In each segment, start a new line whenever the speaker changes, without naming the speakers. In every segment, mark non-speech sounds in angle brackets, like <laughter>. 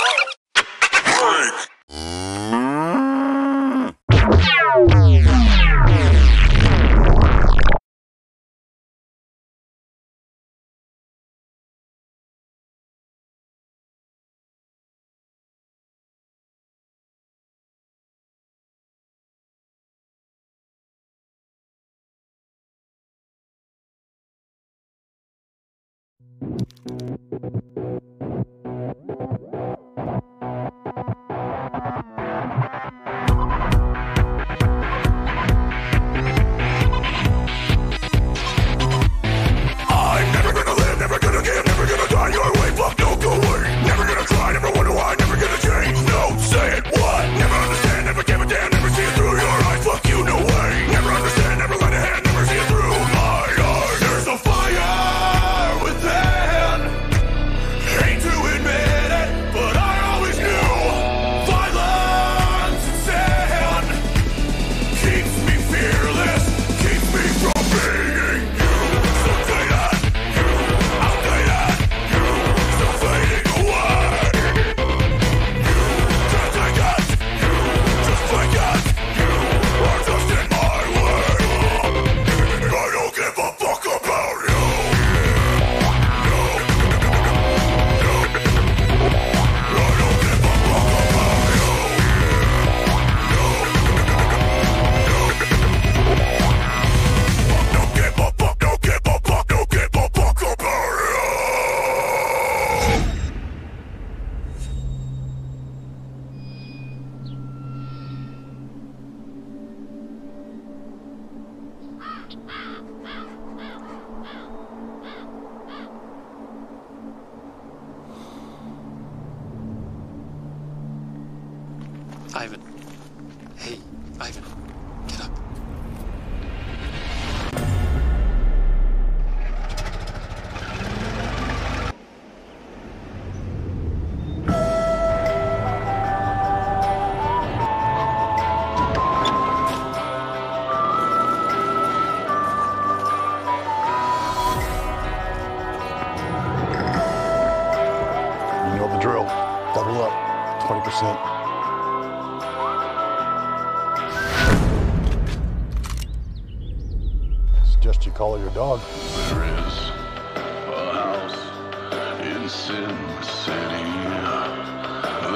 Hmm.
I'm never gonna live, never gonna give, never gonna die. Your way, fuck, don't go away. Never gonna try, never wonder why, never gonna change. No, say it, what? Never understand, never give a damn, never see it through your eyes. Fuck you, no way. Never understand, never lend a hand, never see it through my eyes. There's a fire within. Hate to admit it, but I always knew violence and sin keeps me fearless, keeps me from being you. So faded, you. Outdated, you. So fading away. You can't take it, you. Just fake it, you. Are just in my way. I don't give a fuck about you. Don't give a fuck, don't give a fuck, don't give a fuck about you.
Ivan. Hey, Ivan. Get up.
You know the drill. Double up. 20%. Suggest you call your dog.
There is a house in Sin City.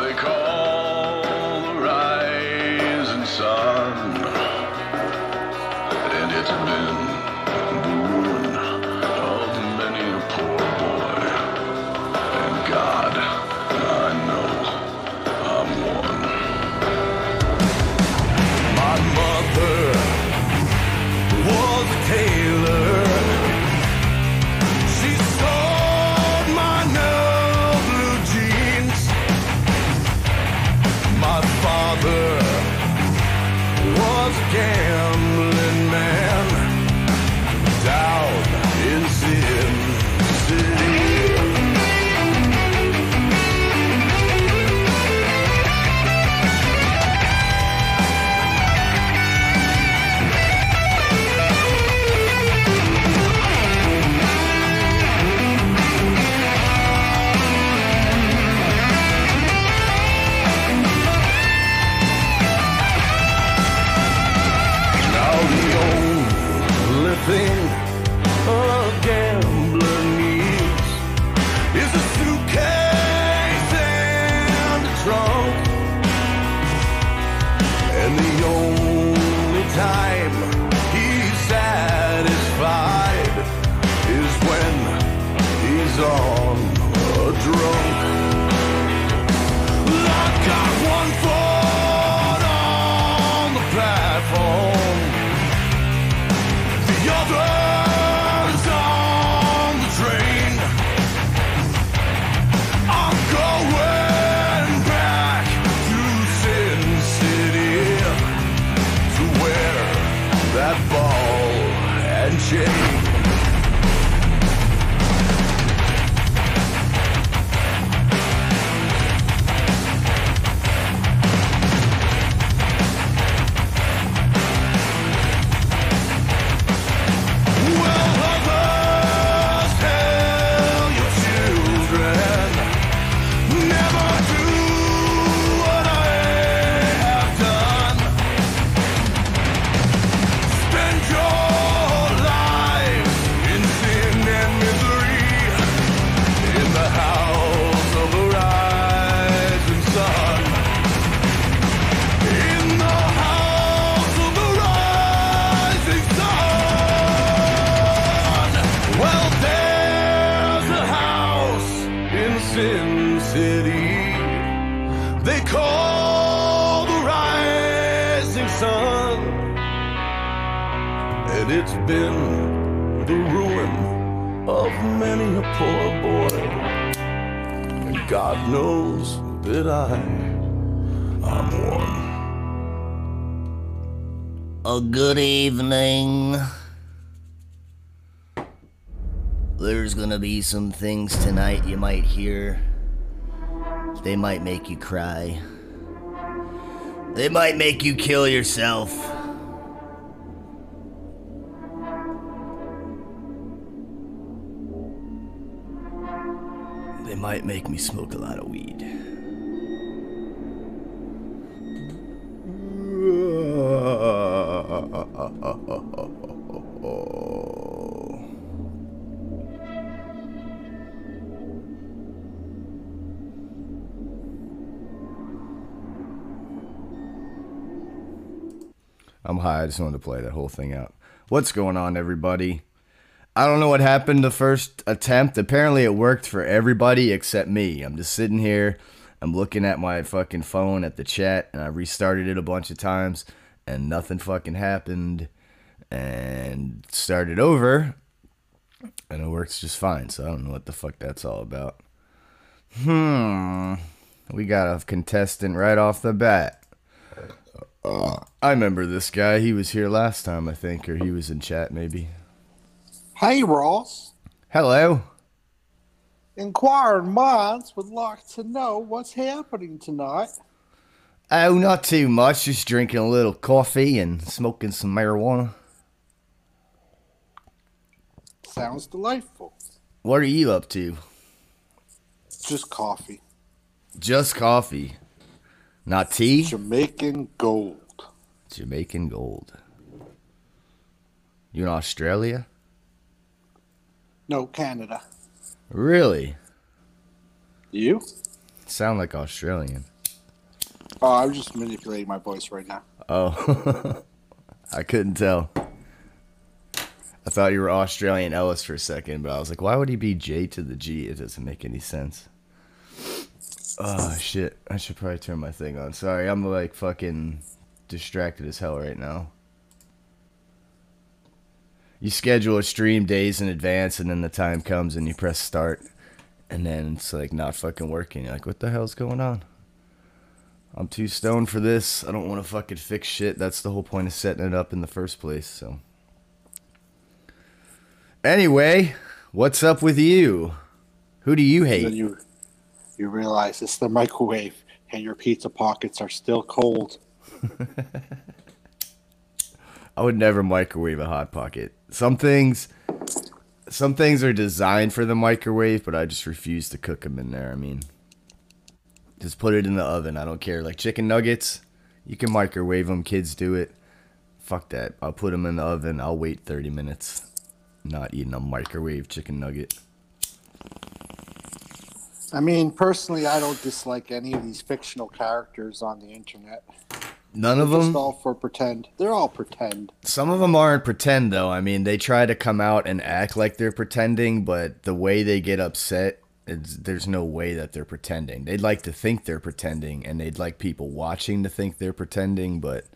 They call the rising sun, and it's been the ruin of many a poor boy. And God, I know I'm one. My mother was a tailor. She sold my new blue jeans. My father was a gambling man down in Sin City. Now the only thing a gambler needs is a suitcase and a trunk. And the only time he's satisfied is when he's on a drunk. I got one foot on the platform. The other's on the train. I'm going back to Sin City to wear that ball and chain. Well, mothers, tell your children never do what I have done. Spend your life
city. They call the rising sun, and it's been the ruin of many a poor boy. And God knows that I, I'm one.
Oh, good evening. There's gonna be some things tonight you might hear. They might make you cry. They might make you kill yourself. They might make me smoke a lot of weed.
I'm high. I just wanted to play that whole thing out. What's going on, everybody? I don't know what happened the first attempt. Apparently, it worked for everybody except me. I'm just sitting here. I'm looking at my fucking phone at the chat, and I restarted it a bunch of times, and nothing fucking happened. And started over, and it works just fine. So I don't know what the fuck that's all about. Hmm. We got a contestant right off the bat. I remember this guy. He was here last time, I think, or he was in chat maybe.
Hey, Ross.
Hello.
Inquiring minds would like to know what's happening tonight.
Oh, not too much. Just drinking a little coffee and smoking some marijuana.
Sounds delightful.
What are you up to?
Just coffee.
Just coffee. Not tea?
Jamaican gold.
Jamaican gold. You in Australia?
No, Canada.
Really?
You?
Sound like Australian.
Oh, I'm just manipulating my voice right now.
Oh. <laughs> I couldn't tell. I thought you were Australian Ellis for a second, but I was like, why would he be J to the G? It doesn't make any sense. Oh, shit. I should probably turn my thing on. Sorry, I'm like fucking distracted as hell right now. You schedule a stream days in advance, and then the time comes and you press start, and then it's like not fucking working. You're like, what the hell's going on? I'm too stoned for this. I don't want to fucking fix shit. That's the whole point of setting it up in the first place, so. Anyway, what's up with you? Who do you
Then
hate?
you you realize it's the microwave and your pizza pockets are still cold.
I would never microwave a hot pocket. Some things some things are designed for the microwave, but I just refuse to cook them in there. I mean, just put it in the oven. I don't care. Like chicken nuggets, you can microwave them. Kids do it. Fuck that. I'll put them in the oven. I'll wait 30 minutes. Not eating a microwave chicken nugget.
I mean, personally, I don't dislike any of these fictional characters on the internet.
None of
Just
them.
all for pretend. They're all pretend.
Some of them aren't pretend though. I mean, they try to come out and act like they're pretending, but the way they get upset, it's, there's no way that they're pretending. They'd like to think they're pretending, and they'd like people watching to think they're pretending, but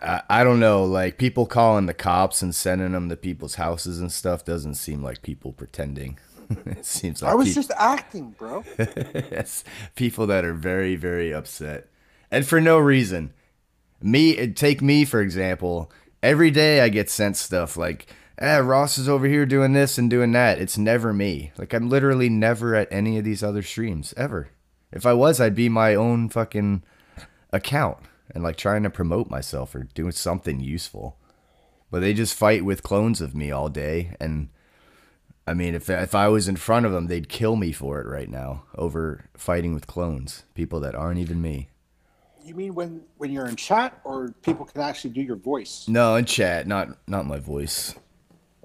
I, I don't know. Like people calling the cops and sending them to people's houses and stuff doesn't seem like people pretending. <laughs> it seems like
I was
peop-
just acting, bro.
<laughs> Yes, people that are very, very upset, and for no reason. Me, take me for example. Every day I get sent stuff like, "Ah, Ross is over here doing this and doing that." It's never me. Like I'm literally never at any of these other streams ever. If I was, I'd be my own fucking account and like trying to promote myself or doing something useful. But they just fight with clones of me all day and. I mean, if if I was in front of them, they'd kill me for it right now over fighting with clones, people that aren't even me.
You mean when when you're in chat or people can actually do your voice?
No, in chat, not not my voice.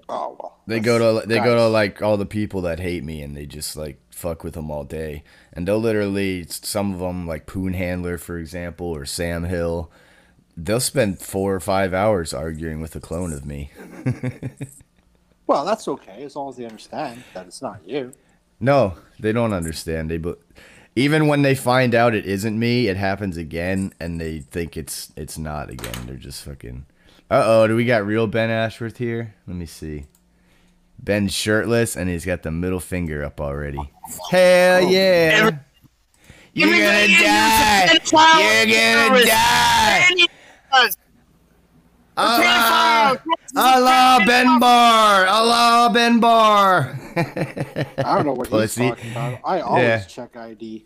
Oh well.
They go to they go to like all the people that hate me, and they just like fuck with them all day. And they'll literally some of them like Poon Handler, for example, or Sam Hill. They'll spend four or five hours arguing with a clone of me.
Well, that's okay as long as they understand that it's not you.
No, they don't understand. They but even when they find out it isn't me, it happens again, and they think it's it's not again. They're just fucking. Uh oh, do we got real Ben Ashworth here? Let me see. Ben's shirtless and he's got the middle finger up already. Hell yeah! You're gonna die! You're gonna die! Allah! Allah Ben Bar! Allah Ben Bar! <laughs>
I don't know what he's
Pussy.
talking about. I always
Yeah.
check ID.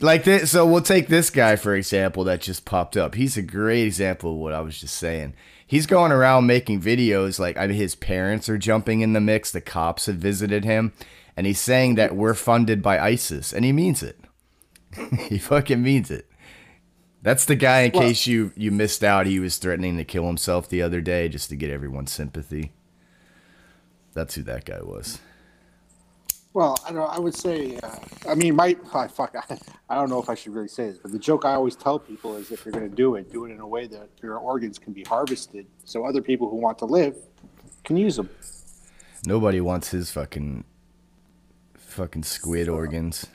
like this so we'll take this guy for example that just popped up he's a great example of what i was just saying he's going around making videos like i mean his parents are jumping in the mix the cops have visited him and he's saying that we're funded by isis and he means it <laughs> he fucking means it that's the guy in case you you missed out he was threatening to kill himself the other day just to get everyone's sympathy that's who that guy was
Well, I don't. I would say. Uh, I mean, my <laughs> I fuck. I, I don't know if I should really say this, but the joke I always tell people is, if you're going to do it, do it in a way that your organs can be harvested, so other people who want to live can use them.
nobody wants his fucking fucking squid organs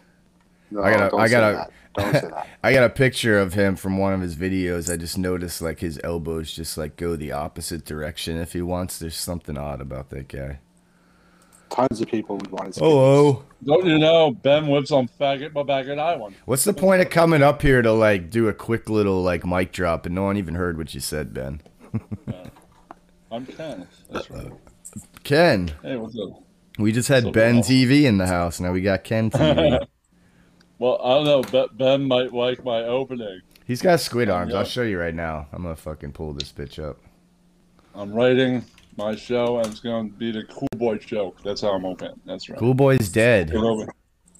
No,
I gotta-
don't
I
say
gotta-
that. Don't say that.
<laughs> I got a picture of him from one of his videos. I just noticed like his elbows just like go the opposite direction if he wants. There's something odd about that guy.
Tons of people would want to. see
Hello.
Don't you know Ben whips on faggot my faggot I one.
What's the point of coming up here to like do a quick little like mic drop and no one even heard what you said, Ben?
I'm Ken. That's right.
Ken,
Hey, what's up?
we just had
So
Ben
cool.
TV in the house. Now we got Ken <laughs>
<laughs>
TV.
Well, I don't know. But Ben might like my opening.
He's got squid arms. I'll
Yeah.
show you right now. I'm gonna fucking pull this bitch up.
I'm writing my show, and it's going to be the Cool Boy joke. That's how I'm opening. That's right.
Cool boy's dead.
Get over-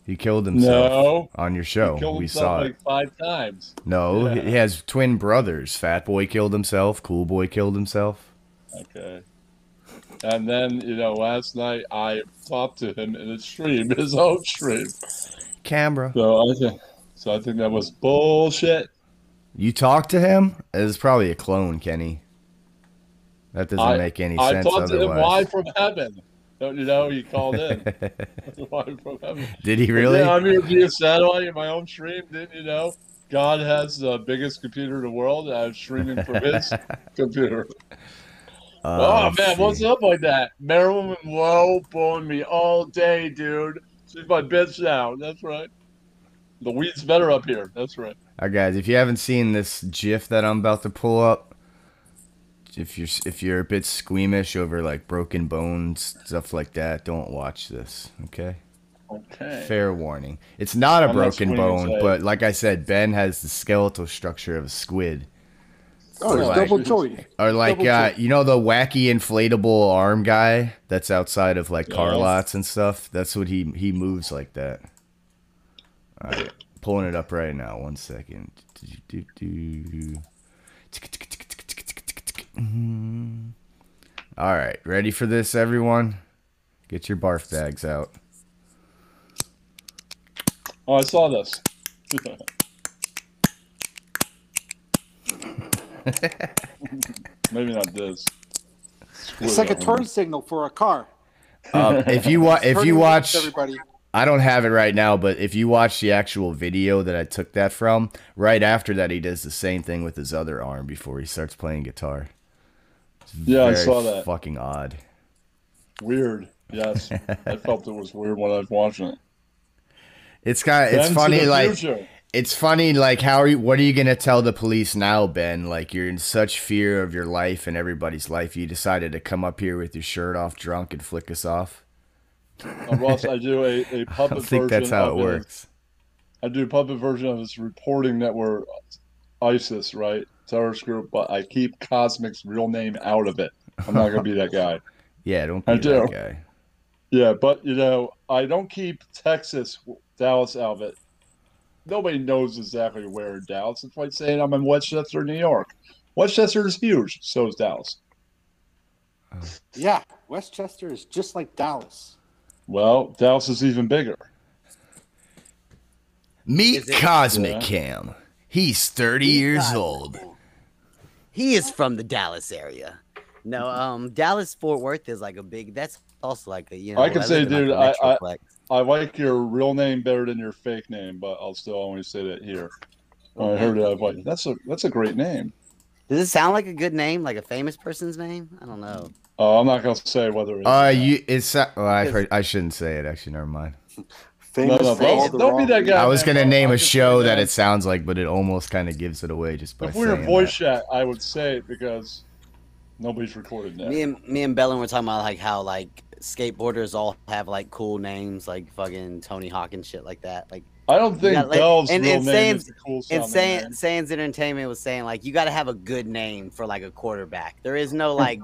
He killed himself
No,
on your show.
killed
We
himself
saw it.
like five times.
No,
Yeah.
he has twin brothers. Fat boy killed himself. Cool boy killed himself.
Okay. And then you know, last night I talked to him in a stream, <laughs> his own stream.
Canberra.
So I think, so I think that was bullshit.
You talked to him? It's probably a clone, Kenny. That doesn't
I-
make any
I
sense
talked to him live
otherwise.
from heaven. Don't you know? He
<laughs>
called in live from heaven.
Did he really?
Yeah, I'm here via satellite in my own stream. Didn't you know? God has the biggest computer in the world. and I'm streaming from
<laughs>
his computer.
Uh,
Oh, man,
let's
what's
see.
up like that? Marilyn Monroe blowing me all day, dude. She's my bitch now. That's right. The weed's better up here. That's right.
All right, guys, if you haven't seen this GIF that I'm about to pull up, if you're if you're a bit squeamish over like broken bones stuff like that, don't watch this. Okay.
Okay.
Fair warning. It's not a
I'm not
broken
squeamish,
bone,
I-
but like I said, Ben has the skeletal structure of a squid.
Oh, it's
Right.
double joint.
Or like
Double
uh,
check.
you know the wacky inflatable arm guy that's outside of like car
Yes.
lots and stuff. That's what he he moves like that. All right, pulling it up right now. One second. All right, ready for this, everyone? Get your barf bags out.
Oh, I saw this. Maybe not this.
It's like a turn signal for a car.
<laughs>
Um, if you wa- if
Turning
you
lights,
watch
everybody,
I don't have it right now, but if you watch the actual video that I took that from, right after that, he does the same thing with his other arm before he starts playing guitar.
Yeah, I saw that.
Fucking odd.
Weird. Yes, I felt it was weird when I was watching it.
It's kind. It's
Ben to
funny.
the
Like
future.
it's funny. Like how are you? What are you gonna tell the police now, Ben? Like you're in such fear of your life and everybody's life, you decided to come up here with your shirt off, drunk, and flick us off.
Uh, Ross, I do a,
<laughs>
a
I
puppet
don't think
version
that's how it
of his-
works.
I do a puppet version of this reporting that we're ISIS, right? Terrorist group, but I keep Cosmic's real name out of it. I'm not gonna be
<laughs>
that guy.
Yeah, don't be
I
that
do.
guy.
Yeah, but you know, I don't keep Texas, Dallas out of it. Nobody knows exactly where in Dallas. It's like saying I'm in Westchester, New York. Westchester is huge. So is Dallas.
yeah, Westchester is just like Dallas.
Well, Dallas is even bigger.
Meet
Is it-
Cosmic
Yeah.
Cam. He's 30 years old.
He is from the Dallas area. No, um, Dallas Fort Worth is like a big. That's also like a you know.
I can say,
live in, like, a
dude, I- I-
metroplex.
I like your real name better than your fake name, but I'll still only say that here. When I heard it, I was like, that's a that's a great name.
Does it sound like a good name, like a famous person's name? I don't know.
Uh, I'm not gonna say whether it's
Uh, you. It's. uh, Well, I've heard. I shouldn't say it. Actually, never mind.
no,
Famous
no,
for all
don't,
the
don't be
wrong
that
reasons.
guy.
I was
man.
gonna name a
I'll just
show
say
that it sounds like, but it almost kind of gives it away just by
If we
saying
were in voice
that.
chat, I would say it because nobody's recorded that.
Me and me and Bellin were talking about like how like skateboarders all have like cool names, like fucking Tony Hawk and shit like that. Like
I don't think
Yeah, like-
Bell's
and-
real
and
name
saying-
is the cool
and
sounding
saying
name.
Sands Entertainment was saying like you got to have a good name for like a quarterback. There is no
<laughs>
like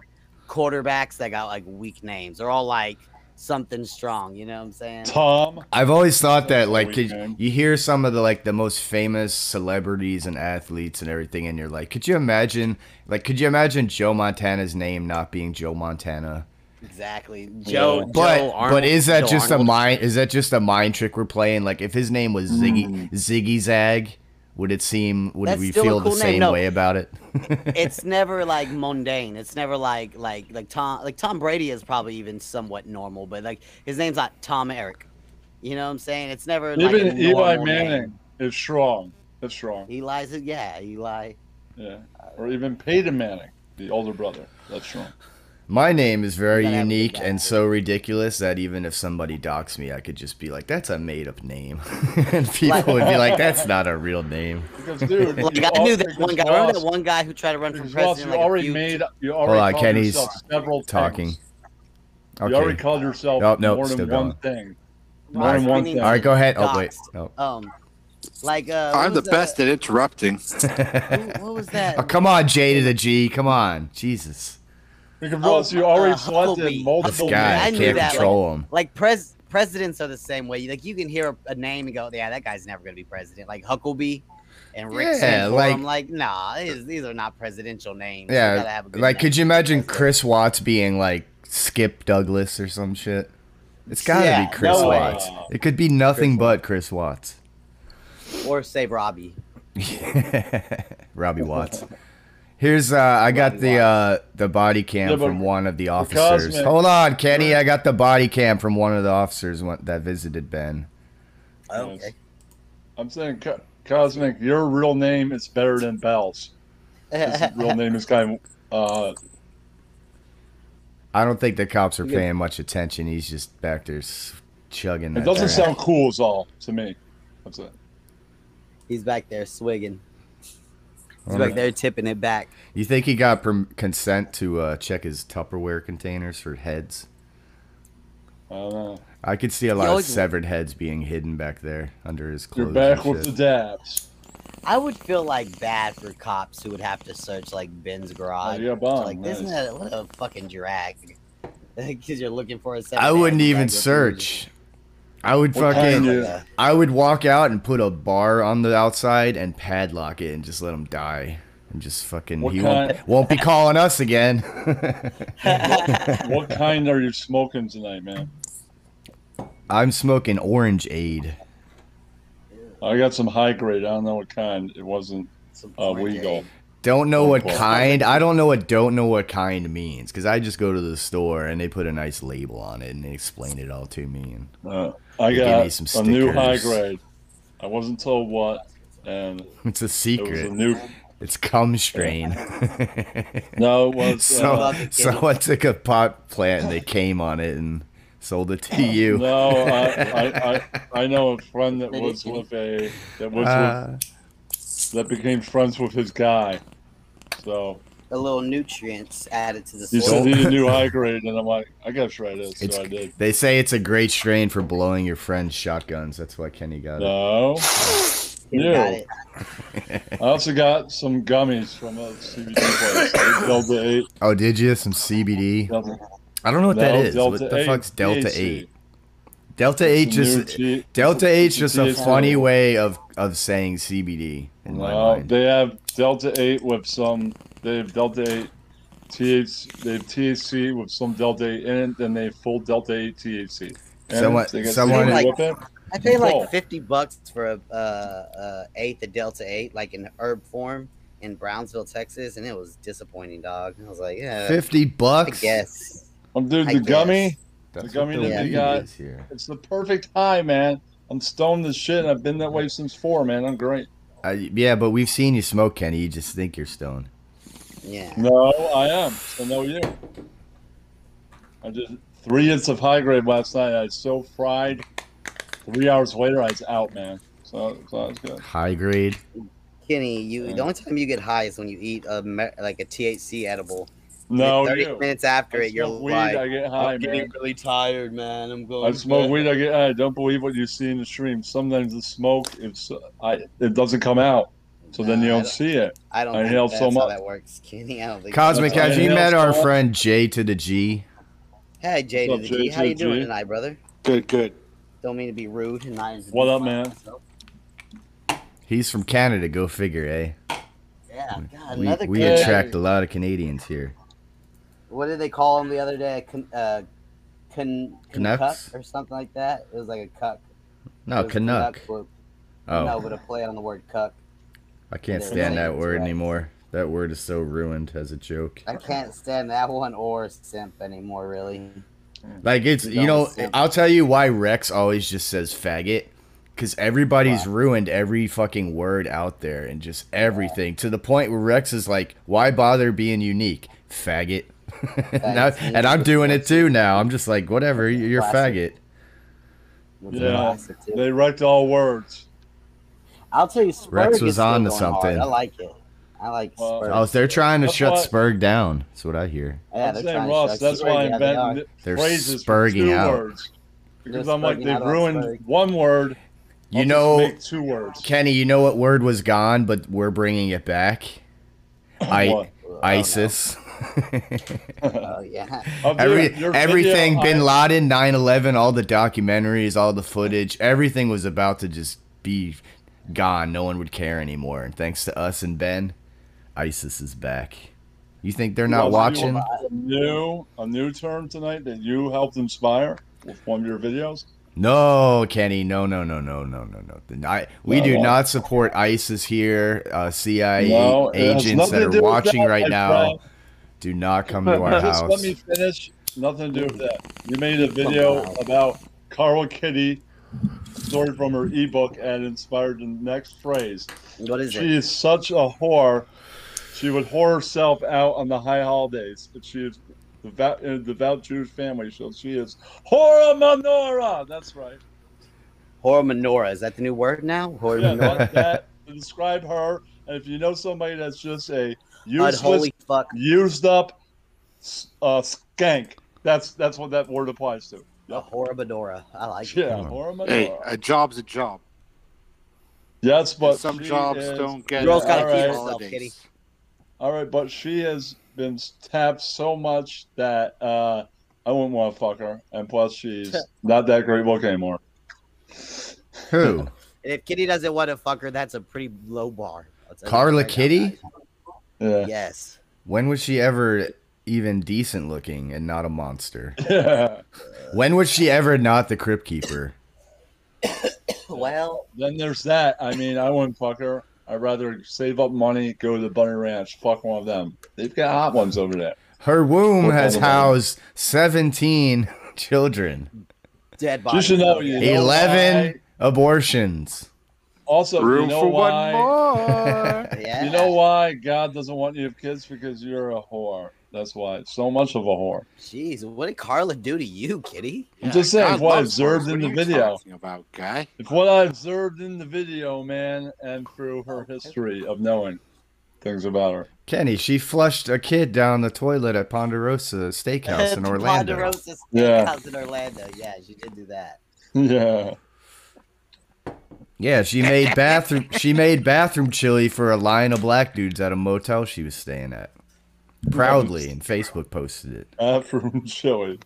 quarterbacks that got like weak names. They're all like something strong. You know what I'm saying?
Tom.
I've always thought that,
That's
like,
what
'cause
we name.
you hear some of the like the most famous celebrities and athletes and everything, and you're like, could you imagine, like, could you imagine Joe Montana's name not being Joe Montana?
Exactly. Joe.
But
Joe Arnold,
but is that
Joe
just
Arnold.
a mind? Is that just a mind trick we're playing? Like, if his name was Ziggy Ziggy Zag, would it seem? Would
Hmm. That's
we
still a
feel the
cool name,
same
no.
way about it?
it's never like mundane. It's never like like like Tom like Tom Brady is probably even somewhat normal, but like his name's not Tom Eric. You know what I'm saying? It's never like
Even
a
Eli
normal
Manning is strong. That's strong.
Name. Eli's yeah, Eli.
Yeah. Or even Peyton Manning, the older brother.
<laughs>
That's strong.
My name is very
gotta have a good
unique and
laugh.
so ridiculous that even if somebody docs me, I could just be like, "That's a made-up name," <laughs> and people would be like, "That's not a real name."
Because dude,
Well,
you
I
all-
knew that
because
one guy.
Ross-
Remember that one guy who tried to run for
because Ross,
president?
you
like, a
already
few-
made you
Hold
already
on,
called
Kenny's
yourself several
Talking.
things.
Okay.
You already called yourself
Nope, nope,
more
still
than
going.
one thing.
Ross,
More than
we
one
need
thing.
to
All right, go ahead. Oh wait.
dox,
Oh.
Um, like uh,
I'm the
who was,
best at interrupting.
Uh, who- what was that?
oh, come on, J to the G. Come on, Jesus.
Because
<laughs> Oh,
Ross, you already
uh,
selected
Huckabee.
This
multiple
Huckabee.
guy
I
I
knew
names.
can't
that, like-
control him.
like pres presidents are the same way. Like you can hear a, a name and go, yeah, that guy's never gonna be president. Like Huckabee and Rick.
Yeah,
Yeah, like
like-
I'm like, nah, these, these are not presidential names. You gotta
Yeah,
have a good
like
name.
could you imagine Chris Watts being like Skip Douglas or some shit? It's gotta
Yeah,
be Chris
no way.
Watts. It could be nothing but Chris Watts. <laughs>
or say Robbie?
Robbie Watts. Here's uh, I got the uh, the body cam
Yeah, but
from one of the
Cosmic-
officers. Hold on, Kenny. I got the body cam from one of the officers went, that visited Ben.
Okay.
I'm saying, Co- Cosmic, your real name is better than Bell's. His
<laughs>
real name is kind of. Uh,
I don't think the cops are paying much attention. He's just back there s- chugging.
it
That
doesn't
drink.
sound cool, is all to me. That's it.
He's back there swigging. He's
Wonder-
back there tipping it back.
You think he got perm- consent to uh, check his Tupperware containers for heads?
I don't know.
I could see a lot of
always-
severed heads being hidden back there under his
You're
clothes.
back
and
with the
shit.
dabs.
I would feel like bad for cops who would have to search like Ben's garage.
Oh, you got bombed,
like,
nice.
isn't that what a fucking drag? <laughs> Because you're looking for a.
I
seven-day
wouldn't e-
bag
even
of food.
search. I would
What
fucking.
kind
Yeah.
of-
I would walk out and put a bar on the outside and padlock it and just let him die. And just fucking,
What
he
kind-
won't,
<laughs>
won't be calling us
<laughs>
again. <laughs>
what kind are you smoking tonight, man?
I'm smoking Orange Aid.
I got some high grade. I don't know what kind. It wasn't uh, legal.
Don't know what
Well-
kind. I don't know what don't know what kind means because I just go to the store and they put a nice label on it and they explain it all to me. And
Uh, I
You gave
got
me some
a new high
stickers.
grade. I wasn't told what, and
<laughs> it's a
it was a
secret.
new.
It's cum
<laughs>
strain. <laughs>
No, it was.
so
uh,
Love it, Kenny.
someone took a pot plant and they came on it and sold it
Oh,
to you.
no, I, I,
<laughs>
I, I know a friend that was with a that was
Uh,
with, that became friends with his guy. So
a little nutrients added to the
he said
soil.
he
<laughs>
need a new high grade, and I'm like, I gotta try this.
It's-
so I did.
They say it's a great strain for blowing your friend's shotguns. That's why Kenny got it.
No.
You got
Yeah.
it.
<laughs> I also got some gummies from a CBD place. They Delta eight.
Oh, did you? Some CBD?
Delta,
I don't know what
no,
that is.
Delta
what the
8,
fuck's Delta
THC.
8? Delta 8 just
New T-
Delta 8 just a
THC.
funny way of of saying CBD in my
No,
mind.
they have Delta Eight with some. They have Delta Eight THC. They have THC with some Delta Eight in it. Then they have full Delta Eight THC. And
Someone-
they got
someone-
CBD
Like-
with it.
I paid
Ball.
like fifty bucks for a uh, uh, eighth of Delta Eight, like in herb form, in Brownsville, Texas, and it was disappointing, dog. I was like, yeah,
50
I
bucks?
guess.
Um, dude,
I
the gummy,
guess.
That's
the gummy
what the
that they
weed
got.
is here.
It's the perfect high, man. I'm stoned as shit, and I've been that way since four, man. I'm great.
I, yeah, but we've seen you smoke, Kenny. You just think you're stoned.
Yeah.
No, I am. So no, you. I did three hits of high grade last night. I was so fried. Three hours later, I was out, Oh, man. So, so that's good.
High grade.
Kenny, you the only time you get high is when you eat a me- like a THC edible. And
No,
thirty
you.
minutes after
I
it, you're
smoke weed.
like,
I get high, man.
I'm getting really tired, man. I'm going.
I
to
smoke
bed.
weed. I get. I don't believe what you see in the stream. Sometimes the smoke, it's I, it doesn't come out, so then you
Nah, I
don't
don't-
see it.
I don't
I
think
inhaled
that's
so
how
much.
that works, Kenny. I don't think
Cosmic,
Okay.
have you met our
Yeah.
friend J to the G?
Hey, Jay to the
What's up, Jay
G.
to
How
the
you doing
G?
tonight, brother?
Good, good.
Don't mean to be rude and not.
What up, man?
He's from Canada. Go figure, eh?
Yeah, God,
We,
another.
we
Canadian.
attract a lot of Canadians here.
What did they call him the other day? Con, uh, con,
Canucks?
cuck or something like that. It was like a cuck. It
No,
was
Canuck.
Canuck but, No,
Oh,
but a play on the word cuck.
I can't
they're
stand that
Canadians,
word
right.
anymore. That word is so ruined as a joke.
I can't stand that one or simp anymore, really.
Like it's
You
you know
don't say-
I'll tell you why Rex always just says faggot because everybody's ruined every fucking word out there and just everything to the point where Rex is like, why bother being unique, faggot? <laughs> and, I,
Faggots.
and I'm doing it too now. I'm just like, whatever, you're a faggot.
Classic. Which is
Yeah,
classic, too.
they wrecked all words.
I'll tell you, Spurg
Rex
is
was
still
on to
going hard.
something.
I like it. I like
Well,
Spurg.
Oh, they're trying to
That's
shut
why-
Spurg down. That's what I hear.
yeah,
I'm
they're
saying,
trying
Ross,
to shut
that's why I
Spurg down. They are.
invented
They're
phrases for
spurging
two
out.
words. Because
They're
I'm like,
spurging
they've
out on
ruined
spurg.
one word.
You
I'll just
know-
make two words. <laughs>
Kenny, you know what word was gone, but we're bringing it back. I
<clears throat> What?
ISIS. <laughs>
Oh, yeah.
I'll do
Every,
it. Your
everything,
video,
Bin
I-
Laden, 9 11, all the documentaries, all the footage, everything was about to just be gone. No one would care anymore. And thanks to us and Ben, ISIS is back. You think they're not
Ross, you
watching?
have A new, a new term tonight that you helped inspire with one of your videos.
No, Kenny. No, no, no, no, no, no, no. The- I, we
No,
do
no.
not support ISIS here. Uh, CIA
No, it has
agents
nothing
that
to
are
do with
watching
that,
right
my
now,
friend.
do not come
<laughs>
to our
Just let
house.
me finish. Nothing to do with that. You made a video about Carl Kitty, story from her ebook, and inspired the next phrase.
What is
She
it?
is such a whore. She would whore herself out on the high holidays. But she is devout, in a devout Jewish family, so she is Hora Menorah. That's right.
Hora menorah. Is that the new word now? Hora <laughs>
Yeah,
menorah.
like that. To describe her, and if you know somebody that's just a useless,
Unholy fuck.
used up s- uh, skank, that's that's what that word applies to.
A hora menorah. I like it.
Yeah, Hora Menorah.
Hey, a job's a job.
yes, but
Some
she
jobs
is-
don't get
Girls gotta
all
keep
right.
herself, Kitty.
All right, but she has been tapped so much that uh, I wouldn't want to fuck her, and plus
<laughs>
she's not that great look anymore.
Who?
And if Kitty doesn't want to fuck her, that's a pretty low bar. I'll tell you
Carla
right now,
Kitty?
guys.
Yeah,
Yes.
When was she ever even decent looking and not a monster?
<laughs> yeah.
When was she ever not the crypt keeper?
Well,
Then there's that. I mean, I wouldn't fuck her. I'd rather save up money, go to the Bunny Ranch, fuck one of them. They've got hot ones over there.
Her womb
What
has
about-
housed 17 <laughs> children,
dead body.
You should know. You know
11
why-
abortions.
Also, you
Room
know
for
why?
one more.
Yeah.
<laughs> You know why God doesn't want you to have kids because you're a whore. That's why. So much of a whore.
Jeez, what did Carla do to you, Kitty?
I'm just saying
God
what I
loves
observed
her.
in
What
the
are you
video.
talking about guy.
It's what I observed in the video, man, and through
Oh,
her history of knowing things about her.
Kenny, she flushed a kid down the toilet at Ponderosa Steakhouse
<laughs>
in
To
Orlando.
Ponderosa
Yeah.
Steakhouse in Orlando. Yeah, she did do that.
Yeah.
Yeah, she made bathroom she made bathroom chili for a line of black dudes at a motel she was staying at. Proudly, and Facebook posted it.
Uh, Bathroom <laughs> chili.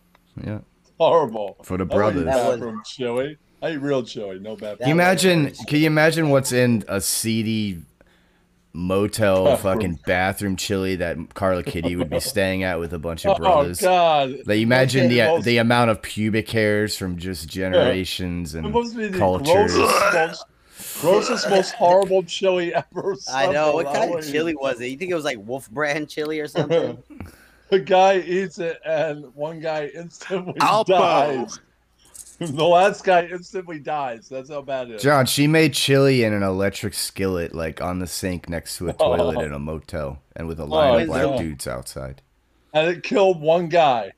Yeah.
Horrible.
For the
I don't eat
brothers.
That was-
Bathroom chili. I eat real chili, no
That
Can you
bathroom.
was
imagine?
worse.
Can you imagine what's in a seedy
<laughs>
motel
Bathroom.
fucking bathroom chili that Carla Kitty would be staying at with a bunch of
Oh
brothers?
God!
Like imagine
Okay,
the
most-
the amount of pubic hairs from just generations
It
and
must be the
cultures.
grossest, most, grossest, most horrible chili ever.
<laughs> I know. What kind
suffered. <laughs>
of chili was it? You think it was like Wolf brand chili or something?
a guy eats it, and one guy instantly <laughs>
Alpo.
dies. The last guy instantly dies. That's how bad it is.
John, she made chili in an electric skillet, like on the sink next to a toilet in a motel, and with a line
Oh,
of black
no.
dudes outside.
and it killed one guy.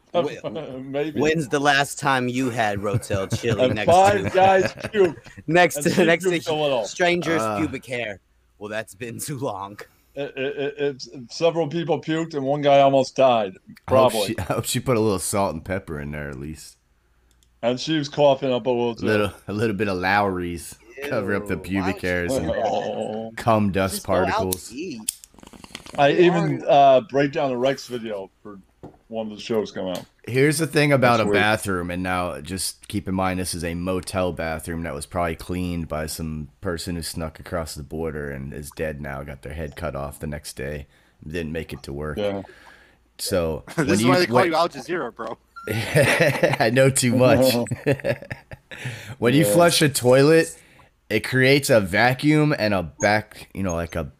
<laughs> Maybe.
When's the last time you had Rotel chili
And
next
five
to
guys
<laughs>
puke.
next
And
to <laughs>
she
next
puked a
to
little.
strangers
Uh.
Ah.
pubic hair? Well, that's been too long.
It, it, it, it's several people puked, and one guy almost
I
died.
hope,
Probably. <laughs>
she, I hope she put a little salt and pepper in there at least.
And she was coughing up a little
A little, a little bit of Lowry's cover up the pubic hairs and
Oh.
cum dust particles.
I even uh, break down the Rex video for one of the shows
<laughs>
come out.
Here's the thing about
That's
a
weird.
bathroom, and now just keep in mind this is a motel bathroom that was probably cleaned by some person who snuck across the border and is dead now, got their head cut off the next day, didn't make it to work. So
<laughs> <laughs> this
when
is why they call
when-
you Al Jazeera, bro.
<laughs> I know too
<laughs>
much. <laughs> when you
Yeah.
flush a toilet, it creates a vacuum and a back, you know, like a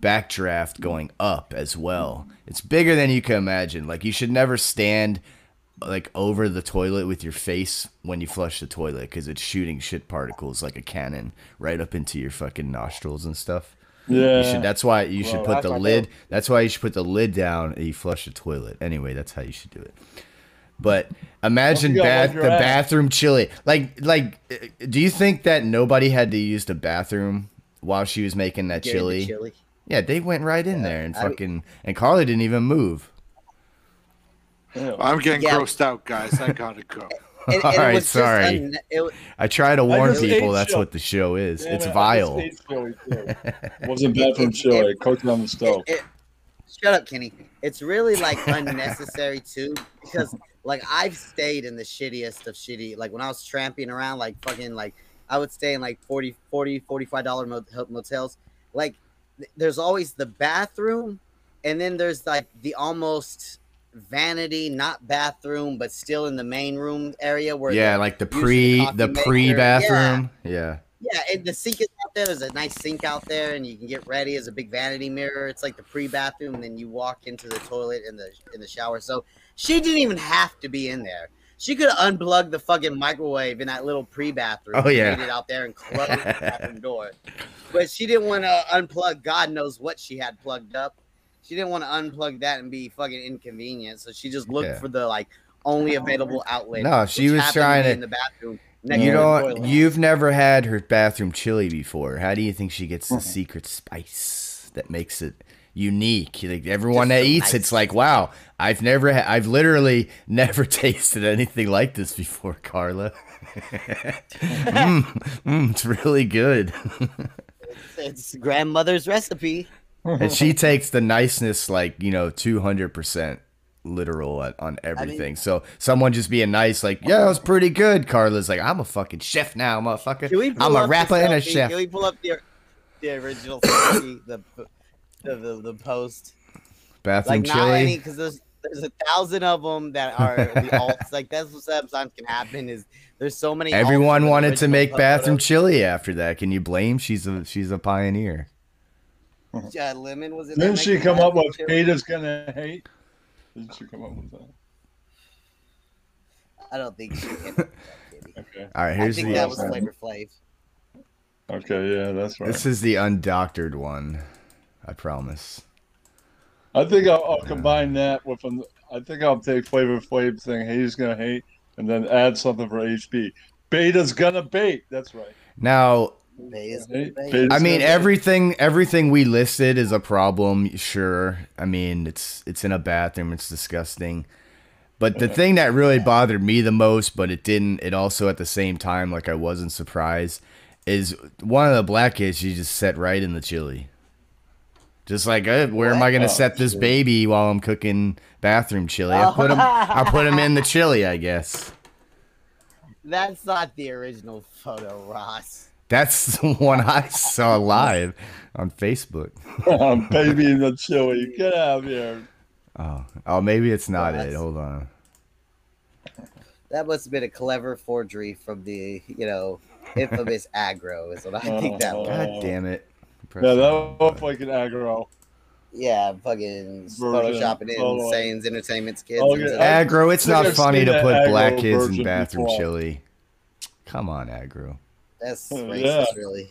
backdraft going up as well. It's bigger than you can imagine. Like you should never stand like over the toilet with your face when you flush the toilet because it's shooting shit particles like a cannon right up into your fucking nostrils and stuff. You
Yeah.
should, that's why you should
Well,
put
that's
the
like a-
lid. That's why you should put the lid down and you flush the toilet. Anyway, that's how you should do it. But imagine
you got
bath,
one
the
drag.
bathroom chili. Like, like, uh, do you think that nobody had to use the bathroom while she was making that
Get into
chili?
chili.
Yeah, they went right in there and
I-
fucking. and Carly didn't even move.
I'm getting
Yeah.
grossed out, guys. I gotta go.
<laughs> And- and it
All right,
was just
sorry.
unne- it-
I try to
I
warn
just ate
people. That's
chili.
what the show is.
Damn
it's
it, I just
vile.
ate
chili, Wasn't bad from chili. Cooked on the stove.
Shut up, Kenny. It's really like unnecessary too, because like I've stayed in the shittiest of shitty. Like when I was tramping around, like fucking like I would stay in like 40 40 45 dollar mot- motels. Like th- there's always the bathroom, and then there's like the almost vanity, not bathroom, but still in the main room area where
Yeah,
they're
like the
using
pre,
coffee
the
maker.
pre
Yeah.
bathroom. Yeah.
Yeah, and the sink is out there. There's a nice sink out there, and you can get ready as a big vanity mirror. It's like the pre-bathroom, and then you walk into the toilet and the in the shower. So she didn't even have to be in there. She could have unplugged the fucking microwave in that little pre-bathroom.
Oh,
and
yeah.
made it out there and closed the bathroom door. But she didn't want to unplug. God knows what she had plugged up. She didn't want to unplug that and be fucking inconvenient. So she just looked
Yeah.
for the like only available outlet.
No, she
which
was
happened be
trying to-
in the bathroom. next
You
to the
don't.
toilet.
You've never had her bathroom chili before. How do you think she gets the secret spice that makes it unique? Like everyone that eats, it's like, wow, I've never, ha- I've literally never <laughs> tasted anything like this before, Carla. <laughs> mm, mm, it's really good. <laughs>
it's grandmother's recipe.
and she takes the niceness like you know 200% literal on, on everything so someone just being nice like yeah that was pretty good carla's like i'm a fucking chef now motherfucker
Can we
i'm
pull up
a
the
rapper and a
selfie?
chef
Can we pull up the, the original selfie, the, the, the, the post?
bathroom
like not any,
chili
because there's there's a thousand of them that
<laughs>
are the alts. like that's what sometimes can happen. Is there's so many. alts
everyone
with
wanted to
original
make bathroom
photos.
chili after that can you blame she's a she's a pioneer
Yeah, uh, lemon was in there
Didn't she
making
come up
bathroom
with
chili.
Peter's gonna hate? Didn't she come up with that?
I don't think
<laughs>
she. Can.
Okay.
all right
I
here's
think
the
that was Flavor Flav.
Okay, yeah, that's right.
this is the undoctored one i promise
I think I'll, I'll combine that with an. I think I'll take Flavor Flav saying He's gonna hate, and then add something for HB. Beta's gonna bait.
<laughs>
That's right.
now
Beta's
I mean,
gonna bait.
everything everything we listed is a problem. Sure, I mean it's it's in a bathroom. It's disgusting. But the thing that really bothered me the most, but it didn't. It also at the same time, like I wasn't surprised, is one of the black kids. She just set right in the chili. Just like, eh, where am I gonna
What?
set this baby while I'm cooking bathroom chili? I put him, I put him in the chili, I guess.
That's not the original photo, Ross.
That's <laughs> the one I
<laughs>
saw live on Facebook.
Um,
baby in the chili. Get out of here.
<laughs> Oh, oh, maybe it's not it. Hold on.
That must have been a clever forgery from the, you know,
<laughs>
infamous
Oh.
aggro is what I think that was.
God damn it.
Yeah, that was like an aggro.
yeah, fucking
Version.
photoshopping in
Oh, I-
Saiyans Entertainment's kids.
Oh,
into
yeah.
the-
Aggro, it's
I think
not
I've
funny
seen
to
that
put
aggro
black kids in
version
bathroom
before.
chili. Come on, aggro.
That's
<laughs>
Yeah.
racist, really.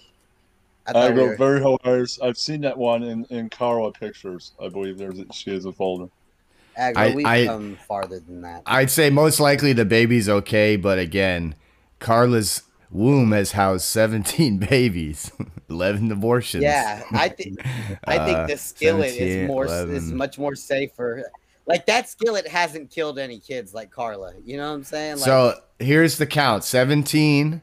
I
I
thought we
go
were-
very hilarious. I've seen that one in in Carla pictures. I believe there's she has a folder.
Aggro,
I-
we've
I-
come farther than that.
I'd say most likely the baby's okay, but again, Carla's womb has housed 17 <laughs> babies, 11 abortions.
Yeah,
<laughs>
I think I
Uh,
think the skillet is
17,
more is
11.
much more safer. Like that skillet hasn't killed any kids like Carla. You know what I'm saying? Like,
So here's the count 17.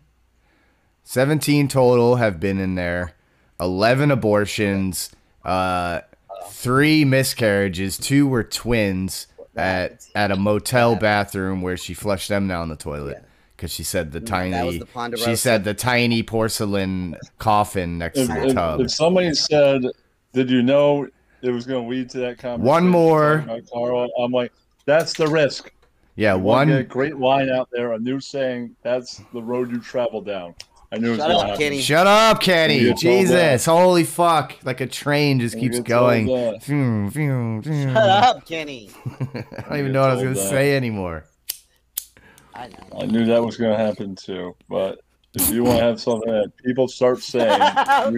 17 total have been in there, 11 abortions, uh, three miscarriages, two were twins at, at a motel bathroom where she flushed them down the toilet. Because she said the tiny,
Mm, the Ponderosa.
she said the tiny porcelain coffin next
If,
to the
if-
tub.
if somebody said, "Did you know it was going to lead to that conversation?"
One more.
about Carla, I'm like, that's the risk.
Yeah,
You wanna get a
one.
great line out there. A new saying. That's the road you travel down. I knew. it was
Shut
gonna
up,
happen.
Kenny.
Shut up,
You
Kenny!
get told
Jesus, holy fuck! Like a train just
You
keeps
get told
going.
that.
Phew, phew, phew.
shut up, Kenny.
I don't even know what I was gonna
told that.
say anymore.
I knew that was going to happen too. But if you want to have something that people start
<laughs>
saying, you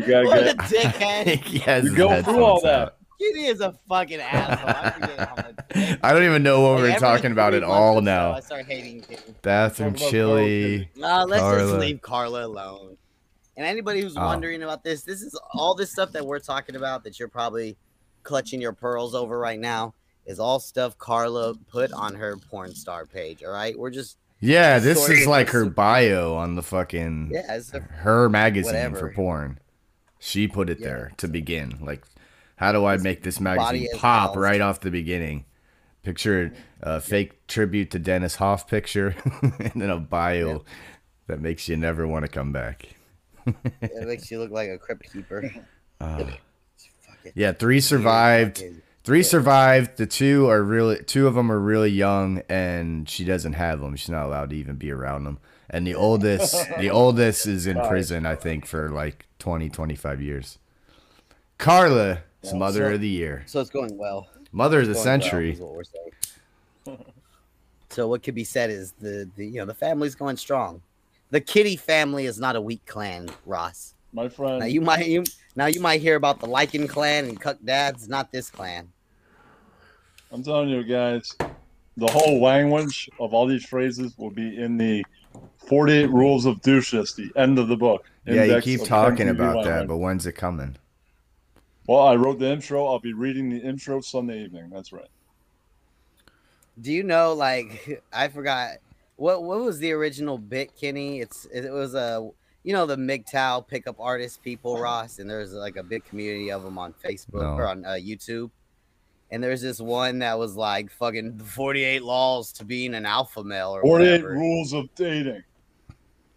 got
what
to
a
<laughs>
get.
dickhead.
yes,
You go through all that.
Kenny is a fucking asshole. I
<laughs>
forget how much.
I don't even know what we
Like,
we're
every
talking about
three
at
months
all
or so,
now.
I start hating Kenny.
Bathroom
Talking about
chili.
No, let's
Carla.
just leave Carla alone. And anybody who's
Oh.
wondering about this, this is all this stuff that we're talking about that you're probably clutching your pearls over right now is all stuff Carla put on her porn star page. All right, we're just
Yeah, this
Sorry.
is like
<laughs>
her bio on the fucking
yeah, it's a,
her magazine
Whatever.
for porn. She put it
Yeah.
there to begin. Like, how do I make this magazine
is Mm-hmm.
pop
awesome.
right off the beginning? Picture a fake tribute to Dennis Hoff picture, <laughs> and then a bio that makes you never want to come back.
it makes you look like a crypt keeper.
<laughs> Ah. yeah, three survived. Three survived. The two are really two of them are really young, and she doesn't have them. She's not allowed to even be around them. And the oldest, the oldest is in
Sorry.
prison, I think, for like 20, 25 years. Carla is mother
so-
of the year,
So it's going well.
mother of the
It's going well,
century.
is what we're saying. <laughs> so what could be said is the, the you know the family's going strong. The Kitty family is not a weak clan, Ross.
My friend.
Now you might you, now you might hear about the Lycan clan and Cuck Dads, not this clan.
I'm telling you guys, the whole language of all these phrases will be in the 48 Rules of Douches, the end of the book.
yeah, you
Index
keep
of
talking
MTV
about
language.
that, but when's it coming?
Well, I wrote the intro. I'll be reading the intro Sunday evening. That's right.
Do you know like <laughs> I forgot what what was the original bit, Kenny? It's it was a you know the MGTOW pickup artist people, Ross, and there's like a big community of them on Facebook
No.
or on uh, YouTube. And there's this one that was like fucking 48 laws to being an alpha male or
48
whatever.
Rules of Dating.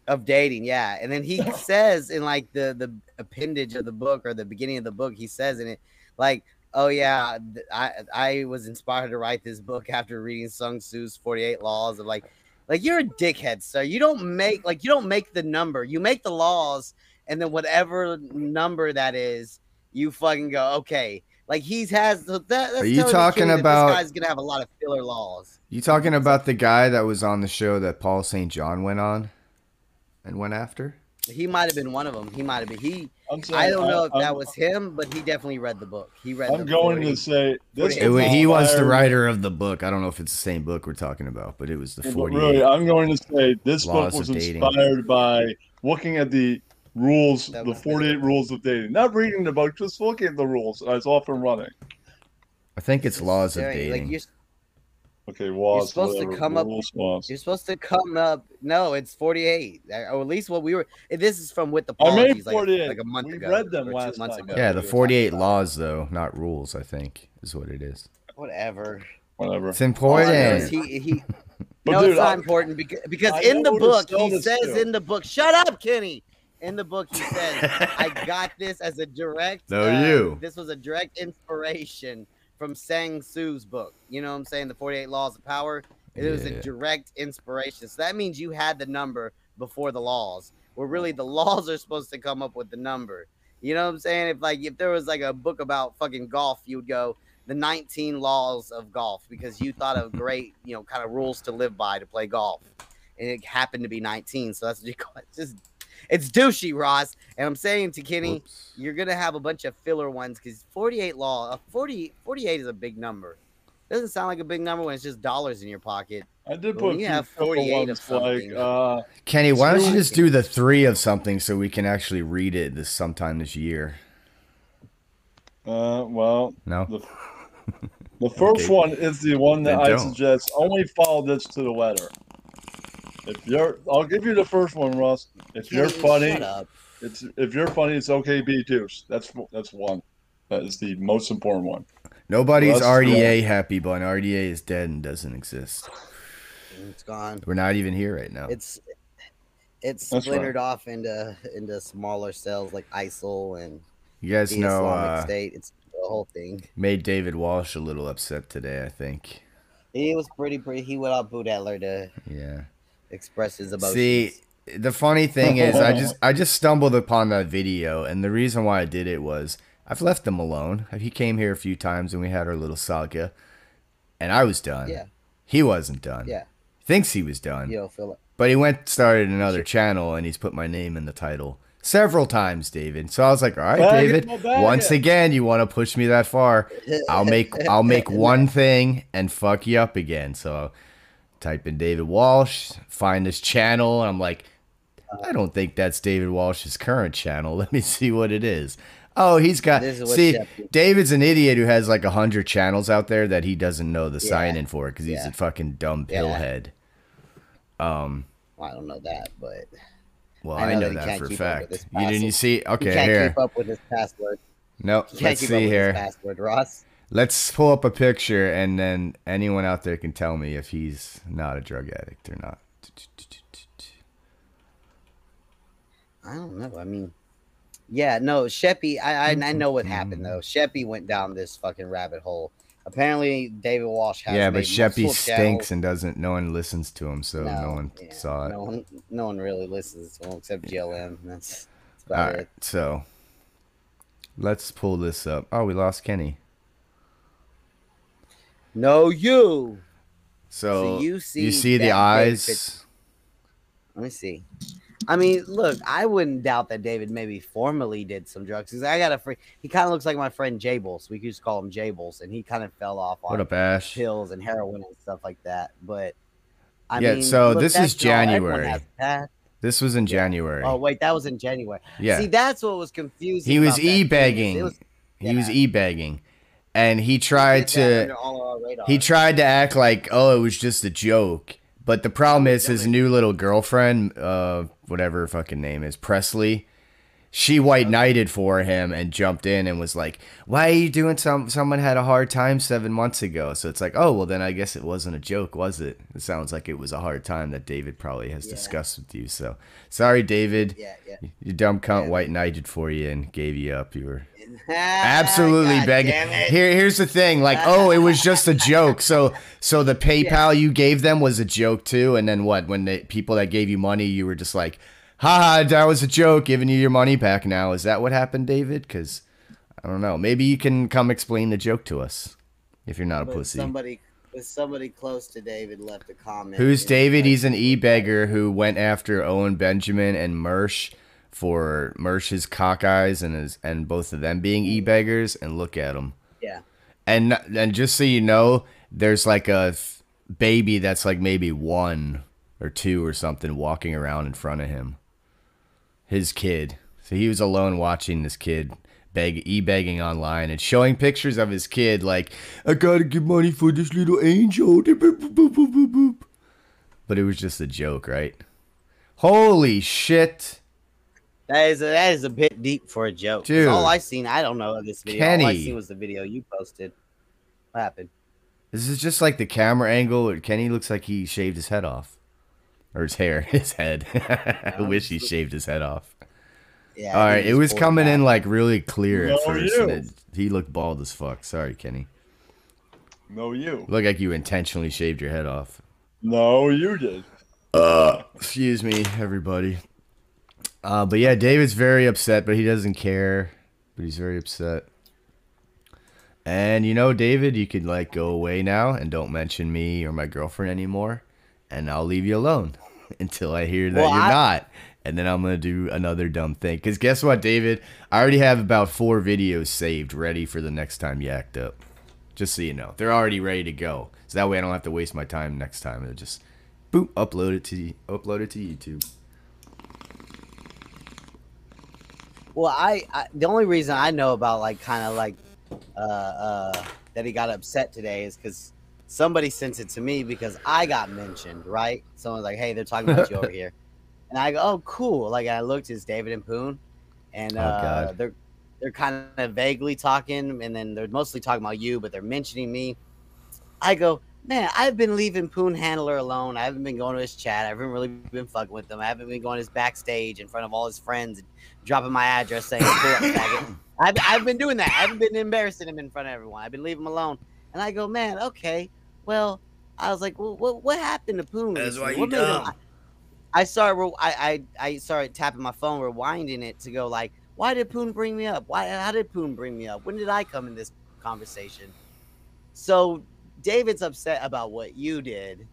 of dating yeah and then he says in like the the appendage of the book or the beginning of the book he says in it like oh yeah th- i i was inspired to write this book after reading sung tzu's 48 laws of like like you're a dickhead sir you don't make like you don't make the number you make the laws and then whatever number that is you fucking go okay like he's has so that, that's
Are you
telling the
talking
king that
about-
this guy's gonna have a lot of filler laws
You talking about the guy that was on the show that Paul St. John went on and went after?
he might have been one of them he might have been he
I'm
I
saying,
don't know if
I'm-
that was him, but he definitely read the book. He read.
I'm
the
going
book.
to say this.
It, wa-
is
he was the
inspired-
writer of the book. I don't know if it's the same book we're talking about, but it was the
But
48.
Really, I'm going to say this book
Laws
was
of dating.
inspired by looking at the rules,
That
the
was-
48 rules of dating. Not reading the book, just looking at the rules. I was off and running.
I think it's laws of
Staring,
dating.
Like you're,
Okay, was
You're supposed to
whatever,
come up-
rules was.
you're supposed to come up. No, it's 48, or at least what we were. This is from with the
I made
apologies, like,
48.
like a month
We
ago.
read them
or two
last
months
time.
ago.
yeah, the 48 laws though, not rules, I think, is what it is.
Whatever.
Whatever.
It's
All I know is
important.
he <laughs> he.
But
no,
dude,
it's not
I-
important because because
I
in the
know to
book
sell
he
this
says
too.
in the book. Shut up, Kenny. In the book he says, <laughs> "I got this as a direct." uh,
No, you.
This was a direct inspiration from Sang Su's book. You know what I'm saying? The 48 Laws of Power. It was
Yeah.
a direct inspiration. So that means you <laughs> had the number before the laws. Where really the laws are supposed to come up with the number. You know what I'm saying? If like if there was like a book about fucking golf, you would go the 19 laws of golf because you thought of great, you know, kind of rules to live by to play golf. And it happened to be 19, so that's what you call it. It's just it's douchey, Ross. And I'm saying to Kenny, you're gonna have a bunch of filler ones because 48 law, uh, 40, 48 is a big number. Doesn't sound like a big number when it's just dollars in your pocket.
I did
put
a few filler ones, like, uh,
Kenny, why don't you just do the three of something so we can actually read it this sometime this year?
Uh, well,
No.
the first
Okay.
one is the one that
Then
I
don't.
suggest. Only follow this to the letter. If you're, I'll give you the first one, Russ. If you're
Kenny,
funny,
shut up.
it's if you're funny, it's okay. Be douche. That's that's one. That is the most important one.
Nobody's E
Well, that's
RDA happy bun. RDA is dead and doesn't exist.
It's gone.
We're not even here right now.
It's it's
That's right.
splintered off into into smaller cells like ISIL and
You guys
the
know,
Islamic
uh,
State. It's the whole thing.
Made David Walsh a little upset today, I think.
He was pretty pretty. He went out boot Adler to
Yeah.
express his emotions.
See, the funny thing is, I
<laughs>
just I just stumbled upon that video, and the reason why I did it was I've left him alone. He came here a few times, and we had our little saga, and I was done.
Yeah.
He wasn't done.
Yeah.
Thinks he was done.
You don't feel it.
But he went started another channel, and he's put my name in the title several times, David. So I was like, all right,
Bag it,
David.
my bag
Once
it."
again, you want to push me that far? I'll make I'll
<laughs>
make one thing and fuck you up again. So type in David Walsh, find his channel, and I'm like, I don't think that's David Walsh's current channel. <laughs> Let me see what it is. Oh, he's got
This is what
see
Shep did.
David's an idiot who has like a hundred channels out there that he doesn't know the
Yeah.
sign in for because he's
Yeah.
a fucking dumb
Yeah.
pillhead. Um
Well, I don't know that, but
well, I know,
he
that
can't
for a
keep up
fact.
with his
You didn't you
password.
see?
he
Okay,
can't
here.
keep up with his password.
Nope.
He can't
Let's
keep
see
up
here.
With his password, Ross.
Let's pull up a picture, and then anyone out there can tell me if he's not a drug addict or not.
I don't know. I mean, yeah, no, Sheppy. I, I I know what happened though. Sheppy went down this fucking rabbit hole. Apparently, David Walsh has
yeah, but
made
Sheppy
multiple
stinks
channels.
and doesn't. No one listens to him, so no, one saw it.
No one, no one really listens to him except GLM. That's, that's
All
about
right,
it.
so let's pull this up. Oh, we lost Kenny.
No, you.
So,
you
you see,
see
the
that
eyes.
big pic- Let me see. I mean, look, I wouldn't doubt that David maybe formally did some drugs. 'cause I got a friend. He kind of looks like my friend Jables. We used to call him Jables, and he kind of fell off on
What up, Ash?
pills and heroin and stuff like that. But I
yeah,
mean,
so
look,
this
that's
is
not- everyone
January.
has that.
This was in January.
Oh wait, that was in January.
Yeah.
See, that's what was confusing.
he was
about that thing, is it
e-bagging.
was-
He was e-bagging, and he tried
that
to
under all our radar.
he tried to act like oh it was just a joke. But the problem is his new little girlfriend, uh, whatever her fucking name is, Presley. She white knighted for him and jumped in and was like, "Why are you doing some? Someone had a hard time seven months ago." So it's like, "Oh well, then I guess it wasn't a joke, was it?" It sounds like it was a hard time that David probably has discussed with you. So sorry, David.
Yeah, yeah.
You dumb cunt, white knighted for you and gave you up.
<laughs>
You were absolutely begging. Here, here's the thing. Like, oh, it was just a joke. So, so the PayPal you gave them was a joke too. And then what? When the people that gave you money, you were just like, haha, that was a joke. Giving you your money back now. Is that what happened, David? Because I don't know. Maybe you can come explain the joke to us if you're not a
but
pussy.
Somebody, but somebody close to David left a comment.
Who's
and-
David? He's an e-beggar who went after Owen Benjamin and Mersh for Mersh's cock eyes and his and both of them being e-beggars. And look at him.
Yeah.
And and just so you know, there's like a f- baby that's like maybe one or two or something walking around in front of him. His kid. So he was alone watching this kid beg e-begging online and showing pictures of his kid like I gotta get money for this little angel. Boop, boop, boop, boop, boop, boop. But it was just a joke, right? Holy shit.
That is a, that is a bit deep for a joke. 'Cause
Dude.
all I seen, I don't know of this video. All I
Kenny.
seen was the video you posted. What happened?
This is just like the camera angle. where Kenny looks like he shaved his head off, or his hair, <laughs> his head. I wish he shaved his head off.
Yeah,
All
I
right,
think
it
he's
was
bored
coming in like really clear at
No,
first.
you.
and it- he looked bald as fuck. Sorry, Kenny.
No, you.
Look like you intentionally shaved your head off.
No, you did.
Uh, excuse me, everybody. Uh, but yeah, David's very upset, but he doesn't care. But he's very upset. And you know, David, you could like go away now and don't mention me or my girlfriend anymore, and I'll leave you alone <laughs> until I hear that
Well,
you're
I-
not. And then I'm gonna do another dumb thing. Cause guess what, David? I already have about four videos saved, ready for the next time you act up. Just so you know, they're already ready to go. So that way I don't have to waste my time next time. It'll just boop upload it to upload it to YouTube.
Well, I, I the only reason I know about like kind of like uh, uh, that he got upset today is because somebody sent it to me because I got mentioned, right? Someone's like, "Hey, they're talking about
<laughs>
you over here,"
<laughs>
and I go, "Oh, cool!" Like I looked, it's David and Poon, and
Oh,
uh,
God.
they're they're kind of vaguely talking, and then they're mostly talking about you, but they're mentioning me. I go, man, I've been leaving Poon Handler alone. I haven't been going to his chat. I haven't really been fucking with him. I haven't been going to his backstage in front of all his friends and dropping my address saying, pull up,
<laughs>
faggot. I've, I've been doing that. I haven't been embarrassing him in front of everyone. I've been leaving him alone. And I go, man, okay. Well, I was like, well, what, what happened to Poon?
That's
recently?
why you
What made him-
dumb.
I started re- I, I I started tapping my phone, rewinding it to go like, why did Poon bring me up? Why how did Poon bring me up? When did I come in this conversation? So David's upset about what you did,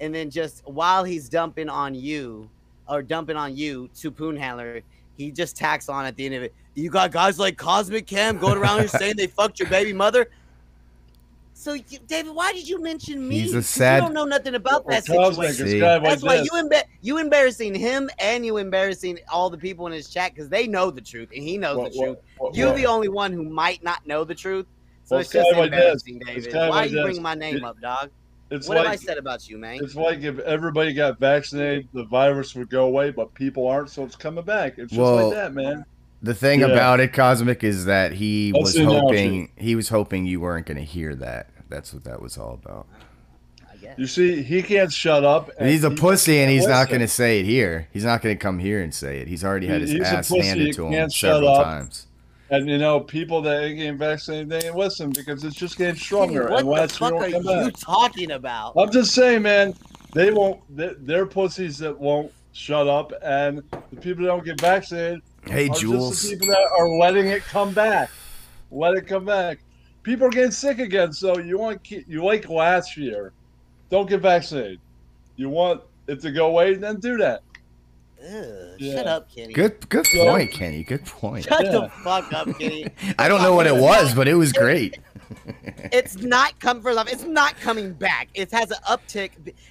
and then just while he's dumping on you or dumping on you to Poon Handler, he just tacks on at the end of it. You got guys like Cosmic Cam going around here saying they fucked your baby mother. So you, David, why did you mention me?
He's a
'Cause
sad-
You don't know nothing about
Well,
that
Cosmic
situation.
is See. kinda like
That's why
this.
you emba- you embarrassing him and you embarrassing all the people in his chat because they know the truth and he knows
Well,
the
well,
truth.
well,
You're
well.
the only one who might not know the truth. So
Well,
it's
it's
just
kinda like this.
embarrassing,
It's
David.
kinda
Why
like
you
this.
bring my name
It-
up, dog?
it's
what have I
like-
said about you, man?
It's like if everybody got vaccinated, the virus would go away, but people aren't, so it's coming back. It's just
Well,
like that, man.
The thing
Yeah.
about it, Cosmic, is that he
That's
was
the analogy.
hoping he was hoping you weren't going to hear that. That's what that was all about.
You see, he can't shut up. and
he's a
Uh, he
pussy, and
can't
he's not
listen.
going to say it here. He's not going to come here and say it. He's already had his
He's a
ass
pussy, he
handed to him
can't shut
several
up.
times.
And you know, people that ain't getting vaccinated, they ain't listen because it's just getting
Kenny,
stronger. and
what the
last
fuck are you talking about?
I'm just saying, man. They won't. They're, they're pussies that won't shut up, and the people that don't get vaccinated.
Hey,
are just
Jules.
the people that are letting it come back. Let it come back. People are getting sick again, so you want to keep, you like last year. Don't get vaccinated. You want it to go away, then do that.
Ugh,
Yeah.
Uh, Shut up, Kenny.
Good, good
Yeah.
point, Kenny. Good point.
Shut the fuck up,
<laughs>
Kenny.
I don't know what it was, but it was great.
It's not come for love. It's not coming back. It has an uptick.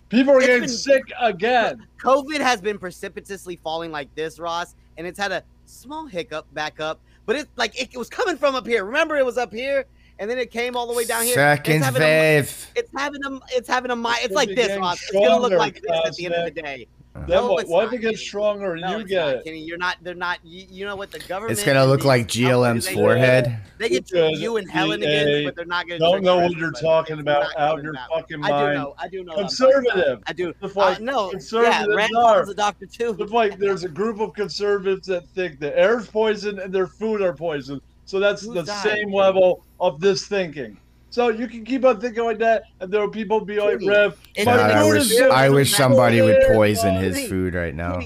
People
are getting sick
again.
COVID has been precipitously falling like this, Ross, and it's had a small hiccup back up, but it's like it, it was coming from up here. Remember, it was up here, and then it came all the way down here.
Second
it's having
wave.
A, it's having a. It's having a. mi- It's
gonna
like
be
this,
getting
Ross. It's gonna look
stronger,
like this at the end of the
Cosmic.
day.
Uh-huh.
Then
No,
what?
it's
What
not,
if it gets stronger and
No,
you
it's
get
not,
it?
Kenny. You're not. They're not. You, you know what? The government.
It's going to look
these
like
companies,
GLM's
they-
forehead.
They get you, you and Helen again, but they're not gonna.
Don't
drink
know
your
what
ass,
you're
but
talking
it's
about
not
out
coming
your
out.
fucking
I do
mind.
know, I do know what I'm talking about.
Conservative.
I do.
It's like
I know, yeah,
Conservatives
Rand
are.
Paul's a doctor too.
It's like there's a group of conservatives that think the air's poison and their food are poison. So that's
Who
the
died?
same level of this thinking. So you can keep on thinking like that, and there will people be like,
Kenny,
"Rev,
it's
my
God, Uh, I
food
wish,
is good.
I wish somebody would
Yeah,
poison
uh,
his food right now.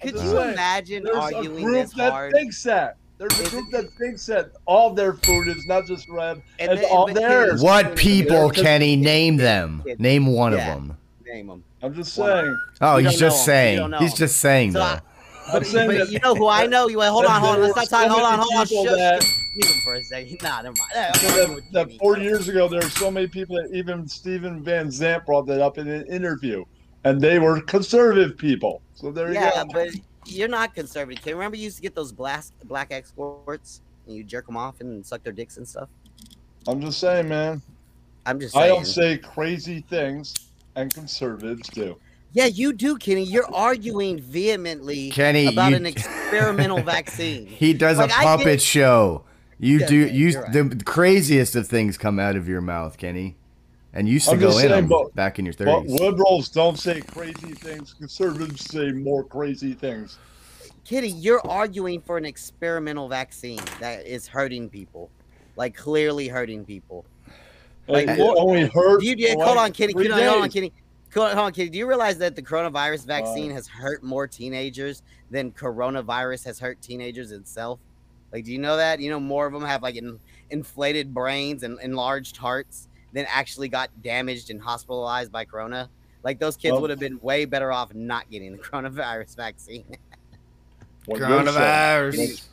Could
I'm
you
saying,
imagine
there's
arguing
a group
this
that
hard?
thinks that. There's a group that thinks that all their food is not just red,
And
it's
they-
all
but
theirs.
What people, Kenny? Name them. Name one
Yeah.
of them.
Name him.
I'm just saying.
Oh,
You
he's
don't know
just
'em. You
saying.
don't know
He's
'em.
just saying
So I-
though.
I'm saying
But
that-
you know who I know. You wait, hold on, hold on. Let's not talk. Hold on, hold on.
People
Shush.
that-
Leave him for a second. <laughs> Nah, never mind. Eh,
that, that four years ago, there were so many people that even Stephen Van Zant brought that up in an interview, and they were conservative people. So there
yeah,
you go.
but you're not conservative. Can remember you used to get those black black escorts and you jerk them off and suck their dicks and stuff.
I'm just saying, man.
I'm just.
I don't
saying.
say crazy things, and conservatives do.
Yeah, you do, Kenny. You're arguing vehemently
Kenny,
about
you-
an experimental vaccine.
<laughs> He does
Like,
a
I
puppet
get-
show. You
Yeah,
do
yeah,
you
you're
the craziest of things come out of your mouth, Kenny. And you used to
I'm
go
just
in
saying,
'em
but-
back in your
But
thirties.
liberals don't say crazy things. Conservatives say more crazy things.
Kitty, you're arguing for an experimental vaccine that is hurting people, like clearly hurting people.
Like, it only hurt
You did.
for,
hold
like,
on, Kitty.
three
Kitty, Hold on,
days. Uh,
Kitty. Hold on, hold on, Kitty. Do you realize that the coronavirus vaccine has hurt more teenagers than coronavirus has hurt teenagers itself? Like, do you know that? You know, more of them have like in, inflated brains and enlarged hearts than actually got damaged and hospitalized by corona. Like, those kids
Well-
would have been way better off not getting the <laughs> coronavirus vaccine.
What you're saying-
Coronavirus.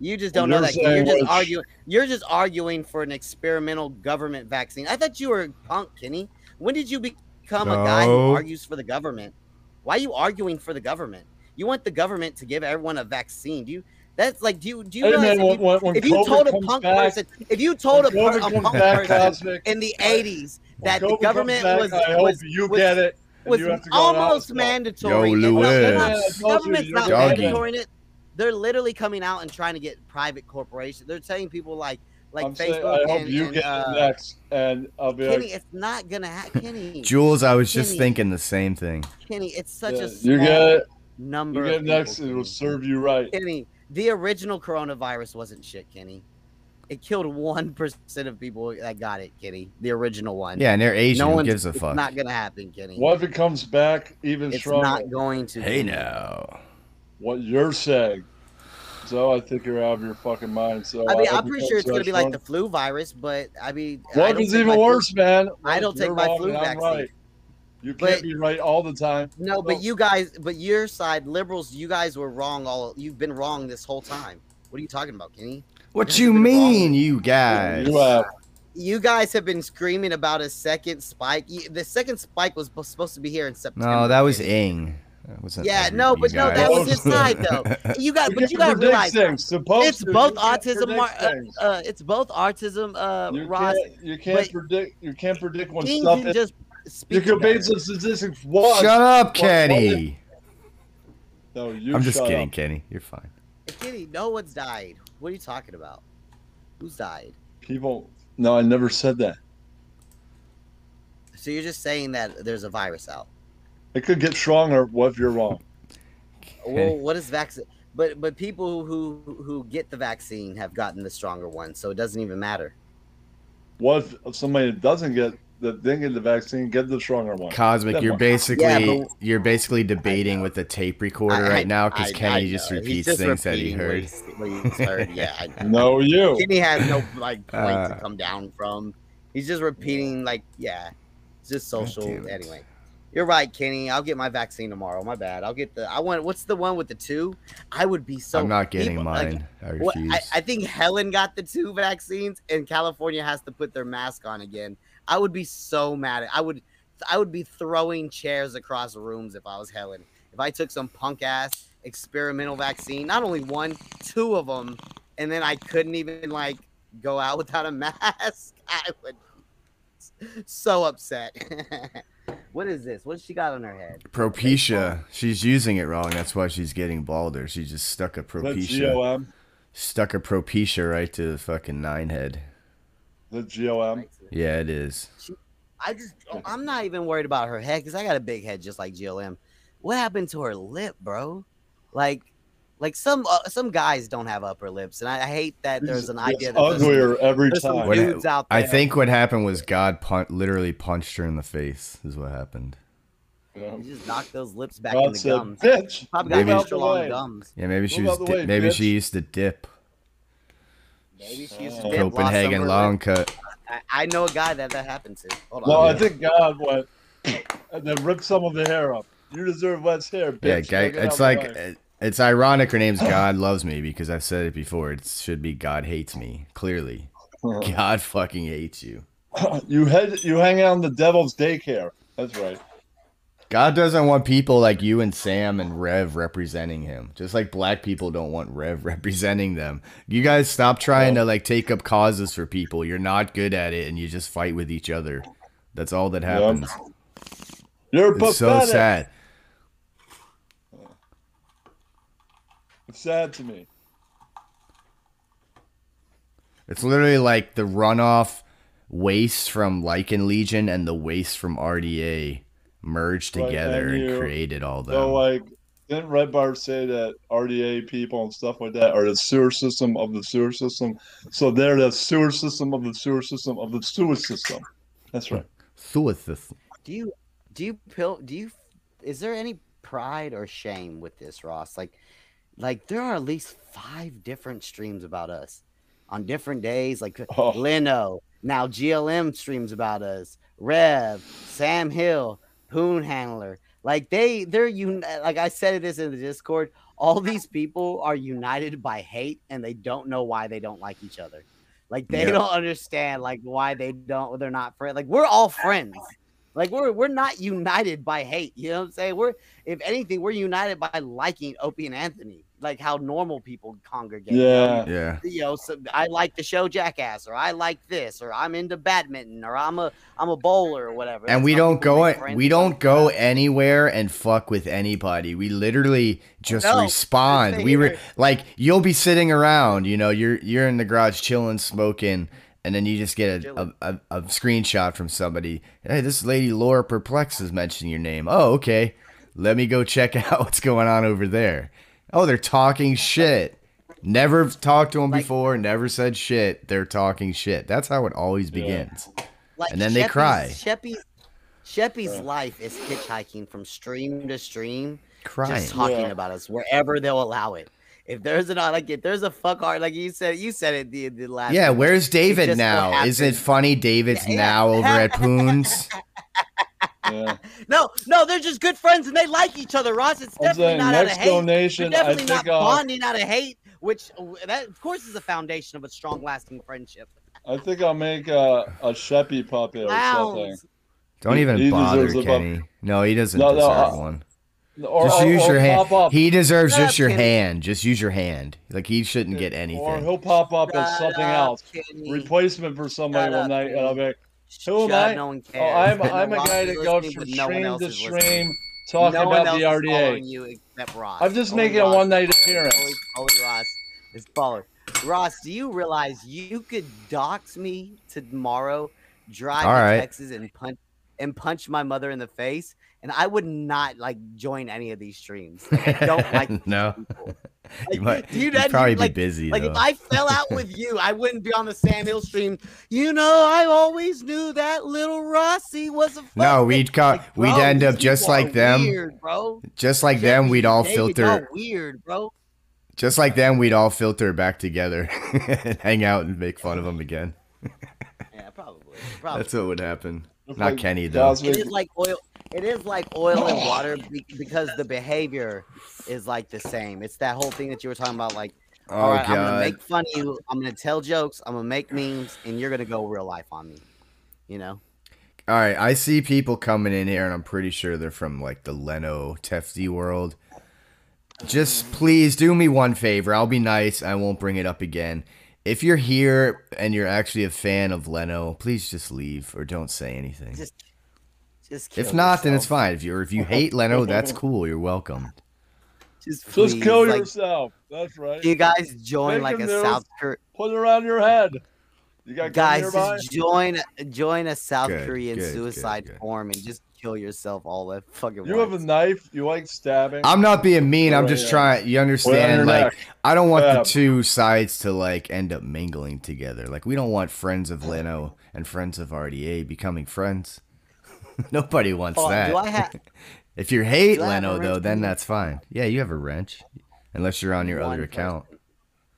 You just
Well,
don't know
you're
that. You're,
saying
just
which-
arguing. You're just arguing for an experimental government vaccine. I thought you were a punk, Kenny. When did you become a guy who
No.
argues for the government? Why are you arguing for the government? You want the government to give everyone a vaccine? Do you? That's like, do you? Do you
Hey,
realize
man,
if
when-
you-
when- when
if you
COVID
told a
comes
punk
back-
person, if you told a,
when
per, a
COVID comes
punk
back,
person
Cosmic,
in the '80s that
COVID
the
comes
government
back,
was,
I hope
was,
you
was
get it. and
was
you have to go to the
almost
hospital.
mandatory.
Yo,
and- no, they're not-
Luis. Yeah, I told you,
government's
you're
not
joking.
mandatory in it. They're literally coming out and trying to get private corporations. They're telling people like like
I'm saying,
Facebook
I hope
and,
you
and,
get
uh,
it next, and I'll be
Kenny,
like,
it's not gonna happen. Kenny,
Jules, I was just
Kenny.
thinking the same thing.
Kenny, it's such
yeah,
a
you
small
get it,
number.
you
of
get it
people,
next, it will
Kenny.
serve you right.
Kenny, the original coronavirus wasn't shit, Kenny. It killed one percent of people that got it, Kenny. The original one.
Yeah, and they're Asian.
no
Who
one
gives a
it's
fuck?
Not gonna happen, Kenny.
What if it comes back even
It's
stronger?
not going to.
hey
Kenny.
now.
What you're saying. So I think you're out of your fucking mind. So
I mean,
hope
I'm
it
pretty
comes
sure it's
back
going to be like
stronger.
the flu virus, but I mean, I
What
don't
is
take my
even
flu-
worse, man?
I don't
You're
take my
wrong
flu
and I'm
vaccine.
right. You can't
But-
be right all the time.
No,
Oh.
but you guys, but your side, liberals, you guys were wrong all. You've been wrong this whole time. What are you talking about, Kenny?
What
It's
you
been
mean, you uh, guys?
You have
You guys have been screaming about a second spike. You- The second spike was bu- supposed to be here in September.
No, that was
Kenny.
Ing. That wasn't
Yeah,
every-
no,
you
but no, that
guys.
was his side
<laughs>
though.
<laughs>
You got,
We
but
can
you got to
predict
realize
things, supposed
it's
to.
both
You can't
autism.
predict
Mar- uh,
things.
uh, it's both autism. Uh,
you
Ross,
can't, you can't
but-
predict. You can't predict when
King
stuff.
can
Is,
just
you
speak.
can
better.
base the statistics one.
Shut up,
Well, well,
Kenny.
No, you.
I'm just
shut
kidding,
Up.
Kenny. You're fine.
Kitty, no one's died. What are you talking about? Who's died?
People. No, I never said that.
So you're just saying that there's a virus out.
It could get stronger. What if you're wrong?
Well, what is vaccine? But but people who who get the vaccine have gotten the stronger one, so it doesn't even matter.
What if somebody doesn't get the didn't get the vaccine, get the stronger one?
Cosmic,
Then
you're
what?
basically
Yeah,
you're basically debating with a tape recorder
I-
right now
I-
because
I
Kenny
know.
just
He's
repeats
just
things that he
repeating what
heard.
he's- what he's heard. Yeah, I <laughs> know.
No, you.
Kenny has no like point to
Uh.
come down from. He's just repeating like yeah, it's just
God
social.
damn it.
Anyway, you're right, Kenny. I'll get my vaccine tomorrow. My bad. I'll get the. I want. What's the one with the two? I would be so.
I'm not getting
people- like,
mine. I
what-
refuse.
I, I think Helen got the two vaccines, and California has to put their mask on again. I would be so mad. at- I would, I would be throwing chairs across rooms if I was Helen. If I took some punk ass experimental vaccine, not only one, two of them, and then I couldn't even like go out <laughs> without a mask, <laughs> I would be so upset. <laughs> what is this? What's she got on her head?
<laughs> Propecia. She's using it wrong. That's why she's getting balder. She just stuck a
The
propecia.
GOM.
Stuck a propecia right to the fucking nine head.
The GOM.
Yeah, it is.
I just, oh, I'm not even worried about her head because I got a big head just like GLM. What happened to her lip, bro? Like, like some uh, some guys don't have upper lips, and I, I hate that there's an
It's
idea that there's,
uglier every
there's some
time.
What-
dudes out there.
I think what happened was God pun- literally punched her in the face. Is what happened.
you just knock those lips back in
God
the
said,
gums.
bitch.
Probably
move
got
out
extra
the
long
way."
gums.
Yeah, maybe she
Move
was.
out the
Di-
way,
maybe
bitch.
she used to dip.
Maybe she used
Uh,
to dip gloss
Copenhagen
over her
long
lip.
cut.
I, I know a guy that that happened to. Hold on.
Well, I think God went and then ripped some of the hair up. You deserve less hair, bitch.
Yeah, guy,
Take it out
it's
the
like
way.
it- it's ironic. Her name's God loves me because I've said it before. It should be God hates me.
<laughs>
Clearly, God fucking hates you. uh,
you head, you hang out in the devil's daycare. That's right.
God doesn't want people like you and Sam and Rev representing him. Just like black people don't want Rev <laughs> representing them. You guys stop trying to like take up causes for people. You're not good at it and you just fight with each other. That's all that happens.
You're
It's so
pathetic.
sad.
It's sad to me.
It's literally like the runoff waste from Lycan Legion and the waste from RDA merged
Right,
together
and you-
and created all that.
So, like, didn't Red Bar say that RDA people and stuff like that are the sewer system of the sewer system? So they're the sewer system of the sewer system of the sewer system. That's right.
Suicide.
do you do you pill? Do you? Is there any pride or shame with this, Ross? Like, like there are at least five different streams about us on different days. Like Leno now GLM streams about us. Rev, Sam Hill, Poon Handler. Like they, they're un- Like I said this in the Discord. All these people are united by hate, and they don't know why they don't like each other. Like they
Yeah.
don't understand like why they don't they're not friends. Like we're all friends. Like we're we're not united by hate. You know what I'm saying? We're if anything, we're united by liking Opie and Anthony. Like how normal people congregate.
Yeah. Yeah.
You know, so I like the show Jackass, or I like this, or I'm into badminton, or I'm a I'm a bowler, or whatever.
and
That's
we
how
don't
people
go
make
a-
friends.
we don't go anywhere and fuck with anybody. We literally just
No, <laughs>
respond.
same
We were
<laughs> here.
like you'll be sitting around, you know, you're you're in the garage chilling, smoking, and then you just get a, a, a, a screenshot from somebody. Hey, this lady Laura Perplex is mentioning your name. Oh, okay. Let me go check <laughs> out what's going on over there. Oh, they're talking shit. Never talked to them before. Never said shit. They're talking shit. That's how it always begins. and then they
Sheppy's-
cry.
Sheppy's Sheppy's life is hitchhiking from stream to stream,
Crying.
just talking
Yeah.
about us wherever they'll allow it. If there's an like, if there's a fuck art, like you said, you said it the, the last.
Yeah,
time.
where's
It
David
just so
now? Is it
happens-
funny David's now over at
<laughs>
Poon's?
No, no, they're just good friends and they like each other, Ross. It's
I'm
definitely
saying,
not out of
next
hate.
donation,
They're
I
definitely
think
not
I'll-
bonding out of hate, which uh, that of course is the foundation of a strong, lasting friendship.
I think I'll make a, a Sheppy puppet or something.
Clowns.
Don't
He-
even
he
bother,
deserves a bump.
Kenny. No, he doesn't
No, no,
deserve
uh,
one.
Or-
just
or-
use
or
your hand.
pop up.
He deserves
Shut up,
just your
Kenny.
hand. Just use your hand. Like he shouldn't get
Or
anything.
he'll pop up as
Shut
something
up,
else,
Kenny.
replacement for somebody
Shut
one
up,
night, and I'll be like, "Who am
Shut-
I?
no one
oh, I'm
cares.
I'm a
No
guy
one's
that goes
listening
from
when no one
stream
else
to
is
stream,
listening.
talking
No one
about
else
the
is following
RDA.
you except Ross.
I'm just
Only
making a
Ross is following
one-night
you.
appearance.
Only, only Ross is following. Ross, do you realize you could dox me tomorrow, drive
All
to
right.
Texas and punch and punch my mother in the face, and I would not like join any of these streams. Like, <laughs> I
<laughs>
don't like
no. you might
Dude,
you'd
that'd
probably
like,
be busy.
Like
though.
if I
<laughs>
fell out with you, I wouldn't be on the Sam Hill stream. You know, I always knew that little Rossi was a. Fuck.
no, we'd caught.
Bro,
we'd end
these
up just
people are
like them.
weird, bro.
Just like them, we'd all
David, y'all
filter.
Weird, bro.
Just like them, we'd all filter back together, <laughs> and hang out and make fun of them again.
Yeah, probably. probably.
That's what would happen.
It's
Not
like
Kenny though.
It is like oil. It is like oil and water be- because the behavior is like the same. It's that whole thing that you were talking about. Like,
Oh,
all right, I'm
God.
gonna make fun of you. I'm gonna tell jokes. I'm gonna make memes, and you're gonna go real life on me. You know.
All right, I see people coming in here, and I'm pretty sure they're from like the Leno Tefty world. Just please do me one favor. I'll be nice. I won't bring it up again. If you're here and you're actually a fan of Leno, please just leave or don't say anything.
Just, just
if
kill
not, then
yourself.
it's fine. If you are if you hate Leno, that's cool. You're welcome.
Just,
Just
please,
kill
like,
yourself. That's right.
You guys join
Make
like
them
a
do-
South Korean.
Put it around your head. You got guns
Guys,
nearby?
just join join a South
Good,
Korean
good, good,
suicide form and just kill yourself all at fucking
You
once.
have a knife. You like stabbing.
I'm not being mean. I'm
Right.
just trying. You understand?
your
Like,
neck.
I don't want
Oh, Yeah.
the two sides to like end up mingling together. Like, we don't want friends of Leno and friends of RDA becoming friends. <laughs> Nobody wants
Oh, do
that. <laughs>
I ha-
if you hate
do I have a
Leno though,
wrench
then
in me?
that's fine. Yeah, you have a wrench, unless you're on your
One
other
person.
account.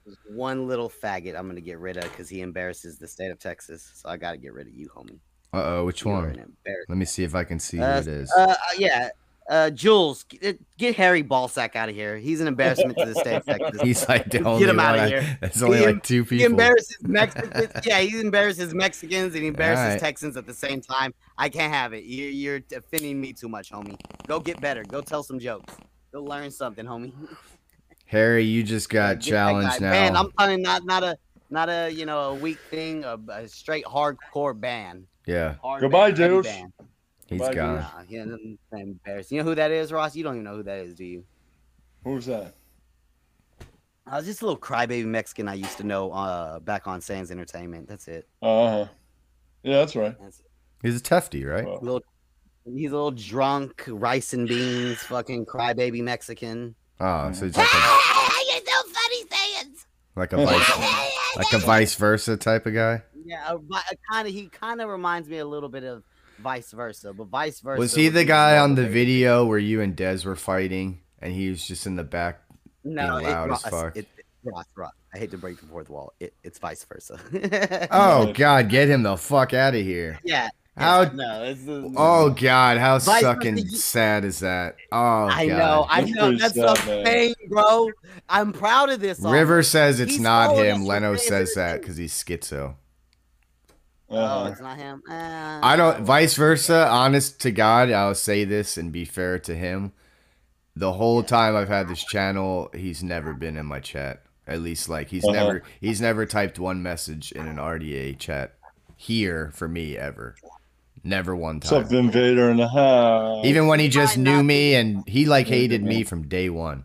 There's one little faggot I'm gonna get rid of because he embarrasses the state of Texas. So I gotta get rid of you, homie.
Uh oh, which
You are
one?
an embarrassment.
Let me see if I can see
Uh,
who it is.
uh, yeah. Uh, Jules, get, get Harry Ballsack out of here. He's an embarrassment to the state
<laughs>
of Texas.
He's like the
Get
only
him out
one I-
of here.
there's only, like,
em-
two
<laughs> He
people.
embarrasses
<laughs>
Mexicans. yeah, he embarrasses Mexicans and he embarrasses
Alright.
Texans at the same time. I can't have it. You're, you're offending me too much, homie. Go get better. Go tell some jokes. Go learn something, homie. <laughs>
Harry, you just got
Get that guy.
challenged now.
Man, I'm telling you, not not a not a you know a weak thing, a, a straight hardcore ban.
Yeah.
Hard
Goodbye,
ban, heavy
dudes.
ban.
He's gone.
Nah, yeah, nothing embarrassing. You know who that is, Ross? You don't even know who that is, do you?
Who's that?
I was just a little crybaby Mexican I used to know uh, back on Sands Entertainment. That's it.
Uh huh. Yeah, that's right.
He's a Tefty, right?
Little, he's a little drunk, rice and beans, fucking crybaby Mexican.
Oh,
mm-hmm.
so he's like a,
<laughs> You're so funny, Sands.
like a
<laughs>
vice, like a vice versa type of guy.
uh, Yeah, kind of. He kind of reminds me a little bit of vice versa. But vice versa
Was he
would
the
be
guy
another
on the
way.
video where you and Dez were fighting and he was just in the back
No,
being
it-
loud as
Ross, <laughs>
fuck?
It, Ross, Ross. I hate to break the fourth wall. It, it's vice versa. <laughs>
oh god, get him the fuck out of here.
yeah.
How
No, it's the-
Oh god, how
Vice versa,
sucking
you-
sad is that? Oh
I
god.
know, I know. That's the
man.
thing, bro. I'm proud of this.
River
almost.
says it's
He's
not
told
him.
us
Leno says that because he's schizo.
Uh-huh.
Oh, it's not him. Uh,
I don't. Vice versa. Honest to God, I'll say this and be fair to him. The whole time I've had this channel, he's never been in my chat. At least, like he's
Uh-huh.
never he's never typed one message in an RDA chat here for me ever. Never one
What's up,
time.
Invader in the house?
Even when he just knew me and he like hated me from day one.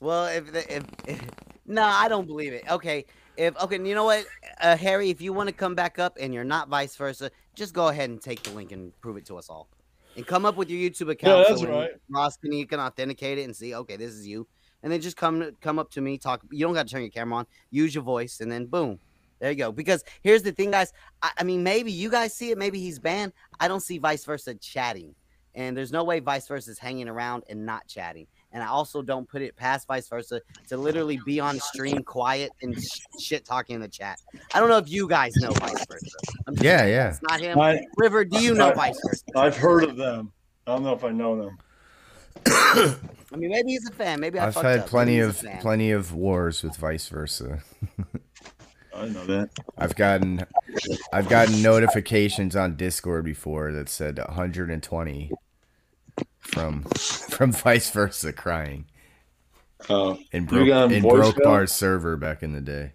Well, if, the, if, if <laughs> no, I don't believe it. Okay, if okay, you know what, uh, Harry, if you want to come back up and you're not vice versa, just go ahead and take the link and prove it to us all, and come up with your YouTube account.
Yeah,
so
that's
when
right.
Ross can you can authenticate it and see. Okay, this is you, and then just come come up to me, talk. You don't got to turn your camera on. Use your voice, and then boom. There you go. Because here's the thing, guys. I, I mean, maybe you guys see it. Maybe he's banned. I don't see vice versa chatting. And there's no way vice versa is hanging around and not chatting. And I also don't put it past vice versa to literally be on stream quiet and sh- shit talking in the chat. I don't know if you guys know vice versa. I'm just-
Yeah, yeah.
It's not him.
I-
River, do you know
I-
vice versa?
I've heard of them. I don't know if I know them.
I mean, maybe he's a fan. Maybe I
I've
fucked
had
up.
plenty
Maybe he's a
of
fan.
plenty of wars with vice versa.
I know that.
I've gotten I've gotten notifications on Discord before that said 120 from from vice versa crying
Oh,
and
You
broke
got
and
voicemail?
broke our server back in the day.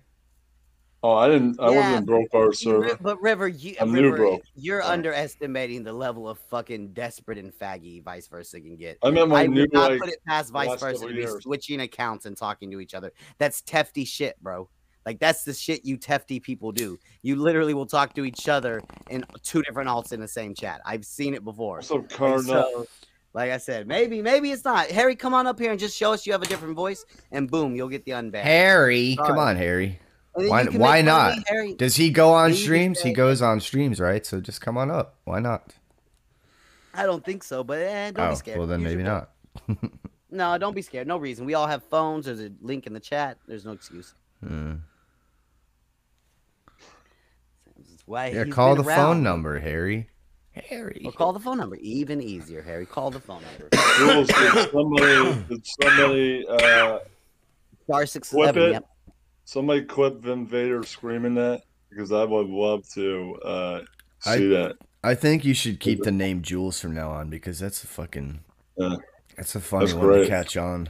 Oh, I didn't. I
Yeah,
wasn't in broke our
but-
server.
But River, you,
I'm new,
River,
bro.
you're underestimating the level of fucking desperate and faggy vice versa can get.
I'm at my
I
new,
would not
like,
put it past vice
last
versa
couple
to be
years.
switching accounts and talking to each other. That's tefty shit, bro. Like that's the shit you tefty people do. You literally will talk to each other in two different alts in the same chat. I've seen it before.
What's up,
And
Karna?
so, like I said, maybe, maybe it's not. Harry, come on up here and just show us you have a different voice, and boom, you'll get the unban.
Harry, come
Sorry.
on, Harry.
And then
Why
you can
why
make fun of
not?
me, Harry.
Does he go on
Then you can
streams? He
say-
goes on streams, right? So just come on up. Why not?
I don't think so, but eh, don't be
Oh,
scared.
well then
Use
maybe
your
not.
No, don't be scared. No reason. We all have phones. There's a link in the chat. There's no excuse.
Hmm.
That's why
Yeah,
he's
call
been
the
around.
phone number, Harry. Harry.
Or call the phone number. Even easier, Harry. Call the phone number.
Rules, did somebody, did somebody uh,
Star six
quip
eleven.
it?
Yep.
Somebody quip Vin Vader screaming that because I would love to uh, see
I-
that.
I think you should keep the name Jules from now on because that's a fucking
Yeah.
that's a funny
That's
one to
great.
catch on.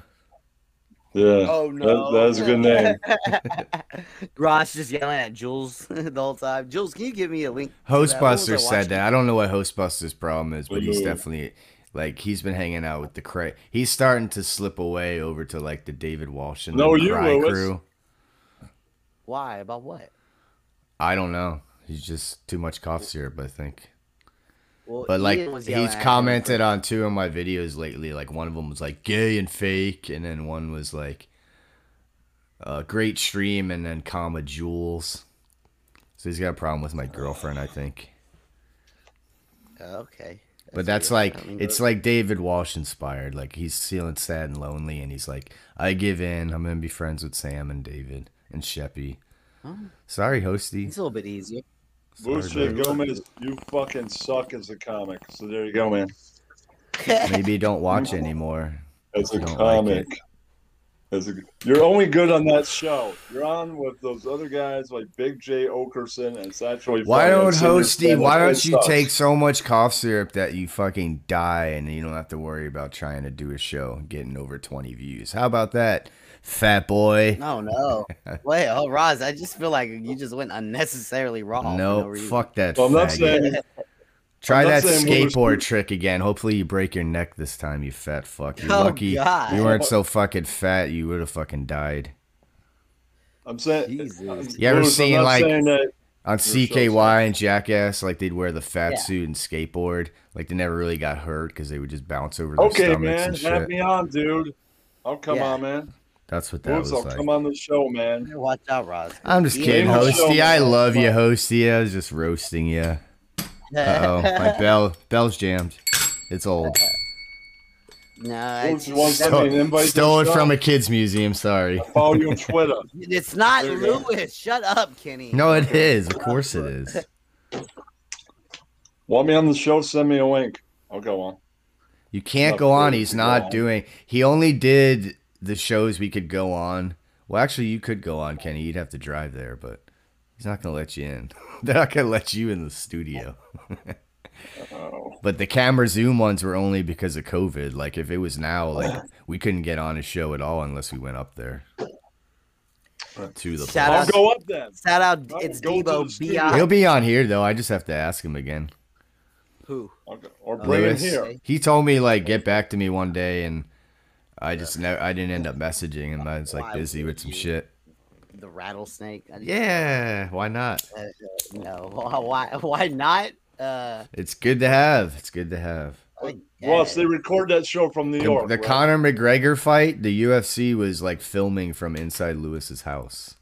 Yeah.
Oh, no.
That, that is a good
<laughs>
name.
Ross just yelling at Jules <laughs> the whole time. Jules, can you give me a link? to that? What was I
Hostbuster said
watching?
that. I don't know what Hostbuster's problem is, but he's
Ooh.
definitely like he's been hanging out with the cray. He's starting to slip away over to like the David Walsh and
No,
the
you,
Cry
Lewis.
crew.
Why? About what?
I don't know. He's just too much cough syrup, I think.
Well,
But like
Ian was yelling
he's
at him.
commented on two of my videos lately. Like one of them was like gay and fake, and then one was like uh, great stream, and then comma Jules. So he's got a problem with my girlfriend, I
<sighs>
think.
Okay.
But that's
weird.
like
I mean,
it's like David Walsh inspired. Like he's feeling sad and lonely, and he's like, "I give in. I'm gonna be friends with Sam and David and Sheppy."
Oh.
Sorry,
it's
hosty.
a little bit easier.
Sorry,
Lucia
bud.
Gomez, you fucking suck as a comic. So there you go, man.
Maybe
<laughs>
don't watch anymore.
As a
Don't like
comic. As a, you're only good on that show. You're on with those other guys like Big J Okerson and Satchel.
Why
Efron
don't
and Sydney
hosty?
Stanley.
Why
It
don't you
sucks.
take so much cough syrup that you fucking die, and you don't have to worry about trying to do a show and getting over twenty views? How about that, fat boy? <laughs>
No, no. Wait, oh, Roz, I just feel like you just went unnecessarily wrong.
no,
reason.
fuck that.
Well, I'm not
faggot.
saying
Try
I'm not
that
saying we were
skateboard
sp-
trick again. Hopefully you break your neck this time, you fat fuck. You're
Oh,
lucky
God.
you
<laughs>
weren't so fucking fat. You would have fucking died.
I'm saying.
Jesus.
You ever
Lewis, I'm
seen,
not
like-
saying that-
On
so
CKY and Jackass, like they'd wear the fat
Yeah.
suit and skateboard. Like they never really got hurt because they would just bounce over their
okay,
stomachs
man,
and
have
shit.
me on, dude. I'll come
Yeah.
on, man.
That's what that
Lewis,
was
I'll
like.
come on the show, man.
Watch out, Roz.
I'm just
Ian
kidding,
Maybe we'll show
Hosty. I
them.
love you, Hosty. I was just roasting you. Uh oh, my bell bell's jammed. It's old.
<laughs> No,
What
it's,
was the one
it's-
sending
Stole,
invites to
stole it
the
from
show?
a kids museum. Sorry.
Follow you on Twitter.
it's not
There you go.
Lewis. Shut up, Kenny.
<laughs> No,
<laughs>
it is. Of course it is.
Want me on the show? Send me a link. I'll go on.
You can't
Not
go on.
really
He's
to go
not
on.
doing. He only did the shows we could go on. Well, actually, you could go on, Kenny. You'd have to drive there, but he's not gonna let you in. <laughs> They're not gonna let you in the studio. <laughs> but the camera zoom ones were only because of COVID. Like if it was now, like we couldn't get on a show at all unless we went up there to the.
Shout
I'll
out,
place.
go up then.
shout out.
I'll
It's
go to the
Debo.
studio.
Bi
He'll be on here though. I just have to ask him again.
who?
I'll go- Or bring it
Uh, Lewis,
here.
he told me like get back to me one day, and I just never. I didn't end up messaging him. I was like
Why
busy
would
with some
you?
shit.
The rattlesnake. I-
Yeah, why not?
uh, uh, no. <laughs> Why? Why not? Uh,
It's good to have. It's good to have.
I
Ross,
guess.
they record that show from New
The,
York.
the
right?
Conor McGregor fight, the UFC was like filming from inside Lewis's house.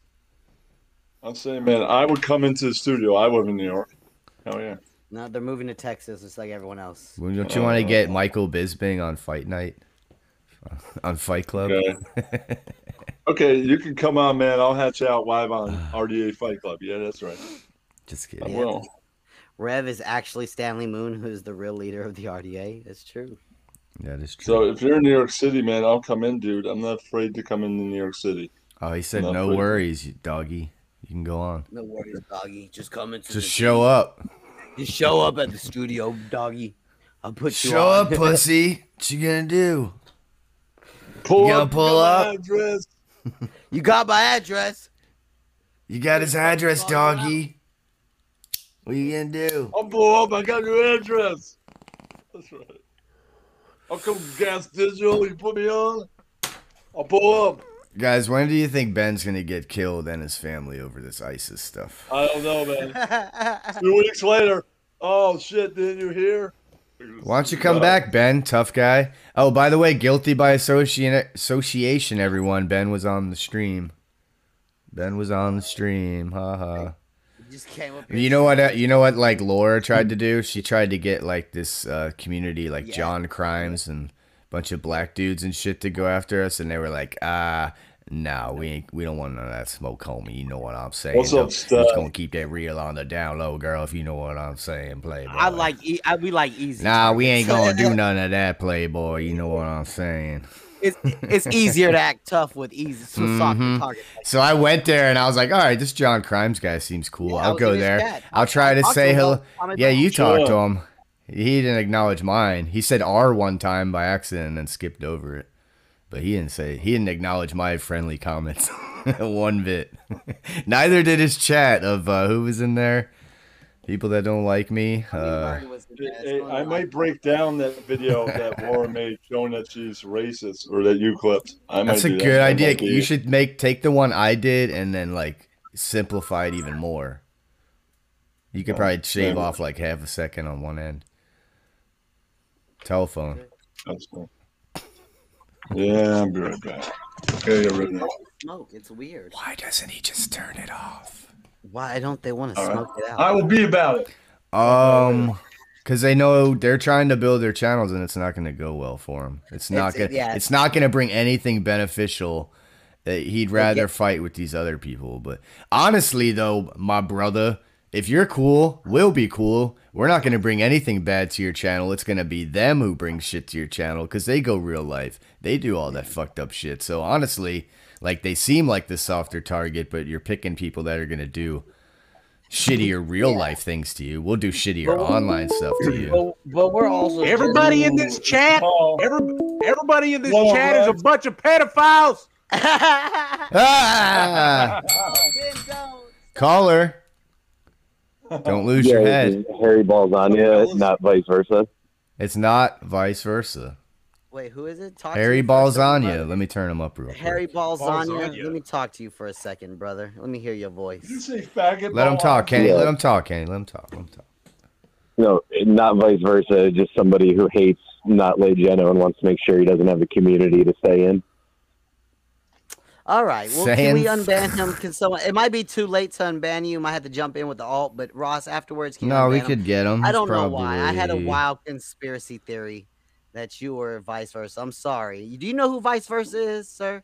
I'm saying, man, I would come into the studio. I live in New York. Hell yeah.
no, they're moving to Texas, just like everyone else.
Well, Don't you want
Oh.
to get Michael Bisping on Fight Night? <laughs> On Fight Club?
Okay. okay, you can come on, man. I'll hatch out
<sighs>
live on RDA Fight Club. Yeah, that's right.
Just
I
kidding.
will.
Rev is actually Stanley Moon, who's the real leader of the RDA. That's true.
That is true.
So if you're in New York City, man, I'll come in, dude. I'm not afraid to come into New York City.
<laughs> oh, he said,
No,
no
pretty-
worries, you doggy. You can go on.
No worries, doggy. Just come into
Just show up.
Just show up at the studio, doggy. I'll put you
Show
on. <laughs>
up, pussy. What you gonna do?
Pull
You
up.
gonna pull
got my
up? <laughs>
address.
you got my address.
You got his address, doggy. What you gonna do?
I'll blow up. I got your address. That's right. I'll come gas digital. You put me on. I'll pull up.
Guys, when do you think Ben's gonna get killed and his family over this ISIS stuff?
I don't know, man. Two weeks later. Oh shit! Didn't you hear?
Why don't you come back, Ben? Tough guy. Oh, by the way, guilty by association. Association, everyone. Ben was on the stream. Ben was on the stream. Ha ha.
You just came up. here.
You know what? uh, You know what? Like Laura tried to do. She tried to get like this uh, community, like
Yeah.
John Crimes and a bunch of black dudes and shit, to go after us, and they were like, ah. Nah, we ain't, we don't want none of that smoke, homie. You know what I'm saying?
What's up,
Don't- Just
Stud?
gonna keep that real on the down low, girl. If you know what I'm saying, play.
I like. E- I, we like easy.
Nah, we
targets.
ain't gonna do none of that, Playboy. You know what I'm saying?
it's, it's easier to act tough with easy so soft
Mm-hmm.
Mhm.
target. Like,
So I went there and I was like, all right, this John Crimes guy seems cool.
Yeah, I
I'll
was
go
in his
there.
chat.
I'll try to
talked to
say
him
hello.
about- on a
Yeah,
dog.
you talked to
Sure.
him. He didn't acknowledge mine. He said R one time by accident and then skipped over it. But he didn't say he didn't acknowledge my friendly comments <laughs> one bit. <laughs> Neither did his chat of uh, who was in there. People that don't like me. Uh,
Murray was the
Hey,
best
hey,
one.
I might break down that video
<laughs>
that Laura made showing that she's racist or that you clipped. I might
That's a
do that.
good
That
idea.
might be-
You should make take the one I did and then like simplify it even more. You
Oh,
could probably shave
yeah.
off like half a second on one end. Telephone.
That's cool. Yeah, I'll be right back. Okay, you're right now.
smoke. It's weird.
Why doesn't he just turn it off?
<laughs> Why don't they want to
All right.
smoke it out?
I will be about it.
Um, because they know they're trying to build their channels and it's not going to go well for him. It's not
It's-
going. to
yeah.
It's not going to bring anything beneficial. Uh, He'd rather
get-
fight with these other people. But honestly, though, my brother, if you're cool, we'll be cool. We're not going to bring anything bad to your channel. It's going to be them who bring shit to your channel because they go real life. They do all that fucked up shit. So honestly, like they seem like the softer target, but you're picking people that are going to do shittier real life things to you. We'll do shittier online stuff to you.
But, but we're also
Everybody in this chat,
Paul,
every, everybody in this
Whoa,
chat is a
Rex.
bunch of
<laughs>
pedophiles.
Ah! Caller, don't lose your head.
Harry Balzania, not vice versa.
It's not vice versa.
Wait, who is it? Talk to
Harry
me for a second,
Balzania.
brother.
Let me turn him up real quick.
Harry Balzania.
Balzania.
Let me talk to you for a second, brother. Let me hear your
did you
voice.
say faggot?
Let him
Paul?
talk, Kenny.
Yeah.
Let him talk, Kenny. Let him talk. Let him talk.
No, not vice versa. Just somebody who hates not Legeno and wants to make sure he doesn't have a community to stay in.
All right. Well, can we
Saying-
unban him? Can someone? It might be too late to unban you. Might have to jump in with the alt. But Ross, afterwards, can you
No, we
unban him?
could get him.
I
It's
don't know why. I had a
probably-
wild conspiracy theory that you were vice versa. I'm sorry. Do you know who vice versa is, sir?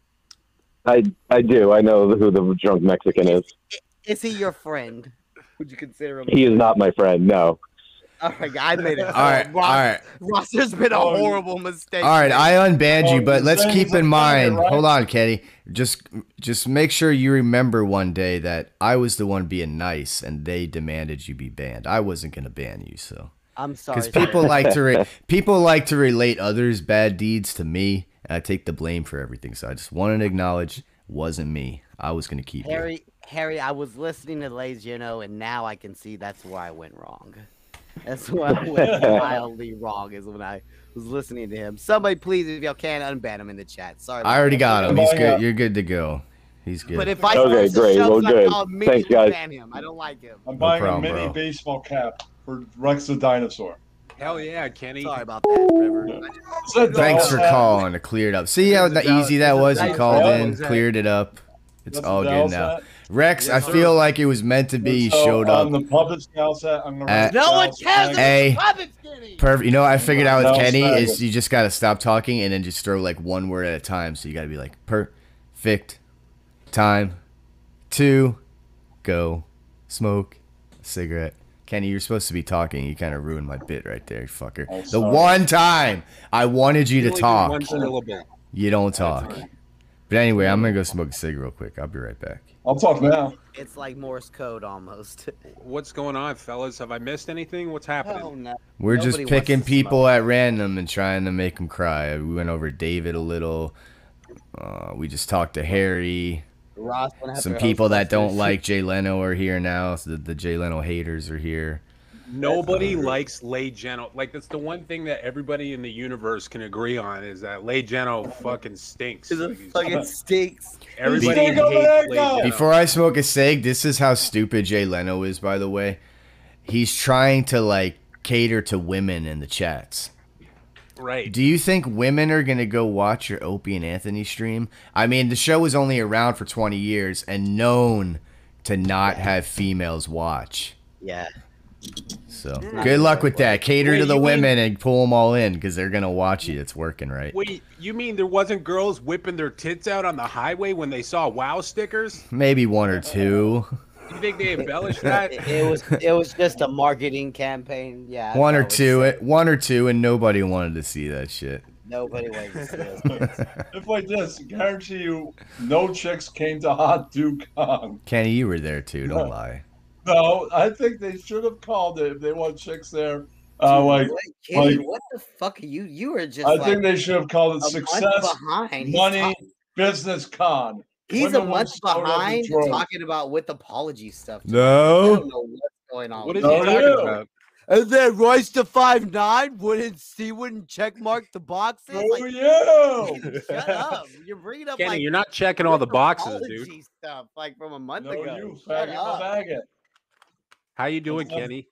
I I do. I know who the drunk Mexican is.
Is he your friend? <laughs> Would you consider him?
He is not my friend. No.
All right, Oh I made it.
All
Oh.
right, all right.
Ross, there's been a horrible mistake.
All right, I unbanned
Oh,
Oh,
you, but let's
saying
keep
he's a
in mind.
right?
Hold on, Kenny. Just, just make sure you remember one day that I was the one being nice, and they demanded you be banned. I wasn't gonna ban you, so
I'm sorry.
because
sir. <laughs>
people like to re- people like to relate others' bad deeds to me, and I take the blame for everything. So I just wanted to acknowledge, wasn't me. I was gonna keep you.
Harry, Harry, I was listening to Lays, you know, and now I can see that's where I went wrong. That's where I
<laughs>
went wildly wrong is when I was listening to him. Somebody, please, if y'all can, unban him in the chat. Sorry.
I already got him. He's
Oh,
about that.
good. You're good to go. He's good.
But if I
Okay, great. Well, good.
I'll
Thanks,
immediately
guys.
ban him. I don't like him.
I'm buying
problem,
a mini
bro.
baseball cap for Rex the dinosaur.
Hell yeah, Kenny. Sorry
about that, River.
Thanks for calling to clear it up. See how
That's
easy
a
that
valid-
was?
that's
You
a
called
valid
in,
set.
cleared it up. It's
That's
all
a valid
good now.
set.
Rex, I
Yes,
feel like it was meant to be. You
So,
showed
On
up.
the puppet scouts hat, I'm gonna.
Uh,
write
No one
Dallas
cares
Mavericks.
Hey. Perfect. You know, I figured out with
That was
Kenny
fabulous.
is you just gotta stop talking and then just throw like one word at a time. So you gotta be like perfect time to go smoke a cigarette. Kenny, you're supposed to be talking. You kind of ruined my bit right there, you fucker.
Oh,
the
sorry.
one time I wanted you
You
to
only did
talk,
one syllable.
you don't talk. But anyway, I'm gonna go smoke a cig real quick. I'll be right back.
I'll talk now.
It's like Morse code almost. <laughs>
What's going on, fellas? Have I missed anything? What's happening?
We're just picking people at random and trying to make them cry. We went over David a little. Uh, we just talked to Harry.
Ross went after
Some
Ghostbusters.
people that don't
<laughs>
like Jay Leno are here now. So the, the Jay Leno haters are here.
Nobody likes Lay Geno. Like that's the one thing that everybody in the universe can agree on is that Lay Geno fucking stinks. Like, he's-
<laughs> fucking stinks.
Everybody
Stink over
hates
there,
Lay
go!
Geno.
Before I smoke a cig, this is how stupid Jay Leno is, by the way. He's trying to like cater to women in the chats.
Right.
Do you think women are gonna go watch your Opie and Anthony stream? I mean, the show was only around for 20 years and known to not have females watch.
Yeah.
So
Mm.
good luck with that. Cater
Wait,
to the
you mean-
women and pull them all in because they're gonna watch you. It's working right.
Wait, you mean there wasn't girls whipping their tits out on the highway when they saw WoW stickers?
Maybe one or two,
You think they <laughs> embellished that?
It, it was it was just a marketing campaign. Yeah.
one or two, it- one or two, and nobody wanted to see that shit.
Nobody wants this.
<laughs> If like this, guarantee you, no chicks came to Hot Dukong.
Kenny, you were there too. Don't lie.
No, I think they should have called it if they want chicks there. Uh, like,
what, Kenny,
like
what the fuck? Are you you were just.
I
like
think they should have
a
called it
month
Success
behind. He's
Money
talking-
Business Con.
He's a
Women will
month
start up in
behind
droves.
talking about with apology stuff.
No.
I don't know what's going on.
What
with
is he
him.
talking about?
And then Royce to five nine wouldn't he wouldn't check mark the boxes.
Like, you?
<laughs>
Shut up! <laughs> You're bringing up
Kenny,
like
you're not checking all the boxes,
apology
dude.
stuff like from a month
No,
ago.
you
Shut
faggot
up. <laughs>
faggot.
How you doing,
That's-
Kenny?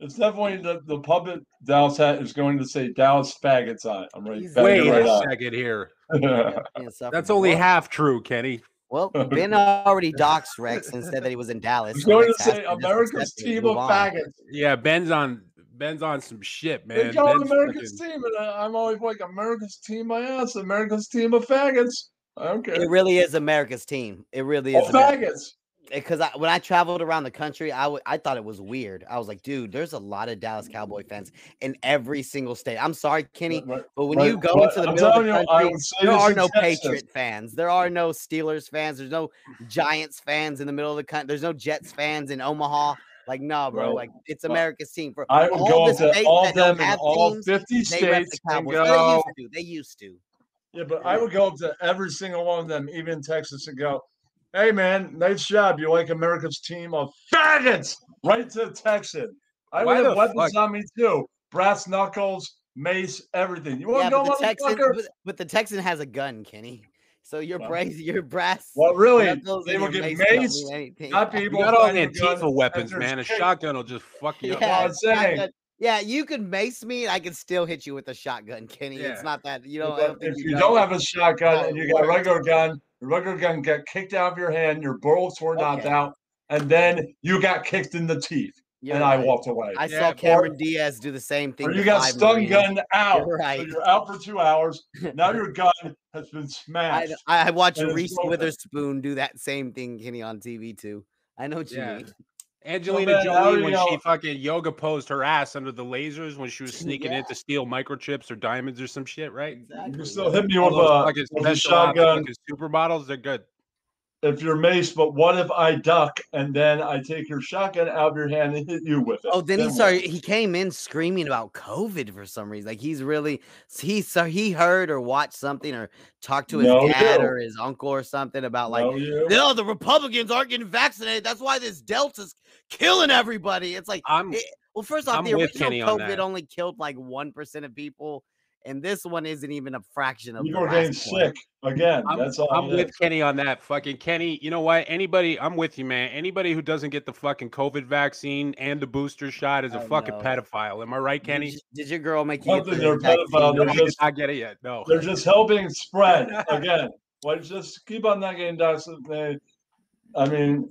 It's definitely the, the puppet Dallas hat is going to say Dallas faggots on it. I'm right.
Jesus.
betting
Wait
right
a
on it.
second
<laughs>
here.
Being
That's
insufferable.
only
Well,
half true, Kenny.
<laughs>
Well, Ben already doxed Rex and said that he was in Dallas.
He's
so
going
Rex
to
has
say
just
America's
accept it and
team
move
of
on.
faggots.
Yeah, Ben's on Ben's on some shit, man.
They call it
Ben's
America's
fucking-
team, and I- I'm always like America's team. My ass, America's team of faggots. I don't care.
It really is America's team. It really
Of
is.
Oh, faggots.
Because I, when I traveled around the country, I wa- I thought it was weird. I was like, dude, there's a lot of Dallas Cowboy fans in every single state. I'm sorry, Kenny,
Right,
but when
right,
you go
right.
into the
I'm
middle of
telling
the
you, I
country,
would say
there
this
are
in
no
Texas.
Patriot fans. There are no Steelers fans. There's no Giants fans in the middle of the country. There's no Jets fans in Omaha. Like, nah, bro.
Right.
Like, it's
Uh,
America's team. For
I would
all
go
the
into
states
all
that don't
them in
have
all
teams,
50
they rep the
states and
Cowboys. They
go,
used to. They used to.
Yeah, but I would go up to every single one of them, even in Texas, and go, "Hey, man, nice job. You like America's team of faggots?" Right to the Texan. I
Why
would have
the
weapons
fuck-
on me too: brass knuckles, mace, everything. You
Yeah,
want to
but
go,
the, Texan,
motherfucker?
but, but the Texan has a gun, Kenny. So your
Well,
brass, your brass.
Well, really,
knuckles
they
and
will
your
get
don't mean
maced,
anything.
not be
You
able
got
to
all
find your gun
Antifa weapons,
after
man. A
it's kicked.
shotgun will just fuck you
Yeah,
up.
I'm saying.
shotgun- Yeah, you can mace me, and I can still hit you with a shotgun, Kenny.
Yeah.
It's not that you know. I don't
But
think
If you
got
don't
it.
have a shotgun
Not
and you got a
worth it.
regular gun, the regular gun got kicked out of your hand, your balls were knocked
Okay.
out, and then you got kicked in the teeth.
You're
and I
right.
walked away.
I saw Cameron Diaz do the same thing.
Or
to
you got
five
stun
Marines.
gunned
<laughs>
out.
You're
So
right.
you're out for
<laughs>
two hours. Now your gun has been
I,
smashed.
I watched
and it's
Reese
broken.
Witherspoon do that same thing, Kenny, on TV too. I know what
Yeah.
you mean.
Angelina Jolie when she fucking yoga posed her ass under the lasers when she was sneaking in to steal microchips or diamonds or some shit, right?
You're still hitting me
All
with
those
a-
fucking
with a
special ops
shotgun.
fucking Supermodels, they're good.
If you're maced, but what if I duck and then I take your shotgun out of your hand and hit you with it?
Oh, then he
what?
started. He came in screaming about COVID for some reason. Like he's really he so he heard or watched something or talked to his
No,
dad
you.
or his uncle or something about like
No, you.
no, the Republicans aren't getting vaccinated. That's why this Delta's killing everybody. It's like
I'm
well, first off,
I'm
the
with
original
Kenny on that.
COVID only killed like one percent of people, and this one isn't even a fraction of. the
People are getting
last one.
sick again.
I'm,
that's all.
I'm
it
with
is.
Kenny on that. Fucking Kenny, you know what? Anybody, I'm with you, man. Anybody who doesn't get the fucking COVID vaccine and the booster shot is a
I
fucking
know.
pedophile. Am I right, Kenny?
Did, you- did your girl make you?
Not
get
that
the
they're
vaccine?
pedophile, they're
No, I
just-
did not get it yet. No.
They're just helping spread again. Why just keep on not getting vaccinated? I mean,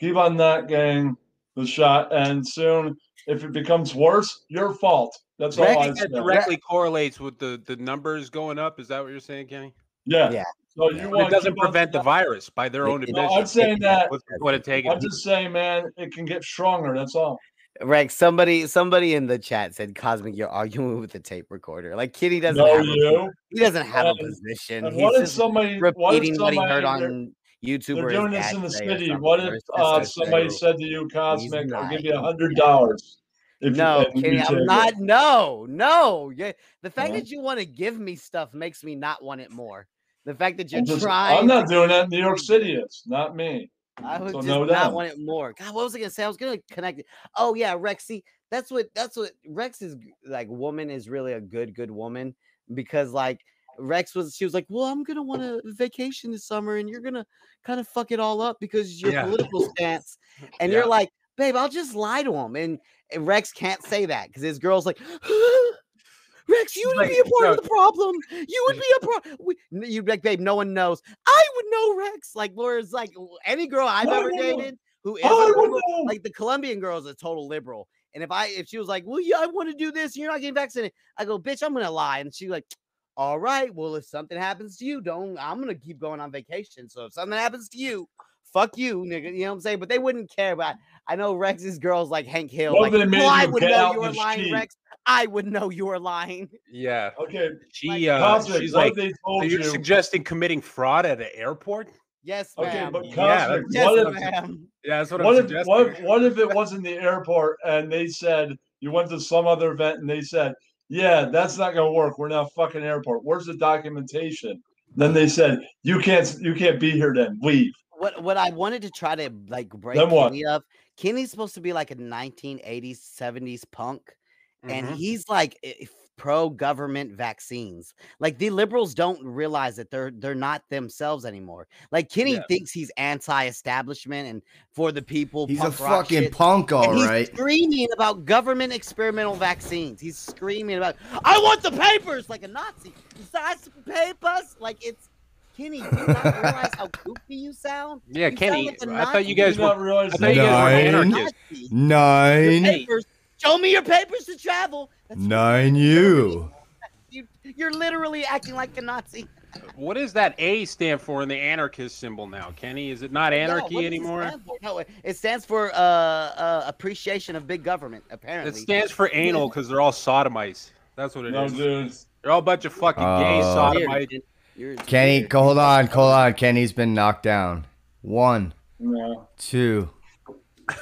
keep on not getting the shot, and soon, if it becomes worse, your fault. That's all I
Directly-
said.
that directly correlates with the, the numbers going up. Is that what you're saying, Kenny?
Yeah. So you
But
want
it doesn't
keep on-
prevent the virus by their own admission.
No, I'm saying that.
With what it taken.
I'm just saying, man, it can get stronger. That's all.
Rex, somebody, somebody in the chat said, "Cosmic, you're arguing <laughs> with the tape recorder." Like Kitty doesn't.
No,
have
you.
<laughs> A, he doesn't have
And-
a position.
and
He's
what if
just
somebody- what if
repeating what, he
somebody-
heard
they're-
on YouTube?
They're
or his
doing this
dad
in the
today or
city.
something,
What
or
if
his
uh,
sister
somebody
today.
said to you, Cosmic, I'll
not.
give you a hundred dollars. if you-
No,
and you Uh-huh.
Kenny,
take
I'm
it."
not. No, no. Yeah, the fact
No.
that you want to give me stuff makes me not want it more. The fact that you're
I'm, just-
trying.
I'm not doing that. New York City is not me.
I would
So
just
no
not
doubt.
want it more. God, what was I gonna say? I was gonna connect it. Oh yeah, Rexy. That's what that's what Rex is g- like woman is really a good, good woman because like Rex was she was like, Well, I'm gonna want a vacation this summer and you're gonna kind of fuck it all up because your
Yeah.
political stance. And
Yeah.
you're like, babe, I'll just lie to him. And, and Rex can't say that because his girl's like Rex, you would
like,
be a part
no.
of the problem. You
<laughs>
would be a problem. You'd be like, babe, no one knows. I would know Rex. Like, Laura's like w- any girl I've
I
ever
would know.
dated who is
I
a
would
liberal- like the Colombian girl is a total liberal. And if I if she was like, well, yeah, I want to do this, and you're not getting vaccinated, I go, bitch, I'm gonna lie. And she like, all right, well, if something happens to you, don't. I'm gonna keep going on vacation. So if something happens to you. Fuck you, nigga. You know what I'm saying? But they wouldn't care about. I know Rex's girls like Hank Hill.
What if
Like,
they made
well, I
you
would
get
know
out
you were
the
lying,
sheet?
Rex. I would know you were lying. <laughs>
yeah.
Okay.
She, uh,
Cosmic,
she's
what
like,
if they
so
told
you're
you-
suggesting committing fraud at an airport?
Yes,
Okay,
ma'am.
but
Yeah,
Cosmic,
that's-
what
yes,
if-
ma'am. Yeah, that's what I'm
what if,
suggesting.
What, what if it was in the airport and they said you went to some other event and they said, "Yeah, that's not going to work. We're not a fucking airport. Where's the documentation?" Then they said, "You can't, you can't be here. Then leave."
what what I wanted to try to like break
Then what?
Kenny up. Kenny's supposed to be like a 1980s, 70s punk, and
Mm-hmm.
Mhm.
he's like pro government vaccines. Like the liberals don't realize that they're they're not themselves anymore. Like Kenny
Yeah.
thinks he's anti-establishment and for the people.
He's a
punk rock
fucking
shit,
punk, all
and he's
right.
Screaming about government experimental vaccines. He's screaming about I want the papers like a Nazi. That's papers. Like it's Kenny, do you not realize how goofy you sound?
Yeah,
You sound
Kenny,
like a
I thought you
Nazi.
guys were. I thought you guys were
Nine,
anarchists.
nine, nine,
Papers. Show me your papers to travel.
you.
You, you're literally acting like a Nazi.
What does that A stand for in the anarchist symbol now, Kenny? Is it not
Yeah, what
anarchy
does it
anymore?
stand for? No, it- it stands for uh, uh, appreciation of big government. Apparently,
It stands for anal because they're all sodomites. That's what it
No,
is.
dude.
They're all a bunch of fucking gay
Uh,
sodomites.
Kenny, go, hold on, hold on. Kenny's been knocked down. One,
No.
two,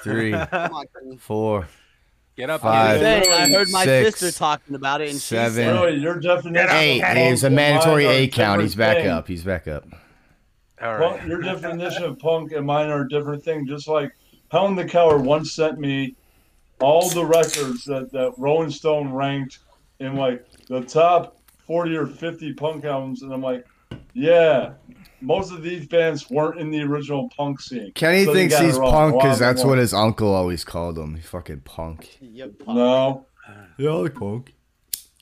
three,
<laughs> Come on, Kenny.
four,
Get
up,
five,
Kenny. Saying, I heard my
six,
sister talking about it, and she
seven,
said- Really,
your definition
of
Eight.
punk
It was a
and
mandatory
mine are
A count.
different
He's back
things.
up. He's back up.
All
Punk, your definition of punk and mine are a different thing. Just like Helen the Coward once sent me all the records that, that Rolling Stone ranked in like the top 40 or 50 punk albums. And I'm like, yeah, most of these bands weren't in the original punk scene.
Kenny
So they
thinks
got it
he's
wrong.
punk
A lot
because
of them
that's what
weren't.
his uncle always called him. He fucking punk.
No.
Yeah, I like punk.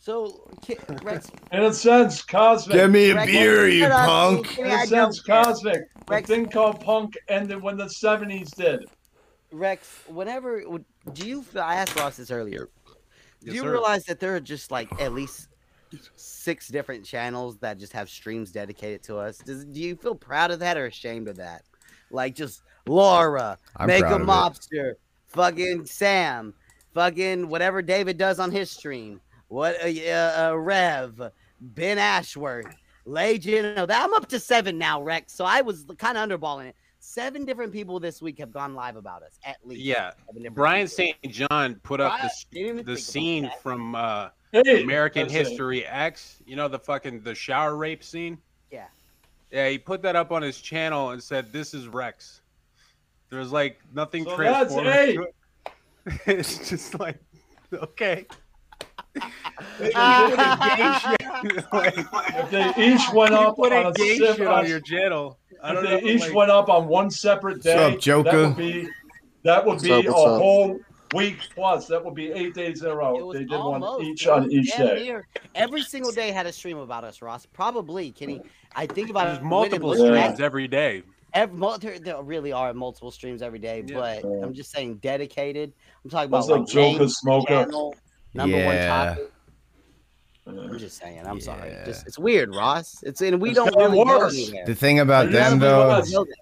So, Ki- Rex,
In a sense, cosmic.
Give me a Rex, beer, you shut up, punk. you
In
idiot.
a sense, cosmic. The thing called punk ended when the '70s did.
Rex, whenever do you? feel- I asked Ross this earlier. Do
Yes,
you
sir.
realize that there are just like at least six different channels that just have streams dedicated to us? Does, do you feel proud of that or ashamed of that? Like just Laura,
I'm
make a
proud of it.
mobster, fucking Sam, fucking whatever David does on his stream. What uh, uh, uh, Rev, Ben Ashworth, Lay Gino. That I'm up to seven now, Rex. So I was kind of underballing it. Seven different people this week have gone live about us, at least.
Yeah,
Seven different
Brian St. John put up
Brian,
the, s- the scene from uh,
Hey,
American
that's it.
History X. You know the fucking the shower rape scene.
Yeah.
Yeah, he put that up on his channel and said, "This is Rex." There's like nothing
So that's
transformative.
eight.
to it. <laughs> it's just like, okay. <laughs>
If they
<laughs>
each went
You
up
put
on
in
a
gay
sip-
shit on your channel. I
if
don't
they
know,
each
like-
went up on one separate day,
What's up, Joker?
that would be that would
What's
be
up,
a
what's up?
whole week plus. That would be eight days in a row. They did one each
it
on
was
each
damn
day.
near- Every single day had a stream about us, Ross. Probably, Kenny. I think about
There's
it.
multiple
when it was
streams every
<laughs>
day.
Every, mul- there, there really are multiple streams every day, but
Yeah.
I'm just saying dedicated. I'm talking about
What's
like
up, Joker
names,
Smoker?
channel, number
Yeah.
one topic. I'm just saying. I'm sorry. Just, it's weird, Ross. It's and we
It's
don't
gotten
really know
worse.
anywhere.
The thing about
Like,
them
none of
though,
us know that.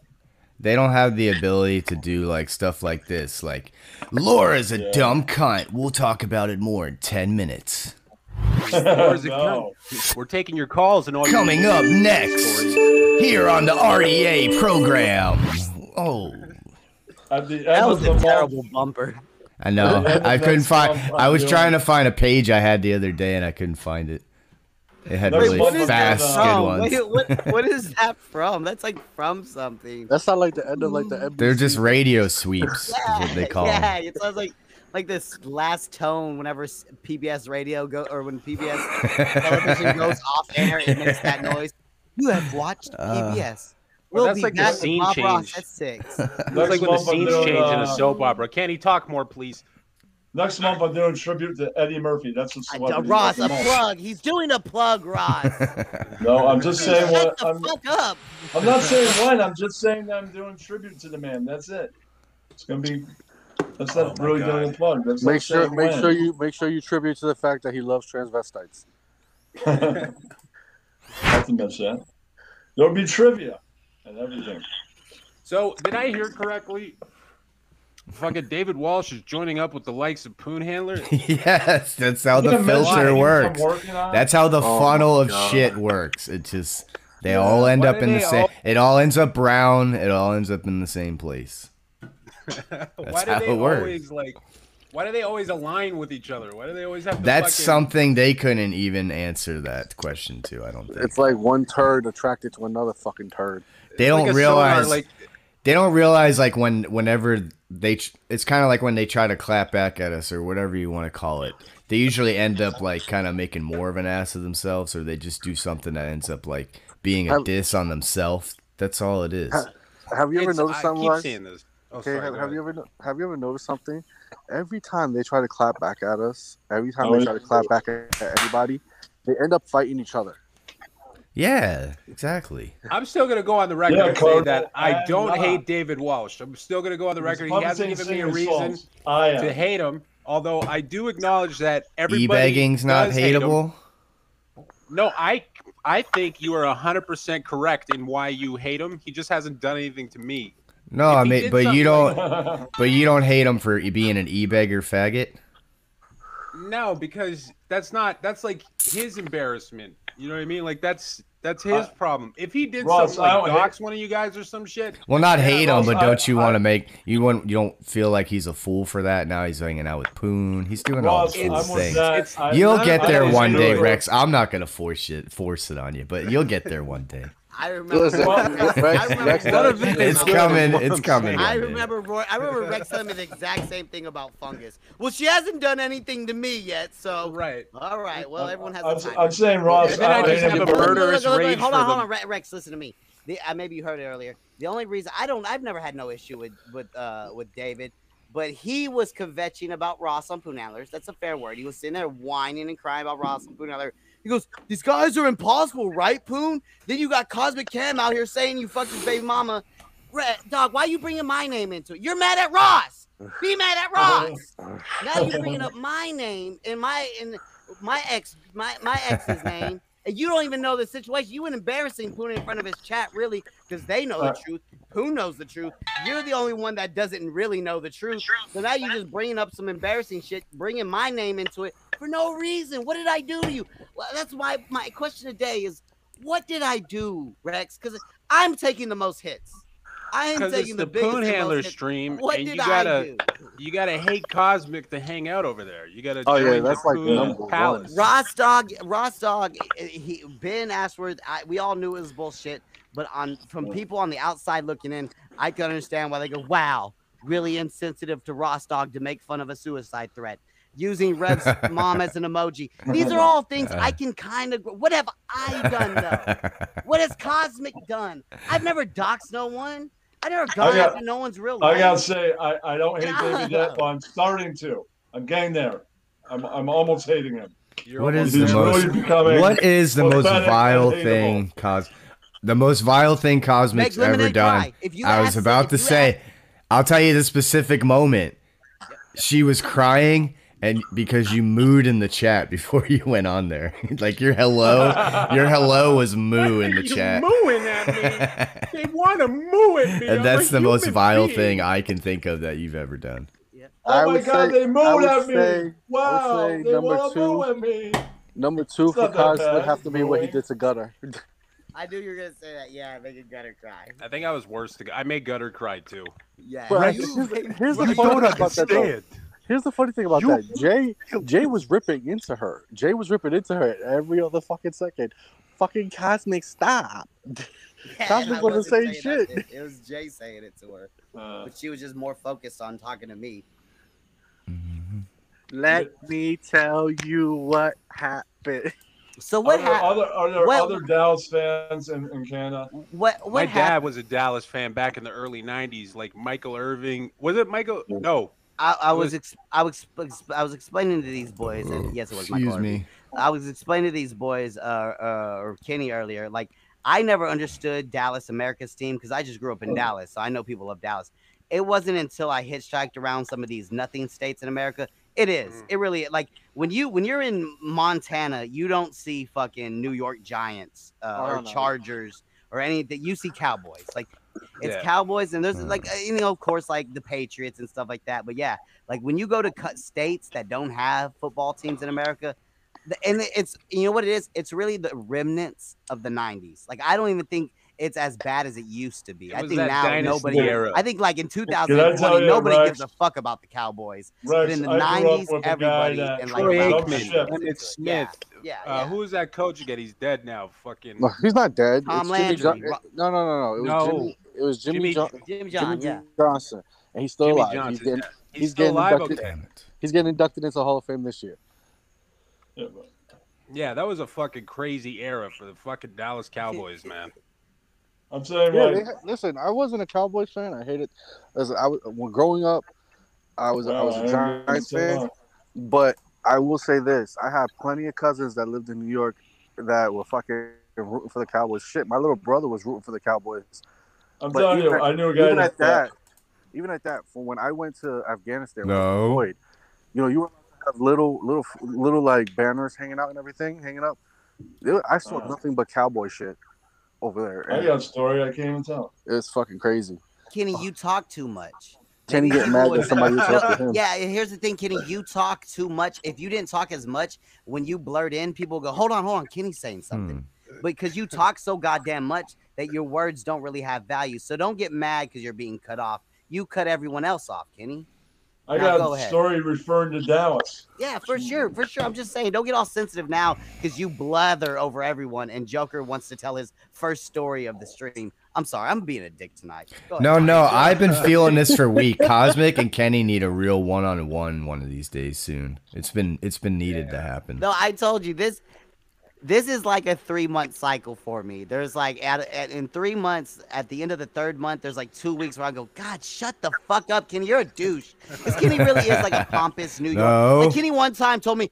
they don't have the ability to do like stuff like this. Like, Laura's a
Yeah.
dumb cunt. We'll talk about it more in ten minutes.
Or is it We're taking your calls and all. your-
Coming up next here on the RDA E program. Oh,
At the end
that
of
was a
the month,
terrible bumper.
I
<laughs>
know. I couldn't find. I was trying to find a page I had the other day and I couldn't find it. It had
Wait,
really
what is that
fast, good
from?
ones.
Wait,
<laughs>
<laughs> what, what is that from? That's like from something. <laughs>
That's not like the end of like the
They're just radio sweeps, is what they call 'em.
<laughs> yeah, it sounds like like this last tone whenever s- PBS radio go or
<laughs>
when PBS television goes off air, it makes that noise. You have watched
Uh,
PBS. We'll
Well, that's
be
like the
back with
scene
Bob Ross
change.
at six.
That's like when the
month I'm
scenes
doing,
change in a
uh,
soap opera. Can he talk more, please?
next month I'm doing tribute to Eddie Murphy. That's what's
Uh, Ross, a plug. He's doing a plug, Ross.
No, I'm just saying
Shut
what
the
I'm,
fuck up.
I'm not saying when. I'm just saying that I'm doing tribute to the man. That's it. It's gonna be. That's
Oh
Oh
not really doing a plug. That's
Make
not
sure,
saying
make
when.
sure you make sure you tribute to the fact that he loves transvestites.
<laughs>
Not to mention that. There'll be trivia and everything.
So, did I hear correctly? Fucking David Walsh is joining up with the likes of
<laughs>
Poon Handler. <laughs>
yes, that's how the
You can imagine
filter
I'm
works.
working on it.
That's how the
Oh
funnel
my
of
God.
shit works. It just they all end
Why
up
do
in the
they
same.
all-
It all ends up brown. It all ends up in the same
<laughs>
place.
why do
how
they
it works.
always like? Why do they always align with each other? Why do they always have to?
That's
fucking...
something they couldn't even answer that question to. I don't think
It's like one turd attracted to another fucking turd.
they don't realize. they don't realize like when whenever they tr- it's kind of like when they try to clap back at us or whatever you want to call it they usually end up like kind of making more of an ass of themselves or they just do something that ends up like being a
Have-
diss on themselves that's all it is
Have you ever
It's-
noticed
I
something?
keep
Lars?
seeing this. Oh,
okay,
sorry, go
have, have
ahead.
you ever no- have you ever noticed something? Every time they try to clap back at us, every time
Oh,
they try
yeah.
to clap back at at anybody, they end up fighting each other.
yeah exactly
I'm still gonna go on the record
Yeah,
and say
Cardinal,
that I
I'm
don't
not.
hate David Walsh. I'm still gonna go on the
He's
record. He
probably
hasn't given
saying
me a
singing his
reason
songs. I am.
to hate him. Although I do acknowledge that everybody
e-bagging's not
does hate him.
hateable
No, I I think you are hundred percent correct in why you hate him. He just hasn't done anything to me.
no
If
i
he
mean
did
but you
something
don't
like-
but you don't hate him for e-, being an e-bagger faggot
No, because that's not that's like his embarrassment. You know what I mean? Like that's that's
Uh,
his problem. If he did
Ross,
something
I
like
don't hate-
dox one of you guys or some shit.
well not
yeah,
hate him
Ross,
but
I-
don't you want to make you want you don't feel like he's a fool for that now he's hanging out with poon he's doing all
Ross,
these
I'm with
things
that. It's- I'm
you'll
not-
get
I
there
don't
one day
agree.
rex i'm not gonna force it force it on you but you'll get there one day
I remember.
Listen,
I
Rex-
remember
Rex
one
does
of
it.
you-
It's coming, it's coming
I
one day.
remember. Roy, I remember Rex telling me the exact same thing about fungus. Well, she hasn't done anything to me yet, so
right.
All right. Well, everyone has.
I'm,
a time.
I'm saying Ross.
And then I
don't
just
hate
uh, have
him
a
for-
murderous
Look, look, look,
rage
Hold
for
on, hold
them.
on, Re- Rex. Listen to me. the, uh, maybe you heard it earlier. The only reason I don't, I've never had no issue with with uh, with David, but he was kvetching about Ross on Punalers. That's a fair word. He was sitting there whining and crying about Ross on Punaler. He goes, "These guys are impossible, right, Poon?" Then you got Cosmic Cam out here saying you fucked his baby mama. Re- Dog, why you bringing my name into it? You're mad at Ross. Be mad at
Oh.
Ross.
<laughs>
Now you're bringing up my name and my and my ex my my ex's <laughs> name, and you don't even know the situation. You were embarrassing Poon in front of his chat, really, because they know the
Right.
truth. Poon knows the truth. You're the only one that doesn't really know the truth. So now you're just bringing up some embarrassing shit, bringing my name into it for no reason. What did I do to you? Well, that's why my question today is, what did I do, Rex? Because I'm taking the most hits. I am
Because it's
taking
the,
biggest
poon
and most
handler
hits.
stream,
What
and
did
you
I
gotta
do?
you gotta hate Cosmic to hang out over there. You gotta.
Oh, yeah,
join the
that's like the
Poon
number one.
palace.
Ross Dog, Ross Dog, he, Ben Ashworth, I, we all knew it was bullshit, but on from people on the outside looking in, I can understand why they go, wow, really insensitive to Ross Dog to make fun of a suicide threat. Using Rev's mom as an emoji. These are all things
<laughs>
I can kind of. What have I
<laughs>
done though? What has Cosmic done? I've never doxed no one. I never gone
got-
after no one's real life.
I gotta say, I, I don't hate David yet, but I'm starting to. I'm getting there. I'm, I'm almost hating him.
What is the
He's
most?
really becoming
what is the most
pathetic and
vile
hateable.
thing? Cos, the most vile thing Cosmic's
Make lemonade
ever done.
dry. If you
I was
ask-
about
if
to
you
say. I'll tell you the specific moment. She was crying, and because you mooed in the chat <laughs> before you went on there, <laughs> like your hello, your hello was moo in the
<laughs> You
chat.
mooing
<laughs>
at me. they want to moo at me. I'm
And that's
a
the most
human
vile
being.
thing I can think of that you've ever done.
Oh
I
my
would
God,
say-
they
I
mooed
would
at me.
say- I would
wow,
say
they
number
want to
two.
moo at me.
Number two
It's
for
not that
Cos
bad,
would have to be what he
boy.
did to Gutter. <laughs>
I knew you were gonna say that. Yeah, make a gutter cry.
I think I was worse. To, I made Gutter cry too.
Yeah.
But here's, the- here's the funny thing about that though. Here's the funny thing about that. Jay Jay was ripping into her. Jay was ripping into her every other fucking second. Fucking Cosmic, stop.
and I
Cosmic was the same
wasn't saying
shit.
that. It, it was Jay saying it to her, but she was just more focused on talking to me.
Let me tell you what happened.
So
Are there other, are there other Dallas fans in, in Canada?
What
My dad was a Dallas fan back in the early '90s, like Michael Irving. Was it Michael? No,
I, I was ex- I was ex- I was explaining to these boys, and yes, it was my
Oh, Excuse
car.
me.
I was explaining to these boys, uh, uh, or Kenny earlier, like I never understood Dallas America's team because I just grew up
Oh.
in Dallas, so I know people love Dallas. It wasn't until I hitchhiked around some of these nothing states in America. It
Mm.
is. It really like when you when you're in Montana, you don't see fucking New York Giants uh,
Oh,
or
no.
Chargers or anything. You see Cowboys. Like it's
Yeah.
Cowboys, and there's
Mm.
like uh, you know, of course, like the Patriots and stuff like that. But yeah, like when you go to cut states that don't have football teams in America, the, and it's you know what it is? It's really the remnants of the '90s. Like I don't even think it's as bad as it used to be. I
was
think
that
now
dynasty
nobody.
era.
I think like in
Can I tell
2020,
you,
nobody
Rex?
gives a fuck about the Cowboys.
Rex,
but in the
I grew
'90s,
up with a guy
everybody
that-
and like
Troy
around
Aikman,
the
Emmett
ship.
Smith.
Yeah,
Uh, who was that coach again? He's dead now. <laughs> Fucking.
No, he's not dead.
Tom
it's Jimmy
Landry.
Jo- no, no, no, no. It was
No.
Jimmy. It was Jimmy.
Jimmy-
Jo-
Jimmy John, yeah.
Johnson, and he's still
Jimmy
alive.
Johnson,
he's getting,
yeah.
he's
He's still
getting
alive,
inducted.
okay.
He's getting inducted into the Hall of Fame this year.
Yeah, that was a fucking crazy era for the fucking Dallas Cowboys, man.
I'm saying
Yeah,
like,
they, had- listen, I wasn't a Cowboys fan. I hated. Listen, I was when growing up, I was I
Wow,
was
I
a
didn't
Giants
say
fan.
that.
But I will say this: I had plenty of cousins that lived in New York that were fucking rooting for the Cowboys. Shit, my little brother was rooting for the Cowboys.
I'm
But
telling
even
you,
at-
I knew a guy
even
that-
at that. Even at that, from when I went to Afghanistan, when I was
No.
deployed, you know, you were allowed to have little, little, little like banners hanging out and everything, hanging up. There- I saw nothing but cowboy shit over there.
Uh-huh. I got a story I can't even tell.
It's fucking crazy.
Kenny, you talk too much.
Kenny
Maybe
get
you
mad
would-
that somebody
<laughs>
else helped him.
Yeah, and here's the thing, Kenny. You talk too much. If you didn't talk as much, when you blurt in, people go, "Hold on, hold on." Kenny's saying something, because you talk so goddamn much that your words don't really have value. So don't get mad because you're being cut off. You cut everyone else off, Kenny.
I
Now
got
go
a
ahead.
story referring to Dallas.
Yeah, for sure, for sure. I'm just saying, don't get all sensitive now because you blather over everyone, and Joker wants to tell his first story of the stream. I'm sorry, I'm being a dick tonight. Go ahead.
No, no, I've
<laughs>
been feeling this for a week. Cosmic and Kenny need a real one-on-one one of these days soon. It's been it's been needed to happen.
No, I told you this. this is like a three month cycle for me. There's like at, at in three months, at the end of the third month, there's like two weeks where I go, God, shut the fuck up, Kenny. You're a douche. 'Cause Kenny really is like a pompous New York.
No.
Like, Kenny
Kenny one time told me,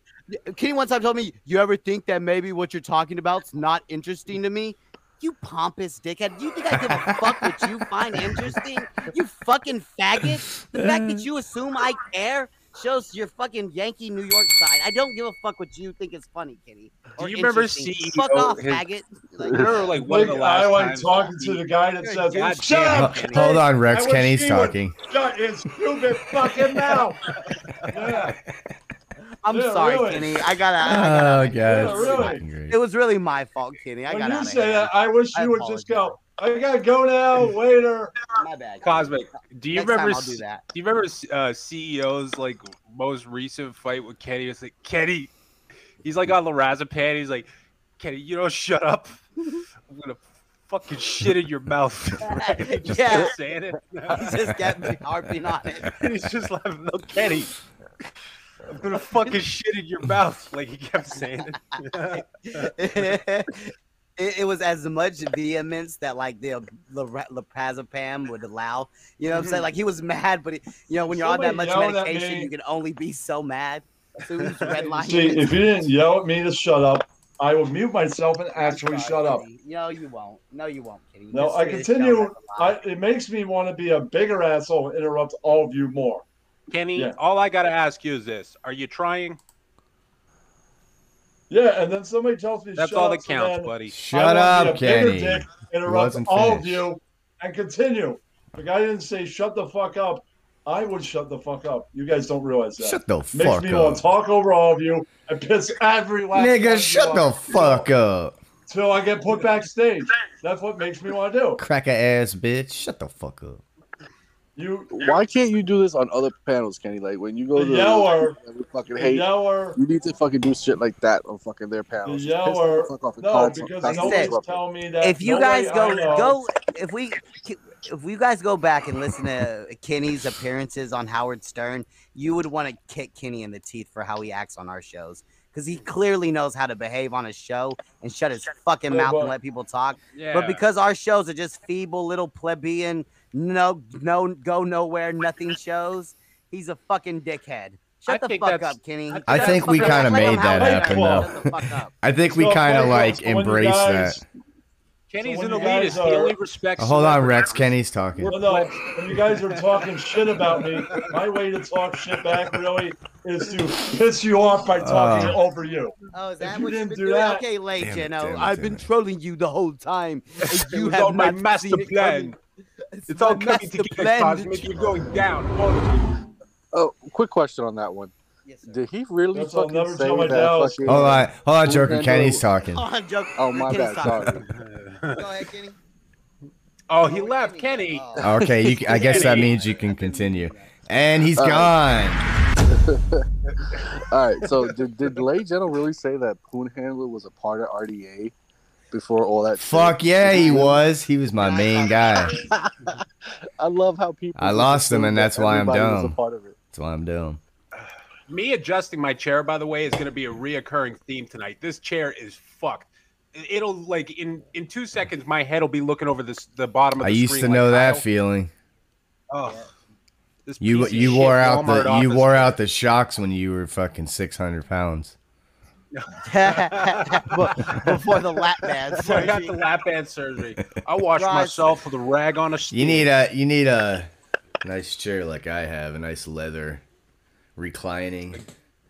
Kenny one time told me, you ever think that maybe what you're talking about's not interesting to me?
You pompous dickhead. You think I give a fuck what you find interesting? You fucking faggot. The fact that you assume I care shows your fucking Yankee New York side. I don't give a fuck what you think is funny, Kenny.
Do
or
you remember
interesting.
E
CEO
Fuck off,
his-
<laughs>
faggot.
Like,
<laughs>
remember, like, one of the
Like,
last
I like
times-
talking to the guy that says,
God
"Shut
damn
up!"
it.
Kenny.
Hold on, Rex.
I wish
Kenny's
he would
talking.
Shut his stupid
<laughs>
fucking mouth. Yeah.
I'm
Yeah,
sorry,
really.
Kenny. I gotta. I gotta
Oh,
Yeah,
God.
really.
It was really my fault, Kenny. I
When
got
you
out of
say
hand.
that, I wish
I
you would just go. I gotta go now. Later.
My bad.
Cosmic, do you
Next
remember?
time I'll do
s-
that.
you remember uh, CEO's like most recent fight with Kenny? It's like Kenny, he's like on lorazepam. He's like, Kenny, you don't shut up. I'm gonna fucking shit in your mouth.
<laughs>
<laughs> Right? Just
Yeah.
kept
<laughs>
saying it.
He's just kept harping on it.
<laughs> he's just like, no, Kenny. I'm gonna fucking shit in your mouth, <laughs> like he kept saying it.
it, <laughs> it was as much vehemence that like the Lora- lorazepam would allow. You know what I'm saying? Like he was mad, but he, you know when you're on that
Somebody
much
yelled at
medication,
me.
you can only be so mad. So
<laughs>
he was
See,
redlining.
if you didn't yell at me to shut up, I will mute myself and actually shut up.
<laughs> No, you won't. No, you won't, Kitty.
No, I continue. I, it makes me want to be a bigger asshole and interrupt all of you more.
Kenny,
Yeah.
all I gotta ask you is this: Are you trying?
Yeah, and then somebody tells me
That's
shut
all
up,
that
so
counts,
then
buddy.
I
Shut
wanna
up,
be a bigger
Kenny.
dick,
It
interrupt
wasn't
all of
finished.
you and continue. The guy didn't say shut the fuck up. I would shut the fuck up. You guys don't realize that.
Shut the
Makes
fuck
me want
up.
to talk over all of you and piss every last one
Nigga,
of you
shut the
off
fuck up.
till I get put backstage. That's what makes me want to do.
Cracker ass bitch. Shut the fuck up.
You
Why can't you do this on other panels, Kenny? Like when you go
The
to
yeller.
we fucking
The
hate.
yeller.
You need to fucking do shit like that on fucking their
The
panels. Just piss them
yeller.
the fuck off and call
No,
them
because
fucking
no
cops.
one's telling me that.
if you
no
guys
way I
go
know.
go if we if you guys go back and listen to Kenny's appearances on Howard Stern, you would want to kick Kenny in the teeth for how he acts on our shows because he clearly knows how to behave on a show and shut his fucking
Yeah,
mouth
but-
and let people talk.
Yeah.
But because our shows are just feeble little plebeian, no no go nowhere, nothing shows, he's a fucking dickhead. Shut the
think
fuck
that's-
up, Kenny.
I think we kind of made that happen, though. <laughs> I think we
So
kind
funny,
of like
so when you
embraced
guys-
that.
Kenny's
when
an
you guys
elitist.
are-
He only respects.
Oh, hold on, Rex. Kenny's talking.
No, no. When you guys are talking shit about me, my way to talk shit back really is to piss you off by talking
Oh.
over you.
Oh, is
that
what
you
you've
didn't
been
do
doing?
that,
Okay, late,
Damn it,
Jeno.
damn it, I've been trolling you the
<laughs>
whole time. and you
was
have
all my
not
master
seen it
plan.
coming.
It's, all
my
coming
master
together,
plan.
Cosmic. You're going down.
Oh, quick question on that one. Did he really
That's all
fucking
never
say
tell my
that?
dad.
Fucking,
Hold on, hold on, Joker.
Nintendo-
Kenny's talking.
Oh, I'm joking.
Oh my
Kenny's
bad,
talking.
<laughs> sorry.
Go ahead, Kenny.
Oh, he left, Kenny.
Okay, you, I guess that means you can continue. And he's
Uh,
gone.
<laughs> All right, so did, did Lay Gentle really say that Poon Handler was a part of RDA before all that? shit?
Fuck yeah, he was. He was my main guy.
<laughs> I love how people.
I lost him, and that's why I'm
Everybody was a
dumb.
part of it.
That's why I'm dumb.
Me adjusting my chair, by the way, is going to be a reoccurring theme tonight. This chair is fucked. It'll like in in two seconds, my head will be looking over this the bottom of
I
the
used
screen.
to
like,
know that
Kyle.
feeling.
Oh, this
You
piece of
you
shit
wore out
Walmart
the you
office.
wore out the shocks when you were fucking 600 pounds.
<laughs>
<laughs> Before the lap band
Before I got
surgery.
the lap band surgery. I washed
Guys.
myself with a rag on a stick.
You need a you need a nice chair like I have, a nice leather reclining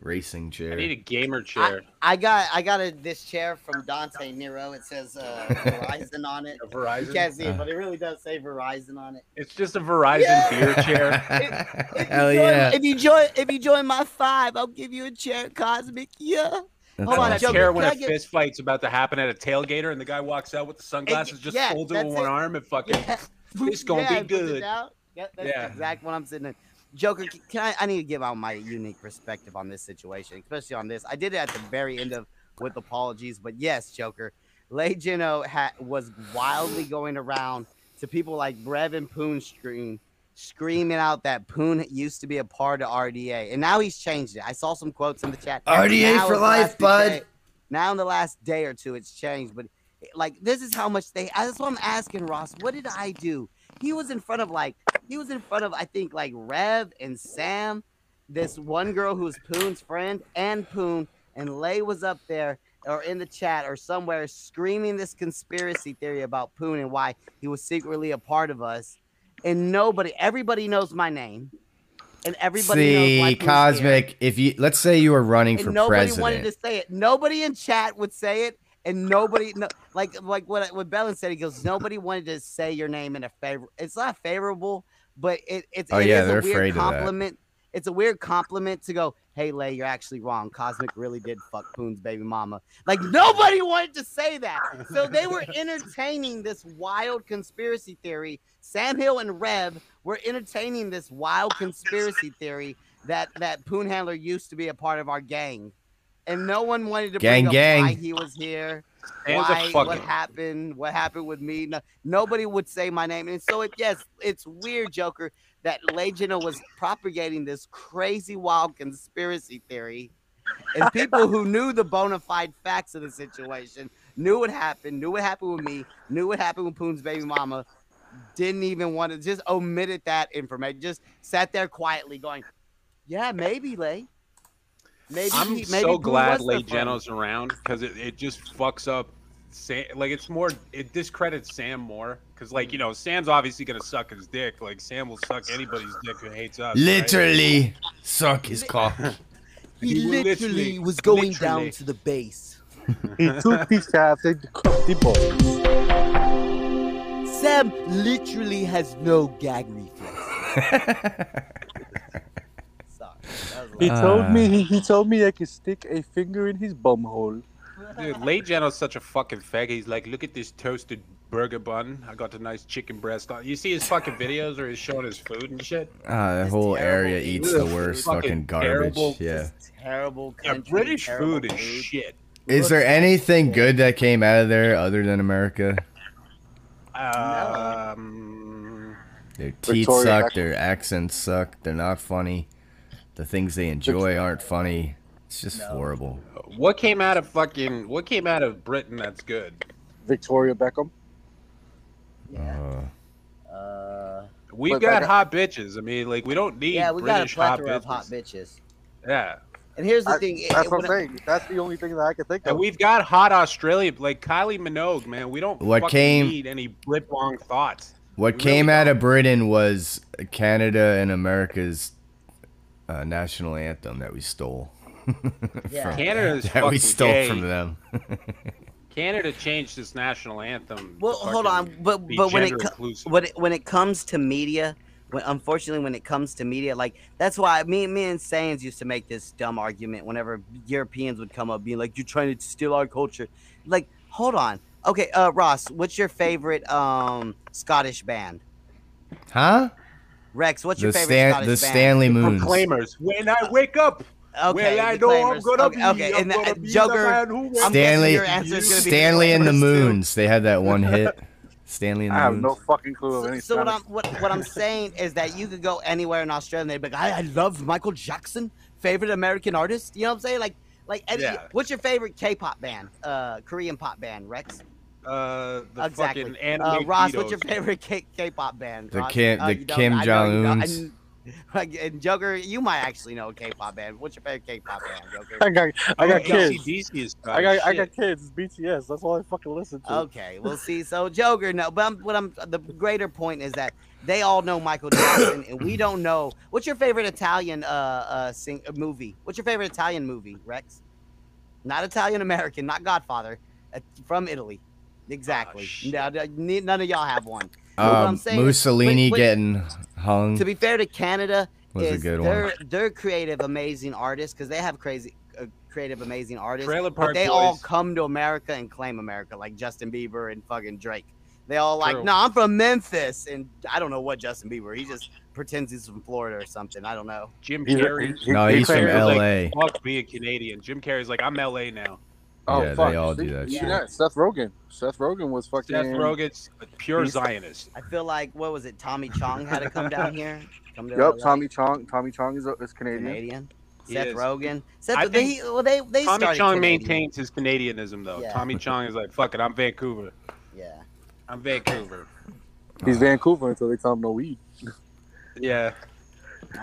racing
I
chair.
need a gamer chair.
I got I got a, this chair from Dante Nero. It says uh, Verizon on
<laughs>
it.
Verizon?
You can't see
Uh.
it, but it really does say Verizon on it.
It's just a Verizon
Yeah.
beer
<laughs>
chair.
Hell yeah.
If you join if you join my five, I'll give you a chair, Cosmic. Yeah.
Hold
Hold
on,
on,
that
Joker,
chair when
can
a
I get-
fist fight's about to happen at a tailgater, and the guy walks out with the sunglasses, just
yeah,
folds it with
that's
one
it.
arm and fucking.
<laughs>
It's gonna
Yeah,
be
puts it
good.
down. Yeah, that's
Yeah.
exactly what I'm sitting in. Joker, c- can I? I need to give out my unique perspective on this situation, especially on this. I did it at the very end of with apologies, but yes, Joker, Lay Geno ha- was wildly going around to people like Brev and Poon Screen, screaming out that Poon used to be a part of RDA, and now he's changed it. I saw some quotes in the chat.
RDA
Now
for
it's
life,
Plastic
bud.
Day. Now in the last day or two, it's changed. But like this is how much they. That's what I'm asking Ross. What did I do? He was in front of like he was in front of I think like Rev and Sam, this one girl who was Poon's friend and Poon and Lay was up there or in the chat or somewhere screaming this conspiracy theory about Poon and why he was secretly a part of us. And nobody, everybody knows my name. And everybody knows why
See,
Poon's here.
Cosmic, if you let's say you were running for
and nobody
president,
wanted to say it. Nobody in chat would say it, and nobody, no, like like what what Bellin said. He goes, nobody wanted to say your name in a favor. It's not favorable, but it it's
Oh,
it
yeah,
is
they're
a weird
afraid of that.
compliment. It's a weird compliment to go, hey Lay, you're actually wrong. Cosmic really did fuck Poon's baby mama. Like nobody wanted to say that, so they were entertaining this wild conspiracy theory. Sam Hill and Rev were entertaining this wild conspiracy theory that that Poon Handler used to be a part of our gang and no one wanted to
Gang,
bring
gang.
up why he was here,
Hands up,
why,
fuck
what
it.
happened, what happened with me. No, nobody would say my name, and so it, yes, it's weird, Joker, that Legenda was propagating this crazy, wild conspiracy theory, and people
<laughs>
who knew the bona fide facts of the situation knew what happened, knew what happened with me, knew what happened with Poon's baby mama. Didn't even want to just omitted that information. Just sat there quietly, going, "Yeah, maybe, Lay. Maybe
I'm
he- maybe
so
Poon was
glad
the
Lay
friend."
Geno's around because it, it just fucks up. Sam, like it's more it discredits Sam more because like
Mm.
you know Sam's obviously gonna suck his dick. Like Sam will suck anybody's dick who hates us. right?
literally suck his cock.
He
He
literally,
literally-
was going
literally.
down to the base.
He
<laughs>
took his shaft and cut the balls.
Sam literally has no gag reflex.
<laughs>
He told
Uh.
me he, he told me I could stick a finger in his bum hole.
Dude, Lay Geno's such a fucking fag. He's like, look at this toasted burger bun. I got the nice chicken breast on. You see his fucking videos where he's showing his food and shit.
Ah, that whole area eats the
Ugh,
worst fucking
fucking
garbage.
terrible.
yeah.
Terrible
Yeah, British food is shit.
Is there anything good that came out of there other than America?
Um,
Their teeth
Victoria
suck.
Beckham.
Their accents suck. They're not funny. The things they enjoy aren't funny. It's just horrible.
what came out of fucking what came out of Britain that's good?
Victoria Beckham.
Uh,
Uh,
We've
But
got
like-
hot bitches. I mean, like we don't need
yeah, we got a
British hot
plethora
bitches.
of hot bitches.
yeah.
And here's the
I-
thing. it-
that's
it-
what I'm
when-
saying. That's the only thing that I can think
And
of.
we've got hot Australia, like Kylie Minogue, man. We don't
What
fucking
came-
need any blip long thoughts.
What came out of Britain was Canada and America's uh, national anthem that we stole. <laughs>
Yeah. Canada's
that we
fucking
stole
gay.
from them. <laughs>
Canada changed its national anthem.
Well,
to
hold
fucking
on, but
be
but when it
gender
co-
inclusive.
when it when it comes to media, when unfortunately when it comes to media, like that's why me me and Saiyans used to make this dumb argument whenever Europeans would come up being like, "You're trying to steal our culture." Like, hold on, okay, uh, Ross, what's your favorite um Scottish band?
huh?
Rex, what's your
The
favorite
Stan-
Scottish
the
band?
Stanley Moons.
Proclaimers. When I wake up,
Uh.
Okay,
well, I
the
know I'm
Claimers.
gonna
okay,
be.
Okay,
I'm
and the,
gonna
uh,
be the man who
Joker.
wakes
I'm guessing
Stanley,
Your answer is gonna be
Stanley and the
Claimers, too.
Moons. They had that one hit. Stanley and the
I have
Moons.
no fucking clue of
So,
any
so what I'm
Spanish.
what, what I'm saying is that you could go anywhere in Australia and they'd be like, I, I love Michael Jackson, favorite American artist. You know what I'm saying? Like like any-
Yeah.
what's your favorite K-pop band? Uh, Korean pop band, Rex.
Uh, the
exactly.
fucking anime
uh, Ross, what's
Cheetos.
your favorite K- K-pop band?
The
Ross?
Kim-
Uh,
the
you don't-
Kim
I know you don't-
Jong-uns.
and- <laughs> like, And Joker, you might actually know a K-pop band. What's your favorite K-pop band, Joker?
I got, I got
Oh,
kids.
ACDC is
I got, I
shit.
got kids. It's BTS. That's all I fucking listen to.
Okay, we'll see. So Joker, no, but I'm, what I'm the greater point is that they all know Michael Jackson, and we don't know. What's your favorite Italian uh, uh sing uh, movie? What's your favorite Italian movie, Rex? Not Italian American, not Godfather, uh, from Italy. Exactly. No, no, ne- none of y'all have one. But what I'm
Oh, Um,
saying is-
Mussolini
wait, wait,
getting hung.
to be fair to Canada,
Was a
is
good one.
they're they're creative, amazing artists because they have crazy, uh, creative, amazing artists.
Trailer
but
Park
they all
Boys.
come to America and claim America, like Justin Bieber and fucking Drake. They all like,
True.
no, I'm from Memphis, and I don't know what Justin Bieber. He just pretends he's from Florida or something. I don't know.
Jim
He's a-
Carrey.
he- No, he he's from
Jim Carrey's
LA.
Like, Fuck being Canadian. Jim Carrey's like, I'm LA now.
Oh
Yeah, they
fuck!
all
See?
do that
Yeah, Seth Rogen. Seth Rogen was fucking.
Seth Rogen's a pure
He's-
Zionist.
I feel like what was
<laughs>
it? Tommy Chong had to come down here. Come to
Yep,
LA.
Tommy Chong. Tommy Chong is, is Canadian.
Canadian.
He
Seth
is.
Rogen. Seth,
I
they,
think
well, they, they
Tommy
started
Chong
Canadian.
maintains his Canadianism though.
Yeah.
Tommy Chong is like, fuck it, I'm Vancouver.
Yeah.
I'm Vancouver.
He's Vancouver until they tell him no weed.
Yeah.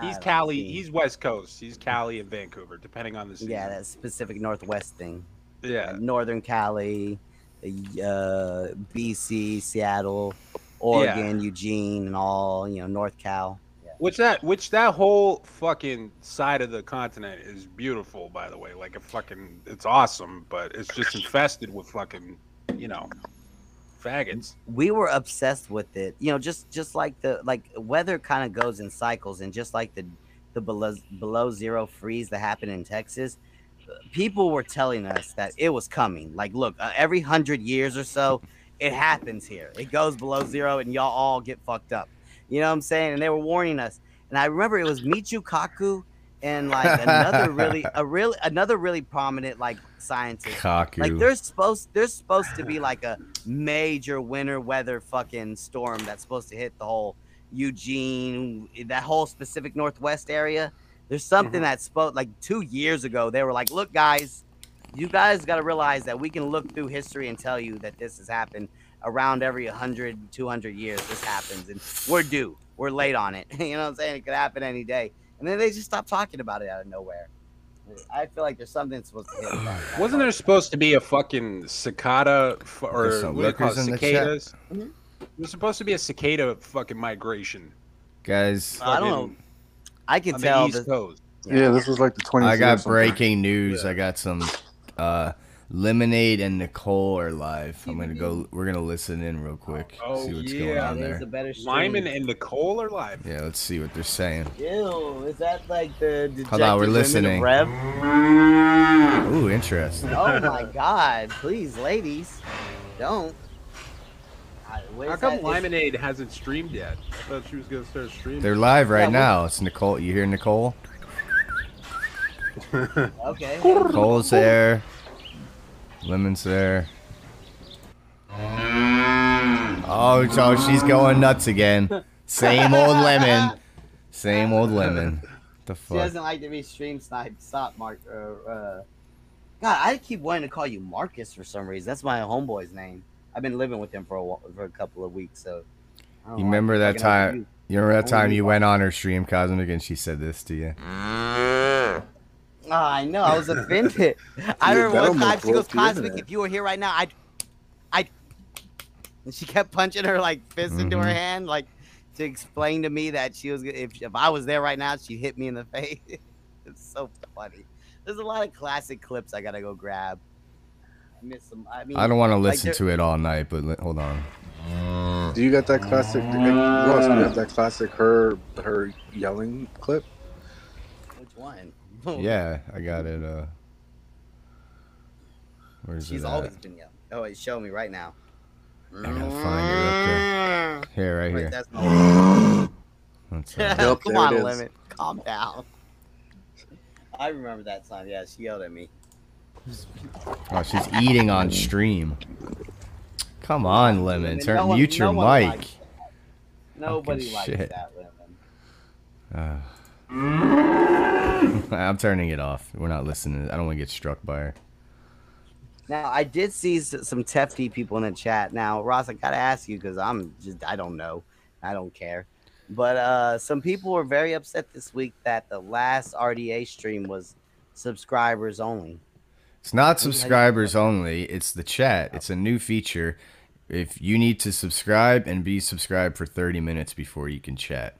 He's
I
Cali. He's West Coast. He's Cali and Vancouver, depending on the season.
Yeah, that Pacific Northwest thing.
Yeah.
Like Northern Cali, uh, BC, Seattle, Oregon, Eugene, and all, you know, North Cal.
Which that which that whole fucking side of the continent is beautiful, by the way. Like a fucking, it's awesome, but it's just infested with fucking, you know, faggots.
we were obsessed with it you know just just like the like weather kind of goes in cycles and just like the the below, below zero freeze that happened in texas people were telling us that it was coming like look uh, every hundred years or so it happens here it goes below zero and y'all all get fucked up you know what i'm saying and they were warning us and i remember it was michu kaku and like another really a really another really prominent like scientist like
Kaku.
there's supposed there's supposed to be like a major winter weather fucking storm that's supposed to hit the whole Eugene, that whole Pacific Northwest area. There's something that's supposed like two years ago they were like, look guys, you guys got to realize that we can look through history and tell you that this has happened around every 100 200 years this happens and we're due we're late on it <laughs> you know what i'm saying it could happen any day and then they just stop talking about it out of nowhere i feel like there's something supposed to hit that.
Wasn't there supposed to be a fucking cicada f-
There's
or
some
what do you call it,
liquors in the chat.
cicadas? There's supposed to be a cicada fucking migration.
Guys,
I don't know.
I
can on
tell
The East
that-
Coast.
Yeah, this was like the 20s.
I
or
got
something.
breaking news. I got some uh, lemonade and Nicole are live. I'm gonna go.
Mm-hmm.
We're gonna listen in real quick.
Oh
see what's
yeah,
going on there.
Lyman and Nicole are live.
Yeah, let's see what they're saying.
Ew, is that like the dejected
Hold on, we're
women of
listening.
Rev?
Ooh, interesting.
Oh
<laughs>
my god, please, ladies, don't.
How come Limonade hasn't streamed yet? I thought she was gonna start streaming.
They're live right now. It's Nicole. You hear
<laughs>
Nicole?
Okay.
Nicole's there. Lemon's there. Oh, so she's going nuts again. Same old lemon. Same old lemon. The
She
fuck?
doesn't like to be stream sniped. Stop, Mark. Uh, uh, God, I keep wanting to call you Marcus for some reason. That's my homeboy's name. I've been living with him for a while, for a couple of weeks, so. I don't
You
know,
remember
I'm
that
fucking up with
time? You remember that
Only
time you went on her stream, Cosmic, and she said this to you?
you. Ah, I know. I
<laughs>
was offended. I
You're
remember
venomous,
one time she
bro,
goes,
to the
"Cosmic,
internet."
if you were here right now, I'd, I'd." And she kept punching her like fist into her
Mhm.
hand, like to explain to me that she was if if I was there right now, she'd hit me in the <laughs> face. it's so funny. There's a lot of classic clips I gotta go grab. I miss them. I mean,
I don't want to
like,
listen
there-
to it all night, but li- hold on.
Do you got that classic? You guys got that classic her her yelling clip?
Which one?
Yeah, I got it. Uh, where's
She's
it? at?
always been young. Oh, wait, show me right now.
I gotta find it. Okay. Here, right,
Wait,
here.
that's
That's it.
Come on, Lemon. Calm down. I remember that time. Yeah, she yelled at me.
Oh, she's eating on stream. Come on, Lemon. Turn
no one-
mute your
no one
mic.
likes Nobody likes
shit.
that, Lemon.
Ugh. Uh, <laughs> I'm turning it off. We're not listening. I don't want to get struck by her.
Now, I did see s- some Tefty people in the chat. Now, Ross, I gotta ask you because I'm just, I don't know. I don't care. But uh, some people were very upset this week that the last RDA stream was subscribers only.
It's not subscribers only. It's the chat. It's a new feature. If you need to subscribe and be subscribed for 30 minutes before you can chat.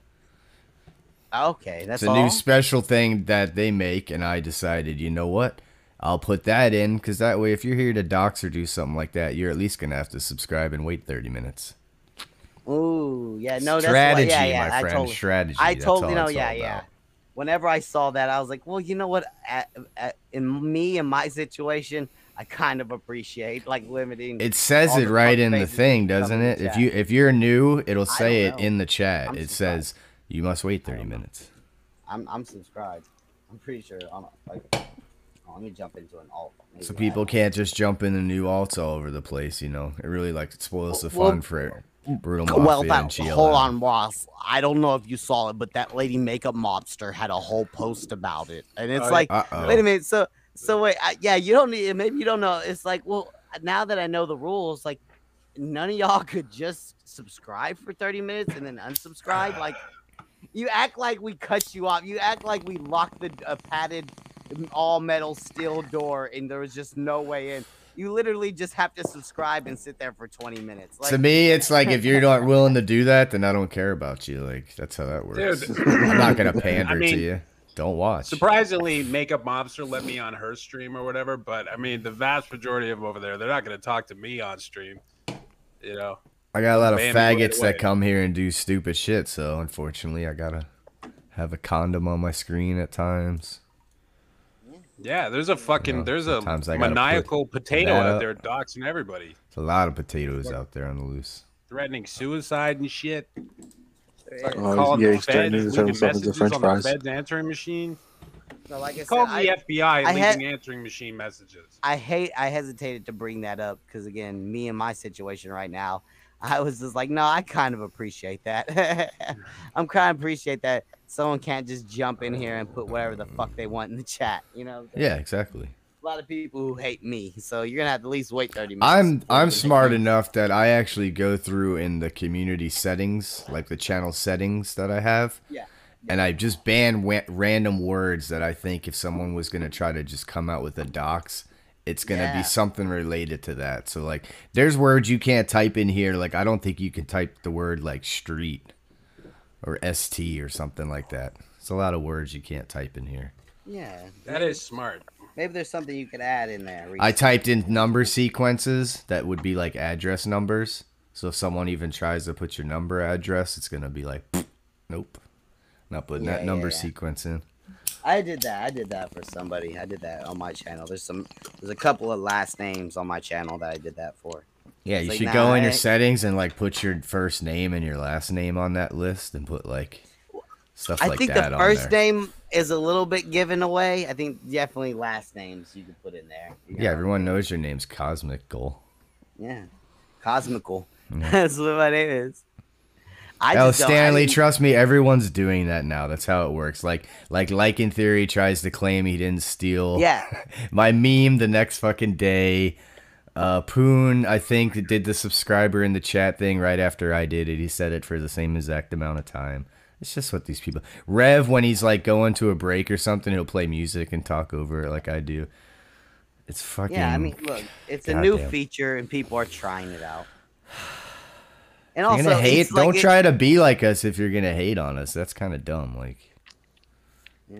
Okay, that's
it's a
all.
new special thing that they make, and I decided, you know what? I'll put that in because that way, if you're here to dox or do something like that, you're at least gonna have to subscribe and wait 30 minutes.
Ooh, yeah, no,
Strategy,
that's what, yeah, yeah,
my
I
friend,
totally-
strategy,
I
that's
totally
all
know,
it's
yeah,
all
yeah.
about.
Whenever I saw that, I was like, well, you know what? At, at, in me and my situation, I kind of appreciate like limiting.
It says
all
it
the
right
fuck
in the
faces
thing,
that come
doesn't
in the
it? If
chat.
you if you're new, it'll say it in the chat. it says you must wait 30 minutes.
I'm I'm subscribed. I'm pretty sure. I'm like,
Oh, let me jump into an alt. Maybe
So people can't just jump in the new alts all over the place, you know. It really like spoils the
Well- mm,
fun for brutal mafia
Well,
and
that,
GLM.
hold on, Ross. I don't know if you saw it, but that lady makeup mobster had a whole post about it, and it's
Oh, yeah.
like,
Uh-oh.
wait a minute. So, so wait, I, yeah, you don't need. Maybe you don't know. It's like, well, now that I know the rules, like, none of y'all <laughs> could just subscribe for thirty minutes and then
<sighs>
unsubscribe. Like, you act like we cut you off. You act like we locked the uh, padded, all metal steel door, and there was just no way in. You literally just have to subscribe and sit there for twenty minutes. Like,
to me, it's like if you're not willing to do that, then I don't care about you. Like that's how that works.
Dude.
I'm not gonna
I
pander
mean-
to you. Don't watch.
Surprisingly, Makeup Mobster let me on her stream or whatever, but I mean, the vast majority of them over there, they're not going to talk to me on stream. You know,
I got a lot of
Ban me right
faggots
away.
that come here and do stupid shit. So unfortunately, I gotta have a condom on my screen at times.
yeah, there's a fucking,
know,
there's a
sometimes I gotta put
maniacal potato
that
out
up.
there doxing everybody,
It's a lot of potatoes out there on the loose.
threatening suicide and shit. Fucking
Oh,
calling
yeah,
the
he's threatening to
feds, leaving
turn himself into
messages
french
on
fries.
the feds answering machine.
So like I
Call
said,
the
I-
FBI
I
leaving
had-
answering machine messages.
I hate I hesitated to bring that up because again, me and my situation right now, I was just like, no, I kind of appreciate that. <laughs> I'm kind of appreciate that someone can't just jump in here and put whatever the fuck they want in the chat. You know,
Yeah, exactly.
a lot of people who hate me, so you're gonna have to at least wait 30 minutes.
I'm I'm smart enough that I actually go through in the community settings, like the channel settings that I have.
Yeah.
And I just ban wa- random words that I think if someone was gonna try to just come out with a dox, it's gonna
Yeah.
be something related to that. So like, there's words you can't type in here. Like I don't think you can type the word like street or st or something like that. It's a lot of words you can't type in here.
Yeah,
that is smart.
Maybe there's something you could add in there.
I
Reese.
typed in number sequences that would be like address numbers. So if someone even tries to put your number address, it's gonna be like, "Pfft, nope, not putting
Yeah,
that
yeah,
number
yeah.
sequence in.
I did that. I did that for somebody. I did that on my channel. There's some. There's a couple of last names on my channel that I did that for.
Yeah,
It's
you
like,
should
nah,
go in
I
your
ain't-
settings and like put your first name and your last name on that list and put like stuff
I
like
think
that
the
on
first
there.
name is a little bit given away. I think definitely last names you could put in there.
yeah, everyone knows your name's Cosmic Goal.
Yeah, cosmical.
Yeah.
<laughs> That's what my name is. I
oh,
just don't- I
Stanley,
didn't-
trust me, everyone's doing that now. That's how it works. Like, like, like in theory, tries to claim he didn't steal.
Yeah.
my meme the next fucking day. Uh, Poon, I think, did the subscriber in the chat thing right after I did it. He said it for the same exact amount of time. It's just what these people. Rev, when he's like going to a break or something, he'll play music and talk over it like I do. It's fucking.
Yeah, I mean, look, it's a new
Goddamn.
feature and people are trying it out. And
You're
also,
gonna hate.
it's like
Don't
it-
try to be like us if you're gonna hate on us. That's kind of dumb. Like,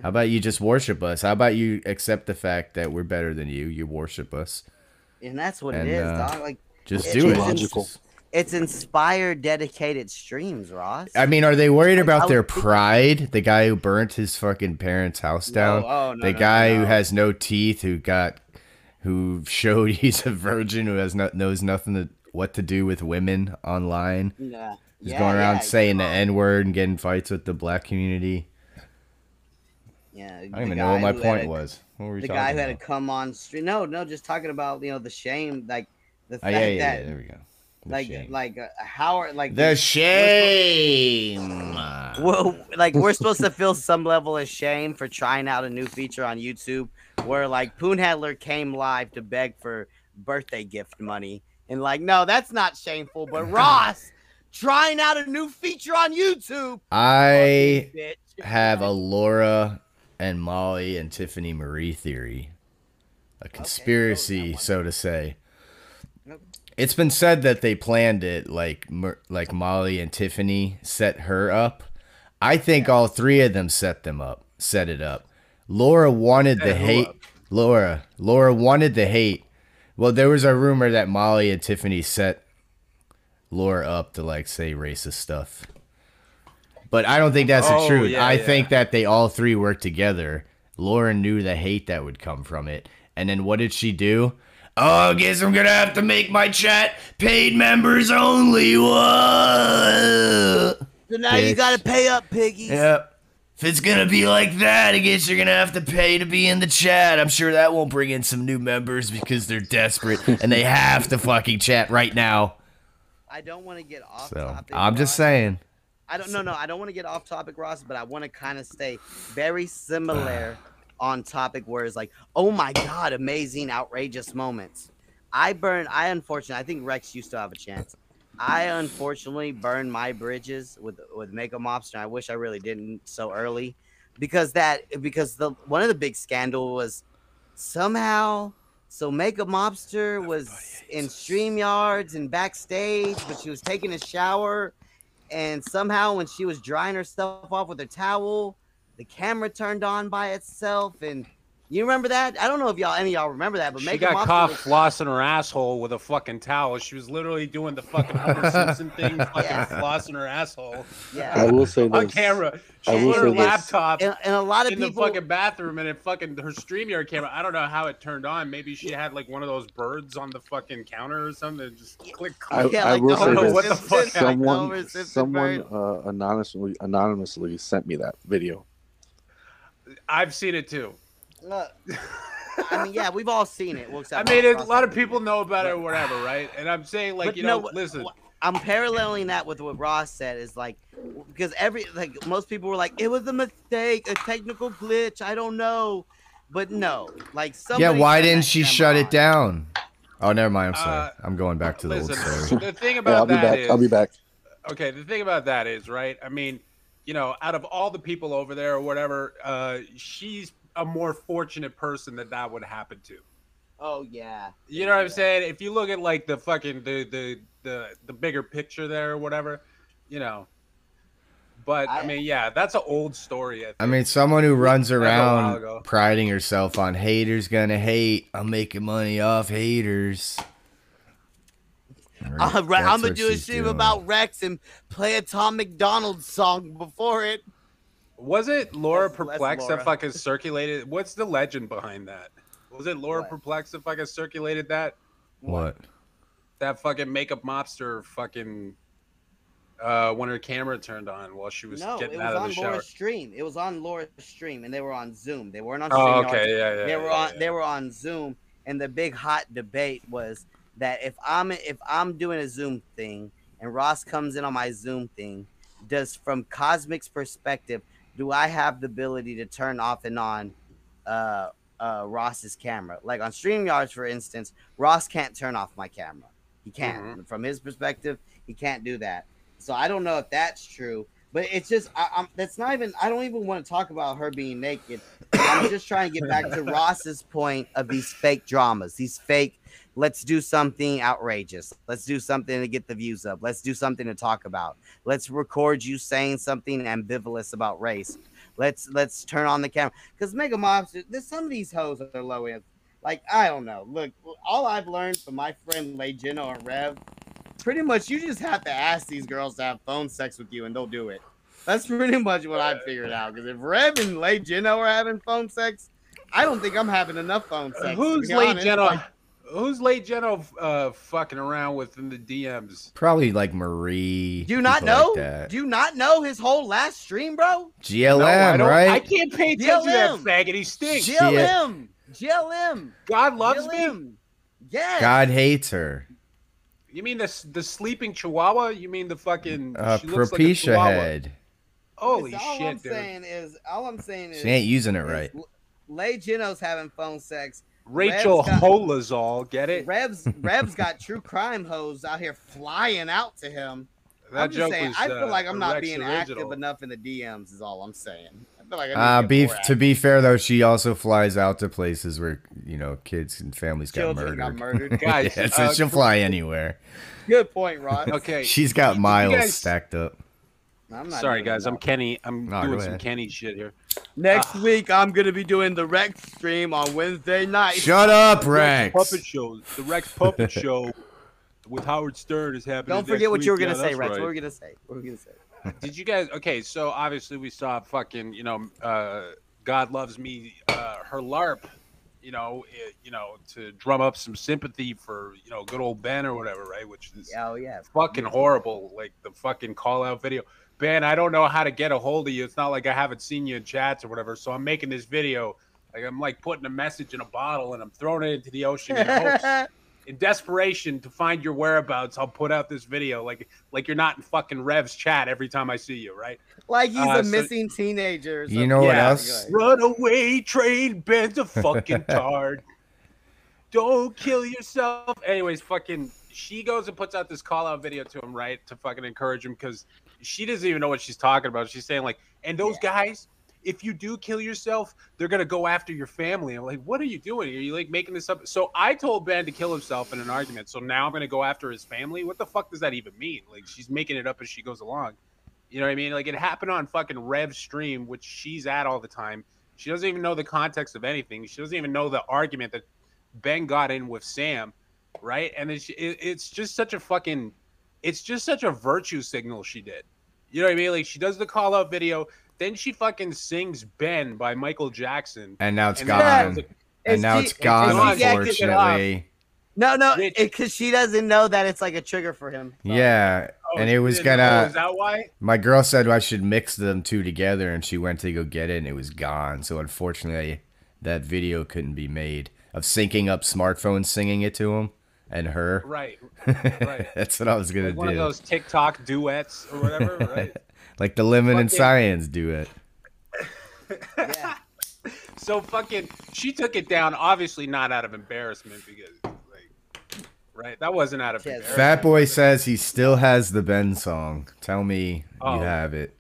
how about you just worship us? How about you accept the fact that we're better than you? You worship us.
And that's what
And,
it is,
uh,
dog. Like,
just
it-
do it.
it's ins-
Logical.
It's inspired, dedicated streams, Ross.
I mean, are they worried about
would
their
think-
pride? The guy who burnt his fucking parents' house down.
oh, no,
the
no,
guy who
no.
has no teeth, who got, who showed <laughs> he's a virgin, who has not knows nothing to, what to do with women online.
Yeah.
He's
Yeah,
going around
yeah,
saying the n word and getting fights with the black community.
Yeah.
I don't even know what my point was. What were we
The
talking
guy who had
about?
to come on stream. No, no, just talking about you know the shame, like the
Oh,
fact
yeah, yeah, yeah,
that
There we go. The
like
shame.
like uh, how are like
The
we're-
shame.
Well, like we're <laughs> supposed to feel some level of shame for trying out a new feature on YouTube, where like Poon Handler came live to beg for birthday gift money, and like, no, that's not shameful.
<laughs>
But Ross trying out a new feature on YouTube,
I
bitch.
<laughs> have a Laura and Molly and Tiffany Marie theory, a conspiracy, so to say. It's been said that they planned it, like Mer- like Molly and Tiffany set her up. I think all three of them set them up, set it up. Laura wanted the
Set who
hate.
up?
Laura, Laura wanted the hate. Well, there was a rumor that Molly and Tiffany set Laura up to like say racist stuff. But I don't think that's the
Oh,
truth.
yeah,
I
yeah.
think that they all three worked together. Laura knew the hate that would come from it. And then what did she do? Oh, I guess I'm gonna have to make my chat paid members only. What?
so now you
Bitch.
gotta pay up, piggies.
Yep.
If it's gonna be like that, I guess you're gonna have to pay to be in the chat. I'm sure that won't bring in some new members because they're desperate and they have to fucking chat right now.
I don't want to get off
So
topic.
I'm just saying.
I don't no no I don't want to get off topic, Ross, but I want to kind of stay very similar on topic where it's like, oh my god, amazing, outrageous moments. I burn I unfortunately I think Rex used to have a chance. I unfortunately burned my bridges with with Mega Mobster. I wish I really didn't so early because that because the one of the big scandal was somehow so Mega Mobster was in stream yards and backstage, but she was taking a shower and somehow when she was drying herself off with her towel, the camera turned on by itself. And you remember that? I don't know if y'all any of y'all remember that, but
She
Mega
got
Mobster
caught
was-
flossing her asshole with a fucking towel. She was literally doing the fucking
<laughs>
Homer Simpson thing, fucking
Yeah.
flossing her asshole.
Yeah.
I will
<laughs>
say
on
this.
camera. She
I will
put her
say this.
laptop
and, a lot of
in
people-
the fucking bathroom and it fucking her StreamYard camera. I don't know how it turned on. Maybe she had like one of those birds on the fucking counter or something. And just click.
I,
click.
I will
don't
say
know
this.
what the fuck. happened.
someone, someone uh, anonymously anonymously sent me that video.
I've seen it too.
Look, I mean, yeah, we've all seen it. Well,
I
except
mean, it, a
Ross-
lot of people know about it, or whatever, right? And I'm saying, like,
But
you know,
no,
listen,
I'm paralleling that with what Ross said is like because every like most people were like it was a mistake, a technical glitch, I don't know, but no, like somebody
Yeah, why
said
didn't
that
she
camera
shut
on.
it down? Oh, never mind. I'm sorry. I'm going back to the old
Uh, listen.
story.
The thing about
yeah, I'll
that
be back. I'll be
is-
back.
okay the thing about that is right i mean you know out of all the people over there or whatever uh she's a more fortunate person that that would happen to
Oh yeah.
you know what i'm saying if you look at like the fucking the the the, the bigger picture there or whatever you know but i, mean yeah that's an old story I think.
I mean, someone who runs
That was a while
around
ago.
priding herself on haters gonna hate. I'm making money off haters.
Uh,
All right,
That's
I'm gonna
what
Uh, do a
she's
stream
doing.
about Rex and play a Tom McDonald song before it.
was it laura
That's- that's
perplex
Laura.
that fucking circulated what's the legend behind that was it laura perplex that fucking circulated that
What?
that fucking makeup mobster fucking uh when her camera turned on while she was
No, it
getting
was
out of the
on
shower.
Laura's stream. It was on Laura's stream, and they were on Zoom. They weren't on.
Oh,
StreamYard.
okay, yeah, yeah,
They were
yeah,
on. They were on Zoom, and the big hot debate was that if I'm if I'm doing a Zoom thing, and Ross comes in on my Zoom thing, does from Cosmic's perspective, do I have the ability to turn off and on uh, uh, Ross's camera? Like on StreamYards, for instance, Ross can't turn off my camera. He can't. From his perspective, he can't do that. So I don't know if that's true, but it's just I, I'm, that's not even. I don't even want to talk about her being naked. I'm just trying to get back to
<laughs>
Ross's point of these fake dramas, these fake. Let's do something outrageous. Let's do something to get the views up. Let's do something to talk about. Let's record you saying something ambivalent about race. Let's let's turn on the camera because Mega Mobster. There's some of these hoes that are low end. Like I don't know. Look, all I've learned from my friend Lay Geno and Rev pretty much you just have to ask these girls to have phone sex with you and they'll do it. That's pretty much what I figured out. Because if Rev and Lay Geno are having phone sex, I don't think I'm having enough
Uh,
phone sex. to
Who's
be
late
honest.
Geno?
Like,
Who's late Geno? Uh, fucking around with in the DMs.
Probably like Marie.
do you not
people like
know?
that.
do you not know his whole last stream, bro?
GLM,
I don't- I
right?
can't pay attention to that faggot. He stinks.
GLM, GLM.
God loves
me. Yes.
God hates her.
You mean the s- the sleeping chihuahua? You mean the fucking
Uh,
she looks
Propecia
like a chihuahua.
head.
Holy
all
shit,
I'm
dude!
saying is, all I'm saying is,
She ain't using it right.
Lay Geno's having phone sex.
Rachel
Rev's got-
Holazol, get it?
Rev's Rev's got true crime hoes out here flying out to him.
That
I'm just
joke
saying,
was,
I feel
uh,
like I'm not
Rex
being
original.
active enough in the DMs. Is all I'm saying. I feel like I need
Uh,
to get
be
more
to be fair though, she also flies out to places where you know kids and families got murdered.
Children
<laughs>
got murdered. Guys,
yeah, so
uh,
she'll fly anywhere.
active. Good point,
<laughs>
Rod.
Okay,
She's got miles
guys-
stacked up.
I'm not
Sorry
doing
guys, I'm Kenny. I'm
Ah.
No,
doing
go
some
ahead.
Kenny
<laughs>
shit here.
Next week, I'm gonna be doing the Rex stream on Wednesday night.
Shut up, Rex.
Rex Puppet show. The Rex
<laughs>
Puppet show with Howard Stern is happening.
Don't
next
forget what you were
week.
gonna
Yeah,
say,
that's
Rex.
right.
What were you gonna say? What were you gonna say?
Did you guys? Okay, so obviously we saw fucking you know, uh, God loves me, uh, her LARP, you know, it, you know, to drum up some sympathy for you know good old Ben or whatever, right? Which is
oh yeah,
fucking horrible. Like the fucking call out video. been. I don't know how to get a hold of you. It's not like I haven't seen you in chats or whatever. So I'm making this video. Like I'm like putting a message in a bottle and I'm throwing it into the ocean
<laughs>
in hopes, in desperation to find your whereabouts. I'll put out this video like like you're not in fucking Rev's chat every time I see you, right?
Like he's
Uh,
a
so-
missing teenager. Or
You know what else?
something.
Runaway train bent
<laughs>
<laughs>
a <laughs> fucking tard. Don't kill yourself. Anyways, fucking she goes and puts out this call out video to him, right? To fucking encourage him because she doesn't even know what she's talking about. She's saying, like, and those guys, if you do kill yourself, they're gonna go after your family. I'm like, what are you doing? Are you like making this up? So I told Ben to kill himself in an argument. So now I'm gonna go after his family. What the fuck does that even mean? Like she's making it up as she goes along. You know what I mean? Like it happened on fucking Rev stream, which she's at all the time. She doesn't even know the context of anything. She doesn't even know the argument that Ben got in with Sam, right? And it's it, it's just such a fucking, it's just such a virtue signal she did. You know what I mean? Like she does the call out video, then she fucking sings Ben by Michael Jackson,
And now it's
then I
gone.
was like,
And now it's gone, unfortunately.
No, no, because she doesn't know that it's like a trigger for him.
Yeah, and it was gonna.
Oh, is that why?
My girl said I should mix them two together, and she went to go get it, and it was gone. So unfortunately, that video couldn't be made of syncing up smartphones, singing it to him and her.
Right, right.
<laughs> That's what I was gonna
like one
do.
of those TikTok duets or
<laughs>
whatever, right?
like the lemon and
Fucking-
science duet.
So fucking, she took it down. Obviously, not out of embarrassment because, like, right? That wasn't out of embarrassment.
Fat boy says he still has the Ben song. Tell me
Oh.
you have it.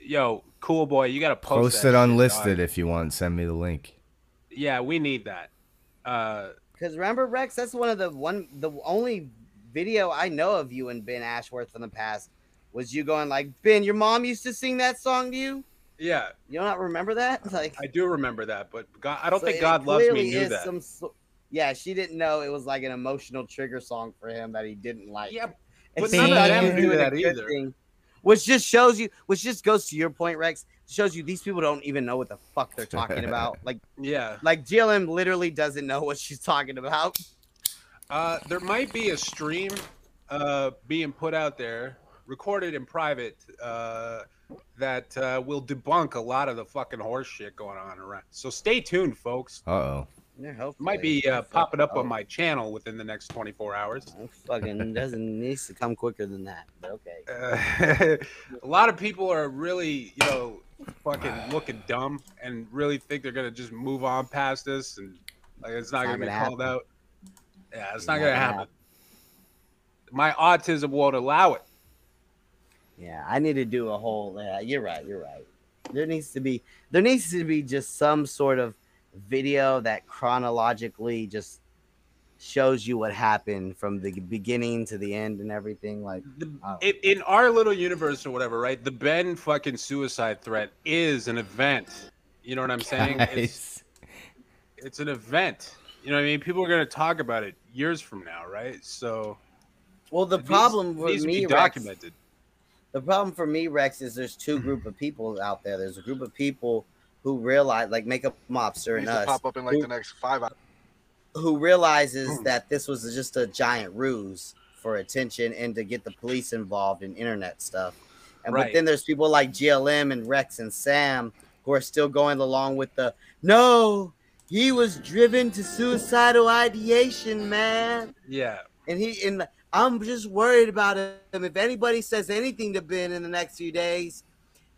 Yo, cool boy, you gotta post,
Post
that
it
shit,
unlisted
dog.
if you want. Send me the link.
Yeah, we need that. Uh,
Because remember, Rex, that's one of the one the only video I know of you and Ben Ashworth from the past was you going like, Ben, your mom used to sing that song to you.
yeah,
You don't remember that? Like,
I do remember that, but God, I don't
So
think
it
God loves me
clearly
knew
is
that.
some so- yeah, she didn't know it was like an emotional trigger song for him that he didn't like. Yeah,
but none of them knew that either.
Which just shows you, which just goes to your point, Rex. Shows you these people don't even know what the fuck they're talking about. Like,
yeah,
like GLM literally doesn't know what she's talking about.
Uh, there might be a stream uh, being put out there, recorded in private, uh, that uh, will debunk a lot of the fucking horse shit going on around. So stay tuned, folks.
Uh oh.
Might be uh, popping up on my channel within the next 24 hours.
Fucking doesn't needs to come quicker than that. But okay.
<laughs> a lot of people are really, you know, fucking looking dumb and really think they're gonna just move on past this and like it's not,
It's
gonna
not
be
gonna
called out. Yeah, it's not gonna happen. My autism won't allow it.
Yeah, I need to do a whole. Yeah, you're right. You're right. There needs to be there needs to be just some sort of video that chronologically just shows you what happened from the beginning to the end and everything. Like, uh,
it, in our little universe or whatever, right? The Ben fucking suicide threat is an event. You know what <laughs> I'm saying? It's, it's an event. You know what I mean? People are gonna talk about it years from now, right? So
well, the
it needs-
problem
it
for
needs to
me,
be
Rex,
documented.
the problem for me, Rex, is there's two group of people out there. There's a group of people who realize, like, make a mobster and
Needs to
us
pop up in like
who-
the next five hours.
who realizes that this was just a giant ruse for attention and to get the police involved in internet stuff. And but
Right.
then there's people like GLM and Rex and Sam who are still going along with the no, he was driven to suicidal ideation, man.
Yeah.
And he and I'm just worried about him. If anybody says anything to Ben in the next few days,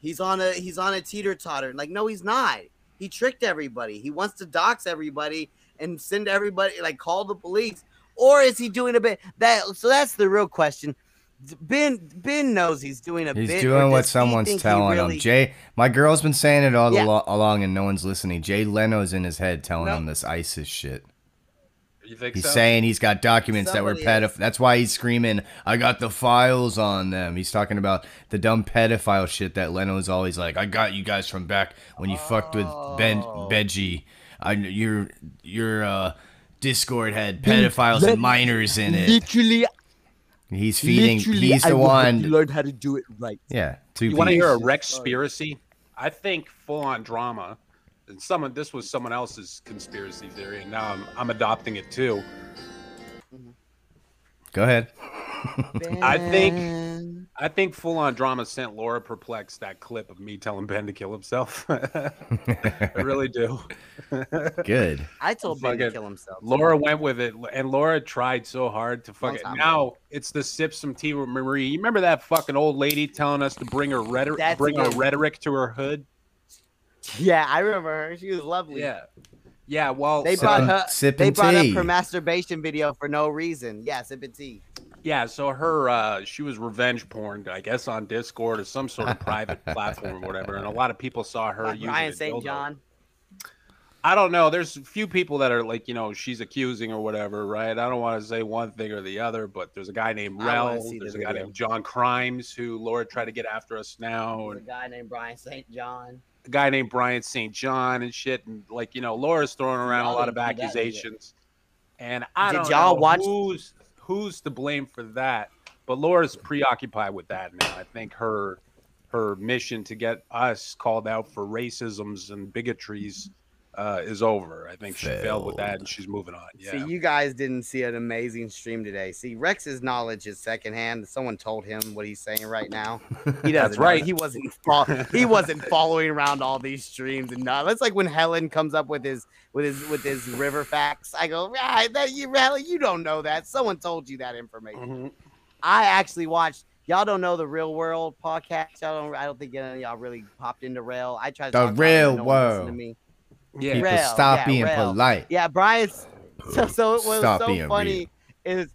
he's on a he's on a teeter totter. Like, no, he's not. He tricked everybody. He wants to dox everybody and send everybody like call the police. Or is he doing a bit that so that's the real question. Ben Ben knows he's doing a
He's
bit. or
doing what
does he
someone's
think he
telling
really- <laughs>
him. Jay, my girl's been saying it all
Yeah.
alo- along, and no one's listening. Jay Leno's in his head telling
No.
him this ISIS shit.
You think
He's
so?
saying he's got documents that were
Somebody is.
pedoph. That's why he's screaming, "I got the files on them." He's talking about the dumb pedophile shit that Leno's always like, "I got you guys from back when you fucked with Ben
Oh.
Benji. I your your uh, Discord had pedophiles
let-
and minors in it."
Literally,
He's feeding.
literally,
he's
I
the
will help
one.
you learn how to do it right.
Yeah, two.
You want to hear a
piece.
Rexspiracy? I think full on drama. And someone, this was someone else's conspiracy theory, and now I'm, I'm adopting it too.
Go ahead.
I think I think full on drama sent Laura perplexed that clip of me telling Ben to kill himself. <laughs> I really do.
<laughs>
<laughs>
Good.
I told Ben to
Fucking-
kill himself.
Laura <laughs> went with it, and Laura tried so hard to fuck
Long
it.
time
Now it's the sip some tea with Marie. You remember that fucking old lady telling us to bring her rhetoric,
That's
bring her
it.
rhetoric to her hood?
Yeah, I remember her. She was lovely.
Yeah. Yeah. Well,
They
uh,
brought her. They brought up her masturbation video for no reason. Yeah, sip and tea.
Yeah, so her uh she was revenge porn, I guess, on Discord or some sort of
<laughs>
private platform or whatever, and a lot of people saw her using
Ryan
a
St.
dildo.
John.
I don't know. There's a few people that are like, you know, she's accusing or whatever, right? I don't want to say one thing or the other, but there's a guy named
I wanna
Rel,
see the
there's a guy
video.
named John Crimes who Laura tried to get after us now,
There's
and
a guy named Brian St. John.
a guy named Brian St. John and shit, and like, you know, Laura's throwing around a
Y'all
lot of
didn't do that shit.
accusations. And I
Did
don't
y'all
know
watch-
who's who's to blame for that, but Laura's preoccupied with that now. I think her her mission to get us called out for racisms and bigotries uh, is over. I think she failed with that, and she's moving on. Yeah.
See, you guys didn't see an amazing stream today. See, Rex's knowledge is secondhand. Someone told him what he's saying right now. He doesn't.
That's
know.
right.
He wasn't. Fo- he wasn't following around all these streams and not. That's like when Helen comes up with his with his with his river facts. I go, right? That you, Helen, you don't know that. Someone told you that information. I actually watched. Y'all don't know the Real World podcast. Y'all don't. I don't think any of y'all really popped into rail. I tried. to
The
talk about it,
real
no one listened
world.
To me.
Yeah. People stop being polite.
Yeah, Brian's. <laughs> So, so it was
Stop
so
being
funny is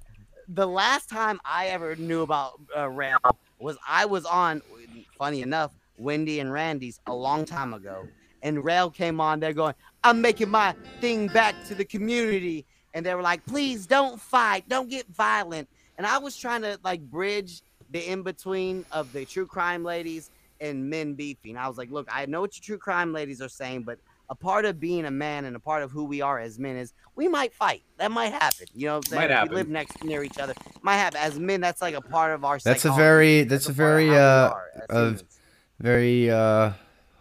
the last time I ever knew about uh, rail was I was on. Funny enough, Wendy and Randy's a long time ago, and rail came on. They're going, "I'm making my thing back to the community," and they were like, "Please don't fight, don't get violent." And I was trying to like bridge the in between of the true crime ladies and men beefing. I was like, look, I know what your true crime ladies are saying, but a part of being a man and a part of who we are as men is we might fight. That might happen. You know, what I'm saying?
Might
If
happen.
we live next near each other. Might happen. As men, that's like a part of our.
That's a
psychology.
very that's a very uh
as
of very uh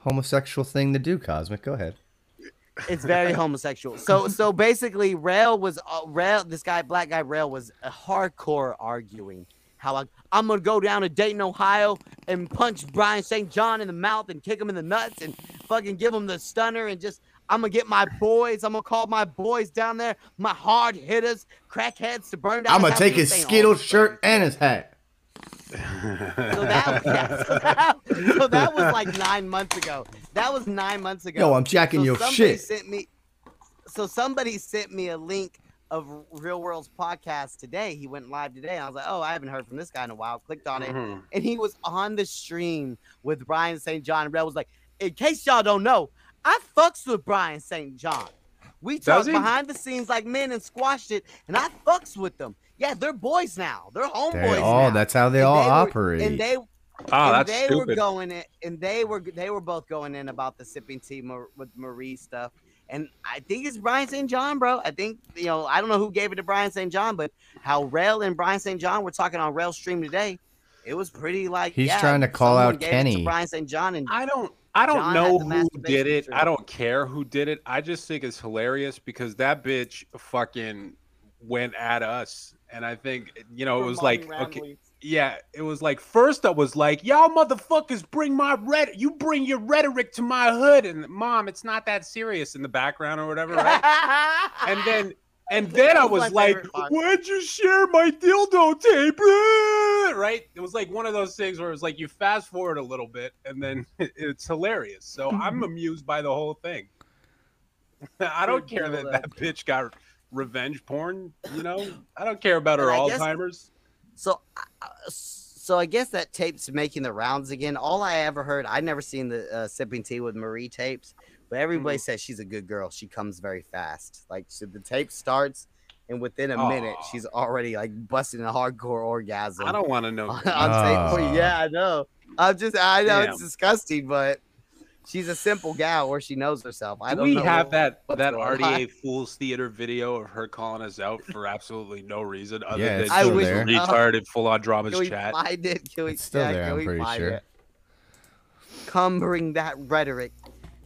homosexual thing to do, Cosmic. Go ahead.
<laughs>
<laughs>
It's very homosexual. So so basically, Rail was uh, Rail. This guy, black guy, Rail was a hardcore arguing how I, I'm gonna go down to Dayton, Ohio, and punch Brian St. John in the mouth and kick him in the nuts and fucking give him the stunner and just I'm gonna get my boys. I'm gonna call my boys down there, my hard hitters, crackheads to burn down.
I'm gonna
house,"
take
and
his
saying all
Skittles shirt and his hat.
so that,
<laughs>
<laughs> yeah, so that, so that was like nine months ago. That was nine months ago.
Yo, I'm jacking
so
your
somebody
shit.
Sent me, so somebody sent me a link of Real World's podcast today. He went live today. I was like, oh, I haven't heard from this guy in a while. Clicked on it,
Mhm.
and he was on the stream with Brian St. John. Red was like, in case y'all don't know, I fucks with Brian St. John. We
Does
talk
he?
behind the scenes like men and squashed it, and I fucks with them. Yeah, they're boys now. They're homeboys.
They all
now.
that's how they
And
all
they were-
operate.
And they
Ah,
and
that's
they were
stupid.
going in, and they were they were both going in about the sipping tea Mar- with Marie stuff. And I think it's Brian St. John, bro. I think you know I don't know who gave it to Brian St. John, but how Rail and Brian St. John were talking on Rail stream today. It was pretty like
He's
yeah,
trying to call
someone
out
gave it to
Kenny.
Brian St. John, and
I don't I don't
John had
know
the
who
masturbation
did it.
stream.
I don't care who did it. I just think it's hilarious because that bitch fucking went at us. And I think, you know, it was like, okay, yeah, it was like, first I was like, y'all motherfuckers bring my red, you bring your rhetoric to my hood. And mom, it's not that serious in the background or whatever, right? and then, and then I
That was
was
my
like,
favorite part.
why'd you share my dildo tape? <laughs> Right? It was like one of those things where it was like you fast forward a little bit and then <laughs> it's hilarious. So I'm amused by the whole thing. <laughs> I don't care that that bitch got revenge porn,
<laughs>
you know? I don't care about her
But I guess-
Alzheimer's.
So, uh, so I guess that tape's making the rounds again. All I ever heard, I never seen the uh, sipping tea with Marie tapes, but
Mm-hmm.
everybody says she's a good girl. She comes very fast. Like so the tape starts, and within a minute,
Aw.
she's already like busting a hardcore orgasm.
I don't want to
<laughs>
know.
on tape for you. Yeah, I know. I'm just, I know it's
Damn.
disgusting, but she's a simple gal where she knows herself. I
Do
don't
we
know
have that
<laughs> what's
that
going
RDA
on.
Fools Theater video of her calling us out for absolutely no reason other
Yeah,
than
it's still
she was
there.
retarded full on dramas
Can we
chat.
find it? Can we,
It's still
yeah,
there,
can
I'm
we
pretty
find
sure.
it? Come bring that rhetoric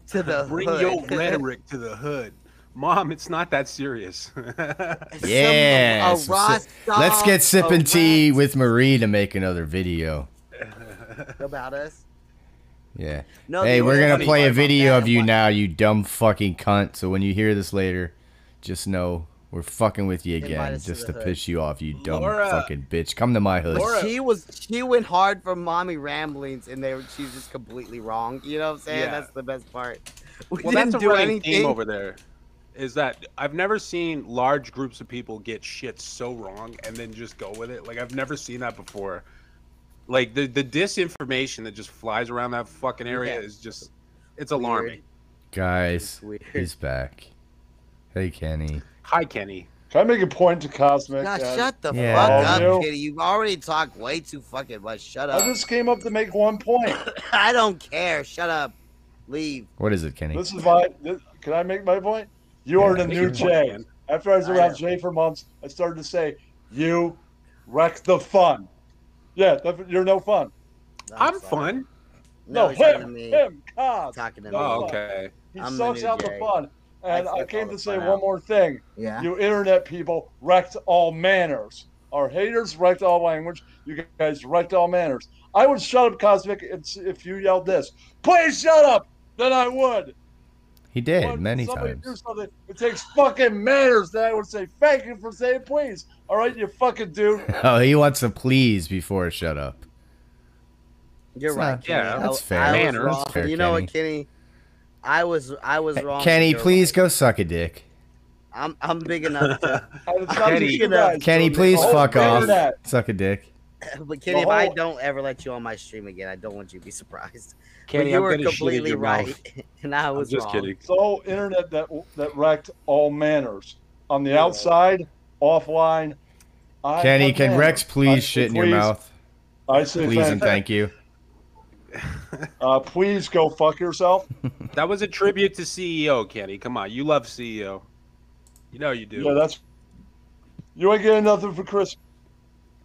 to the
<laughs> Bring
hood. <laughs>
your rhetoric to the hood. Mom, it's not that serious. <laughs>
Yeah.
a
some
raw
si- let's get
song, a
sipping tea with Marie to make another video.
<laughs>
about us.
Yeah.
No,
hey,
the
we're
only
gonna
funny
play
part
a
about
video
that
of you now, you dumb fucking cunt. So when you hear this later, just know we're fucking with you
Invite
again,
us to
just to
the hood.
piss you off, you dumb
Laura.
fucking bitch. Come to my hood.
She was she went hard for mommy ramblings, and they were she's just completely wrong. You know what I'm saying?
Yeah.
That's the best part. We
well,
didn't
that's a
do
running
anything.
theme over there. Is that I've never seen large groups of people get shit so wrong and then just go with it. Like I've never seen that before. Like the the disinformation that just flies around that fucking area
Yeah.
is just it's alarming.
Guys, he's back. Hey, Kenny.
Hi, Kenny.
Can I make a point to Cosmic?
Now,
uh,
shut the
Yeah.
fuck
Oh,
up,
you-
Kitty. You've already talked way too fucking much. Shut up.
I just came up to make one point.
I don't care. Shut up. Leave.
What is it, Kenny?
This is my. This, can I make my point? You
Yeah,
are the
make
new
your point,
Jay.
man.
After I was
I
around
know.
Jay for months, I started to say, "You wreck the fun." Yeah, that, you're no fun.
I'm fun.
No,
No, he's talking
him,
to me.
him, Cobb.
Talking to
me. Oh, okay.
He
I'm the
sucks
new
out the
Jay.
fun. And
I
I,
suck all
came to
the
say
fun
one
out.
more thing.
Yeah.
You internet people wrecked all manners. Our haters wrecked all language. You guys wrecked all manners. I would shut up, Cosmic, if if you yelled this. Please shut up. Then I would.
He did
But
many
somebody
times.
do something. It takes fucking manners that I would say thank you for saying please. All right, you fucking dude.
Oh, he wants a please before shut up.
You're
It's
right.
not-
Kenny.
yeah,
I-
that's fair.
I was
Manners.
wrong.
That's fair,
you know what, Kenny? I was I was wrong.
Kenny,
You're
please go suck a dick.
right. I'm I'm big
<laughs>
enough. To, I'm
Kenny.
big enough.
Kenny,
to-
please fuck off. Suck a dick.
<laughs> But Kenny, if I don't ever let you on my stream again, I don't want you to be surprised. <laughs>
Kenny,
but you
I'm
were
gonna shit in
completely
your
right, <laughs>
mouth.
and <laughs> I was wrong.
It's all internet that that wrecked all manners on the outside, offline. I
Kenny,
have
can
manners.
Rex please shit in your
please.
mouth?
I say
Please and
thank
thank you.
Uh, please go fuck
<laughs>
yourself.
<laughs> That was a tribute to CEO, Kenny. Come on, you love CEO. You know you do.
Yeah, that's. You ain't getting nothing for Christmas.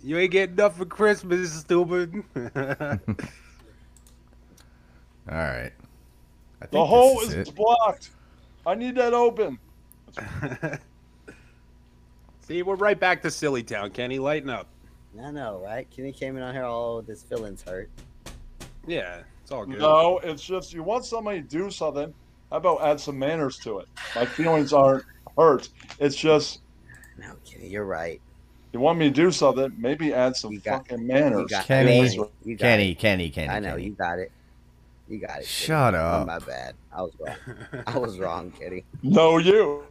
You ain't getting enough for Christmas, stupid. <laughs>
All right. I think
The hole
this
is,
is it.
blocked. I need that open.
See, we're right back to Silly Town, Kenny. Lighten up.
I know, right? Kenny came in on here all with his feelings hurt.
Yeah, it's all good.
No, it's just you want somebody to do something. How about add some manners to it? My feelings aren't hurt. It's just.
No, Kenny, you're right.
You want me to do something? Maybe add some fucking manners.
Kenny,
Yes.
Kenny, Kenny, Kenny.
I know
Kenny.
you got it. You got it.
Shut
Kenny.
up.
Oh, my bad. I was wrong.
<laughs>
I was wrong, Kenny.
No, you.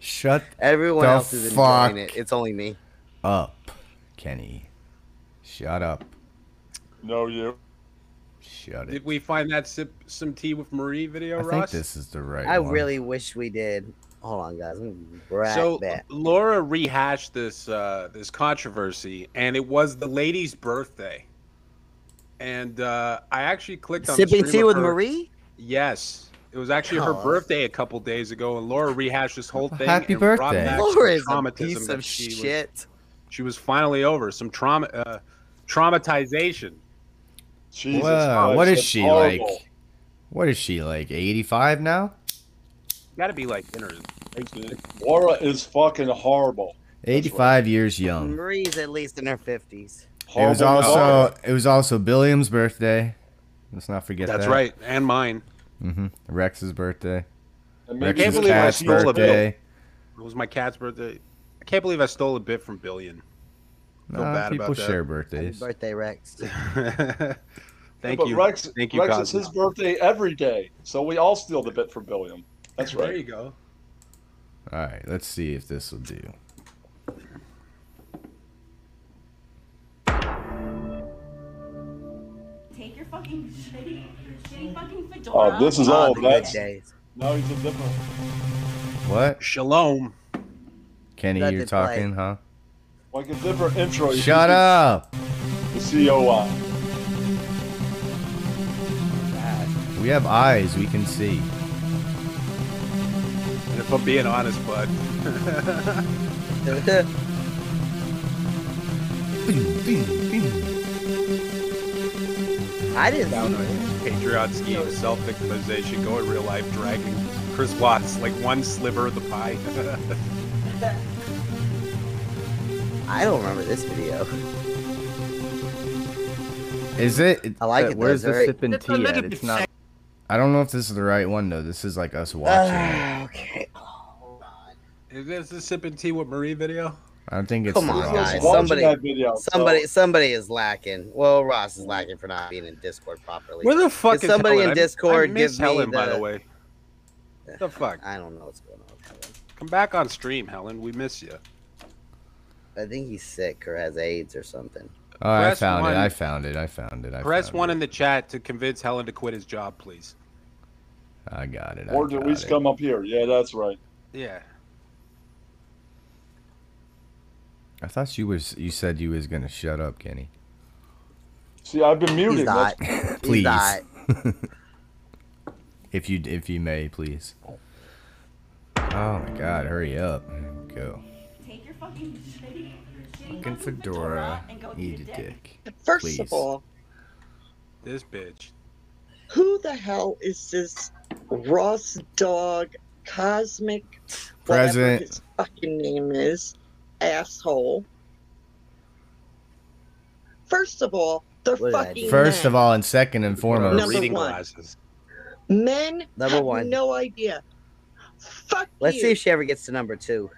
Shut
Everyone
the
else is
fuck
enjoying it. It's only me.
up, Kenny. Shut up.
No, you.
Shut it.
Did we find that sip some tea with Marie video,
I think
Ross?
this is the right
I
one.
really wish we did. Hold on, guys. Let me grab
so
that.
Laura rehashed this uh, this controversy, and it was the lady's birthday. And uh, I actually clicked on the
Sipping
stream
tea
of
with
her-
Marie?
Yes, it was actually
Oh,
her
that's-
birthday a couple days ago, and Laura rehashed this whole thing.
happy
and brought
birthday.
back some
Laura is a
traumatism
piece
that
of
she was-
shit.
she was finally over some trauma, uh, traumatization.
Jesus
Whoa, what is she like? What is she like? 85 now?
Got to be like inner.
Laura is fucking horrible.
85 years young.
Marie's at least in her 50s.
um, It was
Oh,
also it was also Billiam's birthday. Let's not forget
That's
that.
right, and mine.
hmm Rex's birthday.
I
Rex's
can't believe I
cat's
stole a
birthday.
bit. It was my cat's birthday. I can't believe I stole a bit from Billion. Feel
Nah,
bad
people
about that.
share birthdays.
Birthday Rex.
Thank
but
you.
Rex,
Thank you,
Rex is
Cosmo.
his birthday every day, so we all steal the bit from Billiam. That's right.
There you go.
All right, let's see if this will do.
Take your fucking shitty, shitty fucking fedora.
Oh, this is all
Fuck
that's.
it.
Now he's a different.
What?
Shalom.
Kenny,
Let
you're
it play.
talking, huh?
Like a different intro. you
Shut
can
up.
do The CO
uh,
on.
We have eyes, we can see.
And if I'm being honest,
<laughs>
bud.
I didn't
Patreon scheme, self victimization, go in real life, dragging Chris Watts like one sliver of the pie. <laughs>
I don't remember this video.
Is it?
I
uh,
like it, though.
Where's
It's
the
very-
sipping
It's a
tea at?
little
It's
bit
not.
sec-
I don't know if this is the right one though. This is like us
Ah,
watching. it.
okay. Oh,
Is this the sipping tea with Marie video?
I don't think it's.
Come
the
on,
right
guys.
one.
Somebody,
video, so-
somebody, somebody is lacking. Well, Ross is lacking for not being in Discord properly.
Where the fuck
Could
is
somebody
Helen?
in
I- I
Discord?
miss
give me
Helen, by the way.
the
fuck?
I don't know what's going on.
Come back on stream, Helen. We miss you.
I think he's sick or has AIDS or something.
Oh, I
Press
found
one.
it. I found it. I found it. I
Press
found
one in the chat to convince Helen to quit his job, please.
It. I got it. I
Or do we
got
just
it.
come up here? Yeah, that's right.
Yeah.
I thought you was. You said you was gonna shut up, Kenny.
See, I've been
He's
muted.
<laughs>
not.
<laughs>
Please.
He's not.
if you if you may, please. Oh my God! Hurry up. Go.
Take your fucking shitty, your shitty
Fucking fedora. Eat a dick.
First
please.
of all,
This bitch.
who the hell is this Ross Dog Cosmic whatever
Present.
his fucking name is asshole? First of all, they're fucking
First
men.
of all, and second and foremost.
Number Reading one.
glasses.
men
Number
have
one.
no idea. Fuck
Let's
you
see if she ever gets to number two,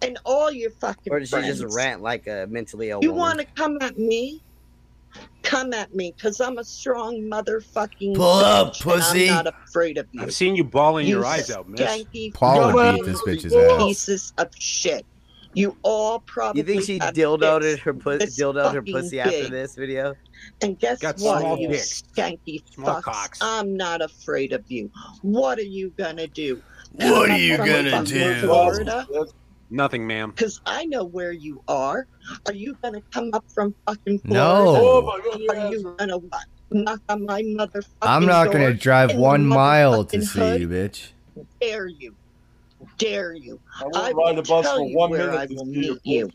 and all your fucking
or does she
friends.
just rant like a mentally ill
You
woman?
want to come at me? Come at me, cause I'm a strong motherfucking.
Pull up,
bitch, and
pussy.
I'm not afraid of you.
I've seen you bawling
You
your eyes out, miss.
skanky
Paula
fucking
beat this bitch's ass.
Pieces of shit. You all probably.
You think she
have
dildoed
dicks
her pu-
this
dildoed her
fucking
pussy after
big.
this video?
And guess
Got small
what, you
dicks.
skanky
Small
fucks?
cocks.
I'm not afraid of you. What are you gonna do?
What
Come
are you
from
gonna
fucking
do?
Florida?
Nothing, ma'am.
Because I know where you are. Are you going to come up from fucking Florida?
No. Oh my
Are you going to what? Knock on my motherfucking
I'm not
door
gonna drive
in the
one mile to
motherfucking
see
hood?
you, bitch.
Dare you. Dare you. I will
ride the bus
tell
for
you
one
where
minute
I
to
will
see your
meet you.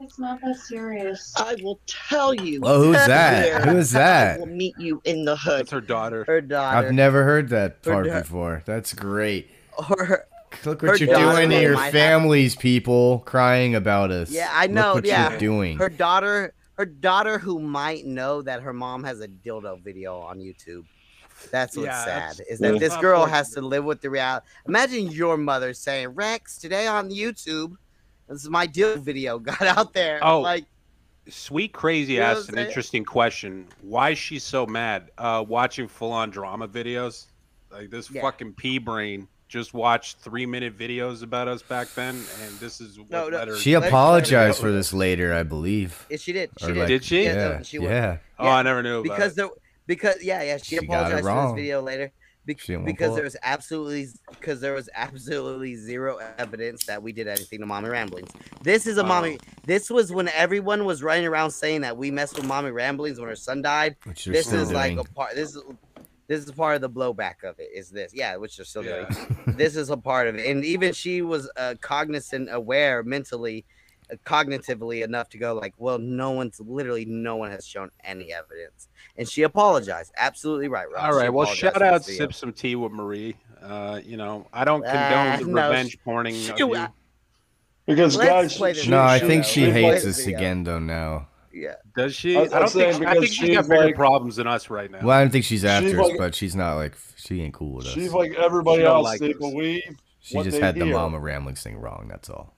It's not that serious.
I will tell you.
Well, who's that?
where
Who is that?
I will meet you in the hood. That's
her daughter.
Her daughter.
I've never heard that
Her
part
da-
before. That's great.
Or
Look
<laughs> her
what you're
daughter <laughs>
doing to your
might have-
families, people crying about us.
Yeah, I know.
Look what
yeah,
you're doing.
Her daughter, her daughter, who might know that her mom has a dildo video on YouTube. That's what's
Yeah,
sad
that's-
is that
Yeah.
this girl has to live with the reality. Imagine your mother saying, "Rex, today on YouTube, this is my dildo video <laughs> got out there."
Oh,
like
Sweet Crazy
You know what
asked
I'm
an
saying?
interesting question. Why she's so mad? Uh, watching full-on drama videos, like this fucking pea brain just watched three-minute videos about us back then, and this is what
No, no.
let her-
She apologized for this later, I believe.
Yeah, she did. She
Or
did.
like-
Did she?
Yeah.
no, she was.
yeah.
Oh, I never knew about
because
it.
there because yeah yeah
She
she,
got it
apologized for
wrong.
this video later bec-
She didn't wanna
because
pull
there
it.
was absolutely because there was absolutely zero evidence that we did anything to mommy ramblings. This is a mommy. This was when everyone was running around saying that we messed with mommy ramblings when her son died.
Which they're
this
still
is like a
doing.
part. This is this is part of the blowback of it. Is this yeah, which they're still
Yeah.
doing. <laughs> this is a part of it, and even she was uh, cognizant, aware mentally. uh, Cognitively enough to go like, well, no one's literally no one has shown any evidence, and she apologized. Absolutely right, Ross.
All
She
right. Well,
apologized
shout
for uh, this
out
video.
sip some tea with Marie. Uh, you know, I don't
Ah,
condone the
no,
revenge
sh-
porning.
shoot,
of you.
I-
Because
Let's
guys,
play this
No, I think
video.
she
Let's play
hates
this
us
video.
again, though, now.
Yeah.
Does she?
I
I,
was
don't
saying
think. I
because
think she's
she's
got bigger
like-
problems than
<laughs>
us right now.
Well, I don't think she's after
She's
us,
like-
but she's not like, she ain't cool with us.
she's like everybody
She don't
else.
like
they
us.
believe
She
what
just
they
had the
hear.
Mama Ramblings thing wrong. That's all.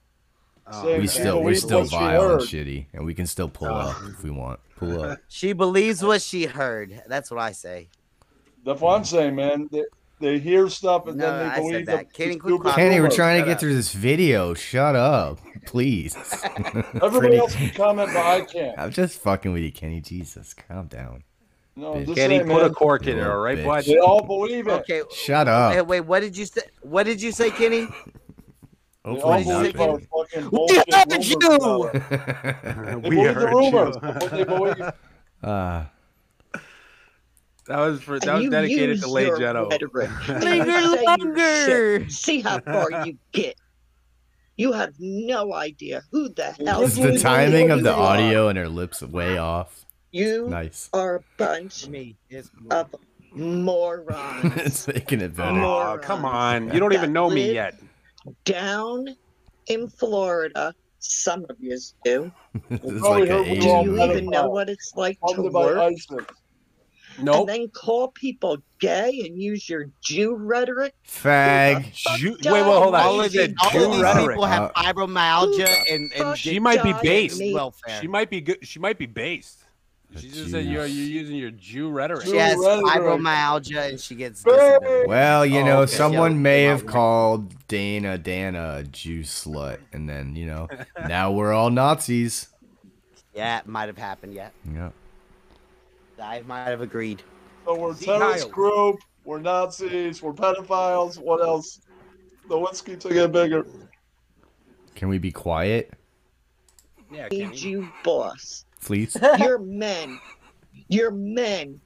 Oh,
we
man.
still
But
we
we-
still
but she
vile and
heard.
shitty, and we can still pull up if we want. Pull <laughs>
<laughs>
up.
She believes what she heard. That's what I say.
That's what I'm saying, man. They, they hear stuff and
No,
then they
I said
believe
that.
the-
Kenny,
the
quit
stupid
Kenny, we're
rumors.
trying to get through this video. Shut up, please.
<laughs> Everybody
Pretty-
else can comment, but I can't.
I'm just fucking with you, Kenny. Jesus, calm down.
No,
Bitch.
I'm just
Kenny,
saying,
put a
man.
cork in it,
Little
all right,
bitch.
bud?
They
<laughs>
all believe it.
Okay.
Shut
Hey,
up.
wait, what did you say? What did you say, Kenny?
They
Hopefully
all believe our
nothing.
fucking
We
bullshit
heard
rumors
you.
<laughs>
<laughs>
about us.
<laughs>
They believe the <laughs> rumors.
you.
What they believe.
Ah,
That was for that
And
was
you
dedicated
use
to Lay
your
Jeno. <laughs>
rhetoric.
Linger
Say your shit.
longer.
See how far you get. You have no idea who the hell.
is
you
the timing of the
are.
audio and her lips way off? <laughs>
You
Nice.
are a bunch of morons.
it's making it better.
Oh,
<laughs>
Aw, come on, you don't even know me
Live
yet.
Down in Florida, Some of yous do.
This is
Probably
like a
hurt when
Asian
you all
movie.
met even know what it's like to
Talking about
work.
Iceland.
And then call people gay and use your Jew rhetoric.
Fag.
Ju-
wait, well, hold on.
All
She
of, these,
said
all
Jew
of these
rhetoric.
people have
Uh,
fibromyalgia and, and
She might be based.
Welfare.
She might be good. She might be based. She just said you're, you're using your Jew rhetoric.
She has fibromyalgia and she gets disability.
Well, you
Oh,
know,
okay.
someone
Yeah.
may have called Dana Dana a Jew slut, and then you
<laughs>
know, now we're all Nazis.
Yeah, it might have happened. Yeah,
Yeah.
I might have agreed.
So we're terrorist group. We're Nazis. We're pedophiles. What else? The whiskey took it bigger.
Can we be quiet,
Yeah,
need you boss.
please?
You're men. You're men.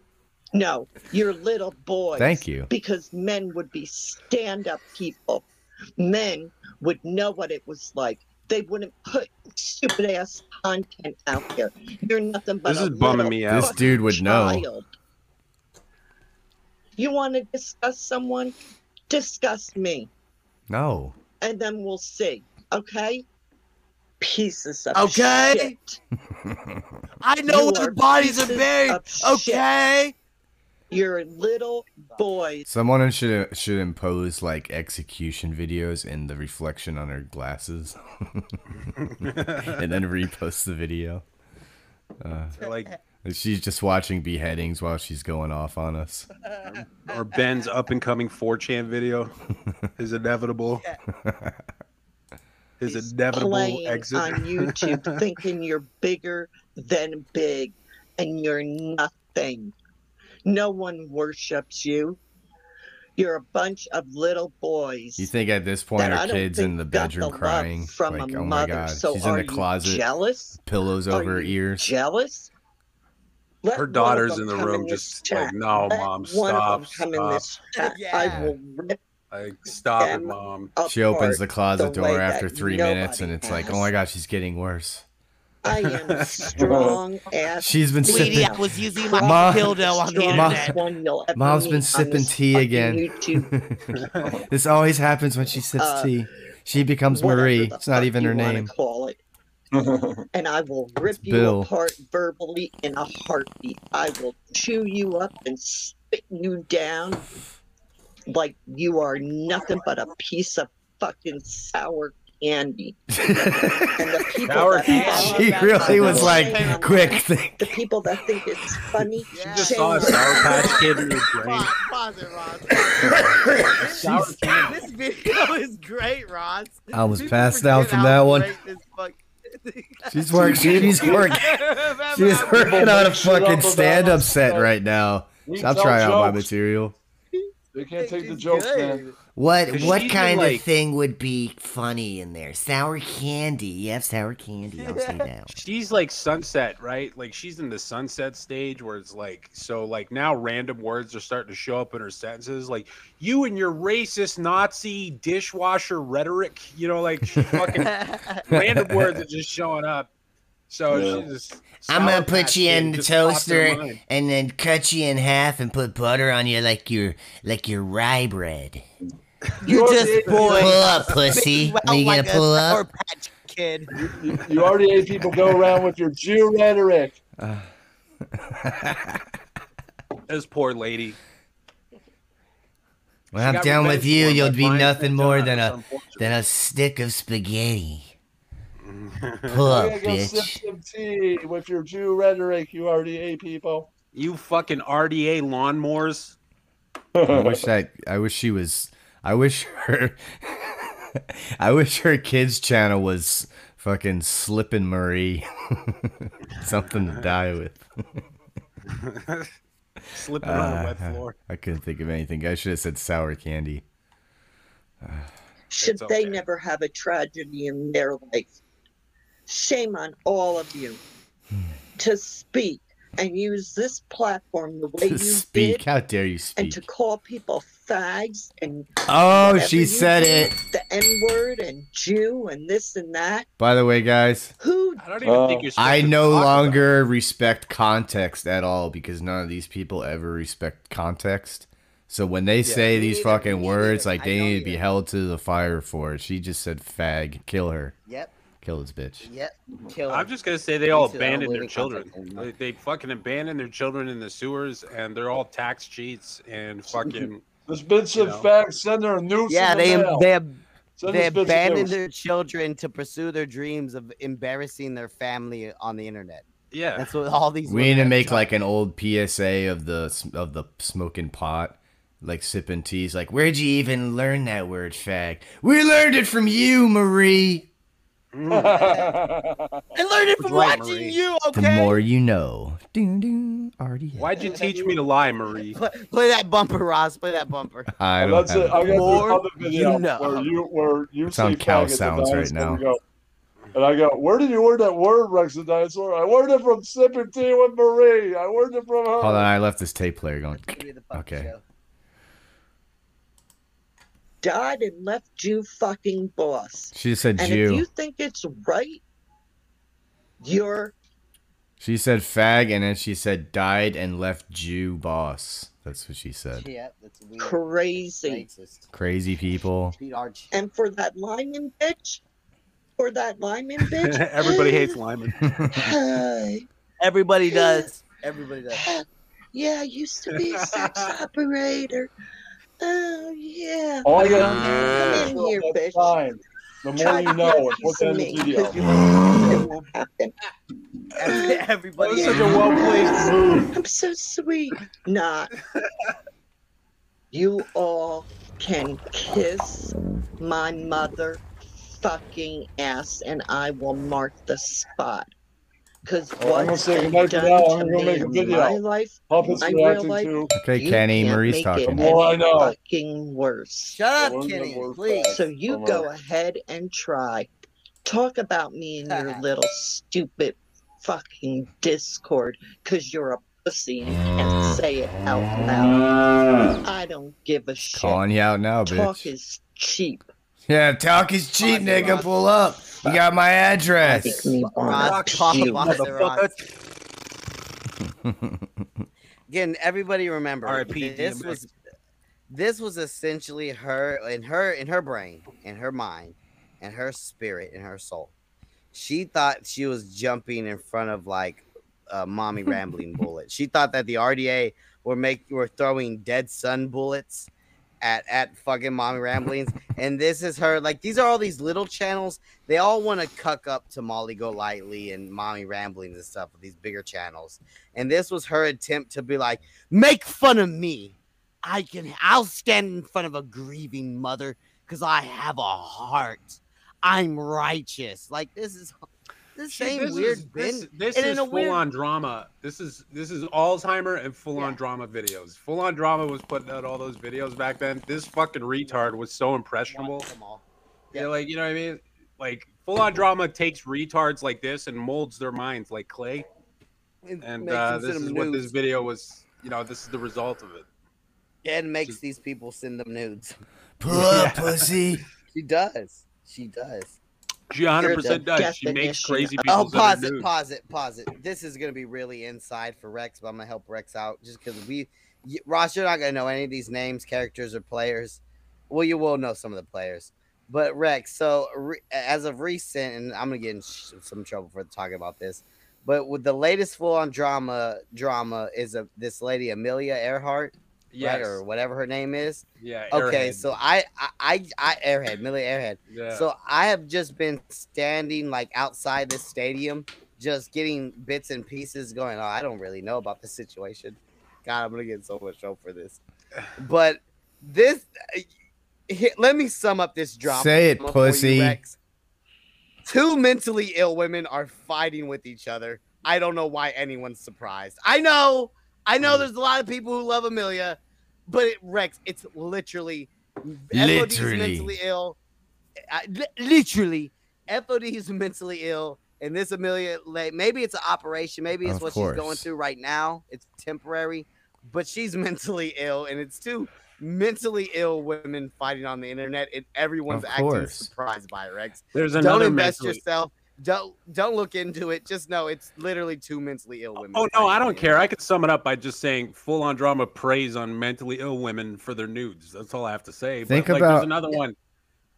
No, you're little boys.
Thank you.
Because men would be stand up people. Men would know what it was like. They wouldn't put stupid ass content out there. You're nothing but
This
a
is bumming
little
me out.
This dude would know.
child. You want to discuss someone? Discuss me,
No.
and then we'll see. Okay? Pieces of
Okay.
shit.
I know where the bodies are
pieces
buried.
of shit.
Okay.
You're little boys.
<laughs> Someone should should impose like execution videos and the reflection on her glasses, <laughs> and then repost the video. Uh,
Like-
she's just watching beheadings while she's going off on us.
or Ben's up and coming 4chan
<laughs>
video is inevitable. His inevitable
playing
exit
<laughs>
on
<laughs>
YouTube thinking you're bigger than big and you're nothing. No one worships you. You're a bunch of little boys.
You think at this point
That I
our
don't
kids in
think
the
got
bedroom
the love
crying?
from
like,
a
oh my
mother,
god,
so
she's in
are
the
you
closet,
jealous?
pillows over her ears.
Jealous? Let
Her
one of
daughter's
them
in the
come
room
in this
just
chat.
like, no,
Let
Oh, mom,
one
stop.
of them come in
Stop.
this chat. I will rip
Like, stop it,
them
mom.
She opens the
apart
closet
the way
door after
that
three minutes, and it's like, oh my god, she's getting worse.
I
<laughs>
am strong as
She's been
Sweetie,
sipping.
I
was using
my
Ma-
dildo on the
Ma-
internet. One you'll ever
Mom's
meet
been
on
sipping
this
tea
fucking
again. <laughs> this always happens when she sips
Uh,
tea. She becomes Marie. It's not even her
you wanna
name. <laughs>
Call it, and I will rip you
Bill.
apart verbally in a heartbeat. I will chew you up and spit you down like you are nothing but a piece of fucking sour candy. and the people
Sour
that
candy.
follow
She
that
really was
fucking
like,
shame,
quick, think.
The people that think
<laughs>
it's funny,
Just
shame
saw a
on
Sour
them.
Patch Kid in your brain.
<laughs>
Sour candy.
<laughs>
this video is great, Ross.
I was passed out from that one.
<laughs>
She's working.
<laughs>
She's
<laughs>
working. She's working on a fucking stand-up set right now. Stop trying out my material.
They can't take the jokes, man.
What
Cause
what
she's
kind
like-
of thing would be funny in there? Sour candy. You have sour candy. I'll
<laughs>
<laughs>
say that.
She's like sunset, right? Like she's in the sunset stage where it's like so like now random words are starting to show up in her sentences like you and your racist Nazi dishwasher rhetoric, you know, like she fucking random words are just showing up. So
Yeah.
she's just
I'm gonna
Sour
put
Patch
you in
Kid
the
just popped in her
toaster
mind.
and then cut you in half and put butter on you like your like your rye bread.
You're just
Pull up,
<laughs>
<laughs>
pussy. Are you gonna pull up?
kid.
You, you already had people go around with your Jew rhetoric.
<laughs> This poor lady.
When
She
I'm
got
done with
revenge
you,
for him
you'll
by
be
buying
nothing more than
McDonald's,
a than a stick
<laughs>
of spaghetti. Pull
You're
up,
gonna go sip
bitch.
some tea with your Jew rhetoric. You already ate people.
You fucking RDA lawnmowers.
I wish that. I wish she was. I wish her. <laughs> I wish her kids channel was fucking Slippin' Marie. <laughs> Something to die with. <laughs>
<laughs> Slipping on a wet
Uh,
floor.
I couldn't think of anything. I should have said sour candy.
Should they never have a tragedy in their life? Shame on all of you to speak and use this platform the
<laughs>
way you
speak.
did,
How dare you speak?
and to call people fags and
Oh,
whatever
she
you
said
did,
it.
the N word and Jew and this and that.
By the way, guys,
Who?
I don't
I no longer respect context at all because none of these people ever respect context. So when they say these fucking words, like they need to be held to the fire for it. She just said fag, kill her.
Yep.
Kill this bitch.
Yep. Kill
I'm
it.
just gonna say they
Me
all
too, I
abandoned
will
their
be content.
children. They, they fucking abandoned their children in the sewers, and they're all tax cheats
<laughs>
and fucking.
There's been some
You know.
facts. Send her a noose.
Yeah,
in the
they
mail.
they, ab-
Send
they
us bits of
abandoned
news.
their children to pursue their dreams of embarrassing their family on the internet.
Yeah,
that's what all these.
We need to make like an old PSA of the s- of the smoking pot, like sipping teas. Like, where'd you even learn that word, fag? We learned it from you,
<laughs>
Marie.
I learned it from
Right,
watching
Marie.
you. Okay.
The more you know.
Why'd you teach me to lie,
<laughs>
Marie?
Play that bumper, Ross. Play
<laughs>
that bumper.
I
And
don't
that's
have
it.
it.
I got this
More
other video
you know.
where you where you
It's
say
on cow
faggot, the
sounds right now.
dinosaur go- and I go, where did you learn that word, Rex the dinosaur? I learned it from sipping tea with Marie. I learned it from her.
Hold on, I left this tape player going. Okay.
died and left you fucking boss.
She said
and
Jew.
if you think it's right, you're
She said fag, and then she said died and left Jew boss. That's what she said.
crazy.
Crazy people.
And for that lineman bitch, for that
<laughs>
lineman bitch,
Everybody hates Lyman.
<laughs>
<laughs>
Everybody does. Everybody does.
<gasps> Yeah, I used to be a
<laughs>
sex operator. Oh yeah.
All you
Come
gotta
in
do is
here,
fill that
bitch.
time. The more
Try
you
to
know,
get
and
a
put
piece
that
of
in the
me,
video.
'cause you know it won't happen.
<laughs>
Everybody.
That was such a well-placed move.
I'm so sweet. Not. You all can kiss my mother fucking ass and I will mark the spot. Because
Well, Oh, I'm
what
gonna say
they've
goodnight for
done
now.
to
I'm gonna
me
make a
in
video.
my life,
Puppets
my real
reacting
life,
to-
<laughs> Okay,
you
Kenny,
can't
Marie's
make
talking.
It
Well, I
any
know.
Fucking worse.
Shut up, Kenny. Please.
So you
Come
go
on.
ahead and try. Talk about me in your little stupid fucking Discord because you're a pussy and
Mm.
can't say it out loud. I don't give a shit.
Calling you out now,
Talk
bitch.
is cheap.
Yeah, talk is cheap, nigga. Pull up. You got my address.
Ross, talk about the Ross. Again, everybody remember.
R.I.P.
This
DMX.
was this was essentially her in her in her brain, in her mind, in her spirit, in her soul. She thought she was jumping in front of like a mommy rambling bullet. She thought that the RDA were make were throwing dead son bullets at at fucking mommy ramblings. and this is her like these are all these little channels. They all want to cuck up to Molly Go Lightly and Mommy Ramblings and stuff with these bigger channels. And this was her attempt to be like, make fun of me. I can I'll stand in front of a grieving mother because I have a heart. I'm righteous. Like this is <laughs> this
Shit,
same
this
weird
is,
Ben.
This, this
and
is
in a
full
weird
on drama. This is this is Alzheimer and full on drama videos. Full on drama was putting out all those videos back then. This fucking retard was so impressionable. Yeah, like you know what I mean. Like full on drama takes retards like this and molds their minds like clay.
It
And
makes
uh,
them
this
send
is
them
what this
nudes.
video was. You know, this is the result of it.
Ben makes these people send them nudes. <laughs>
Pull
up,
pussy.
She does. She does.
She 100% does. She makes crazy people.
Oh, pause it, pause it, pause it. This is gonna be really inside for Rex, but I'm gonna help Rex out just because we, y- Ross, you're not gonna know any of these names, characters, or players. Well, you will know some of the players, but Rex. So re- as of recent, and I'm gonna get in sh- some trouble for talking about this, but with the latest full-on drama, drama is a this lady Amelia Earhart, right,
Yes.
or whatever her name is.
Yeah.
Okay,
Airhead.
so I, I, I, I airhead, Millie airhead.
Yeah.
So I have just been standing like outside this stadium, just getting bits and pieces going. Oh, I don't really know about the situation. God, I'm gonna get in so much trouble for
<sighs>
this. But this, here, let me sum up this drama.
Say it,
for you,
pussy.
Rex. Two mentally ill women are fighting with each other. I don't know why anyone's surprised. I know, I
Mm.
know. There's a lot of people who love Amelia, but it, Rex, it's literally FOD is
Literally.
mentally ill. I, li- literally, FOD is mentally ill, and this Amelia, like, maybe it's an operation, maybe it's
Of
what she's going
course.
through right now. It's temporary, but she's <laughs> mentally ill, and it's two mentally ill women fighting on the internet, and everyone's
Of
acting
course.
surprised by it, Rex.
There's
don't
another
invest
mentally-
yourself. Don't don't look into it. Just know it's literally two mentally ill women.
Oh no, I don't care. I could sum it up by just saying full on drama praise on mentally ill women for their nudes. That's all I have to say.
Think
but, like,
about-
there's another one.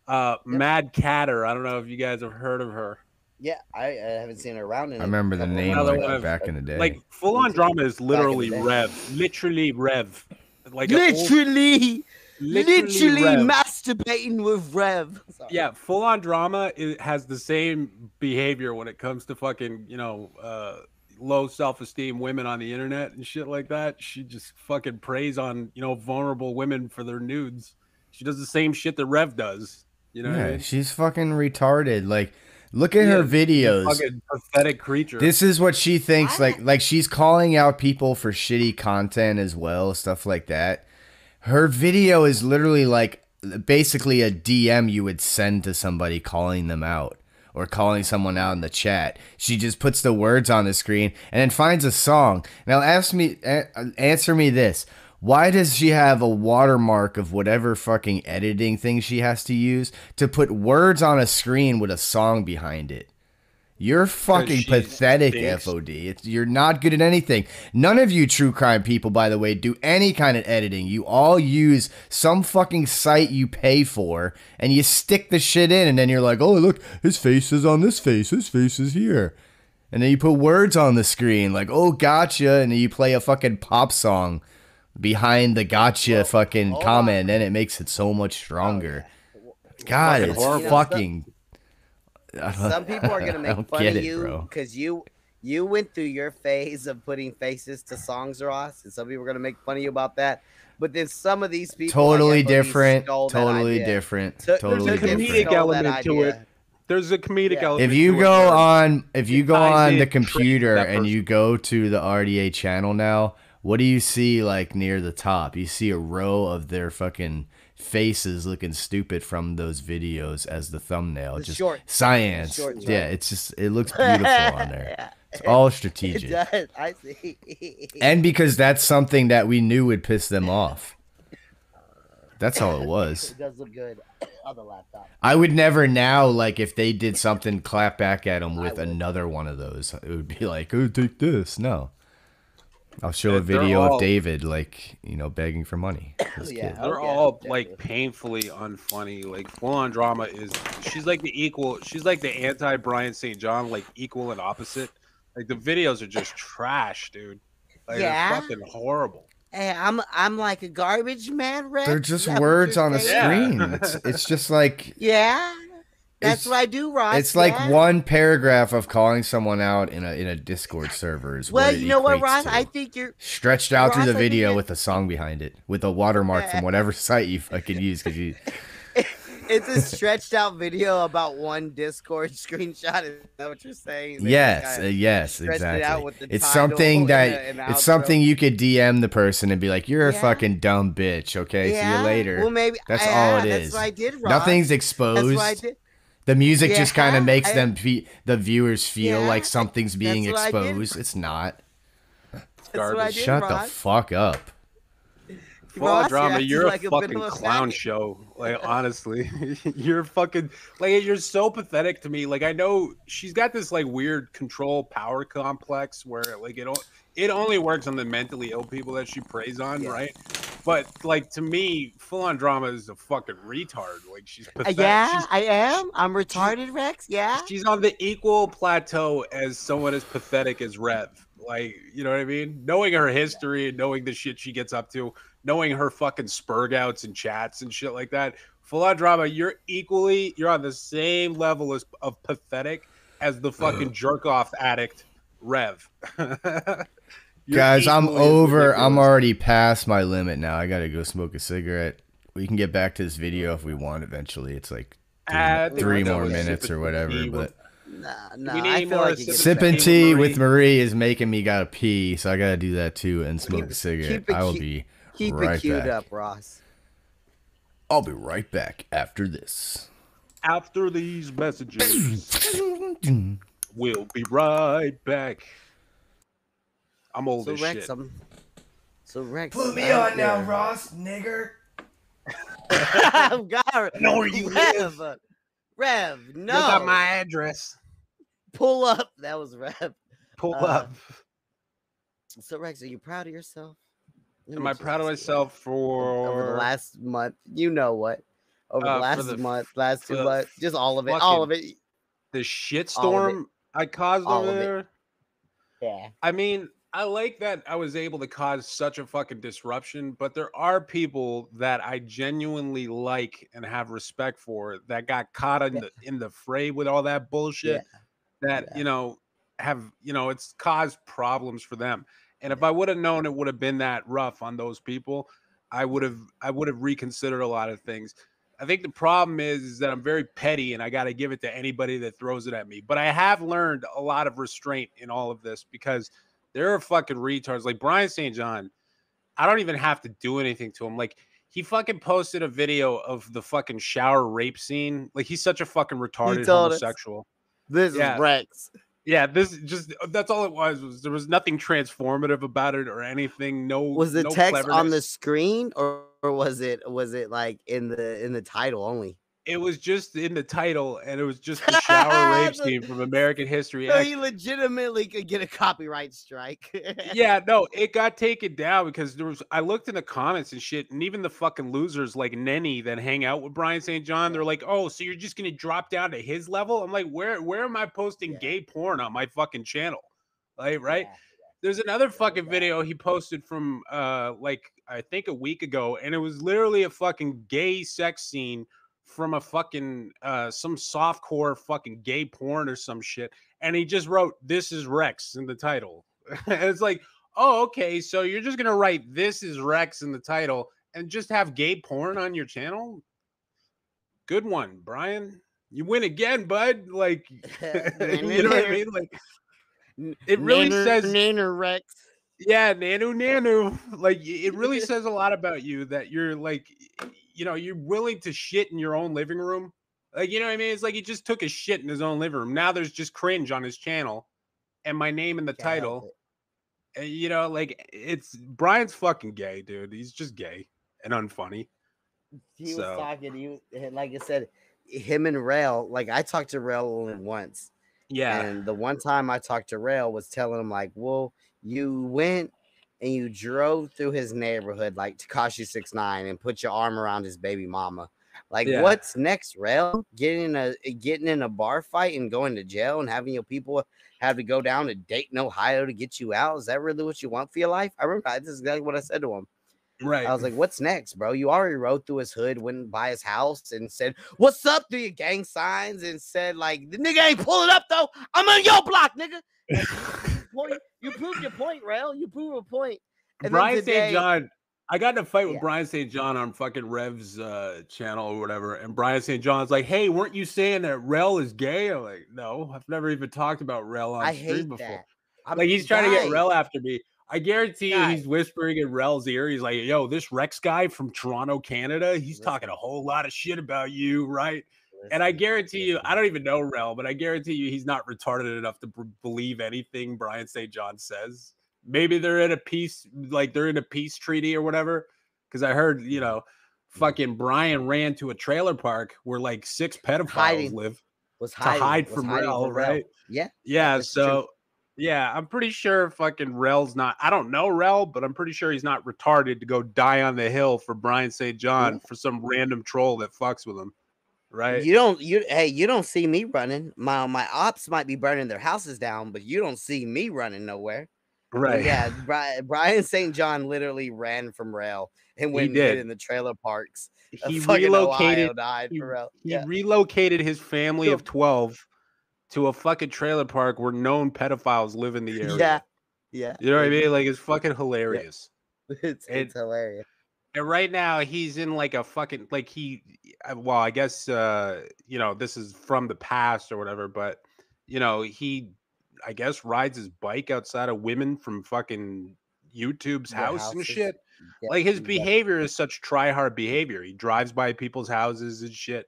Uh Mad Catter. I don't know if you guys have heard of her.
Yeah, I, I haven't seen it around.
<laughs>
In
I remember the name
Another
like,
one of-
back in the day.
Like full on drama is literally
day.
rev, literally rev, like a full-
literally, literally,
Rev.
masturbating with Rev.
yeah, full on drama it has the same behavior when it comes to fucking you know uh, low self esteem women on the internet and shit like that. She just fucking preys on you know vulnerable women for their nudes. She does the same shit that Rev does. You know, what I
yeah,
mean?
she's fucking retarded. Like, look at her videos.
Fucking pathetic creature.
This is what she thinks. Like, like she's calling out people for shitty content as well, stuff like that. Her video is literally like basically a DM you would send to somebody calling them out or calling someone out in the chat. She just puts the words on the screen and then finds a song. Now, ask me, a- answer me this. Why does she have a watermark of whatever fucking editing thing she has to use to put words on a screen with a song behind it? You're fucking
she's
pathetic,
stinks.
FOD. It's, you're not good at anything. None of you true crime people, by the way, do any kind of editing. You all use some fucking site you pay for and you stick the shit in, and then you're like, oh, look, his face is on this face, his face is here. And then you put words on the screen like, oh, gotcha. And then you play a fucking pop song behind the gotcha fucking comment, and then it makes it so much stronger. God,
Fucking
it's
horrible.
fucking.
Some people are gonna
<laughs> I
make
don't
fun
get
of
it,
you
bro.
because you you went through your phase of putting faces to songs, Ross, and some people are gonna make fun of you about that. But then some of these people like
Totally
Ebony,
different.
stole that
Totally
idea. <laughs>
different.
Took-
Totally
took and
different.
stole that idea.
There's a comedic
Oh,
element.
If you
to it.
go on, if you go
ties
on
in
the
tricks with
computer
that
and you go to the RDA channel now, what do you see like near the top? You see a row of their fucking faces looking stupid from those videos as the thumbnail.
The
just
shorts.
science.
The shorts,
yeah,
right.
it's just it
<laughs>
looks beautiful on there. It's all strategic.
It does. I see.
And because that's something that we knew would piss them off. That's all it was.
it does look good <coughs> on the laptop.
I would never now like if they did something clap back at them with another one of those. It would be like, "Oh, take this." No. I'll show a
they're
video
all-
of David like, you know, begging for money. This kid.
They're all like painfully unfunny. Like full on drama is she's like the equal she's like the anti Brian St. John, like equal and opposite. Like the videos are just trash, dude. Like they're
Yeah?
fucking horrible.
Hey, I'm I'm like a garbage man, Rev.
They're just
Is that what
words
you're
on a
saying?
<laughs>
screen. It's it's just like
<laughs> Yeah, that's
It's-
what I do, Ross.
it's like
yeah.
one paragraph of calling someone out in a in a Discord server is
Well,
what it
you know what,
equates
Ross?
to.
I think you're <laughs>
stretched out
Ross,
through
I
the
think
video with a song behind it with a watermark from whatever <laughs> site you fucking use because you
it's a stretched out video about one Discord <laughs> screenshot. Is that what you're saying? They
yes
kinda
uh, yes
stretched it out with
exactly
the
it's
title
something
and
that
the- and the
it's
outro.
something you could dm the person and be like you're a
Yeah.
fucking dumb bitch okay see
Yeah,
you later
well, maybe-
that's
yeah,
all it
that's
is.
what I did, Ross.
nothing's
That's what I
exposed
did.
the music just kind
Yeah,
of makes
I-
them fe- the viewers feel
Yeah,
like something's being
that's what I did.
exposed it's not
what I Garbage. did,
shut the
Ross.
fuck up
Full on
Ross
drama,
acted
you're
like a
a
bit
fucking
of a
clown
faggot.
show. Like honestly, <laughs> you're fucking like you're so pathetic to me. Like I know she's got this like weird control power complex where like it o- it only works on the mentally ill people that she preys on, right? But like to me, full on drama is a fucking retard. Like she's
Uh,
pathetic.
yeah,
She's-
I am. I'm retarded, Rex. Yeah.
She's on the equal plateau as someone as pathetic as Rev. Like, you know what I mean? Knowing her history and knowing the shit she gets up to, knowing her fucking spurg outs and chats and shit like that. Full on drama, you're equally, you're on the same level as, of pathetic as the fucking jerk off addict, Rev. <laughs> You're
Guys, I'm
equally as
over. I'm already past my limit now. I gotta go smoke a cigarette. We can get back to this video if we want eventually. It's like three,
Ah, I think
three
we're done
more
with
minutes or
sipping
whatever.
tea
But
Nah, nah.
we need
I
any
feel
more
like you get
assistance?
sipping
Tea
tea
with
with Marie is making me gotta pee, so I gotta do that too and smoke a cigarette.
keep it
I will
cu-
be
keep it
right
queued
back.
up,
<laughs>
Ross. <laughs>
I'll be right back after this.
After these messages, we'll be right back. I'm old
So
as
Rex,
shit.
I'm so Rex.
Put me
I'm
on now,
here.
Ross, nigger.
I've got
know where you
Rev. Rev, no.
got my address.
Pull up. <laughs> That was Rev.
Pull
Uh,
up.
So Rex, are you proud of yourself? Let
Am
me
I
just
proud of
see.
myself for
over the last month? You know what? Over
Uh,
the
for
last
the
month, last
for
two
the
months, just all of it, all of it.
the
All of it.
shitstorm Oh, I caused
All
over
of it.
there.
Yeah.
I mean, I like that I was able to cause such a fucking disruption, but there are people that I genuinely like and have respect for that got caught in the in the fray with all that bullshit that, you know, have, you know, it's caused problems for them. And if I would have known it would have been that rough on those people, I would have I would have reconsidered a lot of things. I think the problem is, is that I'm very petty and I got to give it to anybody that throws it at me. But I have learned a lot of restraint in all of this because there are fucking retards like Brian St. John. I don't even have to do anything to him. Like he fucking posted a video of the fucking shower rape scene. Like he's such a fucking retarded
told us.
homosexual.
This
Yeah.
is Rex.
Yeah, this is just that's all it was. was there was nothing transformative about it or anything. No,
Was the
no
text on
cleverness.
the screen or, or was it was it like in the in the title only?
It was just in the title, and it was
<laughs>
just the shower rape scene from American History
So
X.
he legitimately could get a copyright
<laughs>
strike.
yeah, no, it got taken down because there was. I looked in the comments and shit, and even the fucking losers like Nenny that hang out with Brian St. John, they're like, "Oh, so you're just gonna drop down to his level?" I'm like, "Where, where am I posting gay porn on my fucking channel?" Like, right? There's another fucking video he posted from uh like I think a week ago, and it was literally a fucking gay sex scene from a fucking uh some softcore fucking gay porn or some shit, and he just wrote "This is Rex" in the title. <laughs> And it's like, oh, okay, so you're just gonna write "This is Rex" in the title and just have gay porn on your channel? Good one, Brian. You win again, bud. Like, <laughs> you know what I mean? Like, it really
Nanner-
says
Nanner
<laughs>
Rex.
Yeah, nanu nanu. <laughs> Like, y-
<laughs>
it really says a lot about you that you're like, you know, you're willing to shit in your own living room. Like, you know what I mean? It's like he just took a shit in his own living room. Now there's just cringe on his channel and my name in the title. And, you know, like it's Brian's fucking gay, dude. He's just gay and unfunny.
he
So-
was talking. He was, like I said, him and Rail. Like I talked to Rail only once.
Yeah.
And the one time I talked to Rail was telling him like, "Well, you went and you drove through his neighborhood like Takashi Six Nine and put your arm around his baby mama. Like,
Yeah.
what's next, Rail? Getting in a getting in a bar fight and going to jail and having your people have to go down to Dayton, Ohio, to get you out? Is that really what you want for your life? I remember I, this is exactly what I said to him.
Right.
I was like, what's next, bro? You already rode through his hood, went by his house and said, What's up? through your gang signs and said, like, the nigga ain't pulling up though. I'm on your block, nigga. Like, boy, you proved your point, Rail. You proved a point. And then
Brian
today-
St. John. I got in a fight with Brian St. John on fucking Rev's uh, channel or whatever, and Brian St. John's like, "Hey, weren't you saying that Rel is gay?" I'm like, "No, I've never even talked about Rel on
I
stream
hate
before."
that.
like he's trying to
guys.
get Rel after me. I guarantee you, he's whispering in Rel's ear. He's like, "Yo, this Rex guy from Toronto, Canada, he's talking a whole lot of shit about you, right?" And I guarantee you, I don't even know Rel, but I guarantee you, he's not retarded enough to b- believe anything Brian St. John says. Maybe they're in a peace, like they're in a peace treaty or whatever. Because I heard, you know, fucking Brian ran to a trailer park where like six pedophiles
Hiding.
live
was
to
hiding,
hide
was
from
hiding
Rel,
from Rail.
right?
Yeah.
Yeah. So, yeah, I'm pretty sure fucking Rel's not. I don't know Rel, but I'm pretty sure he's not retarded to go die on the hill for Brian St. John for some random troll that fucks with him, right?
You don't you hey, you don't see me running. My my ops might be burning their houses down, but you don't see me running nowhere. But
Right.
Yeah, Bri- Brian St. John literally ran from rail and
He
went and hid
did.
in the trailer parks. of
He
fucking Ohio
relocated-
to hide from rail.
He relocated his family of 12 to a fucking trailer park where known pedophiles live in the area.
<laughs> Yeah. Yeah.
You know what I mean? Like, it's fucking hilarious.
<laughs> It's, it's hilarious.
And right now he's in like a fucking like he uh, well I guess uh you know this is from the past or whatever but you know he I guess rides his bike outside of women from fucking YouTube's
Their
house and
houses.
shit.
Yeah,
like his
yeah.
behavior is such try hard behavior. He drives by people's houses and shit.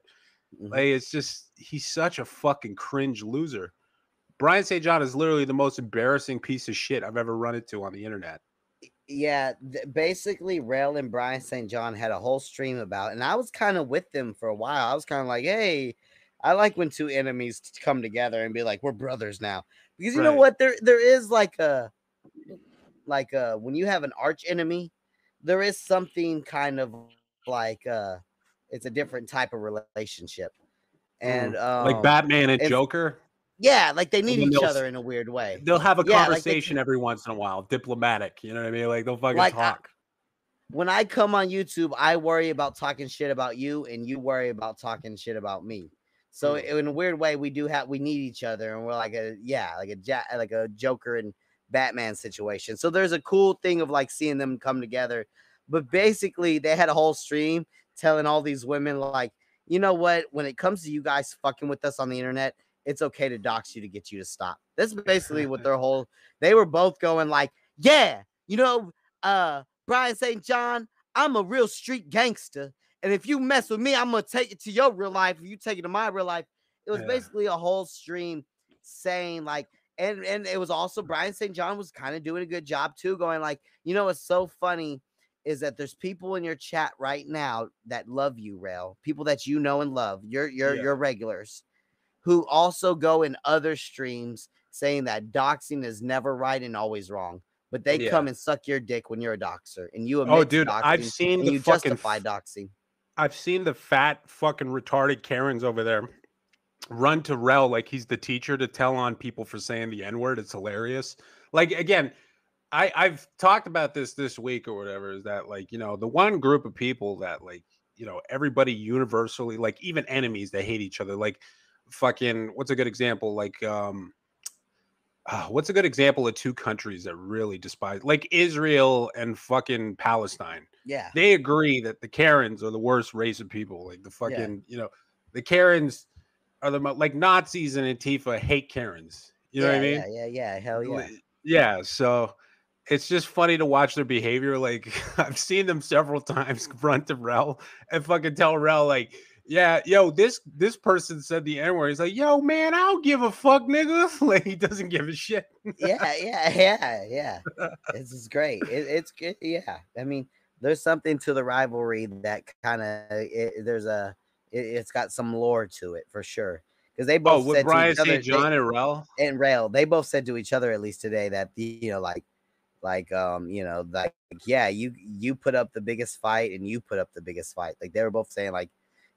Mm-hmm.
Like it's just he's such a fucking cringe loser. Brian St. John is literally the most embarrassing piece of shit I've ever run into on the internet.
Yeah, th- basically, Rail and Brian St. John had a whole stream about, and I was kind of with them for a while. I was kind of like, "Hey, I like when two enemies t- come together and be like, we're brothers now," because you know
Right.
what? There, there is like a, like a when you have an arch enemy, there is something kind of like uh, it's a different type of relationship. and um,
Mm. like Batman and
if-
Joker.
Yeah, like they need
Someone
each
else-
other in a weird way.
They'll have a
Yeah, like they-
conversation every once in a while, diplomatic. You know what I mean? Like they'll fucking
Like, I-
talk.
when I come on YouTube, I worry about talking shit about you, and you worry about talking shit about me. So in a weird way, we do have we need each other, and we're like a yeah, like a ja- like a Joker and Batman situation. So there's a cool thing of like seeing them come together. But basically, they had a whole stream telling all these women like, you know what? When it comes to you guys fucking with us on the internet, it's okay to dox you to get you to stop. That's basically what their whole. They were both going like, yeah, you know, uh, Brian St. John, I'm a real street gangster, and if you mess with me, I'm gonna take it to your real life. If you take it to my real life, it was
Yeah.
basically a whole stream saying like, and and it was also Brian St. John was kind of doing a good job too, going like, you know, what's so funny is that there's people in your chat right now that love you, Rail, people that you know and love, your your
Yeah.
your regulars who also go in other streams saying that doxing is never right and always wrong. But they
Yeah.
come and suck your dick when you're a doxer and you
Oh,
admit to
dude, I've
doxing,
seen
and
the
you
fucking
justify
f-
doxing.
I've seen the fat fucking retarded Karens over there run to Rel like he's the teacher to tell on people for saying the N word. It's hilarious. Like again, I I've talked about this this week or whatever is that like you know the one group of people that like you know everybody universally like even enemies they hate each other like fucking what's a good example like um uh, what's a good example of two countries that really despise like Israel and fucking Palestine
Yeah.
they agree that the Karens are the worst race of people. Like the fucking, you know, the Karens are the mo- like Nazis and Antifa hate Karens. You know
yeah,
what I mean?
Yeah, yeah, yeah. Hell yeah.
Yeah, so it's just funny to watch their behavior. Like <laughs> I've seen them several times <laughs> confront to Rel and fucking tell Rel like, yeah, yo, this this person said the N word. He's like, yo, man, I don't give a fuck, nigga. <laughs> Like he doesn't give a shit. <laughs>
yeah, yeah, yeah, yeah. This is great. It, it's good. Yeah, I mean, there's something to the rivalry that kind of there's a it, it's got some lore to it for sure. Because they
Oh,
both
with
said to
Brian
each other,
St.
they-
John and Rel.
and Rail, they both said to each other at least today that you know, like, like, um, you know, like, yeah, you you put up the biggest fight and you put up the biggest fight. Like they were both saying, like,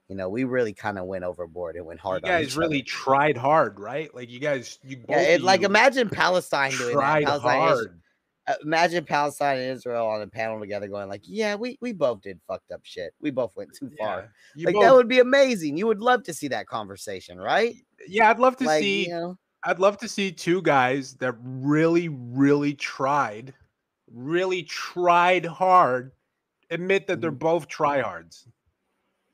you know, we really kind of went overboard and went
You
hard. on each
guys
other.
really tried hard, right? Like you guys, you both
Yeah, it,
of
like
you-
imagine Palestine doing that.
tried
Palestine and Is-
hard.
uh, imagine Palestine and Israel on a panel together, going like, "Yeah, we we both did fucked up shit. We both went too far.
you
Like that
both-
would be amazing. You would love to see that conversation, right?
Yeah, I'd love to
Like,
see.
you know?
I'd love to see two guys that really, really tried, really tried hard, admit that they're
Mm-hmm.
both tryhards.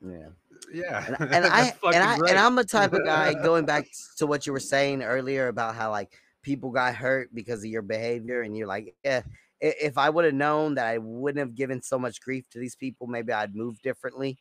Yeah.
Yeah. <laughs>
and, and I
That's fucking
and I
great.
and I'm a type of
<laughs>
guy going back to what you were saying earlier about how like people got hurt because of your behavior, and you're like, yeah. i- If I would have known that I wouldn't have given so much grief to these people, maybe I'd move differently.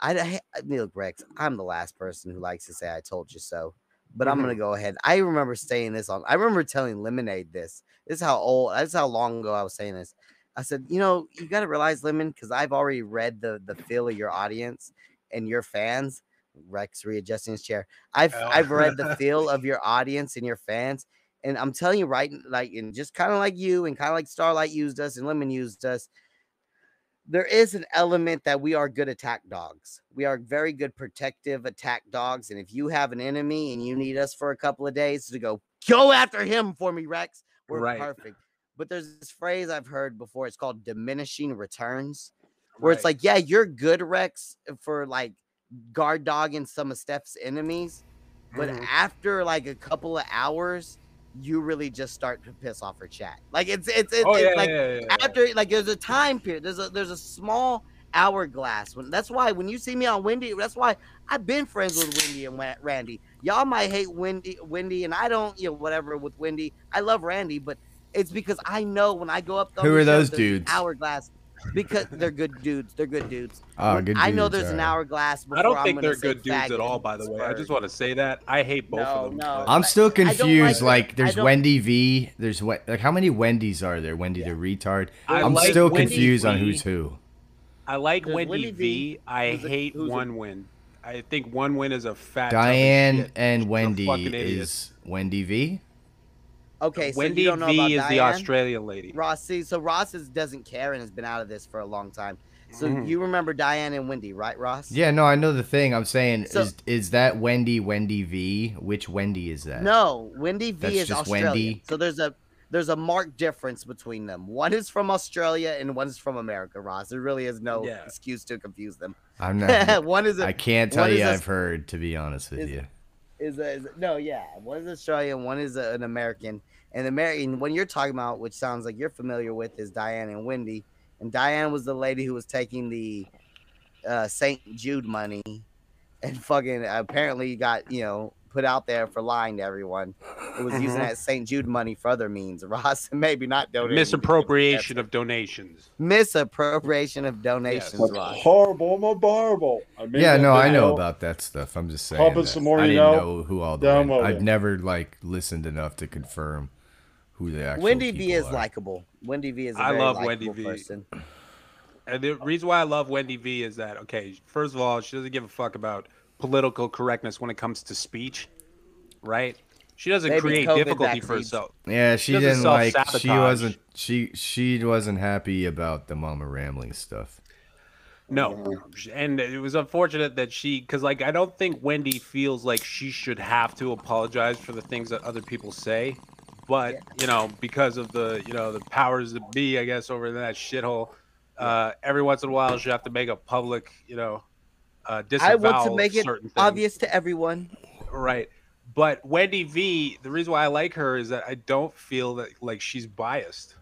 I'd, I, I mean, look, Rex, I'm the last person who likes to say I told you so, but I'm gonna
Mhm.
go ahead. I remember saying this on. I remember telling Lemonade this. This is how old. This is how long ago I was saying this. I said, you know, you gotta realize, Lemon, because I've already read the the feel of your audience and your fans. Rex readjusting his chair. I've
Oh.
I've read
<laughs>
the feel of your audience and your fans, and I'm telling you right, like and just kind of like you and kind of like Starlight used us and Lemon used us there is an element that we are good attack dogs. We are very good protective attack dogs. And if you have an enemy and you need us for a couple of days to go go after him for me, Rex, we're
Right.
perfect. But there's this phrase I've heard before. It's called diminishing returns, where it's
Right.
like, yeah, you're good, Rex, for like guard dogging some of Steph's enemies. But
Mhm.
after like a couple of hours, you really just start to piss off her chat. Like it's it's it's,
Oh,
it's
yeah,
like
yeah, yeah, yeah.
after like there's a time period. There's a there's a small hourglass. When that's why when you see me on Wendy, that's why I've been friends with Wendy and Wa- Randy. Y'all might hate Wendy, Wendy, and I don't. You know whatever with Wendy. I love Randy, but it's because I know when I go up. on
Who
the
are
show,
those
there's an
dudes?
Hourglass. Because they're good dudes. They're good dudes.
Ah,
When
good
I know
dudes,
there's an
alright.
hourglass.
I
before
don't
I'm
think
gonna
they're
say
good dudes
faggot.
at all, by the way. I just want to say that. I hate both of them. but-
I'm still
like-
confused. Like,
I
there's
don't-
Wendy V. There's we- like how many Wendy's are there? Wendy the retard.
I
I'm
like
still
Wendy
confused on
V.
who's who.
I like
There's
Wendy,
Wendy
V.
V,
I
who's a-
hate
who's a-
one win. I think one win is a fat. tub of
Diane
shit.
and Wendy
fucking idiot.
is Wendy V.
Okay, so
Wendy
you don't know
V
about
is the
Diane?
Australian lady.
Ross, see, so Ross is, doesn't care and has been out of this for a long time. So
Mhm.
you remember Diane and Wendy, right, Ross?
Yeah, no, I know the thing. I'm saying
So-
is is that Wendy Wendy V? Which Wendy is that?
No, Wendy V
That's
is
just
Australian.
Wendy.
So there's a there's a marked difference between them. One is from Australia and one's from America, Ross. There really is no
Yeah.
excuse to confuse them.
I'm not.
<laughs> one is a,
I can't tell
one is
you.
a-
I've heard to be honest with
is-
you.
is, a, is a- no, yeah. One is Australian, one is a, an American. And the American, one you're talking about, which sounds like you're familiar with, is Diane and Wendy. And Diane was the lady who was taking the uh, St. Jude money and fucking apparently got, you know, put out there for lying to everyone. It was
Mm-hmm.
using
Mhm.
that St. Jude money for other means, <laughs> Ross, and maybe not donating.
Misappropriation of donations.
Misappropriation of donations,
That's
Ross.
horrible, I'm a horrible. I made
yeah,
that
no, I
video.
know about that stuff. I'm just saying.
Papa
that. I
Samori,
didn't
no.
know who all the.
Download
I've
it.
never like listened enough to confirm who the actual.
Wendy V
people
is
are.
likable. Wendy V is a
I
very
love
likable
Wendy V.
person.
And the reason why I love Wendy V is that okay, first of all, she doesn't give a fuck about political correctness when it comes to speech, right? She doesn't
Maybe
create
COVID
difficulty for
vaccines.
herself.
Yeah, she,
doesn't
didn't like. She
self-sabotage.
wasn't. She she wasn't happy about the Mama Ramley stuff.
No, and it was unfortunate that she, because like I don't think Wendy feels like she should have to apologize for the things that other people say, but you know because of the you know the powers that be, I guess over in that shithole, uh, every once in a while she have to make a public you know uh,
I
disavowal
want to make
of
it
certain things.
obvious to everyone.
Right. But Wendy V, the reason why I like her is that I don't feel that like she's biased.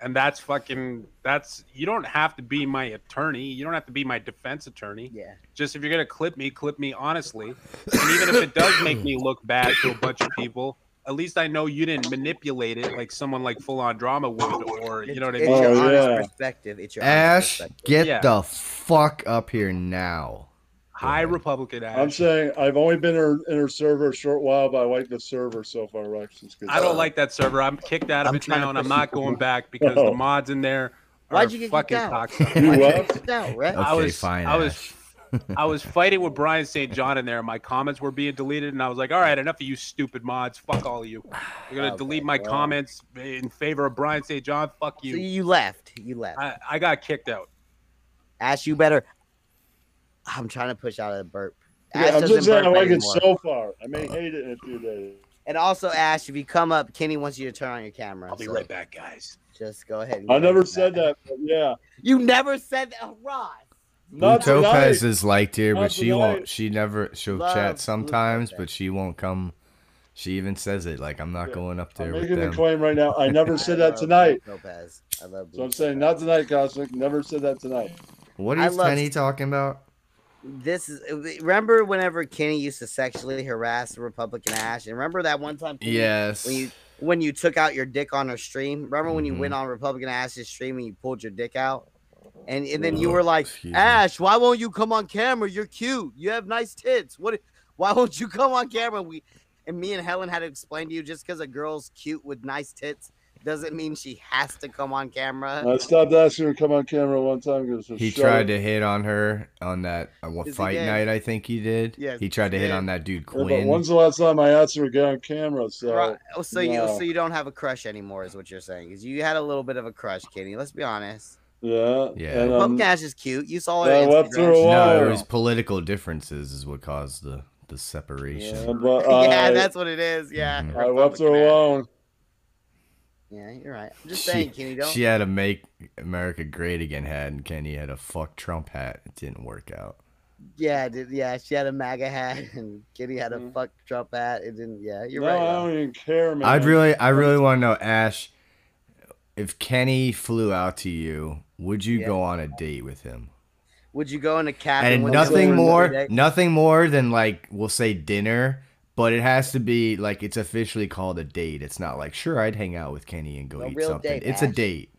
And that's fucking that's you don't have to be my attorney. You don't have to be my defense attorney.
Yeah.
Just if you're gonna clip me, clip me honestly. And even if it does make me look bad to a bunch of people, at least I know you didn't manipulate it like someone like full on drama would or you know what I
It's
mean?
Oh,
your honest perspective. It's your
Oh, Ash, get
Yeah.
the fuck up here now.
High Republican ass.
I'm saying I've only been in her, in her server a short while, but I like the server so far, Rex. It's good.
I
uh,
don't like that server. I'm kicked out of it now, and I'm not
<laughs>
going back because
No.
the mods in there are
Why'd you get
fucking
kicked out?
toxic.
<laughs>
<laughs>
You what?
<laughs>
I
Okay,
was,
fine,
I was, I was fighting with Brian St. John in there. My comments were being deleted, and I was like, "All right, enough of you stupid mods. Fuck all of you. You're
Oh
gonna delete my
well.
comments in favor of Brian St. John. Fuck you."
So you left. You left.
I, I got kicked out.
Ash, you better. I'm trying to push out of the burp. Ash
Yeah, I'm
doesn't
just saying I
burp
like it
anymore.
so far. I
Uh,
may hate it in a few days.
And also, Ash, if you come up, Kenny wants you to turn on your camera. I'll
be right back, guys.
Just go ahead. and
I
get
never
into
said that, but yeah.
You never said that, oh, Ross.
Lou
Not
Topaz
tonight.
is liked here, but
Not
she
tonight.
won't. She never. She'll
Love Lou
chat sometimes, but she won't come. She even says it like, "I'm not going up there
I'm
with
making the
them." Uh,
claim right now. I never said that tonight.
Lopez. I love
So I'm saying not tonight, Cosmic. Never said that tonight.
What
I
is
love-
Kenny talking about?
This is uh, remember whenever Kenny used to sexually harass the Republican Ash, and remember that one time? Kenny,
Yes.
When you when you took out your dick on her stream, remember when you went
Mhm.
on Republican Ash's stream and you pulled your dick out, and and then you were
Ugh,
like,
Oh, excuse me.
Ash, why won't you come on camera? You're cute. You have nice tits. What? Why won't you come on camera? We and me and Helen had to explain to you just because a girl's cute with nice tits doesn't mean she has to come on camera.
I stopped asking her to come on camera one time because
He tried to hit on her on that uh, what,
Yes, he
fight
did.
night. I think he did.
Yes,
He tried to
he
hit
did.
on that dude
Yeah, but
Quinn.
when's the last time I asked her to get on camera? So,
Right. Oh, so you
no.
so you don't have a crush anymore is what you're saying? Because you had a little bit of a crush, Kenny. Let's be honest.
yeah,
Yeah.
and,
Pump
um,
Nash is cute. You saw it.
I
on
left
Instagram.
her a
no,
while.
it was political differences is what caused the the separation.
Yeah, but
<laughs>
uh,
yeah,
I-
that's what it is. Yeah.
Mm-hmm.
I left her alone.
Yeah, you're right. I'm just
She-
saying, Kenny. Don't.
She had a "Make America Great Again" hat, and Kenny had a "Fuck Trump" hat. It didn't work out.
Yeah, did, yeah. She had a MAGA hat, <laughs> and Kenny had a fuck Trump hat. It didn't. Yeah, you're
Mm-hmm. no,
right.
I
though.
don't even care, man.
I'd really, I really want to know, Ash, if Kenny flew out to you, would you go on a date with him?
Would you go in a cab
and
with
nothing
him
more,
every day?
nothing more than like we'll say dinner, but it has to be like it's officially called a date. It's not like sure I'd hang out with Kenny and go
A
eat
real
something.
date,
it's a
Ash.
date.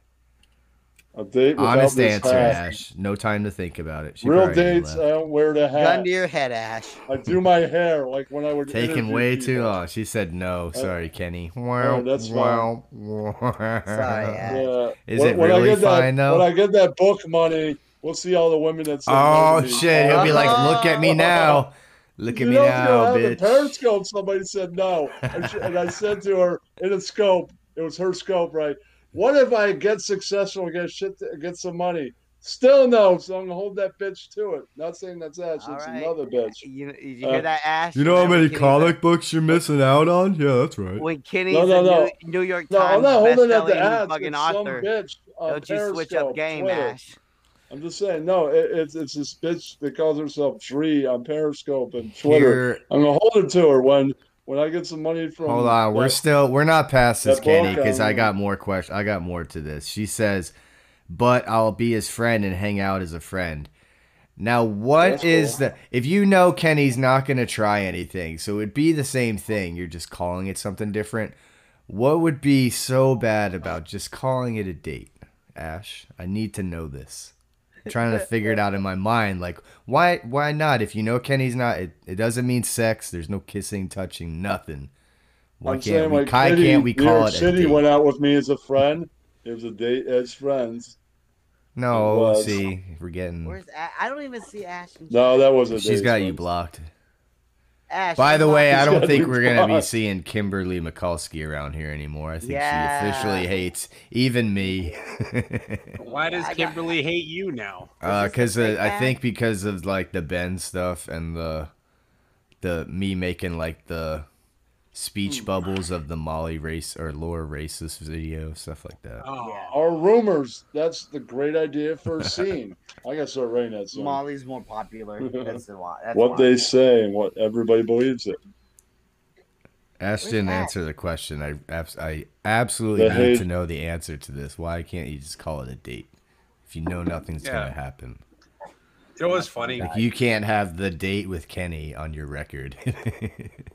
A date without
Honest
this
answer,
hat.
Ash. No time to think about it. She
Real
probably already
dates, I
left.
don't wear the hat.
Gun to your head, Ash.
I do my hair like when I would
Taking
interview
way
people.
too long. She said no. Sorry, Kenny. Wow.
Oh, that's fine.
wow. wow.
Yeah.
Uh-huh. Is
When-
it
when I
really
get
fine
that,
though?
When I get that book money, we'll see all the women that. said no
Oh
to me.
shit! He'll be like, "Look
<laughs>
at me now, look at
You
me
know, I
now,
had
bitch."
The Periscope. Somebody said no, and, she- and I said to her in a scope. It was her scope, right? What if I get successful and get shit, get some money? Still no, so I'm gonna hold that bitch to it. Not saying that's Ash, it's another bitch. Uh,
You,
you
hear that, Ash?
You know how many
Kenny-
comic books you're missing out on? Yeah, that's right.
When Kenny's
No, no,
a
no.
New, New York
No, I'm
Times
not holding up the
best-selling
ads.
fucking
it's some
author,
bitch uh, on
don't you switch
Periscope,
up game,
Twitter.
Ash?
I'm just saying, no, it, it's it's this bitch that calls herself Tree on Periscope and Twitter.
Here-
I'm gonna hold it to her when when I get some money from.
Hold on, we're still we're not past this,
that
Kenny,
book,
because I
um,
got more questions. I got more to this. She says, "But I'll be his friend and hang out as a friend." Now, what
That's
is
cool.
the? If you know Kenny's not going to try anything, so it'd be the same thing. You're just calling it something different. What would be so bad about just calling it a date, Ash? I need to know this. I'm trying to figure it out in my mind, like why why not? If you know Kenny's not, it, it doesn't mean sex. There's no kissing, touching, nothing. Why
I'm
can't
saying,
we?
like,
why
Eddie,
can't we
New
call
York
it a
City
date?
went out with me as a friend. It was a date as friends.
No,
It was.
see, we're getting.
Where's Ash? I don't even see Ash. in
No, that was a
She's
date.
got you blocked.
Ash.
By the
come
way,
on.
I don't think we're gonna be seeing Kimberly Mikulski around here anymore. I think she officially
Yeah.
hates even <laughs> me.
Why does Kimberly hate you now?
Because uh, I
back?
think because of like the Ben stuff and the the me making like the speech bubbles of the Molly race or Laura racist video stuff like that.
Our rumors. That's the great idea for
<laughs>
a scene. I gotta start writing that soon.
Molly's more
<laughs>
popular. That's the why. That's
what
why. <laughs>
they say and what everybody believes it.
Ash didn't answer the question. I abs- I absolutely
The
need
hate-
to know the answer to this. Why can't you just call it a date if you know nothing's
Yeah.
gonna happen?
You know what's funny?
Like you can't have the date with Kenny on your record. <laughs>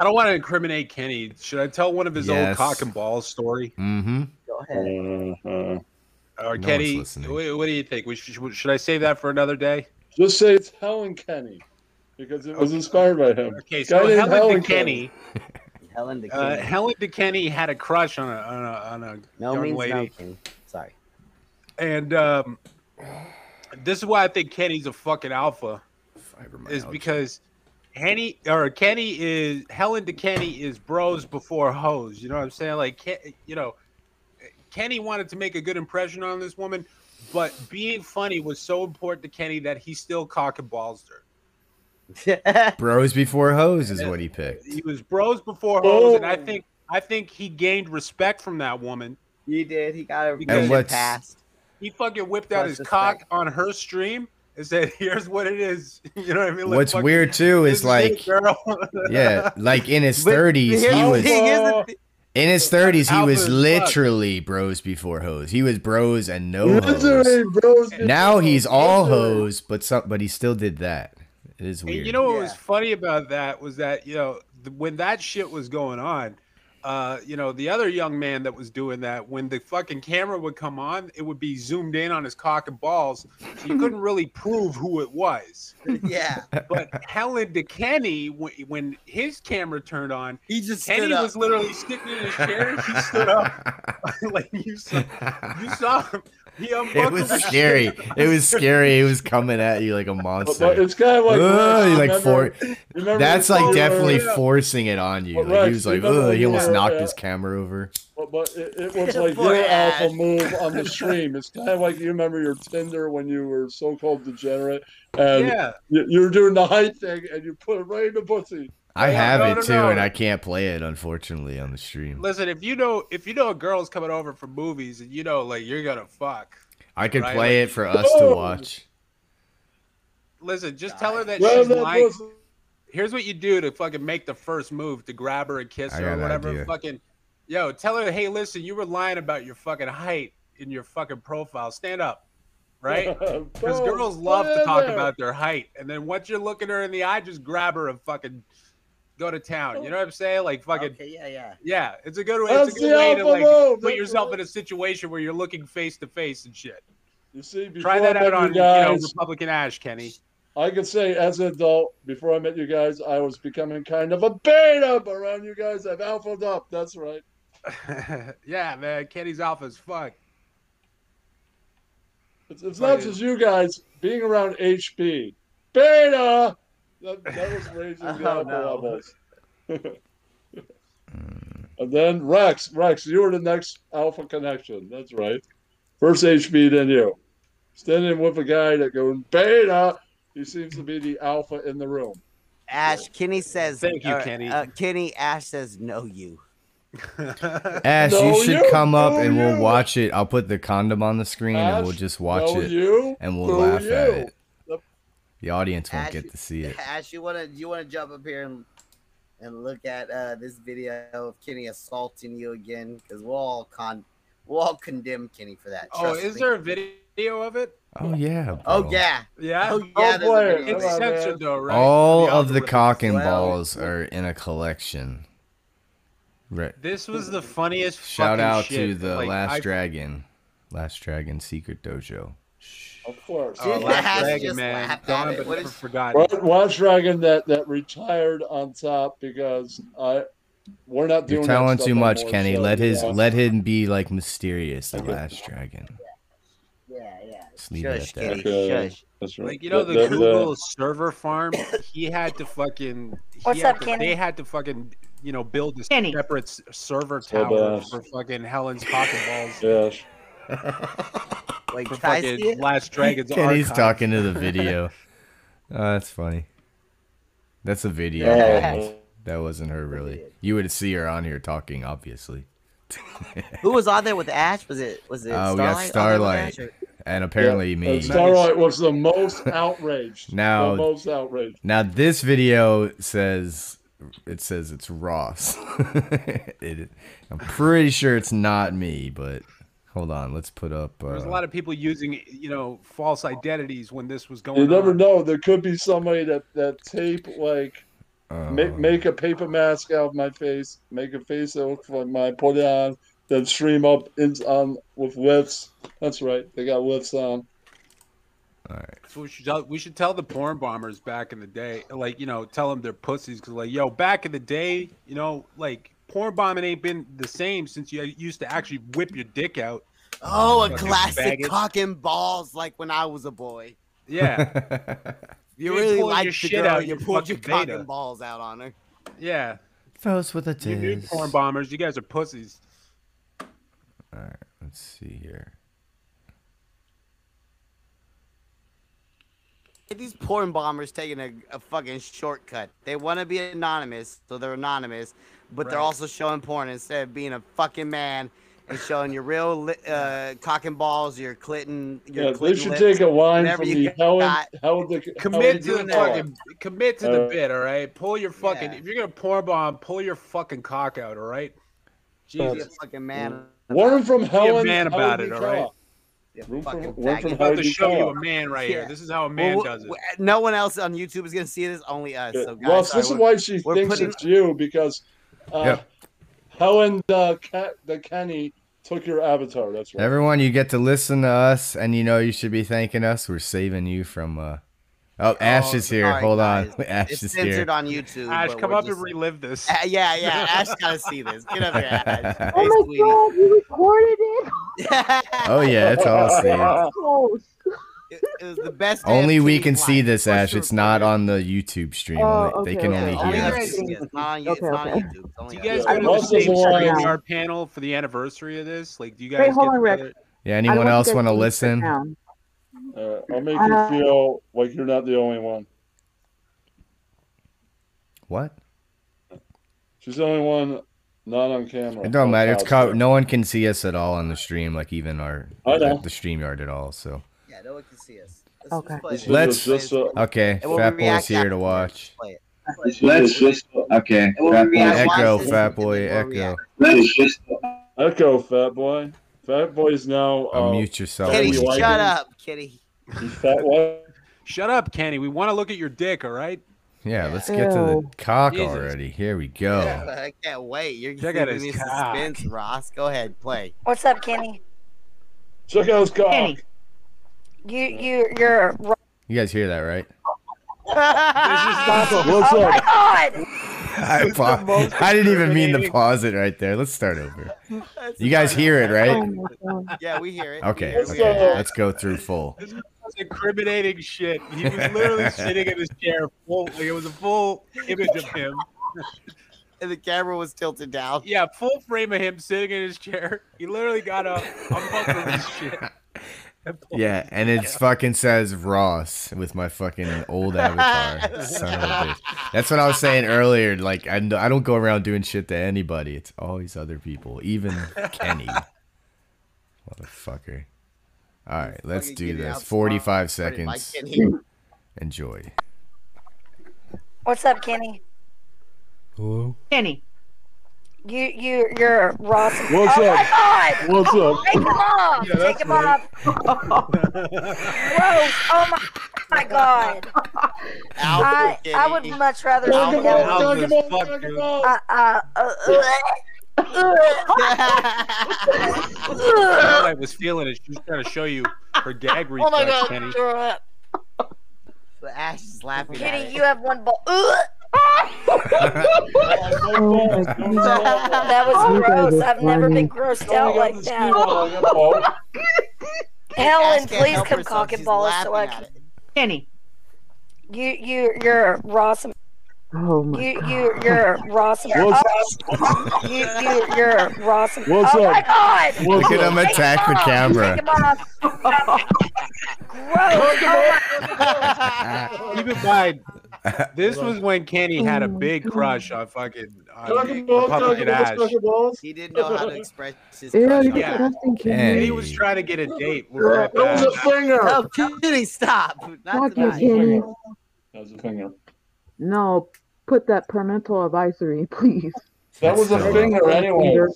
I don't want to incriminate Kenny. Should I tell one of his
Yes.
old cock and balls story?
mm-hmm.
Go
ahead.
Or
No
Kenny,
one's
wh- what, do you think? We should, should I save that for another day?
Just say it's Helen Kenny because it was inspired by him.
Okay,
Guy
so
named
Helen, DeKenny,
Helen
uh,
DeKenny.
Helen DeKenny had a crush on a on a, on a
no
young
means
lady.
no, Kenny. Sorry.
And um, this is why I think Kenny's a fucking alpha. Is because Henny or Kenny is Helen to Kenny is bros before hoes. You know what I'm saying? Like, Ken, you know, Kenny wanted to make a good impression on this woman, but being funny was so important to Kenny that he still cock and balls her.
Bros before hoes is what he picked.
He was bros before hoes, and I
Oh.
think I think he gained respect from that woman.
He did. He got a
And what's-
He fucking whipped out his
Plus
cock on her stream and said, "Here's what it is." <laughs> You know what I mean? Like,
What's
fucking-
weird too
this
is like,
it, girl.
<laughs> yeah, like in his
But
thirties he
here's the
was.
thing, here's the
<laughs>
thi-
In his thirties, he
Alpha
was
as fuck.
literally bros before hoes. He was bros and no hoes.
Literally, bros.
Now he's all hoes, but some, but he still did that. It is
<laughs> And
weird.
you know what was funny about that was that you know th- when that shit was going on, uh, you know the other young man that was doing that when the fucking camera would come on, it would be zoomed in on his cock and balls, so you
<laughs>
couldn't really prove who it was.
<laughs> Yeah.
But Helen DeKenny, when, when his camera turned on,
he just
Kenny
stood up.
was literally sitting in his chair. and He
<laughs>
stood up <laughs> like you saw, you saw him. He
It
unbuckled
was
his <laughs>
scary.
shirt.
It was scary. It was coming at you like a monster.
but it's kinda
Ugh,
like Rex,
you like
remember-
for,
remember
that's
the
like
part where-
definitely forcing it on you.
But
Like he
Rex,
was like,
remember
Ugh, he
when
almost
we were,
knocked
uh,
his camera over.
But, but it, it was like
Poor
your
Ash.
alpha move on the stream. It's kind of like you remember your Tinder when you were so called degenerate, and
Yeah.
you, you were doing the height thing, and you put it right in the pussy.
I
Yeah,
have
no,
it
no,
too,
no.
and I can't play it unfortunately on the stream.
Listen, if you know if you know a girl's coming over for movies and you know like you're gonna fuck,
I could
Right,
play
like-
it for us to
No.
watch.
listen, just tell her that
Grab
she's
that
lying.
pussy.
Here's what you do to fucking make the first move to grab her and kiss
I
her
got
or
an
whatever.
idea.
Fucking, yo, tell her, hey, listen, you were lying about your fucking height in your fucking profile. Stand up.
<laughs>
Right? Because
Bro,
girls love to
stand
talk
there.
about their height. And then once you're looking her in the eye, just grab her and fucking go to town. You know what I'm saying? Like <laughs> fucking
yeah, yeah.
Yeah, it's a good way.
That's
it's a
the
good way to
alpha
like
move,
put
that's
yourself
right.
in a situation where you're looking face to face and shit.
You see,
Try
before
that
I met
out on you
you guys-
know Republican Ash, Kenny.
I could say, as an adult, before I met you guys, I was becoming kind of a beta around you guys. I've alphaed up. That's right.
yeah, man, Kenny's alpha as fuck.
It's, it's not just you guys being around HB. Beta. That, that was raising
<laughs>
the
Oh,
alpha
no.
levels. and then Rex, Rex, you were the next alpha connection. That's right. First HB, then you. standing with a guy that going beta. He seems to be the alpha in the room.
Ash, Kenny says.
Thank you,
or,
Kenny.
Uh, Kenny, Ash says, no,
<laughs>
you.
Ash,
No,
you should
you.
come up
No,
and we'll
you.
watch it. I'll put the condom on the screen and we'll
Ash,
just watch
no,
it
you.
and we'll
No,
laugh at
you.
it. <laughs> The audience won't
Ash,
get to see it.
Ash, you wanna you wanna jump up here and and look at uh, this video of Kenny assaulting you again? Because we'll all con we'll all condemn Kenny for that.
Oh,
trust
is
me.
there a video of it?
Oh yeah.
Oh
bro.
yeah.
Yeah.
Oh yeah. there's a video of
It's
it.
censored though, right?
All of the cock and balls are in a collection. Right.
This was the funniest.
Shout
fucking
out to
shit.
the
Like,
Last
I-
Dragon, Last Dragon Secret Dojo.
Of course.
Oh, Last Dragon, man. Gone but never forgotten.
Watch, watch Dragon that, that retired on top because I we're not doing.
You're
that
telling
stuff
too much,
anymore,
Kenny.
so,
Let his
yeah.
let him be like mysterious, the Last Dragon.
Yeah, yeah.
Just leave it
Shush,
at that.
Kenny, Okay, shush.
That's
Like you know the, Google server farm, he had to fucking. he
What's
had
up,
to-
Kenny?
They had to fucking you know build a separate s- server
So
tower
bad.
for fucking Helen's pocket
<laughs>
balls.
Yes.
Like
for
can I see
fucking
it?
Last Dragon's
Kenny's
archive.
talking to the
<laughs>
video. Oh, that's funny. That's a video.
Yeah.
Kenny. That wasn't her really. You would see her on here talking, obviously. <laughs>
Who was on there with Ash? Was it was it?
Oh, we got
Starlight?
Starlight, and apparently
Yeah,
me.
and Starlight was the most outraged.
Now-
the most outraged.
Now this video says it says it's Ross. <laughs> it, I'm pretty sure it's not me, but hold on, let's put up.
There's a
Uh,
lot of people using you know false identities when this was going.
You never
on.
know. There could be somebody that that tape like
Oh.
make make a paper mask out of my face, make a face that looks like mine, put it on, then stream up in, on with lifts. That's right. They got lifts on.
So we should tell, we should tell the porn bombers back in the day, like you know, tell them they're pussies because like yo, back in the day, you know, like porn bombing ain't been the same since you used to actually whip your dick out.
Oh, a
Fucking
classic
faggot.
cock and balls like when I was a boy.
<laughs>
Yeah.
You
ain't
really
pulling
liked
your
the
shit
girl,
out.
you
You
pulled
pulled
your cock and balls out on her.
Yeah.
Fellas with a
You new
tiz.
porn bombers, you guys are pussies.
All right, let's see here.
These porn bombers taking a, a fucking shortcut. They want to be anonymous, so they're anonymous, but they're
Right.
also showing porn instead of being a fucking man and showing your real li- uh, cock and balls, your Clinton, your
Yeah, they
Clinton
should
lips,
take a line
whatever
from
you
the Helen
got.
Helen the
Commit to the
Helen Keller.
fucking commit to the
Uh,
bit, all right? Pull your fucking if you're gonna porn bomb, pull your fucking cock out, all right?
That's-
Jesus
fucking man.
Warren from
Be a
Helen.
man about
Helen
it, all
Keller.
right?
Warren from-
fucking
Warren
faggot.
from
I'm about
Helen
to show you
Keller.
a man right here.
Yeah.
This is how a man
Well,
does it.
w- uh, No one else on YouTube is gonna see this. Only us. So guys,
Ross,
sorry,
this is
we're-
why she
we're
thinks
putting-
it's you because uh,
Yep.
Helen the, Ke- the Kenny took your avatar. That's right.
Everyone, you get to listen to us, and you know you should be thanking us. We're saving you from. uh Oh, Ash is here.
sorry,
Hold
guys.
on, <laughs> Ash
it's
is
censored
here.
on YouTube.
Ash,
but
come
we're
up
just-
and relive this.
<laughs> Uh, yeah,
<laughs>
yeah. Ash gotta see this. Get up here,
<laughs>
Ash.
Oh
Hey,
my
sweetie.
Oh, you recorded it?
Oh yeah, it's
<laughs>
all saved.
Oh,
It was the best. day of
Only we
Kenny's
can
life.
see this, Ash. It's not on the YouTube stream.
Oh,
Only- They
okay,
can
okay.
only hear
Only you
us.
guys can
It's not on, it's
Okay,
not on
okay.
YouTube. It's only
Do
on
you guys
YouTube.
go to the same
online.
StreamYard panel for the anniversary of this? Like, do you guys?
Wait, hold
get
on, Rick.
together?
Yeah, anyone
want
else
you guys
want to
to sit
listen?
down.
Uh, I'll make
Uh,
you feel like you're not the only one.
What?
She's the only one not on camera.
It don't matter. It's co-
Podcast.
no one can see us at all on the stream, like even our
I know.
the stream yard at all. So
Yeah, no one can see us.
Okay.
let's
just, uh,
okay.
And we'll
Fat boy's
react
here to watch.
Let's just-
okay.
we'll
Fat boy
react- watch
echo.
this
Fat
and then
boy
we'll
echo.
Echo, Fat Boy. Fat Boy's now. Uh,
Unmute yourself.
Kenny,
we like
shut
him.
up, Kenny.
He's Fat Boy.
Shut up, Kenny. We want to look at your dick. All right.
Yeah, let's get to the
Ew.
cock
Jesus.
already. Here we go.
I can't wait. You're
Check
giving
out
me
his cock.
suspense, Ross. Go ahead, play.
What's up, Kenny?
Check out his cock.
You you you're.
<laughs>
You guys hear that, right?
What's
oh
up?
my god!
I, pa- I didn't even mean to pause it right there. Let's start over. You guys hear it, right?
Oh my god!
Yeah, we hear it.
Okay,
Let's
okay.
go.
Let's go through full.
This was incriminating shit. He
<laughs>
was literally sitting in his chair, full. Like, it was a full image of him.
<laughs> And the camera was tilted down.
Yeah, <laughs> full frame of him sitting in his chair. He literally got up. I'm fucking with this shit.
Yeah, and it's fucking says Ross with my fucking old avatar. Son of a bitch. That's what I was saying earlier. Like I, n- I don't go around doing shit to anybody. It's always other people, even Kenny. Motherfucker. All right, let's
fucking
do
get it
this.
out.
Forty-five
Already like
seconds.
Kenny.
Enjoy.
What's up, Kenny?
Hello.
Kenny. You you you're Ross.
What's
oh
up?
My God!
What's
Oh,
up?
Take him off.
Yeah,
Take
that's
him
right.
off. Gross. Oh my, my God. I, I would much rather
Take him off,
that.
take him off, take him off.
Uh, uh, uh, uh,
I was feeling it. She was trying to show you
<laughs>
her gag
oh my
reflex,
God!
Kenny.
you're up.
But Ash is laughing at
Kitty,
it.
you have one ball. Ugh.
that
Uh,
<laughs>
that was gross. I've never been grossed out like that. Helen,
Ask can't
please
help
come
herself.
cock and
She's
ball us so I
laughing
can. Kenny, you you you're Ross.
Oh
You you you're Ross.
What's
oh, you you you're Ross.
What's
oh my
up?
God!
What's
Look at
up?
him attack the
Take him off.
camera.
Take him off. Gross. Oh
Keep in mind, this was when Kenny had
Oh
a big crush on fucking on Republican Ash.
He didn't know how to express his
Ew,
crush.
you're disgusting, Kenny. And he was trying to get a date with that uh,
That was
Ash.
a finger. No, Kitty, stop. <laughs> Not
Fuck you,
tonight.
Kenny.
That was a finger.
No, put that parental advisory, <laughs> please.
That was a finger anyway.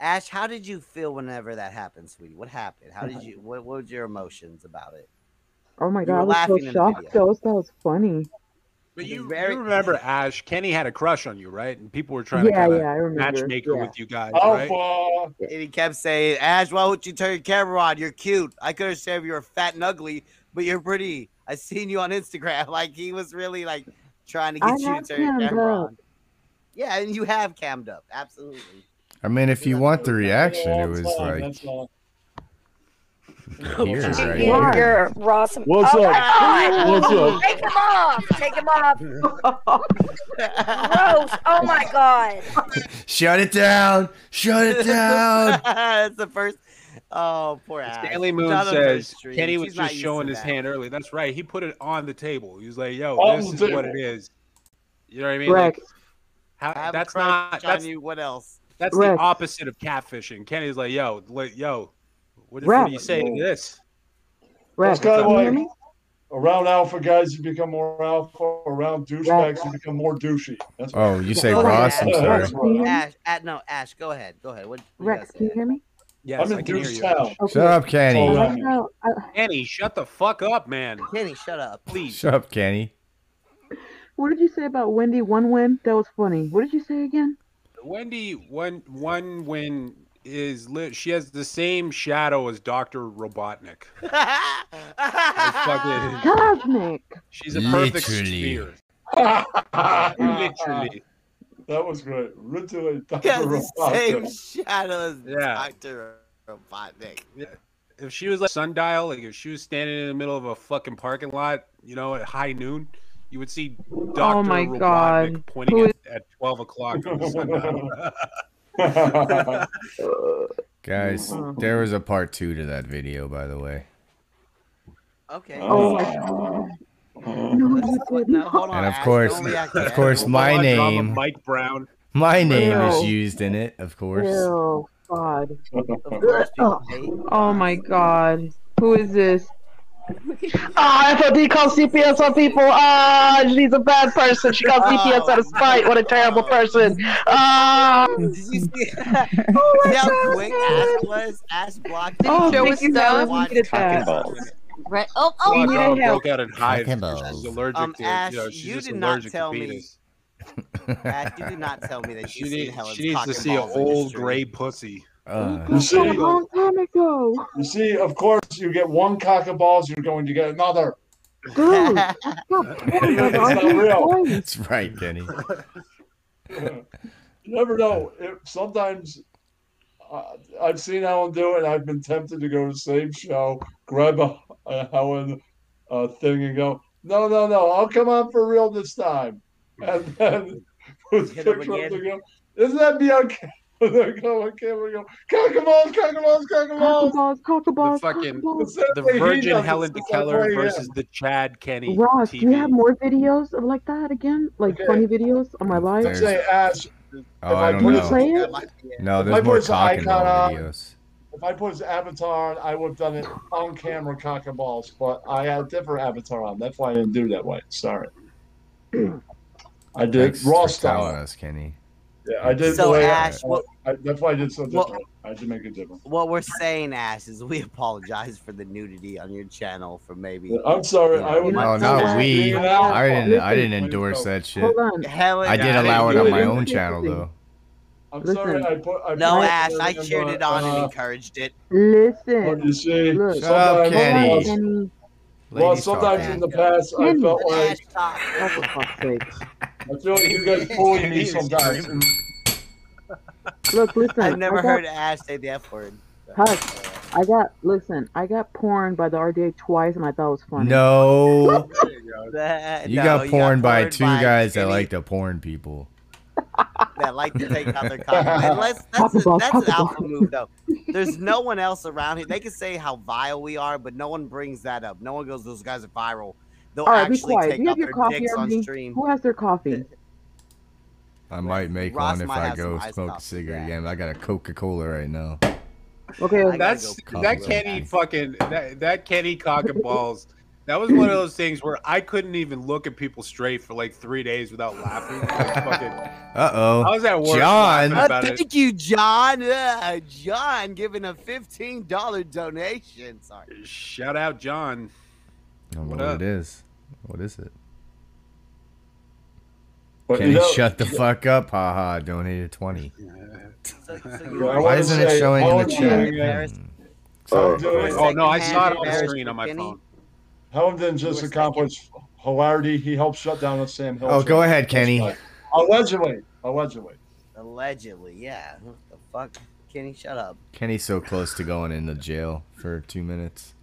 Ash, how did you feel whenever that happened, sweetie? What happened?
<laughs>
How did you? What, what were your emotions about it?
Oh my
You
god, I
were
was
laughing in
so
the
shocked. That was, that was funny.
But you, you remember Ash? Kenny had a crush on you, right? And people were trying
Yeah,
to
yeah, I
kind of
remember.
matchmaker
Yeah.
with you guys,
Oh,
right?
Alpha.
And he kept saying, Ash, why would you turn your camera on? You're cute. I could understand if you were fat and ugly, but you're pretty. I seen you on Instagram. <laughs> Like he was really like trying to
I
get you to
have
turn your
cammed
camera
up.
on. Yeah, and you have cammed up. Absolutely.
I mean, if you want the reaction, it was like
That's all.
here, right
You,
here.
you're Ross.
What's
oh
up?
My God!
What's up?
Take him off. Take him off. Gross. Oh my God.
<laughs> Shut it down. Shut
<laughs>
it down.
<laughs> That's the first. Oh, poor Ash.
Stanley Moon
Not on the
says
stream.
Kenny
She's
was
not
just
used
showing
to
his
that.
hand early. That's right. He put it on the table. He was like, "Yo,
Oh,
On
this is
the
what it
table.
is." You know what I mean?
Rex.
Like, how-
Have a
that's
crush
not.
on
That's
you. What else?
That's
Rex.
the opposite of catfishing. Kenny's like, "Yo, like, yo, what, what
Rex.
do you say to this?"
It's
Rex,
kind of
can you hear
like
me?
around alpha guys, you become more alpha. Around douchebags, you become more douchey. That's
Oh, you say
Go ahead,
Ross? I'm
Ash.
sorry.
That's what-
Ash, at, no, Ash, go ahead. Go ahead. What, what you
Rex,
guys
can you hear me?
Yes,
I'm in
I can hear
Deuce
you.
Town.
Shut up, Kenny.
Oh,
No, I,
Kenny, shut the fuck up, man.
Kenny, shut up,
please.
Shut up, Kenny.
what did you say about Wendy? One win? That was funny. What did you say again?
Wendy, one one win is lit. She has the same shadow as
<laughs>
Doctor Robotnik. Like, fucking-
Cosmic.
she's a
<laughs>
perfect
Literally.
sphere.
Literally. That was great. Literally, Dr.
Yeah, the same
Robotnik.
shadow as
Yeah.
Doctor Robotnik.
If she was like sundial, like if she was standing in the middle of a fucking parking lot, you know, at high noon, you would see Doctor
my
Robotnik
God.
pointing
Who
at, at twelve o'clock on the sundial.
<laughs>
Uh,
Guys,
uh-huh.
there was a part two to that video, by the way.
Okay.
Oh my god. No, you didn't.
And of course,
don't react
of
yet.
course, my
Drama,
name,
Mike Brown.
my name is
Ew.
used in it, of <laughs> course.
Ew, Oh God.
<laughs>
course people
Oh my god. Who is this?
<laughs> Ah, FOD calls CPS on people. Ah, she's a bad person. She calls
Oh,
CPS out of spite. What a terrible person.
<laughs>
Ah.
Oh my how quick Ash was? Ash blocked.
Oh, Show thank us you, stuff. Alan.
Watch
Look at
Ash.
that. Fucking
Right. Oh, oh,
Blood
you
dog
didn't help.
broke out in hives. 'cause She's
Cannibals.
allergic
Um,
to,
Ash,
you know, she's
you
just
did not
allergic
tell
to
me-
penis.
Ash, you did not tell
<laughs>
me that
She,
you seen
need,
Helen's
she needs
cock
to
and
see an
balls on your
old
stream.
gray pussy.
You see,
long time ago.
you see, of course, you get one cock of balls, you're going to get another.
<laughs>
Dude,
it's not real.
That's right,
<laughs>
Kenny. Oh.
You never know. It, sometimes uh, I've seen Alan do it, and I've been tempted to go to the same show, grab a, a Helen uh, thing, and go, no, no, no, I'll come on for real
<laughs>
this time. And then <laughs>
Hit him again.
isn't that Bianca? They're going, okay, we go, Cockabos, cockabos, cockabos.
The fucking
<laughs>
the
He
Virgin
doesn't
Helen
sound
DeKeller
like him.
versus the Chad Kenny
Ross, do you
TV.
have more videos of like that again? Like funny videos on my live?
I'm saying, Ash,
If
Oh, I
I
don't
put
know.
his- Play it?
No,
If
there's
I
more
put his
talking
icon uh,
than
on-
videos.
if I put his avatar on, I would have done it on camera, cock and balls, but I had a different avatar on. That's why I didn't do it that way. Sorry. I did
Thanks
raw
for
style.
telling us, Kenny.
Yeah, I did.
So,
the way
Ash,
I,
what-
I, that's why I did something
what-
different. I had to make it different.
What we're saying, Ash, is we <laughs> apologize for the nudity on your channel for maybe.
I'm sorry, I would-
No, Oh, not we. I didn't. I didn't endorse that shit. I did allow it on my own channel though.
I'm sorry. I put. I
no,
put-
Ash, I
uh,
cheered it on
uh,
and encouraged
<laughs>
it.
Listen.
What you see?
Look.
Shut up,
Hold on,
Kenny.
Kenny.
Well,
Ladies
sometimes
talking.
in the past, I
Kenny.
felt like
Oh, for fuck's sake.
I feel like
<laughs>
you guys bully me sometimes.
<laughs>
Look, listen.
I've never
I got, <laughs>
heard Ash say the F word.
Hush. I got, listen, I got porn by the RDA twice and I thought it was funny.
<laughs>
<laughs>
No,
That-
you
no,
got porn by
porned
two
by
guys that like to porn people.
that like to take
<laughs>
out their comment.
<laughs>
Unless that's,
Papa
a,
boss,
that's
Papa
an alpha
boss.
move, though. There's no one else around here. They can say how vile we are, but no one brings that up. No one goes, "Those guys are viral." They'll
All right, be
actually
quiet.
take
You
out
have your
their
coffee,
dicks on
RD?
stream.
Who has their coffee?
I might make
Ross
one if
might
I
have
go
some iced
smoke a
coffee,
cigarette again. I got a Coca Cola right now.
Okay,
That's
go
that
pee.
Kenny fucking that, that Kenny cock and balls. That was one of those things where I couldn't even look at people straight for like three days without laughing. Like, fucking-
Uh oh.
How's that work?
John.
Laughing about
Uh,
it.
thank you, John. Uh, John giving a fifteen dollar donation. Sorry.
Shout out John.
I don't know
What
what,
up?
it is. What is it?
But
Kenny,
you know-
shut the fuck up. Ha ha. Donated 20.
Oh, I
Why
wanna
isn't it
say-
showing
I
in the
wanna
chat?
say, uh,
Sorry.
Oh, no, I saw it on the screen on my phone.
Helmden just accomplished hilarity. He helped shut down a Sam Hill.
Oh, go
show.
ahead, Kenny.
That's right. Allegedly. Allegedly.
Allegedly, yeah. What the fuck, Kenny? Shut up.
Kenny's so close to going into jail for two
<laughs>
minutes.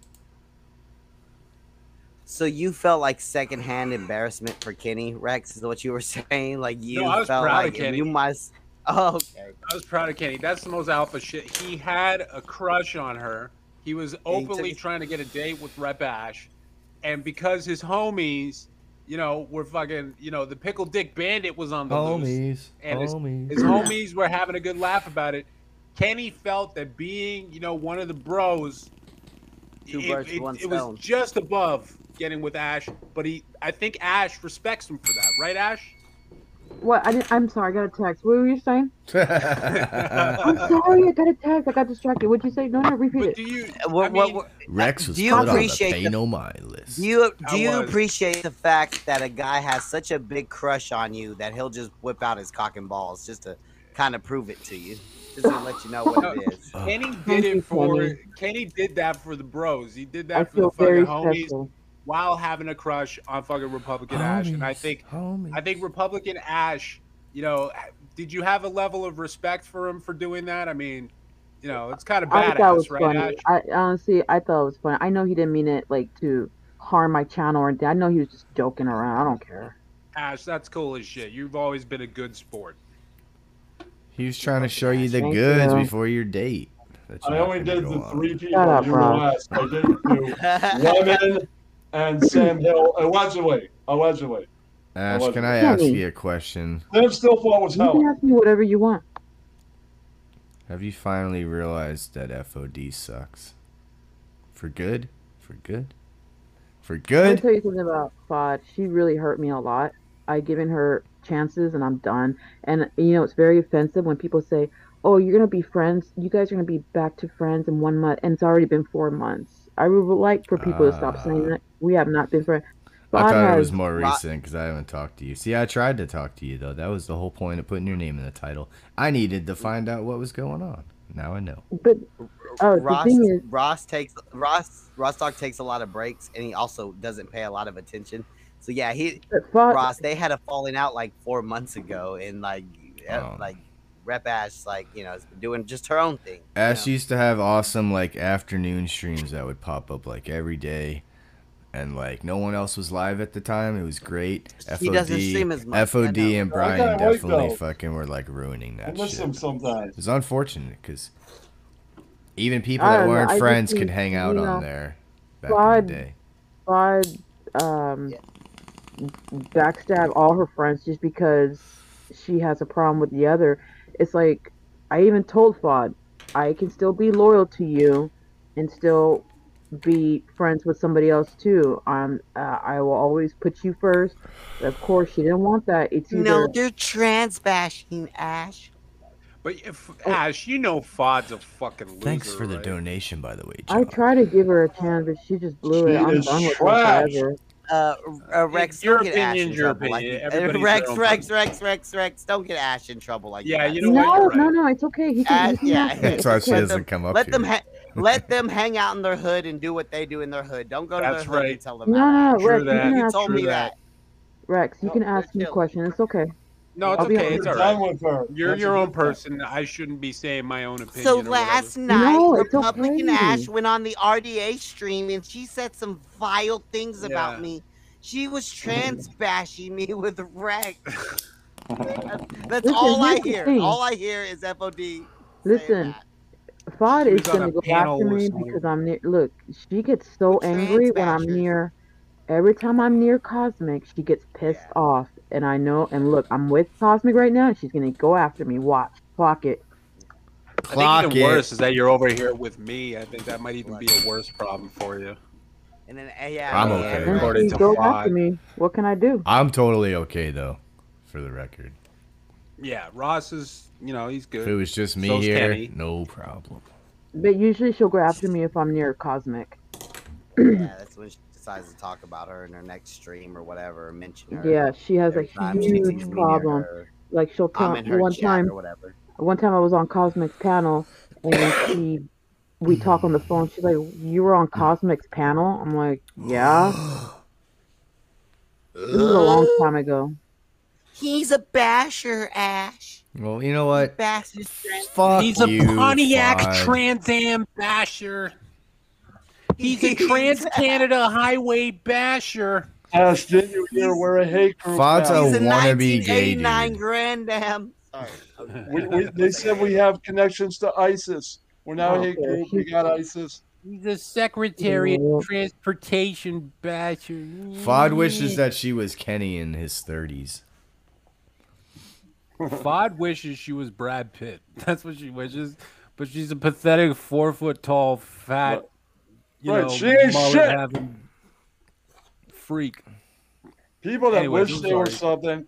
So you felt like secondhand embarrassment for Kenny Rex is what you were <laughs> saying. Like you
I was
felt
proud of
like
Kenny.
you must. Oh, okay.
I was proud of Kenny. That's the most alpha shit. He had a crush on her. He was openly trying to get a date with Rep Ash. And because his homies, you know, were fucking, you know, the pickle dick bandit was on the
Homies,
loose. And his-
homies.
His, homies were having a good laugh about it. Kenny felt that being, you know, one of the bros,
Two
it,
birds with
it-
one
it was
stone.
just above getting with Ash. But he, I think Ash respects him for that, right, Ash?
What? I didn't, I'm sorry, I got a text. What were you
<laughs>
saying? I'm
<laughs>
sorry, I got a text. I got distracted. What'd you say? No, no, repeat it.
What, what, what,
Rex was
Do you
put on the
appreciate
pay
the-
no mind list.
do you
I
do you
was.
appreciate the fact that a guy has such a big crush on you that he'll just whip out his cock and balls just to kind of prove it to you, just to let you know what it is.
Kenny did
you,
it for
Kenny.
Kenny did that for the bros. He did
I
that for
feel
the fucking
very
homies
special.
while having a crush on fucking Republican Ash. And I think I think Republican Ash, you know, did you have a level of respect for him for doing that? I mean, you know, it's kind of
I thought it was
badass, right?
funny.
Ash?
I honestly, I thought it was funny. I know he didn't mean it like to harm my channel or anything. I know he was just joking around. I don't care.
Ash, that's cool as shit. You've always been a good sport.
He was trying to show you the
Thank
goods
you.
before your date. That's
I
not
only
gonna
did
go
the
on.
three people
Shut up,
you
bro.
were asked. I did do Lemon and Sam Hill. Allegedly. Allegedly.
Ash,
Allegedly.
can I ask you a question?
Liv still fall was
You can
hell.
ask me whatever you want.
Have you finally realized that FOD sucks? For good? For good? For
Let me
good?
tell you something about Fod. She really hurt me a lot. I given her chances and I'm done. And you know, it's very offensive when people say, "Oh, you're gonna be friends. You guys are gonna be back to friends in one month," and it's already been four months. I would like for people to stop saying that. We have not been friends.
I thought
has
it was more
lot-
recent because I haven't talked to you. See, I tried to talk to you though. That was the whole point of putting your name in the title. I needed to find out what was going on. Now I know.
But oh,
Ross,
the thing is,
Ross takes Ross Rostock takes a lot of breaks, and he also doesn't pay a lot of attention. So yeah, he
Fod-
Ross they had a falling out like four months ago, and like
Oh.
uh, like Rep Ash like you know is doing just her own thing.
Ash used to have awesome like afternoon streams that would pop up like every day. and like no one else was live at the time. It was great. FOD,
He doesn't stream as much, I
FOD
know.
and
I gotta
Brian
wake
definitely
up.
fucking were like ruining
I
that
miss
shit.
them sometimes.
It was unfortunate because even people
I
that
don't know,
weren't
I just
friends
think,
could hang out
you
on
know,
there back in
Claude-
the day.
Claude, um, backstab all her friends just because she has a problem with the other. It's like I even told Fod, I can still be loyal to you, and still be friends with somebody else too. Um, uh, I will always put you first. But of course, she didn't want that. It's either
No, you're trans bashing, Ash.
But if
Oh.
Ash, you know Fod's a fucking loser.
Thanks for the donation, by the way.
I try to give her a chance, but she just blew
She
it. I'm
is
done with her
trash.
forever.
Uh, uh, Rex,
Your
don't get Ash in
opinion's your
trouble like-
opinion.
uh,
Everybody's
Rex,
their own
Rex, Rex, Rex, Rex, don't get Ash in trouble like
Yeah,
that.
you
No, no, no, it's okay. He can, <laughs>
Uh,
he can
yeah,
ask me.
That's why
It's
she
okay.
doesn't come up
let
here.
them ha- let them hang out in their hood and do what they do in their hood. Don't go to
That's
their hood
right.
and tell them.
No,
how
no,
to act.
Rex, you can
You
ask
told me that.
Rex, you can ask me a question. It's okay.
No, it's
I'll be
okay.
honest.
It's all right.
with her.
You're
That's
your
a
own
good thing.
person. I shouldn't be saying my own opinion.
So
or whatever.
last night,
No, it's
Republican
okay.
Ash went on the RDA stream and she said some vile things
Yeah.
about me.
<laughs>
She was trans bashing me with Rex. That's
Listen,
all I
here's the
hear.
thing.
All I hear is FOD.
Listen, Fod is
was on
gonna
a
go after
panel or
me
something.
because I'm near. Look, she gets so angry when I'm near. Every time I'm near Cosmic, she gets pissed off, and I know. And look, I'm with Cosmic right now, and she's gonna go after me. Watch, clock it.
I think
Clock it.
even worse is that you're over here with me. I think that might even be a worse problem for you.
And then, uh, yeah,
I'm
yeah,
okay.
Rex.
According
She
to
go
Fod.
after me. What can I do?
I'm totally okay though, for the record.
Yeah, Ross is, you know, he's good.
If it was just me
So's
here,
Kenny.
no problem.
But usually she'll go after me if I'm near Cosmic. <clears throat>
yeah, that's when she decides to talk about her in her next stream or whatever, or mention her.
Yeah, she has a
Every time she sees
huge
me near
problem.
her,
Like she'll
I'm
tell
in her
one
chat
time.
or whatever.
One time I was on Cosmic's panel, and she, we talk on the phone. She's like, "You were on
Mm.
Cosmic's panel." I'm like,
<gasps>
"Yeah." this is a long time ago.
He's a basher, Ash.
Well, you know what?
Bastard.
Fuck you, Fod.
Trans Am basher. He's
<laughs>
a Trans Canada Highway basher.
Ash, didn't you hear we're a hate group?
Fod's
now?
a He's a wannabe gay dude.
89 grand damn. Sorry. Okay.
We, we, they said we have connections to ISIS. We're now
Oh,
a hate
Okay.
group. We got ISIS.
He's a Secretary
Yeah.
of Transportation basher.
Fod wishes that she was Kenny in his 30s.
Fod wishes she was Brad Pitt. <laughs> That's what she wishes. But she's a pathetic four foot tall, fat, you
Right,
know,
she ain't
mullet
shit.
having freak.
People that
Anyways,
wish
I'm
they were
sorry.
something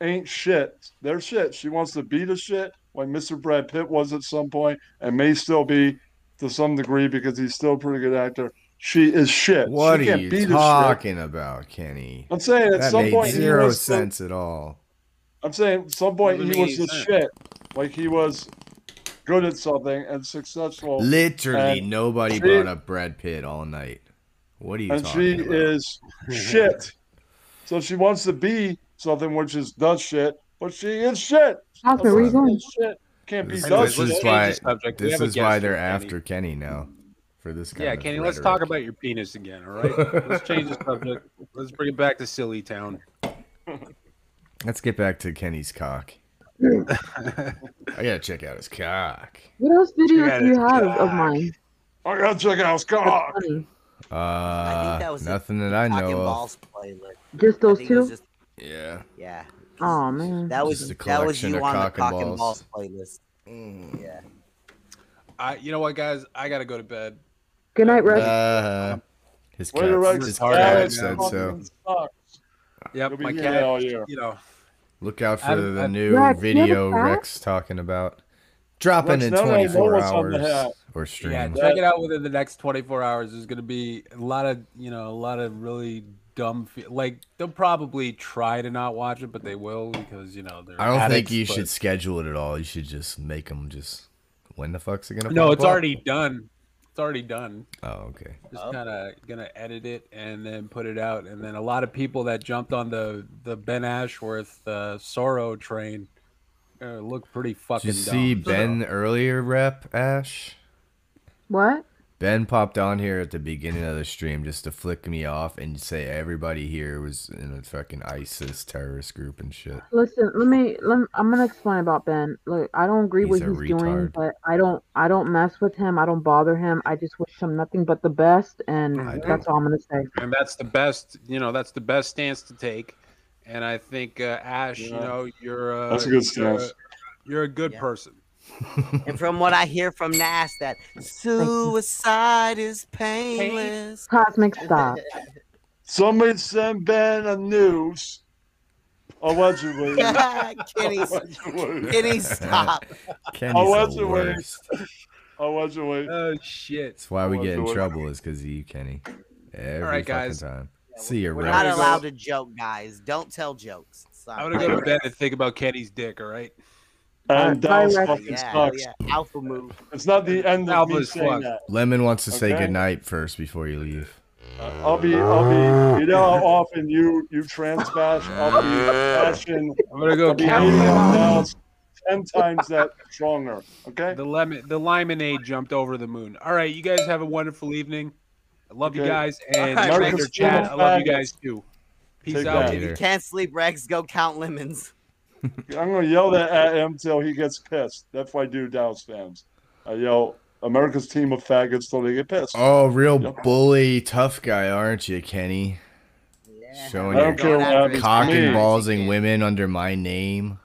ain't shit. They're shit. She wants to be the shit like Mr. Brad Pitt was at some point and may still be to some degree because he's still a pretty good actor. She is shit.
What
she
are
can't be
you
the shit.
talking about, Kenny?
I'm saying at
that
some
made
point he
zero
was the-
sense at all.
I'm saying at some point
Doesn't
he
make
was
any
the
sense.
shit. Like he was good at something and successful.
Literally
Oh, and
nobody
she-
brought up Brad Pitt all night. What are you
and
talking
she
about?
is shit. So she wants to be something which is does shit, but she is shit.
How's where are you going?
Shit can't be
This,
done.
this
let's
is
change
why,
the subject. We
this
have a
is why
guest
they're
here, Kenny.
after Kenny now for this kind
Yeah,
of
Kenny, let's
rhetoric.
talk about your penis again, all right? let's change the subject. Let's bring it back to Silly Town.
Let's get back to Kenny's
<laughs>
cock. I gotta check out his cock.
What else videos
Yeah,
do you
that's
have of
cock.
mine?
I gotta check out Scott.
Uh,
that was a
nothing that I
Cock and
know of.
balls playlist.
Just
I
those
think it was
two?
just-
Yeah.
Yeah.
Oh man.
That was
Just a
that was
collection
you
of
on the
cock and
cock and
balls.
balls playlist.
Mm,
Yeah.
I, you know what, guys? I gotta go to bed.
Good night, Rex.
Uh, his
Way to
cat,
Rex
his
Alex
cat said
fucking
so.
sucks.
Yep,
You'll be
my
hearing
cat.
that all year.
You know,
Look out for
Adam-
the
Adam-
new
Rex, you have a
video
cat?
Rex talking about dropping
Rex,
in
now that I know
24
what's on the hat.
hours or stream.
yeah. Check it out within the next 24 hours. There's gonna be a lot of, you know, a lot of really dumb. Fe- like they'll probably try to not watch it, but they will because you know they're.
I don't think
addicts,
you
but-
should schedule it at all. You should just make them just. When the fuck's it gonna?
No,
pop
it's
up?
already done. It's already done.
Oh, okay.
Just kind of gonna edit it and then put it out. And then a lot of people that jumped on the the Ben Ashworth uh, sorrow train uh, look pretty
Did
fucking.
you see
dumb.
Ben earlier rep Ash?
What?
Ben popped on here at the beginning of the stream just to flick me off and say everybody here was in a fucking ISIS terrorist group and shit.
Listen, let me. Let me- I'm gonna explain about Ben. Look, I don't agree with
He's a
what he's doing,
retard.
but I don't. I don't mess with him. I don't bother him. I just wish him nothing but the best, and that's all I'm gonna say.
and that's the best you know that's the best stance to take and i think uh, ash you
Yeah.
know you're uh,
That's a good
you're,
stance.
you're a good person
<laughs>
and from what I hear from Nas, that suicide is painless.
Cosmic stop.
<laughs> Somebody send Ben a news. Allegedly.
<laughs> Kenny, Kenny, stop.
<laughs> Kenny's the
Allegedly.
worst.
Allegedly.
Oh shit.
That's why we get in
Allegedly.
trouble is because of you, Kenny. Every
right,
fucking
guys.
time. See you,
We're
Rick.
not allowed to joke, guys. Don't tell jokes.
i'm
Sorry.
gonna go to bed and think about kenny's dick all right
And Dallas
Yeah,
fucking
Uh, yeah,
sucks.
yeah. Alpha move.
It's not the end of
Alpha
me
is
saying
fucked.
that.
Lemon wants to say
Okay.
goodnight first before you leave.
I'll be,
<laughs>
I'll be. You know how often you you transmash. I'll be fashion.
I'm gonna go
I'll be
count
eating
them.
Dallas ten times that stronger. Okay.
the lemon the lemonade jumped over the moon all right you guys have a wonderful evening i love you
Okay.
guys
All
and
right,
Rex
Rex.
or Chad, i love you guys too peace
Take
out
that.
If you can't sleep, Rex, go count
<laughs>
lemons.
I'm gonna yell that at him till he gets pissed. That's why I do Dallas fans. I yell America's team of faggots till they get pissed.
Oh, real bully, tough guy, aren't you, Kenny? Showing
I
your
don't care what happens to
cock and
me.
ballsing women under my name.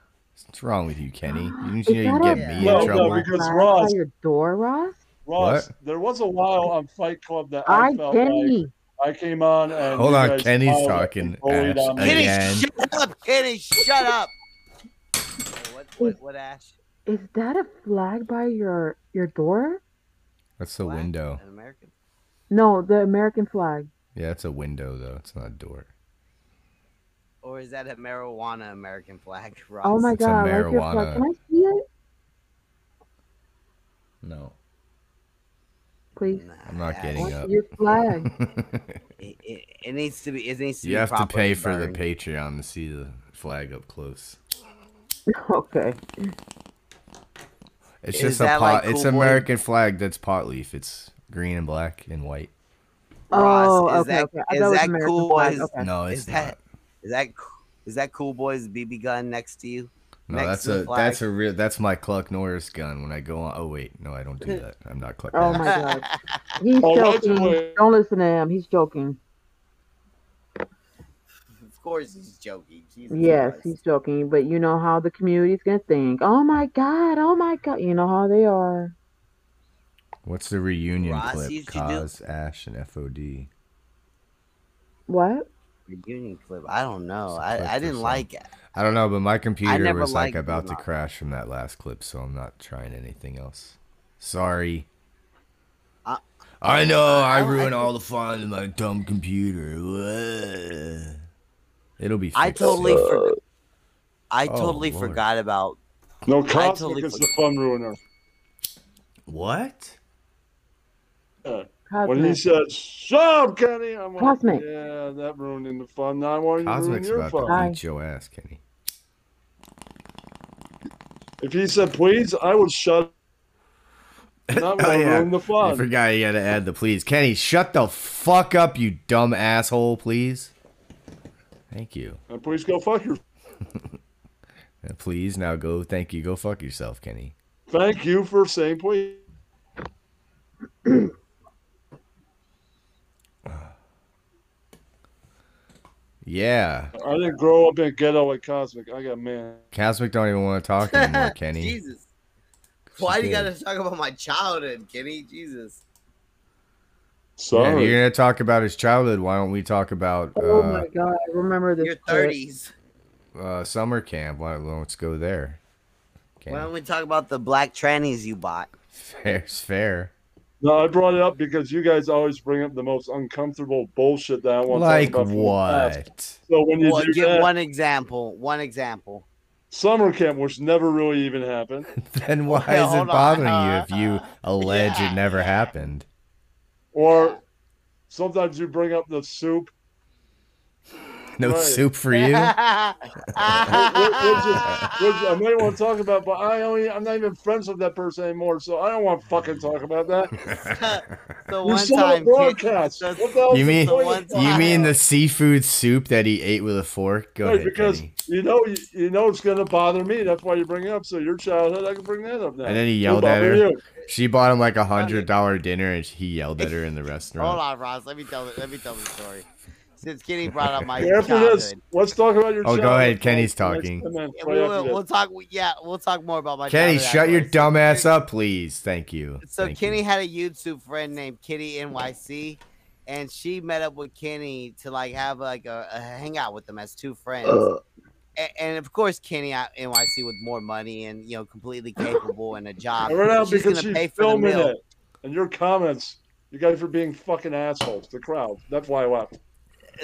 What's wrong with you, Kenny? You
Is
know you
that
get
a
me
No,
in
no,
trouble.
because
Knock
Ross-
by your door, Ross.
Ross,
What?
there was a while on Fight Club that I,
I
felt
Kenny.
like I came on and
Hold
you
on,
guys
Kenny's
piled up
talking,
and bullied
Ash,
on me.
again.
Kenny, shut up. Kenny, shut up. what, what, what, Ash?
Is that a flag by your your door?
That's the window.
An American?
No, the American flag.
Yeah, it's a window though. It's not a door.
Or is that a marijuana American flag? <laughs> Ross?
Oh my
It's a
god, I like your flag. Can I
marijuana-
see it,
No,
please?
I'm not
I
getting
want
up.
Your flag.
<laughs>
<laughs> It, it, it needs to be. It needs to
You
be.
have to
properly
pay for the
burned.
Patreon to see the flag up close.
okay.
It's
Is
just a
that
pot.
like
it's
Cool Boy?
American flag that's pot leaf. It's green and black and white.
Ross,
Oh,
is
okay,
that,
okay. I
is
thought it was
that
American
cool?
flag,
Boys-
okay.
No,
is
it's
that, Is that cool- is that cool? Boys BB gun next to you?
No,
next
that's
to the
a
flag?
that's a real that's my Cluck Norris gun. When I go on, oh wait, no, I don't do that. I'm not
<laughs>
Cluck.
Oh
Norris.
my god. He's
Allegedly.
joking. Don't listen to him. He's joking.
Of course, he's joking. Jesus
Yes,
Christ.
he's joking. But you know how the community's gonna think. Oh my god. Oh my god. You know how they are.
What's the reunion
Ross, you
clip?
should do-
Cause, Ash, and FOD.
What?
reunion clip. I don't know.
clip
I, I
or
didn't
something.
like it.
I don't know, but my computer
never
was like
liked
about to
Ross.
crash from that last clip, so I'm not trying anything else. Sorry.
I-
I know I,
I- I
ruin
think-
all the fun in my dumb computer. It'll be. Fixed
I totally
soon.
for, I
Oh,
totally
Lord.
forgot about.
No,
I
Cosmic
totally
is
forgot-
the <laughs> fun ruiner.
What?
Yeah. When he
Cosmic.
said, "Shut up, Kenny," I'm like,
Cosmic.
"Yeah, that ruined in the fun. Now I want you to ruin
Cosmic's
your
about
fun."
to beat your ass, Kenny.
If he said, "Please," I
<laughs>
would shut. And I'm gonna
Oh, yeah.
ruin the
I
fun.
forgot you had to add the please. Kenny, shut the fuck up, you dumb asshole, please. Thank you.
And please go fuck your.
Uh, Please, now go. Thank you. Go fuck yourself, Kenny.
Thank you for saying please.
Yeah.
I didn't grow up in ghetto like Cosmic. I got man.
Cosmic don't even want to
<laughs>
talk <laughs> anymore, Kenny.
Jesus. Why do you
good.
gotta talk about my childhood, Kenny? Jesus.
Yeah, if
Sorry.
you're going to talk about his childhood. Why don't we talk about
Oh
uh,
my god. I remember this.
Your
clip.
thirties.
uh, summer camp? Why, let's go there. <laughs>
Why don't
Kenny.
we talk about the black trannies you bought?
Fair's fair.
No, I brought it up because you guys always bring up the most uncomfortable bullshit that I want
Like
to talk about. from the past.
what?
So when you
Well,
do
give
that,
one example. One example.
summer camp, which never really even happened.
<laughs> Then why
Well,
is it
hold on,
bothering
uh,
you if you allege it never happened?
Or sometimes you bring up the soup.
No soup for <laughs>
<laughs>
you.
we're, we're just, we're just- I might want to talk about, but I only, I'm not even friends with that person anymore, so I don't want to fucking talk about that.
so
you
one
saw
time,
a
kid,
broadcast. What the hell's
You
the
mean
point of
you
that?
mean the seafood soup that he ate with a fork? Go
Right,
ahead.
because you know you, you know it's gonna bother me. That's why you bring it up. So your childhood, I can bring that up now.
And then he
It'll
yelled at
bother
her.
you.
She bought him like a hundred dollar dinner, and he yelled at her in the
Hold
restaurant.
on, Ross. Let me tell the, let me tell the story. Since Kenny brought up my
Right after this,
childhood,
let's talk about your.
Oh, go
childhood.
ahead. Kenny's
Next-
talking.
next time,
Yeah,
right
we,
after
will,
this.
we'll talk. Yeah, we'll talk more about my.
Kenny,
childhood
shut your
afterwards.
dumb ass up, please. Thank you.
So
Thank
Kenny had a YouTube friend named Kitty NYC, and she met up with Kenny to like have like a, a hangout with them as two friends.
Ugh.
A- and of course, Kenny uh, at NYC with more money and you know completely capable and a job.
I run out
She's gonna
because she's
pay for the
filming
meal.
it. And your comments, you guys were being fucking assholes. The crowd. That's why I left.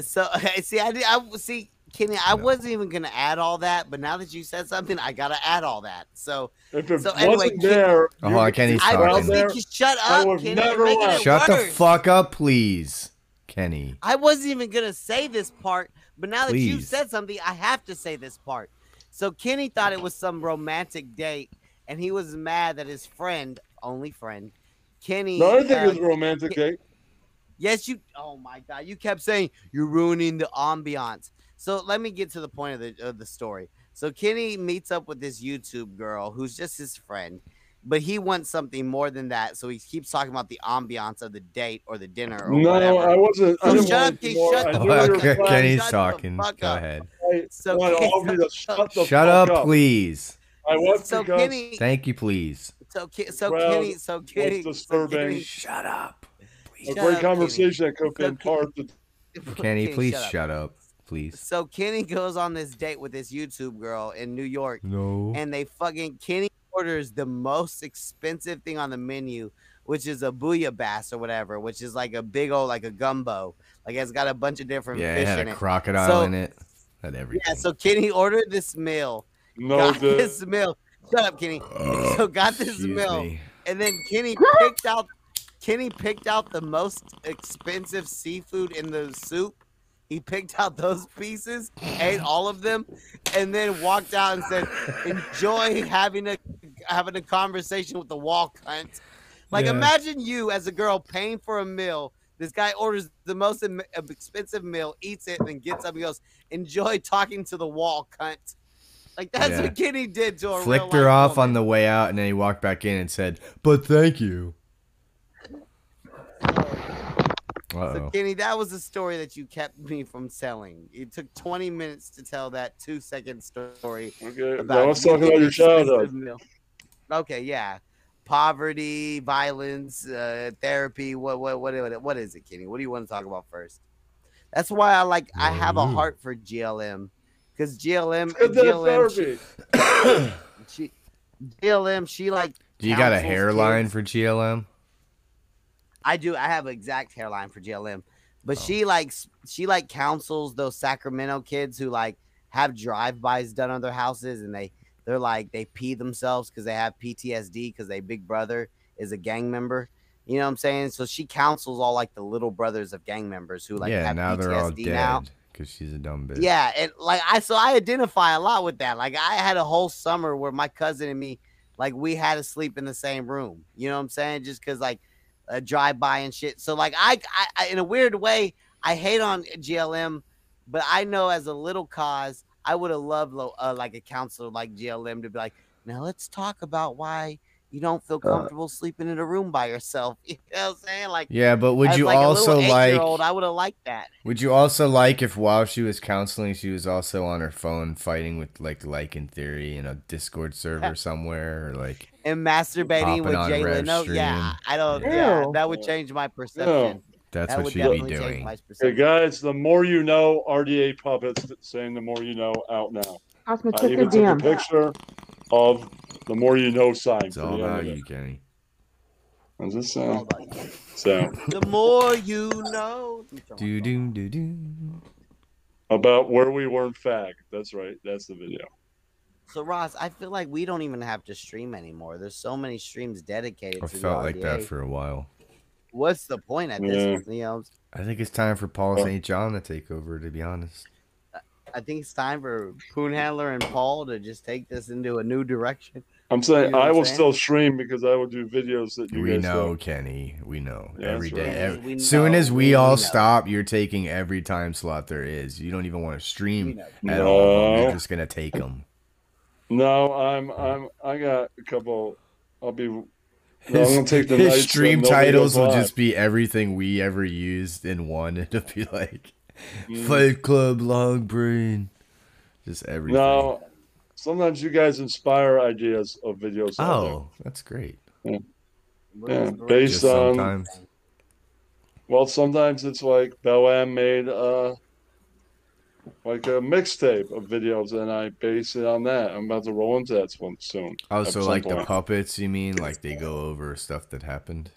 So <laughs> see, I did. I see, Kenny. I wasn't even gonna add all that, but now that you said something, I gotta add all that. So
if it
so
wasn't there,
Oh, you- Kenny's
I
talking.
think you shut
I
up,
would've
Kenny.
never
You're making
you.
it
Shut the
worse.
fuck up, please, Kenny.
I wasn't even gonna say this part, but now that you
Please.
said something, I have to say this part. So Kenny thought it was some romantic date, and he was mad that his friend, only friend, Kenny.
No, I think it
uh,
was a romantic date.
Yes, you. Oh my God, you kept saying you're ruining the ambiance. So let me get to the point of the of the story. So Kenny meets up with this YouTube girl who's just his friend, but he wants something more than that. So he keeps talking about the ambiance of the date or the dinner or
No,
whatever.
I wasn't. I
So
didn't
shut up,
want any
Kenny,
more.
shut
I
the
knew you were
Oh, Okay,
fine.
Kenny's
Shut the
talking. Go
fuck up.
ahead.
I
So
wanted
Kenny-
all of you to shut the
Shut
fuck
up, please.
I left
So
because
Kenny-
Thank you,
<laughs>
please.
So, Ki- so
crowd
Kenny, so
was
Kenny, so
disturbing.
Kenny-
Shut up.
a
Shut
great
up,
conversation that could have been part of the
Kenny,
Kenny,
please
shut
shut
up.
up. please.
So Kenny goes on this date with this YouTube girl in New York.
No.
And they fucking Kenny orders the most expensive thing on the menu, which is a bouillabaisse or whatever, which is like a big old like a gumbo. Like it's got a bunch of different
Yeah,
fish
it had
in
a
it.
crocodile
So-
in it. Had everything.
Yeah, so Kenny ordered this meal.
No,
got
the-
this meal. Shut up, Kenny. so got <laughs> this
Oh, Excuse
meal,
me.
and then Kenny picked out. Kenny picked out the most expensive seafood in the soup. He picked out those pieces, ate all of them, and then walked out and said, "Enjoy having a having a conversation with the wall cunt." Like,
Yeah.
imagine you as a girl paying for a meal. This guy orders the most em- expensive meal, eats it, and then gets up and goes, "Enjoy talking to the wall, cunt." Like that's
Yeah.
what Kenny did to a real
Flicked
life
her off
woman.
on the way out, and then he walked back in and said, "But thank you." Uh
So
oh.
Kenny, that was a story that you kept me from telling. It took 20 minutes to tell that two-second story.
Okay,
about
now let's
you
talk about
<laughs> eating
your childhood.
expensive meal. Okay, yeah, poverty, violence, uh, therapy. What, what, what, what, what is it, Kenny? What do you want to talk about first? That's why I like. I have a
Ooh.
heart for GLM because GLM,
Good
GLM,
therapy.
she, GLM, she like.
Do you got a
counsels
hairline
kids.
for GLM?
I do. I have an exact hairline for GLM,
Oh.
but she likes she like counsels those Sacramento kids who like have drive-bys done on their houses, and they they're like they pee themselves because they have PTSD because they big brother is a gang member. You know what I'm saying? So she counsels all like the little brothers of gang members who like
yeah,
have
now
PTSD
they're all
now.
dead because she's a dumb bitch.
Yeah, and like I so I identify a lot with that. Like I had a whole summer where my cousin and me, like we had to sleep in the same room. You know what I'm saying? Just because like a drive by and shit. So like I, I, I, in a weird way, I hate on GLM, but I know as a little cause, I would have loved lo- uh, like a counselor like GLM to be like, now let's talk about why you don't
Uh.
feel comfortable sleeping in a room by yourself. <laughs> You know what I'm saying? Like
Yeah, but would
as,
you
like, a little
also like-
eight-year-old, I would have liked that.
Would you also like if while she was counseling, she was also on her phone fighting with like Lycan Theory in a Discord
<laughs>
server somewhere, or like
and masturbating
Hopping
with
on
Jay
Rev's
Leno. Yeah,
stream.
I don't. Yeah, that would change my perception.
That's
That
what
would
she'd be
definitely change
doing.
my
Hey
perception.
guys, the more you know, RDA puppets saying the more you know out now.
Cosmo,
I
check
even
the
took
DM.
a picture of the more you know sign. It's
all about you, Kenny.
What's this sound? So
The more you know.
Do do do do.
about where we were in fact. That's right. That's the video.
So Ross, I feel like we don't even have to stream anymore. There's so many streams dedicated.
I
to the
felt like that
RDA.
for a while.
What's the point at this?
Yeah.
point, You know,
I think it's time for Paul St. John to take over. To be honest,
I think it's time for Poon Handler and Paul to just take this into a new direction.
I'm saying
You know what
I
I'm
will
saying?
still stream because I will do videos that you
We
guys
know,
don't.
Kenny. We know
Yeah,
every
that's
day.
right.
every-
We
soon
know,
as we,
we
all
know.
stop, you're taking every time slot there is. You don't even want to stream
know.
at all. You're
No.
just gonna take them.
No, I'm I'm I got a couple. I'll be. No,
His,
I'm gonna take
<laughs>
the
his
nights that
stream
nobody goes
titles will
live.
just be everything we ever used in one. <laughs> It'll be like
Mm.
Fight Club, Long Brain, just everything.
No, sometimes you guys inspire ideas of videos. out there.
Oh, that's great.
Yeah.
Just
Yeah, based on
sometimes.
well, sometimes it's like Bellam made uh like a mixtape of videos, and I base it on that. I'm about to roll into that one soon.
Oh,
at
so
some
like the
point.
puppets, you mean? Like they go over stuff that happened?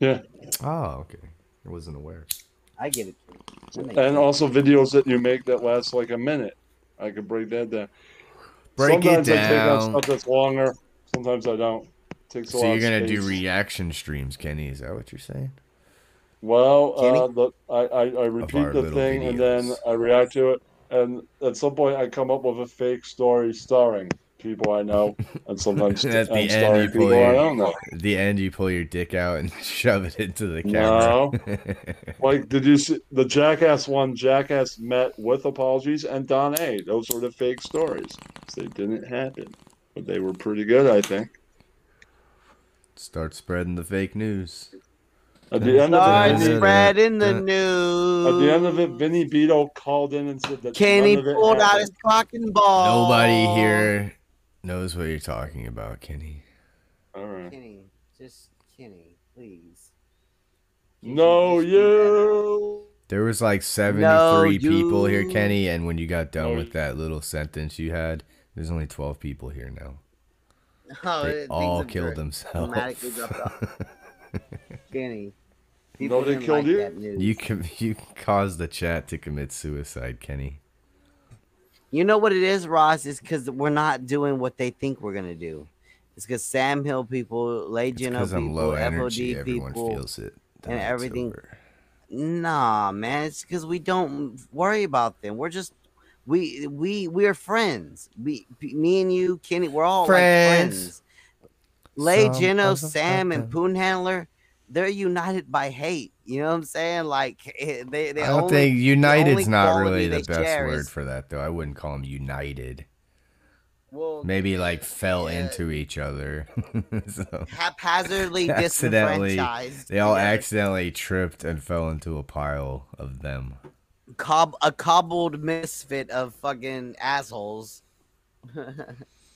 Yeah.
Oh, okay. I wasn't aware.
I get it.
and also videos that you make that last like a minute. I could break that down.
Break it
sometimes I take
down.
out stuff that's longer. Sometimes I don't. takes a
So
lot
you're
of
gonna do
space.
reaction streams, Kenny? Is that what you're saying?
Well, uh, the, I, I, I repeat
our
the
little
thing and then I react to it. And at some point, I come up with a fake story starring people
<laughs>
I know. And sometimes
And at the
I'm
end,
starring
you pull
people I don't
your
know.
at the end you pull your dick out and <laughs> shove it into the camera. <laughs>
No. like, did you see the Jackass one? Jackass met with apologies and Don A. Those were the fake stories. So they didn't happen, but they were pretty good, I think.
Start spreading the fake news.
At the end of it,
spreading the news.
At the end of it, Vinny Beetle called in and said that
Kenny
none of it
pulled out
happened.
his fucking ball.
Nobody here knows what you're talking about, Kenny.
<laughs> All right.
Kenny, just Kenny, please. <laughs>
No, you.
There was like 73 people here, Kenny, and when you got done with that little sentence you had, there's only 12 people here now.
No,
They
it- Oh, things
all
have
killed
dra-
themselves.
dramatically dropped
<laughs>
off. Kenny.
People they
didn't
killed
like
you?
that news.
You com- you caused the chat to commit suicide, Kenny.
You know what it is, Ross? It's because we're not doing what they think we're gonna do. It's because Sam Hill people, Lay Geno
'cause I'm
people,
low
FOD
energy, everyone
people,
feels it.
and everything. Nah, man, it's because we don't worry about them. We're just we we we are friends. We me and you, Kenny, we're all
Friends.
like friends. Lay
Some
Geno,
of us
Sam, and
happen.
Poon Handler, they're united by hate. You know what I'm saying? Like eh, they they
I don't
only,
think
the
united's
only
not
quality
really the
they
best
share
word
is-
for that, though. I wouldn't call them united.
Well,
Maybe like fell into each other. <laughs> So, <laughs>
haphazardly
accidentally,
disenfranchised.
they all accidentally tripped and fell into a pile of them.
Cob- a cobbled misfit of fucking assholes. <laughs>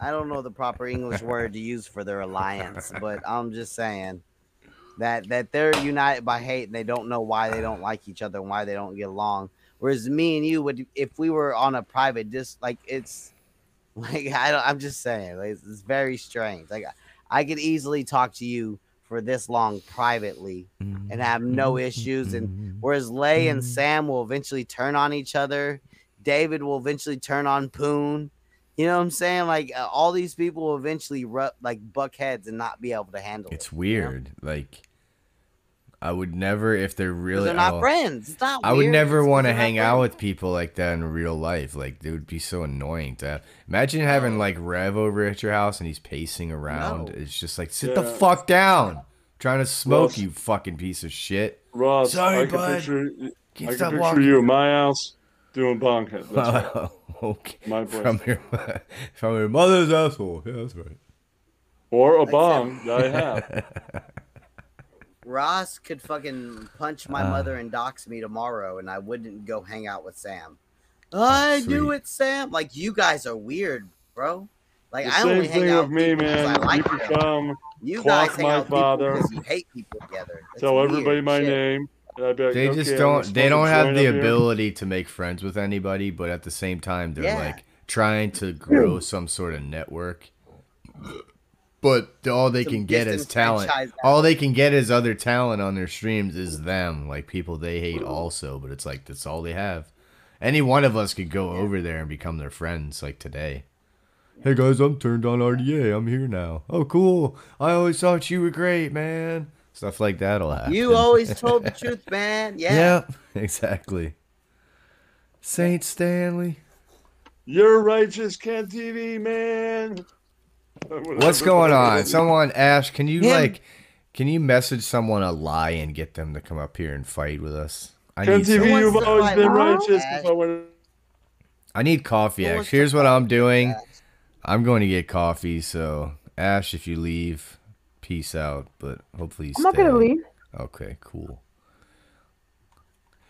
I don't know the proper English word to use for their alliance, but I'm just saying that that they're united by hate and they don't know why they don't like each other and why they don't get along. Whereas me and you would, if we were on a private dis, like it's <laughs> like I don't, I'm just saying like, it's, it's very strange. Like I could easily talk to you for this long privately and have no issues. And whereas Lay and Sam will eventually turn on each other, David will eventually turn on Poon. You know what I'm saying? Like uh, all these people will eventually ru- like buck heads and not be able to handle it.
It's weird. Like, I would never, if they're really
they're not
oh,
friends. It's not.
I would
weird.
never
It's 'cause
want to
they're not
hang out with people like that in real life. Like, it would be so annoying to have. Imagine having like Rev over at your house and he's pacing around. It's just like, sit the
Yeah.
fuck down. trying to smoke
Ross.
you, fucking piece of shit.
Ross,
Sorry,
I can
bud.
picture,
Can't
I
stop
can picture
walking.
you at my house doing bonkhead.
<laughs>
That's right.
okay.
My place.
From your, <laughs> from your mother's asshole. Yeah, that's right.
Or a bong
<laughs>
that Um, I
<laughs>
have.
Ross could fucking punch my
Ah.
mother and dox me tomorrow, and I wouldn't go hang out with Sam.
Oh,
I knew
sweet.
it, Sam. Like you guys are weird, bro. Like
the
I
same
only hang
thing
out
with me, man.
I like
you
them.
can come,
You guys
clock
hang
my
out with people
father,
'cause you hate people together. That's
tell everybody
weird
my
shit.
name. and I'd be like,
They
"Okay,
just
I'm gonna
don't. They
smoke a
don't have
joint
the
up here."
ability to make friends with anybody, but at the same time, they're
Yeah.
like trying to
Hmm.
grow some sort of network. But all they
To
can get is talent.
disenfranchise
All they can get is other talent on their streams is them, like people they hate also. But it's like that's all they have. Any one of us could go over there and become their friends, like today. Hey guys, I'm turned on RDA. I'm here now. Oh, cool. I always thought you were great, man. Stuff like that'll happen. <laughs>
You always told the truth, man. Yeah.
Yep, exactly. Saint Stanley.
You're righteous, Ken TV man. <laughs>
What's
Whatever.
going on? Someone, Ash, can you
Him.
like, can you message someone a lie and get them to come up here and fight with us? I
Ken
need,
TV,
someone-
you've always been righteous. If I were-
I need coffee, Ash. Here's what I'm doing. I'm going to get coffee. So, Ash, if you leave, peace out. But hopefully, you
I'm not gonna
stay.
leave.
Okay, cool.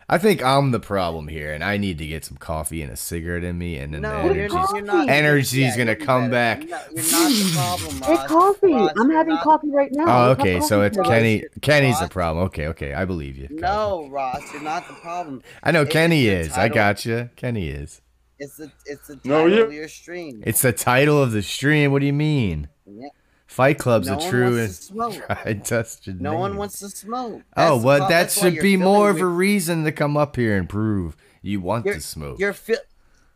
I think I'm the problem here, and I need to get some coffee and a cigarette in me, and then the
No, you're
energy's,
not- you're not-
energy's
yeah,
gonna come back.
It's coffee. I'm having coffee right now.
oh,
Let's have
okay, so
coffee
it's
together.
Kenny. Kenny's the problem. Okay, okay, I believe you.
No, Ross, you're not the problem.
I know
It's
Kenny
the
is. I
title-
got you. Kenny is.
It's the it's the
No,
title
you-
of your stream.
It's the title of the stream. What do you mean?
Yeah.
Fight Club's
No
a
one
true
wants to
and <laughs>
smoke.
tried tested
no
name.
one wants to smoke.
oh
the
well,
prob-
that
that's why
should
you're
be
feeling
more of
weird.
a reason to come up here and prove you want to smoke.
You're feel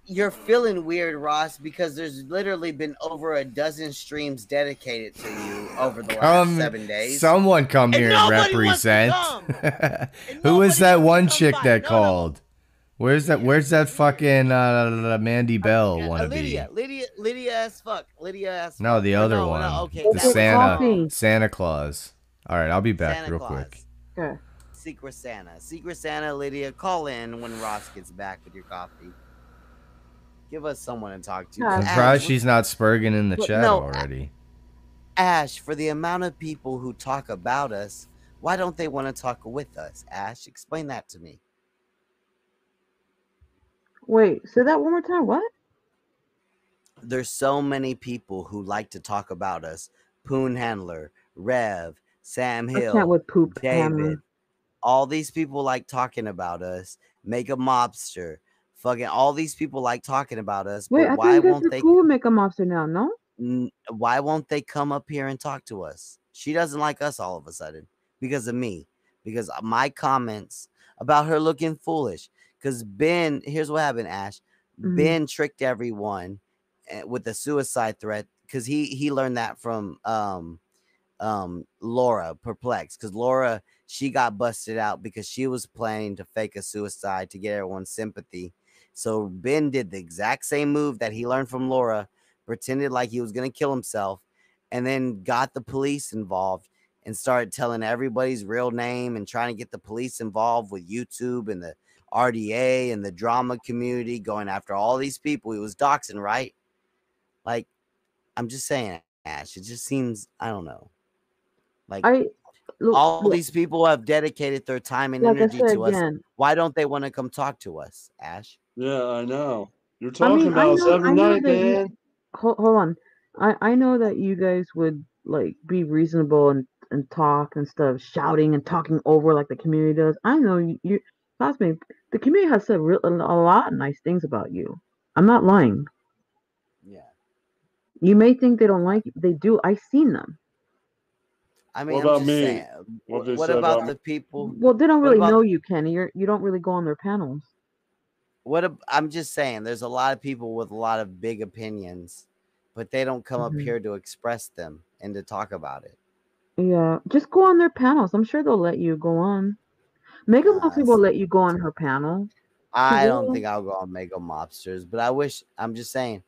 you're feeling weird, Ross, because there's literally been over a dozen streams dedicated to you over the last
Come,
seven days.
someone come here and represent. <laughs> Who is that one chick that called? Where's that? Where's that fucking uh, Mandy Bell
Uh,
wannabe?
Lydia, Lydia, Lydia as fuck, Lydia as
No, the other
no,
one.
okay,
the
that one.
Santa
Coffee.
Santa Claus. All right, I'll be back
Santa
real
Claus.
quick.
Secret Santa, Secret Santa, Lydia, call in when Ross gets back with your coffee. Give us someone to talk to.
I'm
Ash,
surprised she's not spurging in the
Well,
chat
no,
already.
Ash, for the amount of people who talk about us, why don't they want to talk with us? Ash, explain that to me.
Wait, say that one more time. What?
There's so many people who like to talk about us. Poon Handler, Rev, Sam
I
Hill,
can't with poop.
David. All these people like talking about us. Make a mobster. Fucking all these people like talking about us.
Wait, I
but why
think you
won't
guys are
they
cool. with Make a mobster now. No.
n- why won't they come up here and talk to us? She doesn't like us all of a sudden because of me, because of my comments about her looking foolish. Because Ben, here's what happened, Ash.
Mhm.
Ben tricked everyone eh, with a suicide threat because he he learned that from um um Laura perplexed because Laura she got busted out because she was planning to fake a suicide to get everyone's sympathy. So Ben did the exact same move that he learned from Laura, pretended like he was gonna kill himself, and then got the police involved and started telling everybody's real name and trying to get the police involved with YouTube and the RDA and the drama community going after all these people. He was doxing, right? Like, I'm just saying, Ash, it just seems I don't know. Like
I
all
look-
these people have dedicated their time and
Like I
energy
said
to us.
again-
Why don't they want to come talk to us, Ash?
Yeah, I know. You're
I
talking
mean, I
about us
know-
every
I know
night,
that you-
man.
Hold, hold on. I I know that you guys would like be reasonable and and talk and stuff, shouting and talking over like the community does. I know you. you trust me. The community has said real, a lot of nice things about you. I'm not lying.
Yeah.
You may think they don't like you. They do. I've seen them.
I mean,
What
I'm
about
just
me?
saying,
What
wh-
they
what
said
about
about
the
me?
people?
Well, they don't
what
really
about-
know you, Kenny. You're, you don't really go on their panels.
What ab- I'm just saying, there's a lot of people with a lot of big opinions, but they don't come
Mhm.
up here to express them and to talk about it.
Yeah, just go on their panels. I'm sure they'll let you go on. Megan Foxy will let you go on her panel.
I don't
Yeah.
think I'll go on Mega Mobsters, but I wish. I'm just saying,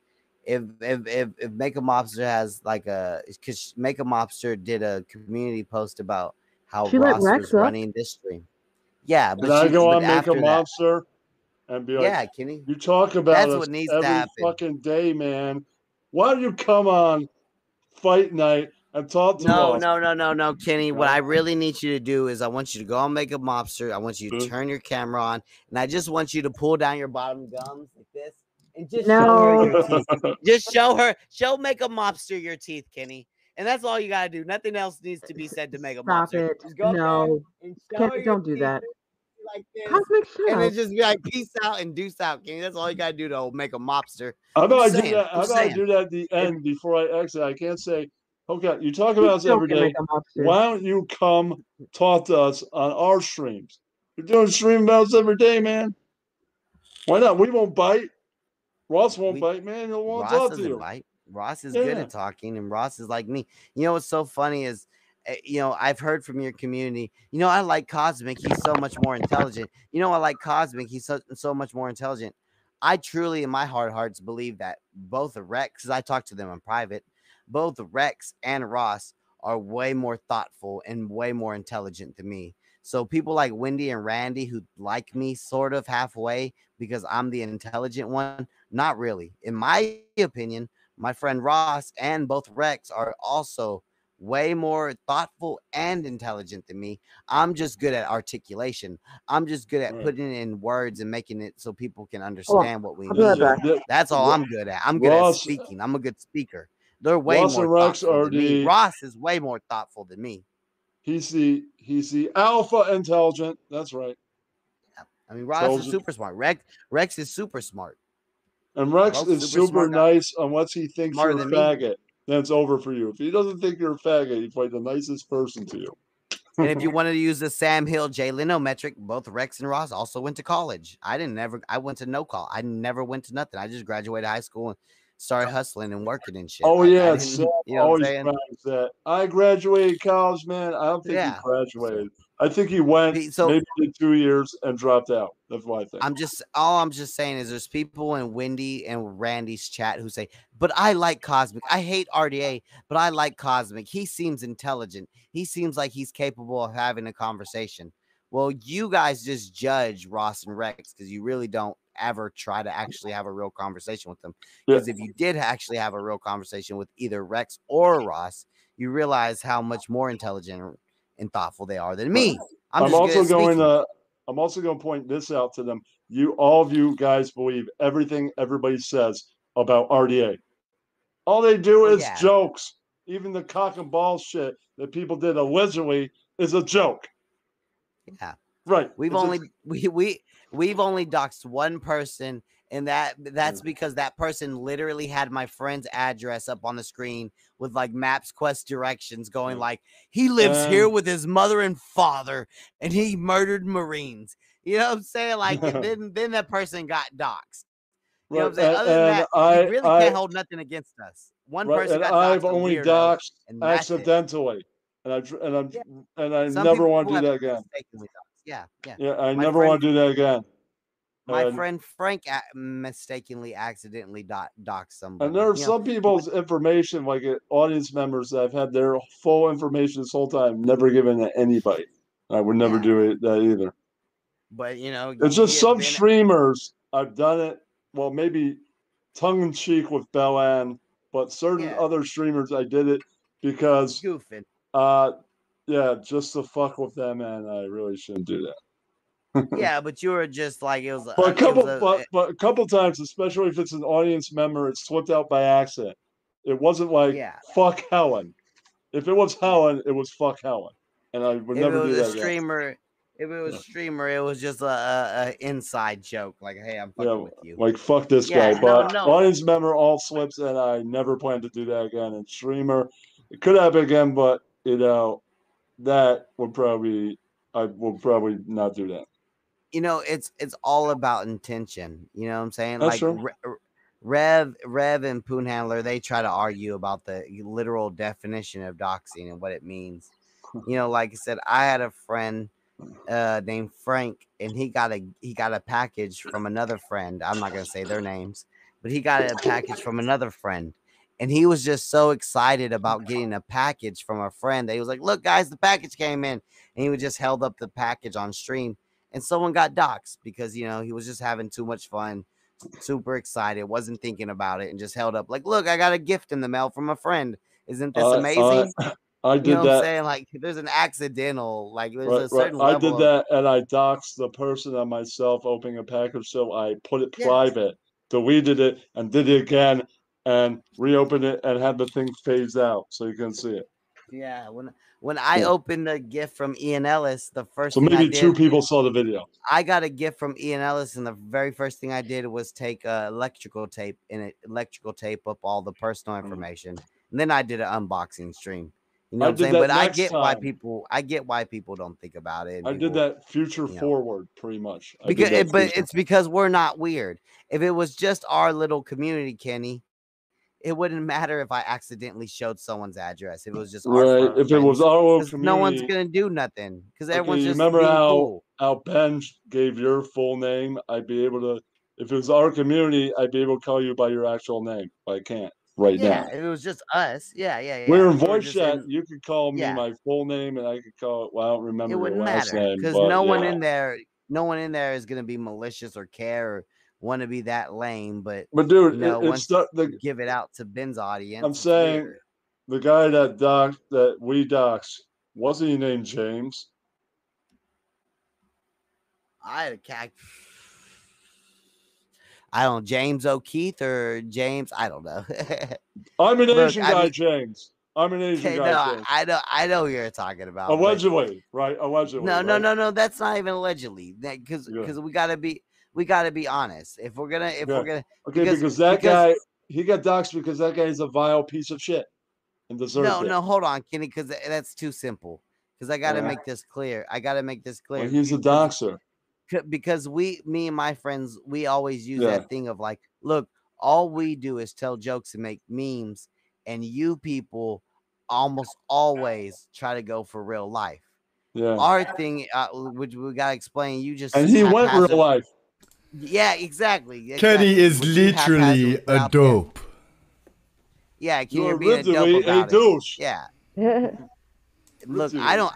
if if if if Make a Mobster has like a because Make a Mobster did a community post about how
She let
Ross
Rex
was
up.
running this stream. Yeah,
Can I
she-
go
but
on Make a
after that-
Mobster and be like,
Yeah, Kenny.
You talk about
That's
us
what needs to
every
happen.
fucking day, man. Why do you come on fight night and talk to
No,
us?
no, no, no, no, Kenny. What I really need you to do is I want you to go on make a mobster. I want you to turn your camera on, and I just want you to pull down your bottom gums like this and just show her your teeth. <laughs>
<laughs>
Just show her, show make a mobster your teeth, Kenny. And that's all you gotta do. Nothing else needs to be said to make a
Stop
mobster.
it.
Just go up there
No,
and show her
can't,
your
don't do that.
like this,
Cosmic, shut
and then
up.
just be like peace out and deuce out, Kenny. That's all you gotta do to make a mobster.
How about I
I'm
do
saying,
that? How
I'm
about I
saying.
do that at the end before I exit? I can't say, okay, you talk about us
Don't
every
get
day.
Make a Mobster.
Why don't you come talk to us on our streams? You're doing stream about us every day, man. Why not? We won't bite. Ross won't bite, man. He won't
Ross
talk to
doesn't
you.
bite. Ross is good
Yeah.
at talking, and Ross is like me. You know what's so funny is eh, you know, I've heard from your community. You know, I like Cosmic. He's so much more intelligent. You know, I like Cosmic. He's so, so much more intelligent. I truly, in my heart of hearts, believe that both of Rex, 'cause I talked to them in private, both Rex and Ross are way more thoughtful and way more intelligent than me. So people like Wendy and Randy who like me sort of halfway because I'm the intelligent one, not really. In my opinion, my friend Ross and both Rex are also way more thoughtful and intelligent than me. I'm just good at articulation. I'm just good at
Mm.
Right.
putting it in words and making it so people can understand what we
I'll be right
need.
back.
That's all I'm good at. I'm good
Ross-
at speaking. I'm a good speaker. They're way
Ross
more
and Rex
thoughtful
are
than me.
the-
Ross is way more thoughtful than me.
He's the he's the alpha intelligent. That's right.
I mean, Ross
Told
is
you.
super smart. Rex Rex is super
<laughs>
smart.
And Rex
Both
is
super
super
smart
nice unless he thinks
Smarter
you're a
than me.
faggot. Then it's over for you. If he doesn't think you're a faggot, he's probably the nicest person to you.
And if you wanted to use the Sam Hill Jay Leno metric, both Rex and Ross also went to college. I didn't never I went to no call. I never went to nothing. I just graduated high school and started hustling and working and shit.
Oh
Like, I
yeah,
didn't-
Sam
you know what
always
I'm saying?
brags that I graduated college, man. I don't think
Yeah.
he graduated. I think he went maybe did two years and dropped out. That's what I think.
I'm just all I'm just saying is there's people in Wendy and Randy's chat who say, but I like Cosmic. I hate RDA, but I like Cosmic. He seems intelligent. He seems like he's capable of having a conversation. Well, you guys just judge Ross and Rex because you really don't ever try to actually have a real conversation with them. Because if you did actually have a real conversation with either Rex or Ross, you realize how much more intelligent and thoughtful they are than me. I'm,
I'm,
just good
also
at speaking.
going to I'm also going to point this out to them. You all of you guys believe everything everybody says about RDA. All they do is
Oh, Yeah.
jokes. Even the cock and ball shit that people did allegedly is a joke.
Yeah.
Right.
We've
It's a-
only <laughs> we we we've only doxed one person, and that
Mm.
that's because that person literally had my friend's address up on the screen with like Maps Quest directions,
Mm.
going like he lives
Uh.
here
Um,
with his mother and father, and he murdered Marines. You know what I'm
<laughs>
saying? Like and then then that person got doxed. You know what I'm
Right,
saying?
and-
Other than
and
that,
I-
you really
I-
can't hold nothing against us. One
Right,
person
and
got
I've
doxed, a
only
weirdo,
doxed
and that's it.
accidentally, and I dr- and I'm and I
Some
never
people
want to do
have
that again.
mistakenly doxed. Yeah, yeah.
Yeah, I
My
never
friend-
want to do that again.
My
and,
friend Frank a- mistakenly accidentally dot doxed somebody.
And there are
you know,
some people's information, like uh, audience members, that I've had their full information this whole time, never given to anybody. I would never do it that either.
but you know,
It's
you <laughs>
just
get
some
bent-
streamers. I've done it. Well, maybe tongue in cheek with Bellan, but certain other streamers, I did it because
goofing.
Uh, yeah, just to fuck with them, and I really shouldn't do that.
yeah, but you were just like it was. a-
But
it
a
was
couple,
a- eh,
but, but a couple times, especially if it's an audience member, it slipped out by accident. It wasn't like
Yeah.
fuck Helen. If it was Helen, it was fuck Helen, and I would
if it
never do
was
that.
a
Again.
streamer, if it was streamer, it was just a, a, a inside joke. Like, hey, I'm fucking
Yeah,
with you.
like fuck this
Yeah, no,
guy. But
no.
audience member all slips, and I never plan to do that again. And streamer, it could happen again, but you know, that would probably I will probably not do that.
you know it's it's all about intention you know what i'm saying
That's
like
true.
Re- Re- rev rev and poon handler they try to argue about the literal definition of doxing and what it means you know like i said i had a friend uh named frank and he got a he got a package from another friend i'm not gonna say their names but he got a package from another friend and he was just so excited about getting a package from a friend that he was like, "Look, guys, the package came in," and he would just held up the package on stream, and someone got doxxed because you know he was just having too much fun, super excited, wasn't thinking about it, and just held up like, "Look, I got a gift in the mail from a friend. Isn't this
I- I-
amazing?"
<laughs> I
you
did
know what I'm
that.
saying? Like, there's an accidental, like, there's
Right,
a
right.
certain
I
level.
did
of-
that and I doxed the person and myself opening a package. So I put it
Yeah.
private, deleted it, and did it again and reopened it and had the thing phase out so you can see it.
Yeah, when when I
Yeah.
opened the gift from E Ian Ellis, the first
So
thing I
maybe two
did-
people saw the video.
I got a gift from Ian Ellis, and the very first thing I did was take uh, electrical tape and it- electrical tape up all the
Mm.
personal information, and then I did an unboxing stream. You know what
I
I'm
did
saying?
that
But I
next
get why
time.
people I get why people don't think about it. and
I did
people-
that future
yeah.
forward pretty much. I did
because
that
it, but
future-
it's because we're not weird. If it was just our little community, Kenny, it wouldn't matter if I accidentally showed someone's address. If it was just our
Right.
firm,
If it was our own
'cause no one's
community-
gonna do nothing because
Okay,
everyone's
you
just
remember
being
how
cool.
how Ben gave your full name? I'd be able to. If it was our community, I'd be able to call you by your actual name, but I can't right
yeah,
now.
if it was just us. Yeah, yeah, yeah.
We're in
if we were
voice
just
chat.
in-
you could call me
yeah.
my full name, and I could call it. Well, I don't remember
it wouldn't
your last
matter
name
because
but
no one
yeah.
in there, no one in there is gonna be malicious or care or want to be that lame. But
But dude,
you
it-
know,
it's
once
not
you give it out to Ben's audience.
I'm
it's
saying
weird.
the guy that doc that we docs wasn't he named James?
I had a cat. I don't James O'Keefe or James. I don't know. <laughs>
I'm an
Look,
Asian
I
guy,
mean-
James. I'm an Asian
Okay,
guy,
<laughs> no,
James.
I know, I know who you're talking about. but-
Allegedly, right? Allegedly.
oh, No, no,
right?
no, no. That's not even allegedly. Because
Yeah.
because we gotta be we gotta be honest. If we're gonna if we're
Yeah.
gonna
Okay, because, that guy he got doxxed because that guy is a vile piece of shit and deserves
No,
it.
no, hold on, Kenny, because that's too simple. Because I gotta
Yeah.
make this clear. I gotta make this clear.
Like, he's a doxer.
c- because we me and my friends we always use
Yeah.
that thing of like look all we do is tell jokes and make memes and you people almost always try to go for real life
Yeah.
our thing uh, which we gotta explain you just
and he
ha-
went
haphazard-
real life.
yeah exactly, exactly.
Kenny is
What you haphazard-
literally a dope.
yeah
You're
you're being a dope
literally a
about it.
douche. <laughs>
yeah look, I don't.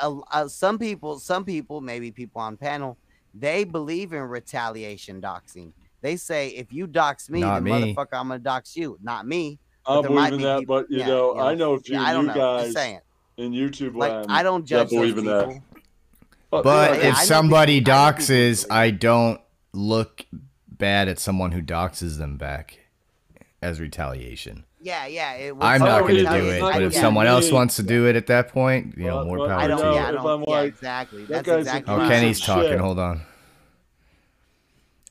Uh, uh, some people, some people, maybe people on panel, they believe in retaliation doxing. They say if you dox me, then
Not me.
motherfucker, I'm gonna dox you, not me.
I
But
don't
there might
believe in
be
that,
people-
but you
yeah,
know, I know a
yeah,
few
I don't know.
you guys
Just saying.
in YouTube
Like,
land
I don't
that
judge those
believe in that.
people.
But,
But
Yeah, Oh, I know
if
people-
somebody doxes, I don't look bad at someone who doxes them back as retaliation.
Yeah, yeah. It was-
I'm
Oh,
not going to
it's not-
do
it's
it,
not
but
gonna
if
be
someone else
me.
wants to do it at that point, you know, more
I
power
don't.
to
yeah, I
you.
don't. yeah, exactly. That's
guy's a
exactly.
Oh,
what I'm
Kenny's
saying.
talking. Hold on.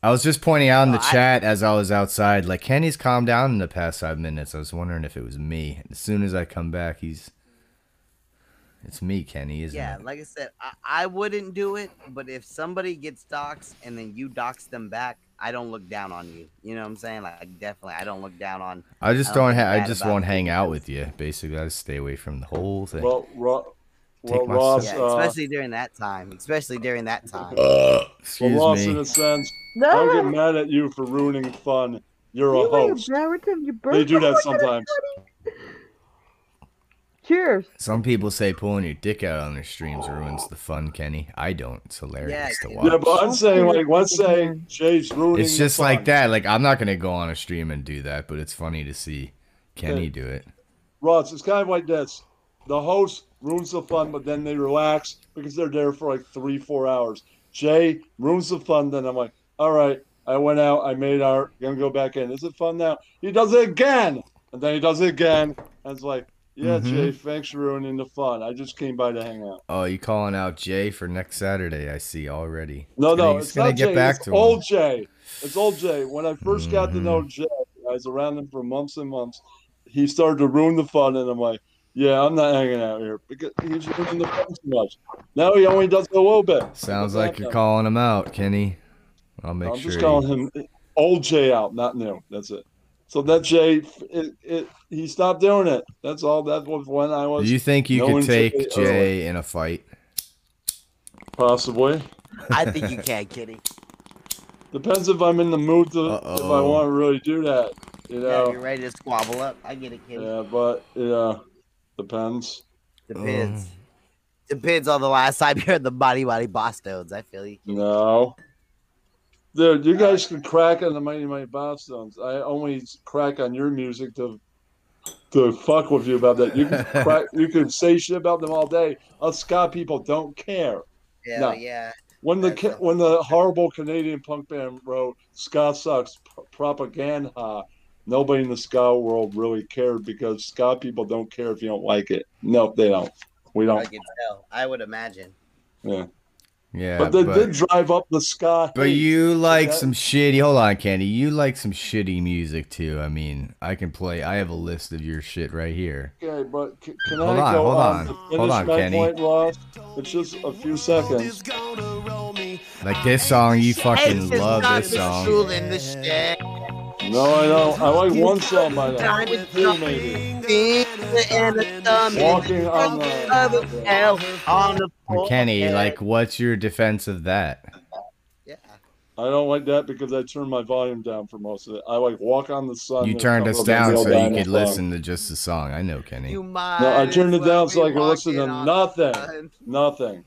I was just pointing out in the chat as I was outside, like Kenny's calmed down in the past five minutes. I was wondering if it was me. As soon as I come back, he's. It's me, Kenny, isn't
yeah,
it?
like I said, I, I wouldn't do it, but if somebody gets doxxed and then you dox them back, I don't look down on you. You know what I'm saying? Like, I definitely, I don't look down on.
I just don't.
don't feel
Ha- I
bad
just
about
won't
it.
hang out with you. Basically, I just stay away from the whole thing.
Well, Ro-
Take
well
my
Ross,
Yeah,
uh,
especially during that time. Especially during that time.
well,
well,
Excuse
Ross,
me.
in a sense,
No.
I'll get mad at you for ruining fun. You're a host.
narrative, you
They do that
burnt-
sometimes.
Cheers.
Some people say pulling your dick out on their streams ruins the fun, Kenny. I don't. It's hilarious to watch.
Yeah, but I'm saying like let's say Jay's ruining.
it's
the
just
fun.
like that. Like I'm not gonna go on a stream and do that, but it's funny to see Kenny
Yeah.
do it.
Ross, it's kind of like this. The host ruins the fun, but then they relax because they're there for like three, four hours. Jay ruins the fun, then I'm like, all right, I went out, I made art, gonna go back in. Is it fun now? He does it again, and then he does it again, and it's like, yeah,
Mhm.
Jay, thanks for ruining the fun. I just came by to hang out.
Oh, you calling out Jay for next Saturday? I see already.
No,
It's
no,
gonna-
it's,
it's gonna
not
get
Jay.
back
it's
to
old
him. Mm-hmm.
Jay. It's old Jay. When I 1st got to know Jay, I was around him for months and months. He started to ruin the fun, and I'm like, yeah, I'm not hanging out here because he's ruining the fun too much. Now he only does it a little bit.
Sounds
Look at
like you're
him.
calling him out, Kenny. I'll make
I'm
sure.
just
he-
calling him eh, old Jay out, not new. That's it. So that Jay, it, it, he stopped doing it. That's all. That was when I was.
Do you think you
knowing uh,
could take
early.
Jay in a fight?
Possibly.
I think you can, Kitty.
Depends if I'm in the mood to, if I
Uh-oh.
want to really do that. You know.
Yeah, you're ready to squabble up. I get it, Kitty.
uh, Yeah, but yeah, depends.
Depends. Depends on the last time <laughs> you heard the body body Boston's. I feel you.
No. Dude, you guys can crack on the Mighty Mighty Bobstones. I only crack on your music to to fuck with you about that. You can crack, you can say shit about them all day. Us Scott people don't care.
Yeah,
No.
yeah.
When the ca- when the horrible Canadian punk band wrote "Scott Sucks" p- propaganda, nobody in the ska world really cared because ska people don't care if you don't like it. No, they don't. We
I
don't.
can tell. I would imagine.
Yeah.
Yeah,
but they did drive up the sky.
But you like
that-
some shitty. Hold on, Kenny. You like some shitty music too. I mean, I can play. I have a list of your shit right here.
Okay, but c- can
Hold
I
on,
go
hold on.
to
Hold
finish
on,
my
Kenny.
point, Ross? It's just a few seconds.
Like this song, you fucking love this
Cool
song.
in the shit.
No, I don't. I like one song by them.
Time is jumping. And a thumb
Walking on the
of L on the floor.
Kenny, like, what's your defense of that?
I don't like that because I turned my volume down for most of it. I like Walk on the Sun.
You
and a
turned
couple
us
of
down
Neil
so you
Diamond
could
songs.
listen to just the song. I know, Kenny.
No, I turned it down so I could listen to nothing. Nothing.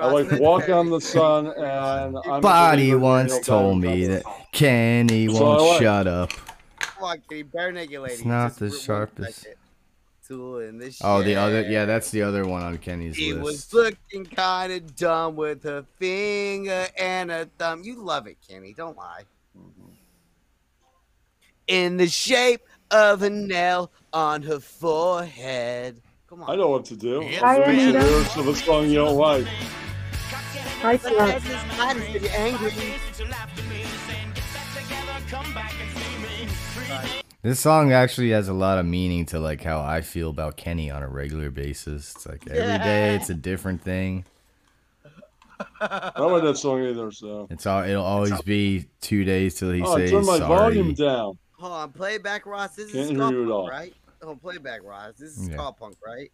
I like Walk on the Sun and I'm a
Body
believer in
once
Neil
told me that Kenny
So
won't
I like-
shut up.
Come on, Kenny, bare naked lady.
It's not
Just
the
rewind
sharpest.
Tool in this
Oh, the
shit.
other, yeah, that's the other one on Kenny's
She
list.
was looking kind of dumb with her finger and her thumb. You love it, Kenny. Don't lie.
Mm-hmm.
In the shape of a nail on her forehead. Come on.
I know what to do.
Yeah.
I'm
I
the
am done.
lyrics of a song you don't like.
I can't. You're angry.
This song actually has a lot of meaning to like how I feel about Kenny on a regular basis. It's like every day it's a different thing.
I don't like that song either, so.
It's all it'll always be two days till he
Oh, I
says
turned my volume
sorry.
down.
Hold on. Playback Ross. This
Can't
is
hear
ska
you at
punk,
all.
right? Oh, playback Ross. This is
Yeah.
ska punk, right?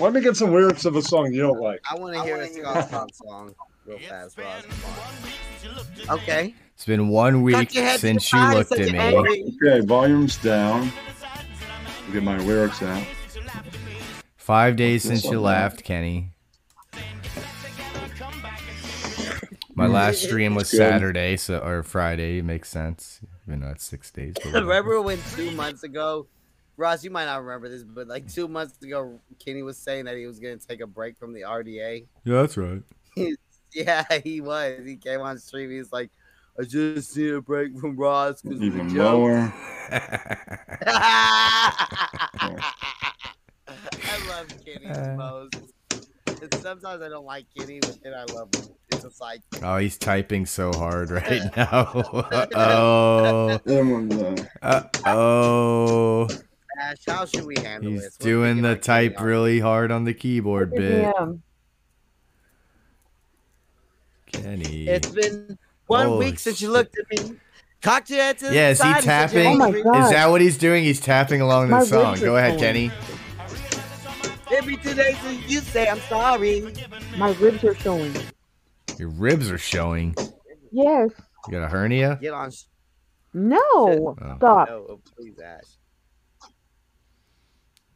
Let me get some lyrics of a song you don't like.
I want to hear a ska punk song real fast, Ross. Come on. Okay.
It's been one week
your head
since you
high,
looked
such
at
an
me.
angry-
Okay, volume's down. Get my lyrics out.
Five days since
Yes,
you
I'm
laughed, Kenny. My last stream was
Good.
Saturday, so or Friday. It makes sense. Even though it's six days. but
<laughs>
whatever.
<laughs> remember when two months ago, Ross, you might not remember this, but like two months ago, Kenny was saying that he was going to take a break from the <laughs> RDA.
Yeah, that's right.
yeah, he was. He came on stream. He's like, I just need a break from Ross because of the
Even
joke. <laughs>
lower. <laughs>
I love Kenny the most. And sometimes I don't like Kenny, but then I love him. It's just like,
Oh, he's typing so hard <laughs> right now. oh. Uh oh.
Ash, how should we handle
He's
this? What do you
doing the type really hard on the keyboard bit. Kenny.
It's been one
Holy
week since you looked at me. Cocked your head to the
Oh, Yeah, is he
side and said you're
tapping?
angry.
is that what he's doing? He's tapping along
My
the song.
ribs
Go
are
ahead,
torn.
Kenny.
Every two days since you say I'm sorry.
My ribs are showing.
Your ribs are showing.
Yes.
You got a hernia?
Get on.
No.
Oh.
Stop.
No, please, Ash.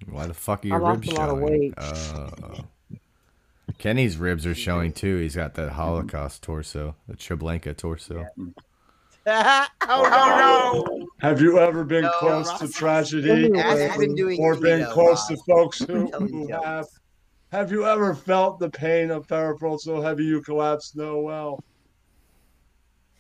Why the fuck are
I
your
lost
ribs
a lot of
showing?
weight.
Oh. Kenny's ribs are showing too. He's got that Holocaust torso, the Treblinka torso.
oh, no, no.
Have you ever been
No,
close
Ross
to
is-
tragedy
Ash
or,
has been doing
or been
keto,
close to
Ross.
folks
I'm
who,
telling
who
you.
have? Have you ever felt the pain of peripheral so heavy you collapse? No, well.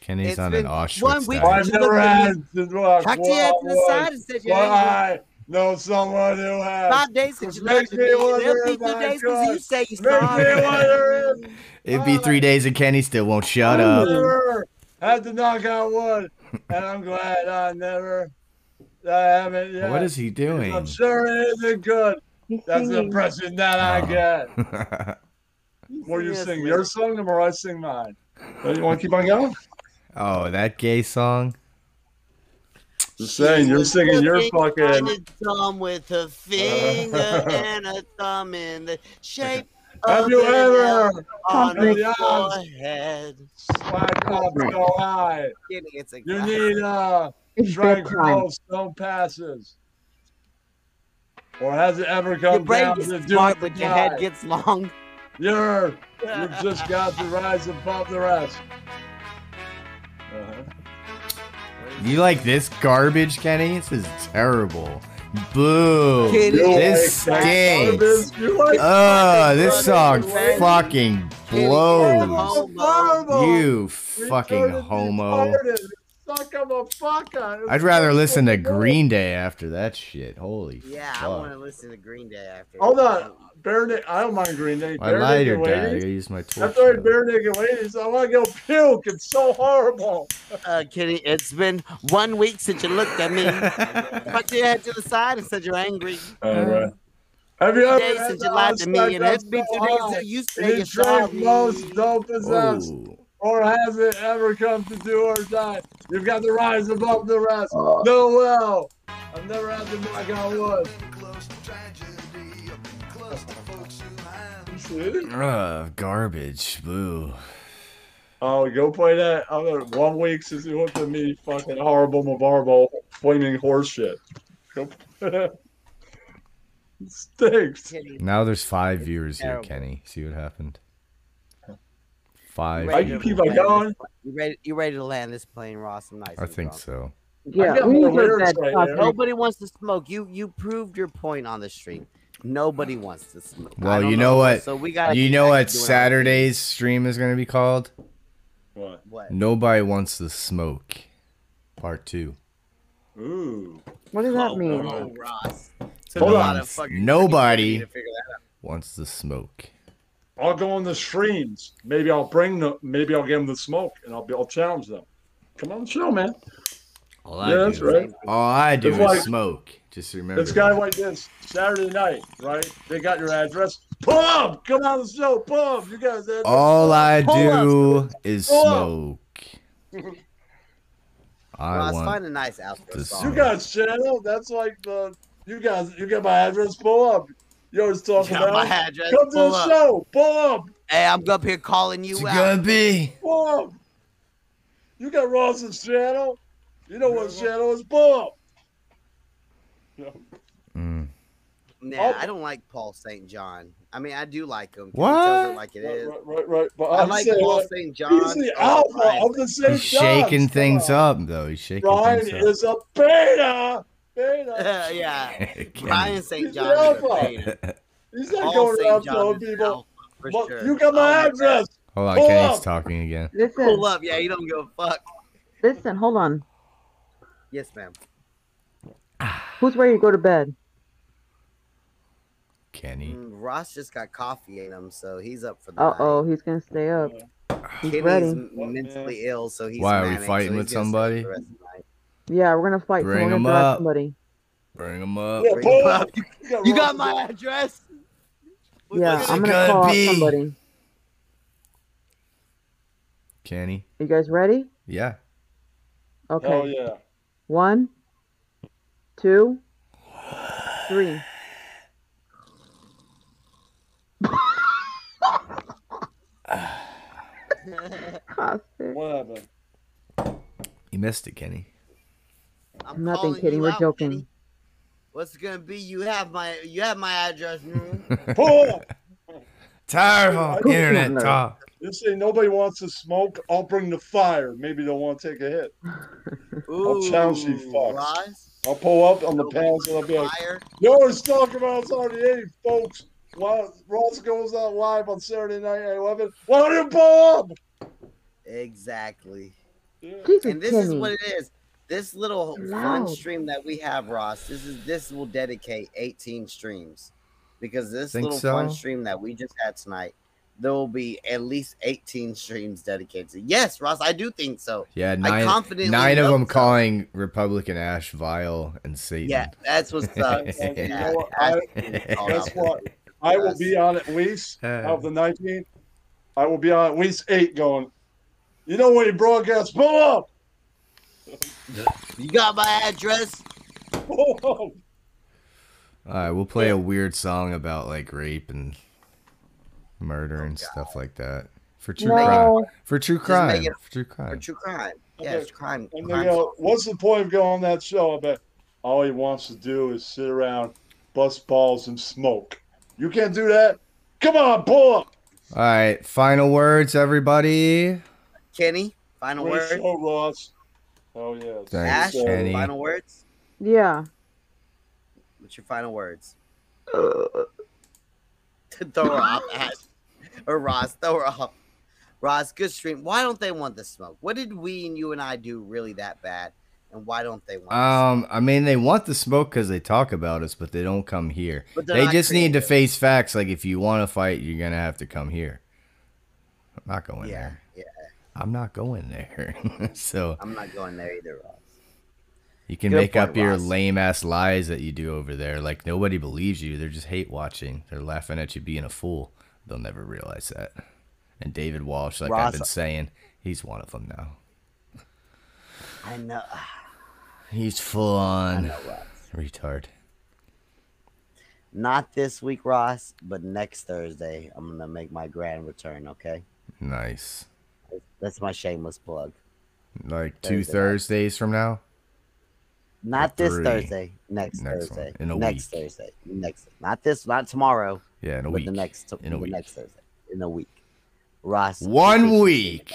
Kenny's
It's
on an
been
Auschwitz
one week
diet.
I've never had to look.
Cocked your head to the side and said you're
Why?
angry.
Know someone who has.
Five days since you left
Makes me
me.
wonder
There'll be
if
two
I
days since you
could.
say you're
Makes me
sorry.
wonder if
It'd be three days and Kenny still won't shut
I
up.
never had to knock out wood, and I'm glad I never. I haven't yet.
What is he
I'm
doing?
sure it isn't good. That's the
singing.
impression that
Oh.
I get.
<laughs>
Were you
singing
sing
his
your song or I sing mine? Uh, You
<laughs>
want to keep on going?
oh, that gay song?
Just saying, you're singing your
Kind
fucking. Uh.
of dumb with a finger and a thumb in the shape
Have
of
you
an
ever
L on
come to the
the
odds?
forehead.
Slack up so high.
Kidding, it's a
You
guy.
need uh,
It's
strike
bedtime.
close, no passes. Or has it ever
Your
come
brain
down
gets
to do
smart,
the
but your head
guy?
gets long. <laughs>
You're you've just got to rise above the rest. Uh-huh.
You like this garbage, Kenny? This is terrible. Boo.
Kenny,
This
you like that
stinks.
garbage? You like
Oh,
fucking
this song
garbage, right?
fucking
Kenny,
blows.
you're horrible.
You fucking
Retarded,
homo.
retarded. Suck 'em a fuck on.
I'd rather listen to Green Day after that shit. Holy
Yeah, I want
fuck.
to listen to Green Day after.
Hold on. Bare na- I don't mind Green Day.
My
Bare
lighter
Naked
died. I
Ladies.
used my torch.
That's all right, bare naked ladies. I want to go puke. It's so horrible.
Uh, Kenny, it's been one week since you looked at
<laughs>
me. Cocked your head to the side and said you're angry.
All
Uh,
right. Have you ever
days
had
since
the
you lied to me,
odds
and
stacked
it's
up
been
so
two days
high?
that you
You
say
drank
you're sorry.
most, don't possess.
Ooh.
or has it ever come to do or die? You've got to rise above the rest.
Uh.
no well. I've never had to knock on wood. See?
Ugh, garbage. Boo.
Oh, go play that other one week since you looked at me fucking horrible Mavarbo flaming horse shit. Go <laughs> play that. It stinks.
Now there's five viewers here,
terrible.
Kenny. See what
<laughs>
happened. Five.
ready
viewers.
to land this plane? You ready? You ready to land this plane, Ross? I'm nice.
I
and
think
drunk.
so.
Yeah, we need to get that topic.
Nobody wants to smoke. You you proved your point on the stream. Nobody wants to smoke. I
Well,
don't
you know what?
So we got.
you know what Saturday's stream is going to be called?
What? What?
Nobody wants to smoke. Part two.
Ooh.
What does that mean?
Oh, Ross.
Hold
No
on.
one-
Gotta fucking-
Nobody
to figure that
wants to smoke.
I'll go on the streams. Maybe I'll bring the. Maybe I'll give them the smoke, and I'll be. I'll challenge them. Come on, the show, man.
All
I Yeah, do that's is- right.
All I do
It's
is
like-
smoke. Just remember.
It's kind of like this. Saturday night, right? They got your address. Pub, come on the show. Pub, you guys. address.
All I
Pull up.
do is
Pull up.
smoke. I
Ross,
want
find a nice outfit
this
song.
You guys channel. That's like the. You guys, you got my address. Pull up. You always
<laughs>
talk
You got
about.
my address,
Come to
pull
the
up.
show. Pull up.
Hey, I'm up here calling you out.
be.
Pull up. You got Ross's channel. You know what channel is. Pull up. Mm. Oh.
Nah, I don't like Paul St. John. I mean, I do like him. 'cause He tells
What?
it like it is.
Right, right, right. But
I
I'm
like
saying,
Paul
like,
St. John.
He's the alpha of the St.
He's shaking things up, though. He's shaking
Brian
things <laughs> up.
is
<laughs>
a beta. Beta.
Uh, yeah.
Kenny.
Brian St.
He's the
John. is a
alpha.
beta.
He's not
Paul
going
St.
around
John
telling
is
people,
for
"Look,
sure.
you got my
Oh my
address.
Hold on,
Pull
Kenny's
up.
talking again.
Listen.
Pull up. Yeah, you don't give a fuck.
Listen, hold on.
Yes, ma'am.
Who's ready to go to bed?
Kenny.
Mm, Ross just got coffee in him, so he's up for the
Uh
night.
oh, he's gonna stay up. He's
Kenny's
ready.
m- mentally ill, so he's
Why are we
manic, so
fighting
he's
with
gonna stay up
somebody?
the rest of the night.
Yeah, we're gonna fight.
Bring
someone.
him
We're gonna grab
up.
Somebody.
Bring him up.
Yeah, pull up.
You got my address.
Yeah,
What's it
I'm gonna
gonna
call
be?
out somebody.
Kenny.
You guys ready?
Yeah.
Okay.
Oh yeah.
One, two, three.
What happened?
You missed it, Kenny.
I'm not
calling
been kidding.
you
We're
out,
joking.
What's it gonna be? You have my you have my
<laughs>
address.
<laughs>
mm. <laughs>
Pull up.
Tired
of
internet talk.
You say nobody wants to smoke. I'll bring the fire. Maybe they'll want to take a hit. I'll challenge you fucks.
Ross,
I'll pull up on the pals and I'll be like,
fire.
"Yo, it's talking about it's on the eighth, folks." While Ross goes out live on Saturday night at eleven, why don't you pull up?
Exactly.
Jesus,
and this is
Kenny.
what it is. This little fun
Loud.
stream that we have, Ross. This is this will dedicate 18 streams because this
Think
little fun
so?
stream that we just had tonight, there will be at least 18 streams dedicated. to Yes, Ross, I do think so.
Yeah,
I
nine,
confidently
nine of
know
them
so.
calling Republican Ash vile and Satan.
Yeah, that's
<laughs>
what's up.
You
Yeah, <laughs>
know what?
that's-
I-
Guess what? I will be on at least out of the 19. I will be on at least eight going. You know when you broadcast, pull up,
<laughs> you got my
<laughs>
address.
pull up.
All right, we'll play a weird song about like rape and
Oh,
murder and stuff like that for true crime.
No.
For true
Just make
crime.
it-
For true crime.
For true crime. Yeah, it's crime.
And they
crime
go, what's the point of going on that show? I bet all he wants to do is sit around, bust balls, and smoke. You can't do that. Come on, pull up.
All right, final words, everybody.
Kenny, final
Great
word.
show, Ross. Oh yeah.
Thanks,
Ash,
So- Kenny.
final words.
Yeah.
What's your final words? throw her off, Ash. <laughs> Or Ross, throw her off. Ross, good stream. Why don't they want the smoke? What did we and you and I do really that bad? And why don't they want
Um, I mean, they want the smoke because they talk about us, but they don't come here.
But they're
They
not
just need to face facts. Like, if you want to fight, you're gonna have to come here. I'm not going there.
Yeah,
I'm not going there. <laughs> so
I'm not going there either, Ross.
you can
Good
make
point,
up your
Ross.
lame ass lies that you do over there. Like nobody believes you. They're just hate watching. They're laughing at you being a fool. They'll never realize that. And David Walsh, like
Ross- uh
I've been saying, He's one of them now.
I know. <sighs>
He's full on retard.
Not this week, Ross, but next Thursday, I'm gonna make my grand return. Okay,
Nice.
that's my shameless plug.
Like two
Thursday night.
Thursdays from now.
Not this
Three.
Thursday. Next,
Next one.
Thursday.
In a
next Thursday. Next. Not this. Not tomorrow.
Yeah, in a
but
week.
The next.
In a
the
week.
Next Thursday. In a week. Ross.
One week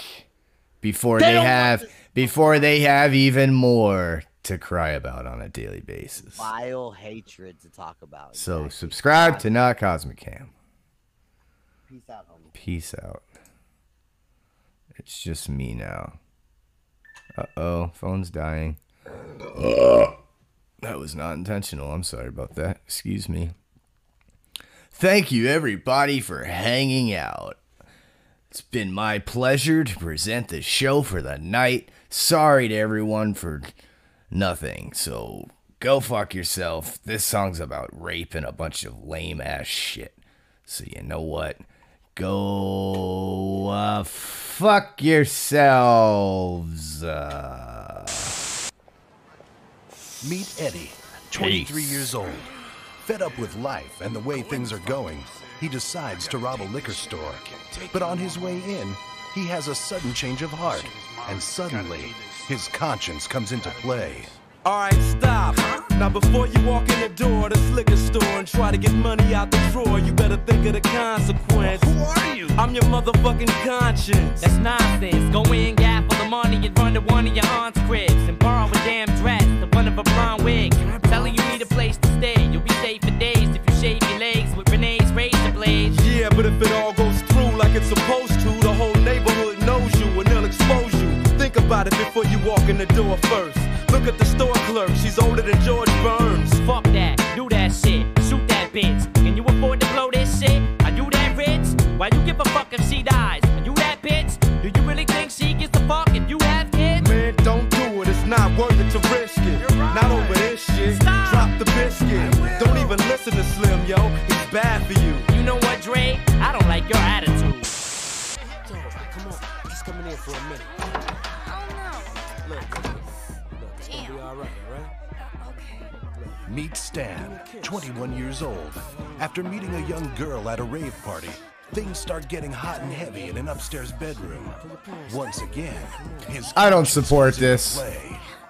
before they have before they have even more to cry about on a daily basis.
Vile hatred to talk about.
So subscribe to Not Cosmic Cam.
Peace out, homie.
Peace out. It's just me now. Uh oh, phone's dying. That was not intentional. I'm sorry about that. Excuse me. Thank you, everybody, for hanging out. It's been my pleasure to present the show for the night. Sorry to everyone for nothing. So go fuck yourself. This song's about rape and a bunch of lame ass shit. So you know what? Go uh, fuck yourselves. Uh,
Meet Eddie, 23 years old. Fed up with life and the way things are going, he decides to rob a liquor store. But on his way in, he has a sudden change of heart, and suddenly, his conscience comes into play.
Alright, stop. Now before you walk in the door of this liquor store and try to get money out the drawer, you better think of the consequence. Who are you? I'm your motherfucking conscience.
That's nonsense. Go in, gap for the money, and run to one of your aunt's cribs and borrow a damn dress, the one of a blonde wig. Telling you need a place to stay. You'll be safe for days if you shave your legs with Renee's razor blades.
Yeah, but if it all goes through like it's supposed to, the whole neighborhood knows you and they'll expose you. Think about it before you walk in the door first. Look at the store clerk, she's older than George Burns.
Fuck that, do that shit, shoot that bitch. Can you afford to blow this shit? Are you that rich? Why you give a fuck if she dies? Are you that bitch? Do you really think she gives a fuck if you have kids?
Man, don't do it, it's not worth it to risk it. Not over this shit. Drop the biscuit. Don't even listen to Slim, yo. He's bad for you.
You know what, Dre? I don't like your attitude.
Come on, he's coming in for a minute.
Meet Stan, 21 years old. After meeting a young girl at a rave party, things start getting hot and heavy in an upstairs bedroom. Once again, his
I don't support this.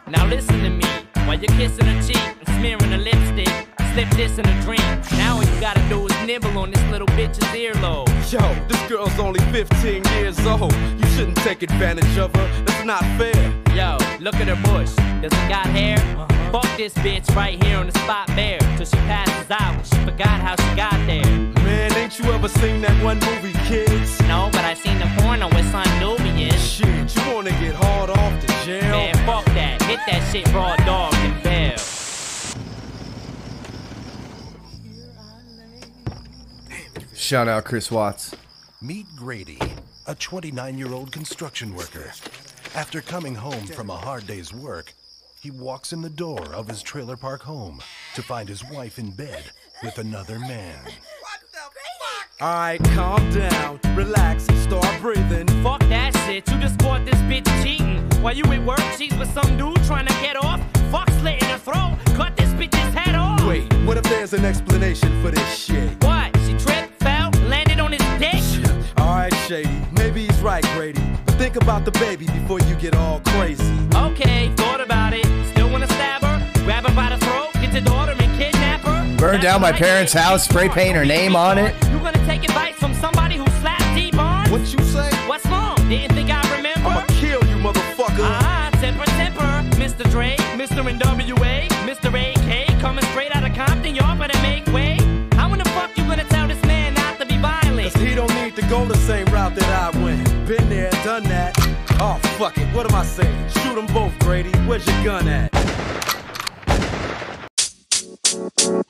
Now listen to me while you're kissing her cheek and smearing her lipstick. Slip this in a dream. Now all you gotta do is nibble on this little bitch's earlobe.
Yo, this girl's only 15 years old. You shouldn't take advantage of her. That's not fair.
Yo, look at her bush. Does it got hair?
Uh-huh.
Fuck this bitch right here on the spot bare till she passes out. She forgot how she got there.
Man, ain't you ever seen that one movie, kids?
No, but I seen the porno with some Nubian.
Shit, you wanna get hard off to jail?
Man, fuck that. Hit that shit raw dog and bail.
Shout out Chris Watts.
Meet Grady, a 29 year old construction worker. After coming home from a hard day's work, he walks in the door of his trailer park home to find his wife in bed with another man.
Alright, calm down, relax, start breathing.
Fuck that shit, you just caught this bitch cheating. While you at work, she's with some dude trying to get off. Fuck slit in her throat, cut this bitch's head off.
Wait, what if there's an explanation for this shit?
What? She tripped, fell, landed on his
<laughs>
dick?
Alright, Shady, maybe he's right, Grady. But think about the baby before you get all crazy.
Okay, thought about it. Still wanna stab her? Grab her by the throat, get your daughter and kidnap her?
Burn down my parents' house, spray paint her name on it.
You gonna take advice from somebody who slapped D Barnes?
What you say?
What's wrong? Didn't think I remember? I'ma
kill you, motherfucker.
Ah, temper, temper. Mr. Dre, Mr. NWA, Mr. AK, coming straight out of Compton, y'all better make way. How in the fuck you gonna tell this man not to be violent?
Cause he don't need to go the same route that I went. Been there, done that. Oh, fuck it, what am I saying? Shoot them both, Grady. Where's your gun at?